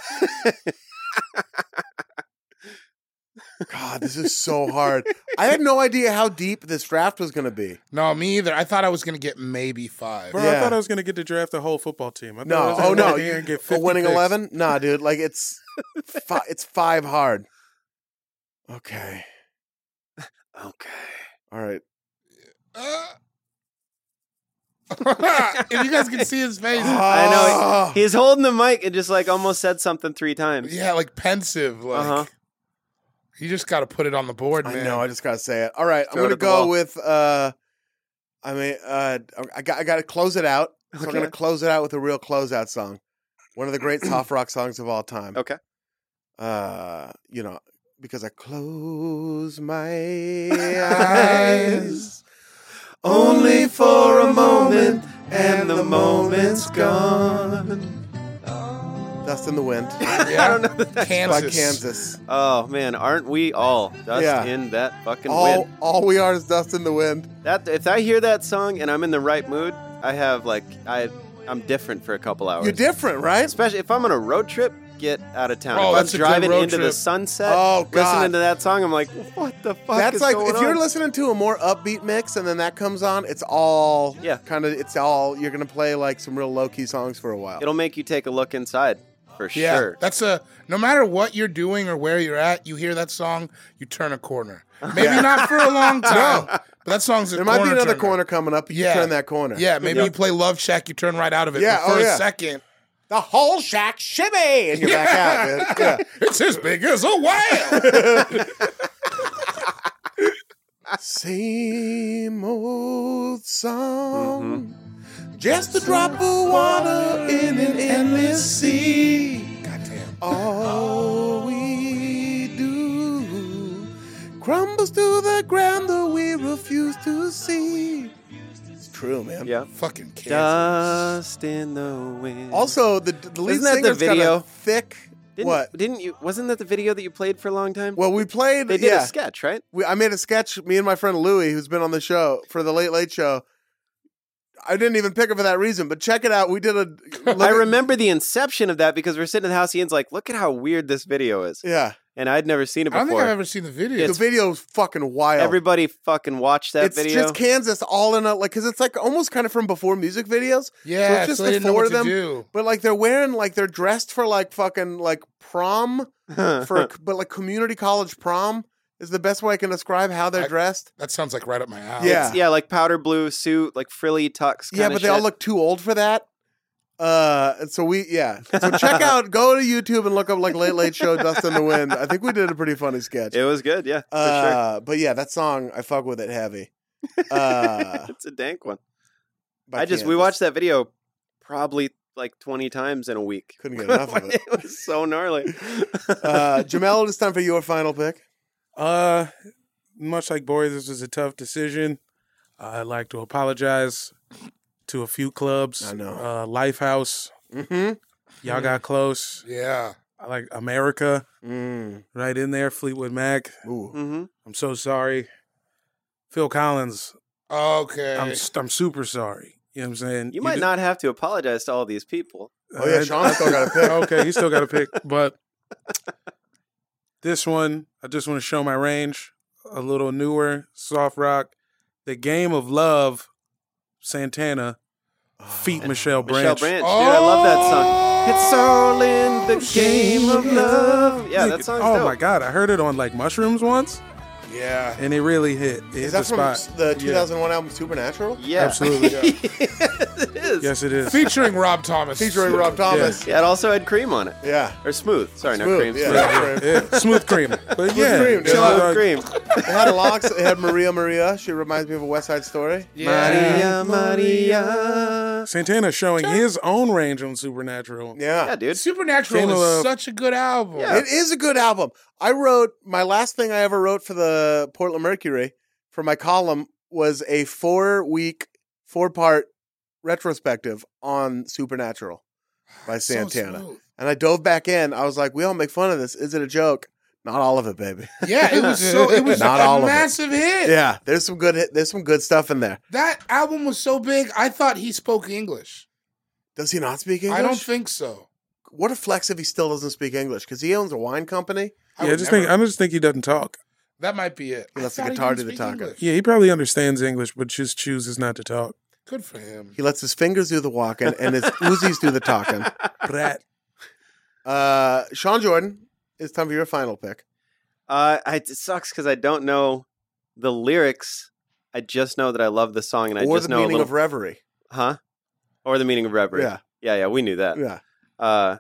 [SPEAKER 2] God, this is so hard. I had no idea how deep this draft was going to be.
[SPEAKER 3] No, me either. I thought I was gonna get maybe five.
[SPEAKER 5] Bro, I
[SPEAKER 2] Yeah.
[SPEAKER 5] thought I was gonna get to draft the whole football team. I thought I
[SPEAKER 2] No,
[SPEAKER 5] was gonna
[SPEAKER 2] oh
[SPEAKER 5] go
[SPEAKER 2] no,
[SPEAKER 5] in here and get
[SPEAKER 2] for
[SPEAKER 5] 50
[SPEAKER 2] winning
[SPEAKER 5] picks.
[SPEAKER 2] eleven? Nah, dude, like it's fi- it's five hard. Okay,
[SPEAKER 1] Okay.
[SPEAKER 2] all right.
[SPEAKER 3] Uh. if you guys can see his face,
[SPEAKER 1] I
[SPEAKER 2] Ah.
[SPEAKER 1] He's holding the mic and just like almost said something three times.
[SPEAKER 3] yeah, like pensive. Like
[SPEAKER 1] Uh-huh.
[SPEAKER 3] you just got to put it on the board, man.
[SPEAKER 2] I know. I just gotta say it. All right,
[SPEAKER 1] Throw it
[SPEAKER 2] I'm gonna
[SPEAKER 1] at the
[SPEAKER 2] go
[SPEAKER 1] wall.
[SPEAKER 2] with. uh I mean, uh I got I got to close it out. So I'm
[SPEAKER 1] Okay.
[SPEAKER 2] gonna close it out with a real closeout song, one of the great soft rock songs of all time.
[SPEAKER 1] Okay.
[SPEAKER 2] Uh, you know, because I close my eyes only for a moment, and the moment's gone. Dust in the Wind
[SPEAKER 3] Yeah.
[SPEAKER 1] I don't know that that's.
[SPEAKER 3] Kansas.
[SPEAKER 2] by Kansas.
[SPEAKER 1] Oh man, aren't we all dust
[SPEAKER 2] Yeah.
[SPEAKER 1] in that fucking
[SPEAKER 2] All,
[SPEAKER 1] wind?
[SPEAKER 2] all we are is dust in the wind.
[SPEAKER 1] That if I hear that song and I'm in the right mood, I have like I I'm different for a couple hours.
[SPEAKER 2] You're different, right?
[SPEAKER 1] Especially if I'm on a road trip, get out of town.
[SPEAKER 3] Oh,
[SPEAKER 1] if I'm
[SPEAKER 3] that's a good
[SPEAKER 1] driving
[SPEAKER 3] road
[SPEAKER 1] into the
[SPEAKER 3] trip.
[SPEAKER 1] sunset,
[SPEAKER 2] Oh, God.
[SPEAKER 1] listening to that song, I'm like, what the fuck?
[SPEAKER 2] That's
[SPEAKER 1] is
[SPEAKER 2] like
[SPEAKER 1] going
[SPEAKER 2] if you're
[SPEAKER 1] on?
[SPEAKER 2] listening to a more upbeat mix and then that comes on, it's all
[SPEAKER 1] Yeah.
[SPEAKER 2] kind of it's all you're gonna play like some real low key songs for a while.
[SPEAKER 1] It'll make you take a look inside for
[SPEAKER 3] Yeah,
[SPEAKER 1] sure.
[SPEAKER 3] that's a no matter what you're doing or where you're at, you hear that song, you turn a corner. Maybe not for a long time, but that song's a
[SPEAKER 2] there might be
[SPEAKER 3] corner
[SPEAKER 2] another
[SPEAKER 3] turner.
[SPEAKER 2] corner coming up. You
[SPEAKER 3] Yeah.
[SPEAKER 2] turn that corner.
[SPEAKER 3] Yeah, maybe you play Love Shack, you turn right out of it.
[SPEAKER 2] Yeah,
[SPEAKER 3] but for
[SPEAKER 2] oh, yeah.
[SPEAKER 3] a second,
[SPEAKER 2] The whole shack shimmy, and you're back out. Dude. Yeah.
[SPEAKER 3] it's as big as a whale.
[SPEAKER 2] Same old
[SPEAKER 1] Mm-hmm.
[SPEAKER 2] song, just a drop of water in an endless sea.
[SPEAKER 3] Goddamn.
[SPEAKER 2] All we do crumbles to the ground, though we refuse to see. It's true, man.
[SPEAKER 1] yeah.
[SPEAKER 3] Fucking Kansas.
[SPEAKER 1] Dust in the wind.
[SPEAKER 2] Also, the, the lead
[SPEAKER 1] Isn't that the
[SPEAKER 2] singer's got
[SPEAKER 1] video?
[SPEAKER 2] a thick.
[SPEAKER 1] didn't,
[SPEAKER 2] what?
[SPEAKER 1] Didn't you? Wasn't that the video that you played for a long time?
[SPEAKER 2] Well, we played.
[SPEAKER 1] they did
[SPEAKER 2] yeah,
[SPEAKER 1] a sketch, right?
[SPEAKER 2] we, I made a sketch. Me and my friend Louie, who's been on the show for the Late Late Show. I didn't even pick it for that reason, but check it out. We did a. look
[SPEAKER 1] I
[SPEAKER 2] at-
[SPEAKER 1] remember the inception of that because we're sitting in the house. Ian's like, "Look at how weird this video is,"
[SPEAKER 2] Yeah,
[SPEAKER 1] and I'd never seen it
[SPEAKER 3] I don't think
[SPEAKER 1] before.
[SPEAKER 3] I've ever seen the video.
[SPEAKER 2] the video's fucking wild.
[SPEAKER 1] Everybody fucking watched that
[SPEAKER 2] it's
[SPEAKER 1] video.
[SPEAKER 2] just Kansas all in a like because it's like almost kind of from before music videos. so
[SPEAKER 3] yeah,
[SPEAKER 2] it's just
[SPEAKER 3] so
[SPEAKER 2] the
[SPEAKER 3] they didn't know
[SPEAKER 2] four
[SPEAKER 3] what
[SPEAKER 2] of them.
[SPEAKER 3] to do.
[SPEAKER 2] But like they're wearing like they're dressed for like fucking like prom for but like community college prom is the best way I can describe how they're
[SPEAKER 3] I-
[SPEAKER 2] dressed.
[SPEAKER 3] That sounds like right up my alley.
[SPEAKER 2] Yeah.
[SPEAKER 1] yeah, like powder blue suit, like frilly tux.
[SPEAKER 2] Yeah,
[SPEAKER 1] kinda
[SPEAKER 2] but they all
[SPEAKER 1] shit.
[SPEAKER 2] look too old for that. Uh, and so we yeah. So check out go to YouTube and look up like Late Late Show Dust in the Wind. I think we did a pretty funny sketch.
[SPEAKER 1] It was good. Yeah, for sure.
[SPEAKER 2] uh, but yeah, that song I fuck with it heavy. Uh,
[SPEAKER 1] it's a dank one.
[SPEAKER 2] by
[SPEAKER 1] I just
[SPEAKER 2] Kansas.
[SPEAKER 1] we watched that video probably like 20 times in a week.
[SPEAKER 2] Couldn't get enough of it.
[SPEAKER 1] it was so gnarly.
[SPEAKER 2] Uh, Jamel, it's time for your final pick.
[SPEAKER 5] Uh, much like Bory, this was a tough decision. I'd like to apologize to a few clubs.
[SPEAKER 2] I know.
[SPEAKER 5] Uh, Lifehouse,
[SPEAKER 2] Mm-hmm.
[SPEAKER 5] y'all got close.
[SPEAKER 3] Yeah.
[SPEAKER 5] I like America,
[SPEAKER 2] Mm.
[SPEAKER 5] right in there. Fleetwood Mac.
[SPEAKER 2] Ooh.
[SPEAKER 1] hmm
[SPEAKER 5] I'm so sorry. Phil Collins.
[SPEAKER 3] Okay.
[SPEAKER 5] I'm s- I'm super sorry. You know what I'm saying?
[SPEAKER 1] You might
[SPEAKER 5] d- uh,
[SPEAKER 1] not have to apologize to all these people.
[SPEAKER 2] Oh yeah,
[SPEAKER 5] I-
[SPEAKER 2] Sean still got a pick.
[SPEAKER 5] okay, you still got to pick, but this one, I just want to show my range. A little newer, soft rock, the game of love, Santana, feat Michelle Branch.
[SPEAKER 1] Michelle Branch, dude, I love that song. It's all in the game of love. Yeah, that song's
[SPEAKER 5] Oh
[SPEAKER 1] dope.
[SPEAKER 5] my god, I heard it on like mushrooms once,
[SPEAKER 3] Yeah.
[SPEAKER 5] and it really hit. It hit
[SPEAKER 2] Is that
[SPEAKER 5] the
[SPEAKER 2] from
[SPEAKER 5] spot.
[SPEAKER 2] the
[SPEAKER 5] Yeah.
[SPEAKER 2] 2001 album Supernatural?
[SPEAKER 1] Yeah,
[SPEAKER 5] Absolutely.
[SPEAKER 1] yes, it is.
[SPEAKER 5] Yes, it is.
[SPEAKER 3] Featuring Rob Thomas.
[SPEAKER 2] Featuring Rob Thomas.
[SPEAKER 1] Yeah, it also had cream on it,
[SPEAKER 2] Yeah.
[SPEAKER 1] or smooth. Sorry, not
[SPEAKER 2] Smooth,
[SPEAKER 1] cream.
[SPEAKER 2] yeah.
[SPEAKER 1] Smooth.
[SPEAKER 2] Right.
[SPEAKER 5] Yeah, Smooth cream, but yeah,
[SPEAKER 2] cream, dude.
[SPEAKER 5] Chill
[SPEAKER 1] Smooth
[SPEAKER 2] Smooth
[SPEAKER 5] Out,
[SPEAKER 1] cream.
[SPEAKER 2] It had locks. It had Maria Maria. She reminds me of a West Side Story.
[SPEAKER 3] Yeah.
[SPEAKER 1] Maria, Maria.
[SPEAKER 5] Santana showing his own range on Supernatural.
[SPEAKER 2] Yeah.
[SPEAKER 1] Yeah, dude.
[SPEAKER 3] Supernatural
[SPEAKER 5] Came
[SPEAKER 3] is
[SPEAKER 5] up-
[SPEAKER 3] such a good album.
[SPEAKER 1] Yeah.
[SPEAKER 2] It is a good album. I wrote my last thing I ever wrote for the Portland Mercury for my column was a four week, four part retrospective on Supernatural by
[SPEAKER 3] So
[SPEAKER 2] Santana.
[SPEAKER 3] smooth.
[SPEAKER 2] and I dove back in. I was like, we all make fun of this. Is it a joke? Not all of it, baby.
[SPEAKER 3] Yeah, it was so it was
[SPEAKER 2] Not
[SPEAKER 3] a
[SPEAKER 2] all of it.
[SPEAKER 3] massive hit.
[SPEAKER 2] yeah, there's some good hit- there's some good stuff in there.
[SPEAKER 3] That album was so big, I thought he spoke English.
[SPEAKER 2] Does he not speak English?
[SPEAKER 3] I don't think so.
[SPEAKER 2] What a flex if he still doesn't speak English because he owns a wine company.
[SPEAKER 3] I
[SPEAKER 5] yeah, I
[SPEAKER 3] would
[SPEAKER 5] just
[SPEAKER 3] never-
[SPEAKER 5] think I just think he doesn't talk.
[SPEAKER 3] that might be it.
[SPEAKER 2] He
[SPEAKER 3] I
[SPEAKER 2] lets the
[SPEAKER 3] thought he
[SPEAKER 2] guitar
[SPEAKER 3] didn't
[SPEAKER 2] do the
[SPEAKER 3] speak
[SPEAKER 2] talking.
[SPEAKER 3] English.
[SPEAKER 5] Yeah, he probably understands English, but just chooses not to talk.
[SPEAKER 3] Good for him.
[SPEAKER 2] He lets his fingers do the walking and his Uzis do the talking.
[SPEAKER 5] Brat.
[SPEAKER 2] Uh, Sean Jordan, it's time for your final pick.
[SPEAKER 1] Uh, I, it sucks because I don't know the lyrics. I just know that I love the song, and I
[SPEAKER 2] or
[SPEAKER 1] just
[SPEAKER 2] the
[SPEAKER 1] know
[SPEAKER 2] meaning
[SPEAKER 1] a little,
[SPEAKER 2] of reverie.
[SPEAKER 1] huh? Or the meaning of reverie.
[SPEAKER 2] Yeah,
[SPEAKER 1] yeah, yeah, we knew that.
[SPEAKER 2] yeah.
[SPEAKER 1] Uh,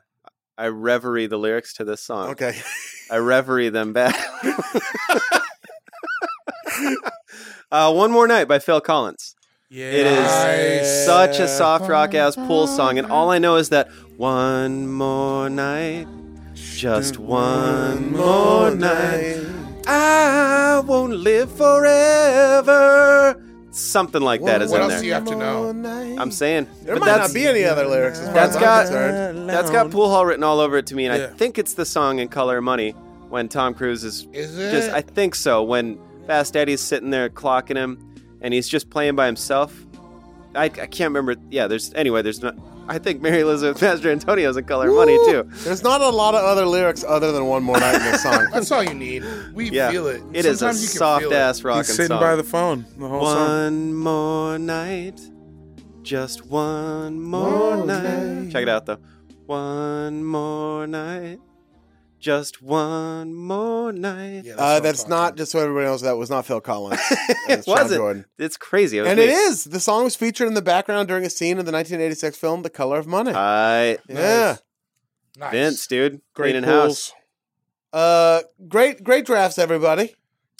[SPEAKER 1] I reverie the lyrics to this song.
[SPEAKER 2] Okay.
[SPEAKER 1] I reverie them back. uh, One More Night by Phil Collins.
[SPEAKER 5] Yeah.
[SPEAKER 1] It is
[SPEAKER 3] Nice.
[SPEAKER 1] such a soft rock ass pool song, and all I know is that one more night, just one more night, I won't live forever. Something like that is
[SPEAKER 3] What
[SPEAKER 1] in
[SPEAKER 3] else
[SPEAKER 1] there.
[SPEAKER 3] do you have to know?
[SPEAKER 1] I'm saying
[SPEAKER 2] There
[SPEAKER 1] but
[SPEAKER 2] might
[SPEAKER 1] that's,
[SPEAKER 2] not be any other lyrics as far
[SPEAKER 1] that's
[SPEAKER 2] as I'm
[SPEAKER 1] got-
[SPEAKER 2] concerned.
[SPEAKER 1] that's got pool hall written all over it to me, and
[SPEAKER 5] Yeah.
[SPEAKER 1] I think it's the song in Color of Money when Tom Cruise is
[SPEAKER 3] Is it?
[SPEAKER 1] just I think so. When Fast Eddie's sitting there clocking him, and he's just playing by himself. I, I can't remember. Yeah, there's anyway. There's not. I think Mary Elizabeth Master Antonio's in Color of Money too.
[SPEAKER 2] There's not a lot of other lyrics other than one more night in Uh, this song.
[SPEAKER 3] That's all you need. We
[SPEAKER 1] Yeah,
[SPEAKER 3] feel it.
[SPEAKER 1] It is a
[SPEAKER 3] Sometimes you can
[SPEAKER 1] soft
[SPEAKER 3] feel it.
[SPEAKER 1] ass rock
[SPEAKER 5] He's sitting
[SPEAKER 1] song.
[SPEAKER 5] by the phone the whole song.
[SPEAKER 1] one more night, just one more
[SPEAKER 2] One
[SPEAKER 1] night.
[SPEAKER 2] night.
[SPEAKER 1] Check it out though. One more night, just one more night.
[SPEAKER 3] Yeah,
[SPEAKER 2] Uh,
[SPEAKER 3] what I'm
[SPEAKER 2] that's
[SPEAKER 3] talking
[SPEAKER 2] not
[SPEAKER 3] about.
[SPEAKER 2] just so everybody knows that was not Phil Collins.
[SPEAKER 1] it
[SPEAKER 2] That's John
[SPEAKER 1] wasn't.
[SPEAKER 2] Jordan.
[SPEAKER 1] It's crazy. It was
[SPEAKER 2] And
[SPEAKER 1] me.
[SPEAKER 2] it is. The song was featured in the background during a scene in the 1986 film The Color of Money.
[SPEAKER 1] Ah, I
[SPEAKER 2] yeah.
[SPEAKER 3] nice.
[SPEAKER 1] Vince, dude,
[SPEAKER 5] Great
[SPEAKER 1] cleaning house.
[SPEAKER 5] pools.
[SPEAKER 2] Uh, great, great drafts, everybody.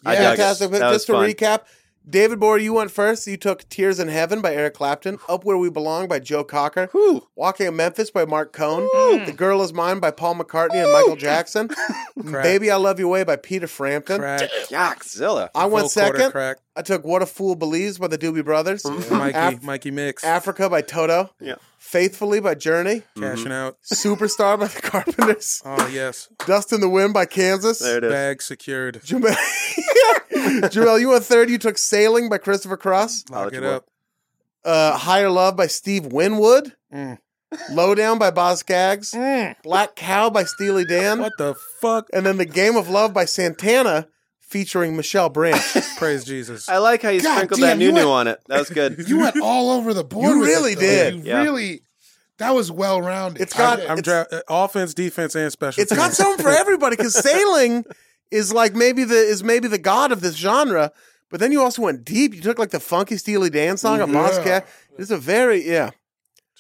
[SPEAKER 1] I dug it.
[SPEAKER 2] Fantastic.
[SPEAKER 1] That was
[SPEAKER 2] Just to
[SPEAKER 1] fun.
[SPEAKER 2] recap, David Bohr, you went first. You took Tears in Heaven by Eric Clapton, Up Where We Belong by Joe Cocker, Walking in Memphis by Mark Cohn, The Girl Is Mine by Paul McCartney and Michael Jackson,
[SPEAKER 5] Crack.
[SPEAKER 2] Baby I Love You Way by Peter Frampton.
[SPEAKER 5] Crack.
[SPEAKER 1] Godzilla.
[SPEAKER 2] I
[SPEAKER 5] Full quarter
[SPEAKER 2] went second.
[SPEAKER 5] Crack.
[SPEAKER 2] I took What a Fool Believes by the Doobie Brothers.
[SPEAKER 5] Mikey.
[SPEAKER 2] Af-
[SPEAKER 5] Mikey Mix.
[SPEAKER 2] Africa by Toto.
[SPEAKER 1] Mm-hmm. Yeah.
[SPEAKER 2] Faithfully by Journey.
[SPEAKER 5] Cashing
[SPEAKER 1] Mm-hmm.
[SPEAKER 5] out.
[SPEAKER 2] Superstar by the Carpenters.
[SPEAKER 5] Oh yes.
[SPEAKER 2] Dust in the Wind by Kansas.
[SPEAKER 1] There it is.
[SPEAKER 5] Bag secured.
[SPEAKER 2] Jamel, Jamel, you went third. You took Sailing by Christopher Cross.
[SPEAKER 1] I'll
[SPEAKER 5] Lock
[SPEAKER 1] let
[SPEAKER 5] it
[SPEAKER 1] you
[SPEAKER 5] up.
[SPEAKER 2] Uh, Higher Love by Steve Winwood.
[SPEAKER 5] Mm.
[SPEAKER 2] Lowdown by Boz Skaggs.
[SPEAKER 5] Mm.
[SPEAKER 2] Black Cow by Steely Dan.
[SPEAKER 5] What the fuck?
[SPEAKER 2] And then The Game of Love by Santana featuring Michelle Branch.
[SPEAKER 5] Praise Jesus.
[SPEAKER 1] I like how you
[SPEAKER 3] God
[SPEAKER 1] sprinkled
[SPEAKER 3] damn,
[SPEAKER 1] that new
[SPEAKER 3] you
[SPEAKER 1] new
[SPEAKER 3] went-
[SPEAKER 1] on it. That was good.
[SPEAKER 3] You went all over the board.
[SPEAKER 2] You
[SPEAKER 3] with it,
[SPEAKER 2] really
[SPEAKER 3] though.
[SPEAKER 2] did.
[SPEAKER 3] You
[SPEAKER 1] Yeah.
[SPEAKER 3] really. That was well rounded.
[SPEAKER 2] It's got-
[SPEAKER 5] I'm
[SPEAKER 2] it's-
[SPEAKER 5] dra- uh, offense, defense, and special.
[SPEAKER 2] it's got
[SPEAKER 5] teams.
[SPEAKER 2] something for everybody because Sailing is like maybe the is maybe the god of this genre. But then you also went deep. You took like the funky Steely Dan song, a Boz
[SPEAKER 5] Mm-hmm.
[SPEAKER 3] Yeah.
[SPEAKER 2] Skaggs. It's a very yeah.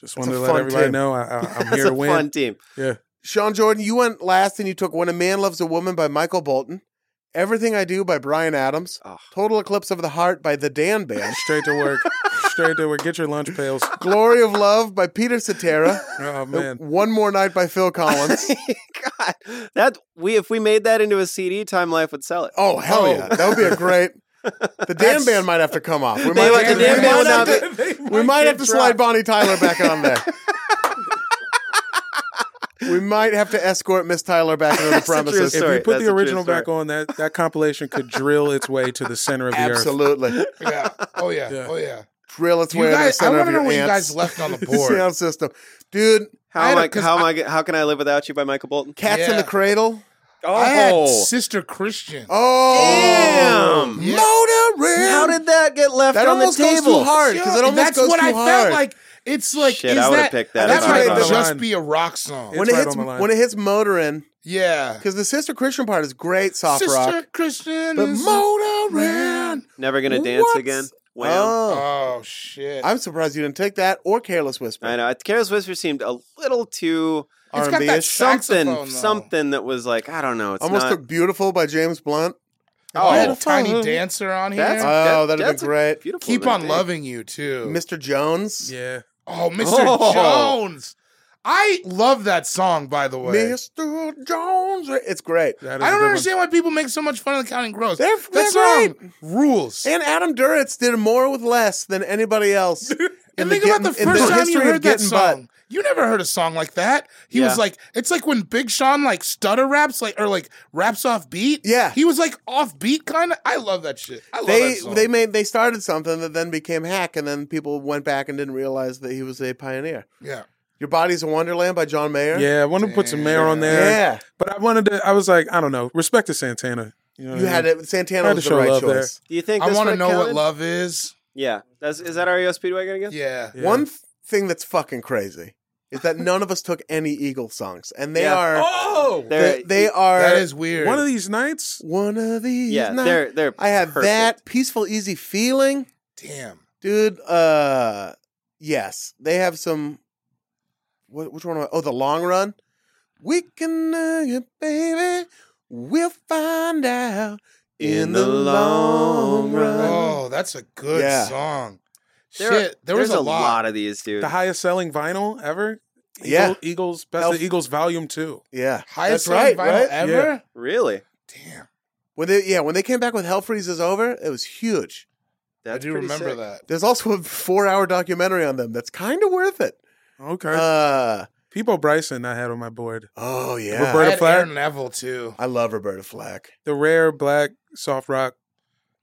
[SPEAKER 5] Just wanted
[SPEAKER 2] a
[SPEAKER 5] to let
[SPEAKER 2] fun
[SPEAKER 5] everybody
[SPEAKER 2] team.
[SPEAKER 5] know I, I, I'm
[SPEAKER 1] That's
[SPEAKER 5] here
[SPEAKER 1] a
[SPEAKER 5] to win.
[SPEAKER 1] fun team.
[SPEAKER 5] Yeah.
[SPEAKER 2] Sean Jordan, you went last and you took When a Man Loves a Woman by Michael Bolton, Everything I Do by Brian Adams,
[SPEAKER 1] Oh.
[SPEAKER 2] Total Eclipse of the Heart by The Dan Band,
[SPEAKER 5] Straight to work. Straight to it. Get your lunch pails.
[SPEAKER 2] Glory of Love by Peter Cetera.
[SPEAKER 5] Oh man.
[SPEAKER 2] One More Night by Phil Collins.
[SPEAKER 1] God, that we if we made that into a CD, Time Life would sell it.
[SPEAKER 2] Oh, hell yeah. That would be a great. The damn band might have to come off. We might,
[SPEAKER 1] might-
[SPEAKER 2] have,
[SPEAKER 1] the damn
[SPEAKER 2] we
[SPEAKER 1] band
[SPEAKER 2] might
[SPEAKER 1] would
[SPEAKER 2] have
[SPEAKER 1] not
[SPEAKER 2] to, we might have to slide Bonnie Tyler back on there. we might have to escort Miss Tyler back into the
[SPEAKER 1] That's a true
[SPEAKER 2] premises.
[SPEAKER 5] If
[SPEAKER 1] Sorry,
[SPEAKER 5] you put
[SPEAKER 1] that's a
[SPEAKER 5] the
[SPEAKER 1] true
[SPEAKER 5] original back
[SPEAKER 1] story.
[SPEAKER 5] on, that that compilation could drill its way to the center of the earth.
[SPEAKER 2] Absolutely.
[SPEAKER 3] Yeah. Oh yeah.
[SPEAKER 5] Yeah.
[SPEAKER 3] Oh yeah.
[SPEAKER 2] Drill its
[SPEAKER 3] You
[SPEAKER 2] way into the
[SPEAKER 3] guys, I
[SPEAKER 2] center
[SPEAKER 3] want
[SPEAKER 2] of
[SPEAKER 3] to know
[SPEAKER 2] your
[SPEAKER 3] what you
[SPEAKER 2] aunt's
[SPEAKER 3] guys left on the board.
[SPEAKER 2] sound system. Dude,
[SPEAKER 1] How am
[SPEAKER 3] I had a-
[SPEAKER 1] I?
[SPEAKER 3] 'cause
[SPEAKER 1] How am I? How can I live without you by Michael Bolton?
[SPEAKER 2] Cats in
[SPEAKER 3] Yeah.
[SPEAKER 2] the Cradle.
[SPEAKER 1] Oh,
[SPEAKER 3] I had Sister Christian.
[SPEAKER 2] Oh.
[SPEAKER 1] Damn.
[SPEAKER 3] Yeah.
[SPEAKER 2] Motorhead.
[SPEAKER 1] how did that get left
[SPEAKER 2] That
[SPEAKER 1] on the
[SPEAKER 2] almost
[SPEAKER 1] table?
[SPEAKER 2] goes too hard because it
[SPEAKER 3] Yeah,
[SPEAKER 2] almost
[SPEAKER 3] that's
[SPEAKER 2] goes
[SPEAKER 3] what
[SPEAKER 2] too
[SPEAKER 3] I
[SPEAKER 2] hard.
[SPEAKER 3] felt like. It's like
[SPEAKER 1] Shit,
[SPEAKER 3] is
[SPEAKER 1] I would've
[SPEAKER 3] that,
[SPEAKER 1] picked that
[SPEAKER 3] That's
[SPEAKER 2] if I
[SPEAKER 3] why
[SPEAKER 2] was on
[SPEAKER 3] it
[SPEAKER 2] the
[SPEAKER 3] just
[SPEAKER 5] line.
[SPEAKER 3] be a rock song.
[SPEAKER 5] It's
[SPEAKER 2] when it
[SPEAKER 5] right
[SPEAKER 2] hits
[SPEAKER 5] on the line.
[SPEAKER 2] when it hits motorin
[SPEAKER 3] yeah.
[SPEAKER 2] because the sister Christian part is great soft
[SPEAKER 3] Sister
[SPEAKER 2] rock.
[SPEAKER 3] Christian.
[SPEAKER 2] But
[SPEAKER 3] is-
[SPEAKER 2] motorin.
[SPEAKER 1] Never gonna dance
[SPEAKER 2] What?
[SPEAKER 1] again. Wow.
[SPEAKER 2] Oh,
[SPEAKER 3] oh shit.
[SPEAKER 2] I'm surprised you didn't take that or Careless Whisper.
[SPEAKER 1] I know. Careless Whisper seemed a little too
[SPEAKER 3] It's got
[SPEAKER 2] R&B
[SPEAKER 3] that
[SPEAKER 2] -ish.
[SPEAKER 3] Saxophone,
[SPEAKER 1] something,
[SPEAKER 3] though.
[SPEAKER 1] something that was like I don't know. It's
[SPEAKER 2] Almost
[SPEAKER 1] not.
[SPEAKER 2] took "Beautiful" by James Blunt.
[SPEAKER 3] If I had
[SPEAKER 1] Oh.
[SPEAKER 3] Tiny Dancer on here.
[SPEAKER 1] That's-
[SPEAKER 2] Oh,
[SPEAKER 1] that-
[SPEAKER 2] that'd have
[SPEAKER 1] that's
[SPEAKER 2] been
[SPEAKER 1] a-
[SPEAKER 2] great.
[SPEAKER 1] beautiful.
[SPEAKER 3] Keep
[SPEAKER 1] little
[SPEAKER 3] on
[SPEAKER 1] thing.
[SPEAKER 3] loving you too.
[SPEAKER 2] Mr. Jones.
[SPEAKER 5] Yeah.
[SPEAKER 3] oh, Mr.
[SPEAKER 1] Oh.
[SPEAKER 3] Jones. I love that song, by the way.
[SPEAKER 2] Mr. Jones. It's great.
[SPEAKER 5] That is
[SPEAKER 3] I don't
[SPEAKER 5] a good one.
[SPEAKER 3] understand why people make so much fun of the Counting Crows.
[SPEAKER 2] They're-
[SPEAKER 3] that
[SPEAKER 2] they're
[SPEAKER 3] song rules.
[SPEAKER 2] And Adam Duritz did more with less than anybody else. in
[SPEAKER 3] And
[SPEAKER 2] the
[SPEAKER 3] think
[SPEAKER 2] get-
[SPEAKER 3] about the
[SPEAKER 2] in
[SPEAKER 3] first time you
[SPEAKER 2] history of
[SPEAKER 3] heard that
[SPEAKER 2] getting butt.
[SPEAKER 3] song. You never heard a song like that. He
[SPEAKER 1] Yeah.
[SPEAKER 3] was like, it's like when Big Sean like stutter raps like or like raps off beat.
[SPEAKER 2] Yeah.
[SPEAKER 3] he was like off beat kind of. I love that shit. I love
[SPEAKER 2] They
[SPEAKER 3] that song.
[SPEAKER 2] they made they started something that then became hack, and then people went back and didn't realize that he was a pioneer.
[SPEAKER 3] yeah.
[SPEAKER 2] Your Body's a Wonderland by John Mayer.
[SPEAKER 5] Yeah, I wanted to put some mayor on there.
[SPEAKER 2] Yeah.
[SPEAKER 5] But I wanted to I was like, I don't know, respect to Santana. You know what
[SPEAKER 2] You
[SPEAKER 5] Oh, I
[SPEAKER 2] had
[SPEAKER 5] mean?
[SPEAKER 2] it. Santana
[SPEAKER 5] Had to
[SPEAKER 2] was the
[SPEAKER 5] show
[SPEAKER 2] right
[SPEAKER 5] love there.
[SPEAKER 2] choice.
[SPEAKER 1] Do you think
[SPEAKER 3] I
[SPEAKER 1] want to
[SPEAKER 3] know what love is.
[SPEAKER 1] Yeah, that's is that REO Speedwagon again?
[SPEAKER 3] Yeah,
[SPEAKER 5] Yeah.
[SPEAKER 2] One th- thing that's fucking crazy is that none of us took any Eagle songs, and they
[SPEAKER 1] Yeah.
[SPEAKER 2] are
[SPEAKER 5] Oh
[SPEAKER 1] They're-
[SPEAKER 2] they, they are
[SPEAKER 3] that is weird.
[SPEAKER 5] one of these nights.
[SPEAKER 2] one of these.
[SPEAKER 1] yeah,
[SPEAKER 2] nights.
[SPEAKER 1] they're they're.
[SPEAKER 2] I had
[SPEAKER 1] perfect.
[SPEAKER 2] that peaceful, easy feeling,
[SPEAKER 3] Damn.
[SPEAKER 2] dude. Uh, yes, they have some. What, which one? am I- Oh, the long run. We can, uh, yeah, baby. We'll find out in the long run.
[SPEAKER 3] Oh, that's a good
[SPEAKER 2] Uh, Yeah.
[SPEAKER 3] song.
[SPEAKER 1] There
[SPEAKER 3] shit, there was
[SPEAKER 1] there's
[SPEAKER 3] a, lot.
[SPEAKER 1] of these, dude.
[SPEAKER 5] The highest selling vinyl ever. Eagle-
[SPEAKER 2] Yeah.
[SPEAKER 5] Eagles Best
[SPEAKER 2] Elf-
[SPEAKER 5] of Eagles Volume Two.
[SPEAKER 2] Yeah, That's
[SPEAKER 3] highest
[SPEAKER 2] right,
[SPEAKER 3] selling vinyl
[SPEAKER 2] right?
[SPEAKER 3] ever.
[SPEAKER 1] really?
[SPEAKER 3] Damn,
[SPEAKER 2] when they yeah when they came back with Hell Freezes Over, it was huge.
[SPEAKER 1] That's
[SPEAKER 3] I do
[SPEAKER 1] pretty
[SPEAKER 3] remember
[SPEAKER 1] sick.
[SPEAKER 3] that.
[SPEAKER 2] There's also a four-hour documentary on them that's kind of worth it.
[SPEAKER 5] Okay.
[SPEAKER 2] Uh,
[SPEAKER 5] People Bryson I had on my board.
[SPEAKER 2] oh yeah,
[SPEAKER 5] Roberta
[SPEAKER 3] I had
[SPEAKER 5] Flack?
[SPEAKER 3] Aaron Neville too.
[SPEAKER 2] I love Roberta Flack.
[SPEAKER 5] The rare black soft rock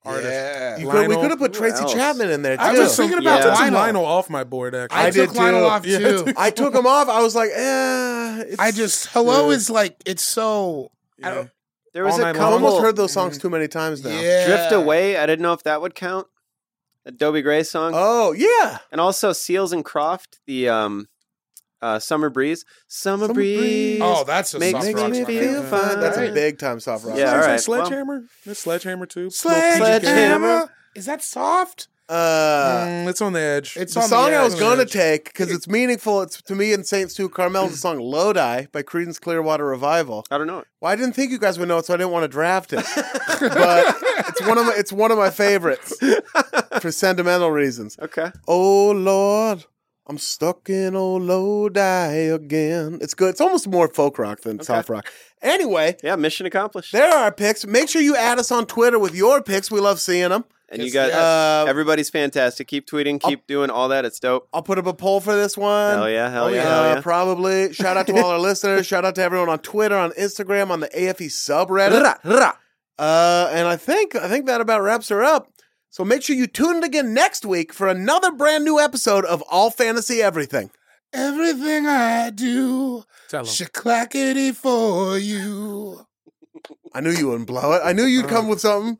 [SPEAKER 5] artist.
[SPEAKER 3] Yeah,
[SPEAKER 2] You could, we
[SPEAKER 5] Lionel-
[SPEAKER 2] could have put
[SPEAKER 1] Who
[SPEAKER 2] Tracy
[SPEAKER 1] else?
[SPEAKER 2] Chapman in there too.
[SPEAKER 3] I
[SPEAKER 2] I,
[SPEAKER 3] was thinking
[SPEAKER 1] Yeah.
[SPEAKER 3] about
[SPEAKER 5] I took some
[SPEAKER 3] Lionel.
[SPEAKER 5] Lionel off my board actually.
[SPEAKER 3] I,
[SPEAKER 2] I
[SPEAKER 3] took
[SPEAKER 2] did
[SPEAKER 3] Lionel
[SPEAKER 2] too.
[SPEAKER 3] off
[SPEAKER 5] Yeah.
[SPEAKER 3] too.
[SPEAKER 2] took him off. I was like, eh. It's,
[SPEAKER 3] I just hello
[SPEAKER 2] Yeah.
[SPEAKER 3] is like it's so I
[SPEAKER 5] Yeah.
[SPEAKER 3] don't-
[SPEAKER 1] There was
[SPEAKER 5] All
[SPEAKER 1] a
[SPEAKER 5] Night
[SPEAKER 1] couple.
[SPEAKER 2] I
[SPEAKER 5] Long.
[SPEAKER 2] almost heard those songs too many times now.
[SPEAKER 3] yeah.
[SPEAKER 1] Drift Away. I didn't know if that would count. A Dobie Gray song,
[SPEAKER 2] Oh yeah.
[SPEAKER 1] and also Seals and Croft. The um, uh, Summer Breeze. Summer,
[SPEAKER 2] Summer
[SPEAKER 1] breeze.
[SPEAKER 2] Breeze.
[SPEAKER 3] Oh, that's a
[SPEAKER 1] Makes
[SPEAKER 3] soft
[SPEAKER 1] me
[SPEAKER 3] rock song.
[SPEAKER 1] feel
[SPEAKER 3] Yeah.
[SPEAKER 1] fine.
[SPEAKER 2] That's a
[SPEAKER 1] Alright.
[SPEAKER 2] big time soft rock.
[SPEAKER 1] Yeah,
[SPEAKER 5] Is
[SPEAKER 1] alright,
[SPEAKER 5] that
[SPEAKER 1] well.
[SPEAKER 5] Sledgehammer? That's Sledgehammer too.
[SPEAKER 1] Sledgehammer.
[SPEAKER 3] Is that soft?
[SPEAKER 2] Uh,
[SPEAKER 5] Mm, it's on the edge.
[SPEAKER 3] It's
[SPEAKER 2] the
[SPEAKER 3] on
[SPEAKER 2] song
[SPEAKER 3] the
[SPEAKER 2] I was
[SPEAKER 3] edge.
[SPEAKER 2] gonna take because it's meaningful. It's to me and Saints Two Carmel. The song "Lodi" by Creedence Clearwater Revival.
[SPEAKER 1] I don't know.
[SPEAKER 2] Well, I didn't think you guys would know it, so I didn't want to draft it. but it's one of my, it's one of my favorites for sentimental reasons.
[SPEAKER 1] Okay.
[SPEAKER 2] Oh Lord, I'm stuck in old Lodi again. It's good. It's almost more folk rock than soft rock. Anyway,
[SPEAKER 1] Yeah, mission accomplished.
[SPEAKER 2] there are our picks. Make sure you add us on Twitter with your picks. We love seeing them.
[SPEAKER 1] and you
[SPEAKER 3] Yes,
[SPEAKER 1] got
[SPEAKER 3] yes.
[SPEAKER 2] Uh,
[SPEAKER 1] everybody's fantastic. Keep tweeting. Keep doing all that. It's dope.
[SPEAKER 2] I'll put up a poll for this one.
[SPEAKER 1] Hell yeah! Hell yeah!
[SPEAKER 2] Uh,
[SPEAKER 1] Hell yeah!
[SPEAKER 2] Probably. Shout out to all our listeners. Shout out to everyone on Twitter, on Instagram, on the AFE subreddit. Uh, and I think I think that about wraps her up. So make sure you tune in again next week for another brand new episode of All Fantasy Everything.
[SPEAKER 3] Everything I do,
[SPEAKER 5] Tell 'em.
[SPEAKER 3] shaklackety for you.
[SPEAKER 2] I knew you wouldn't blow it. I knew you'd come with something.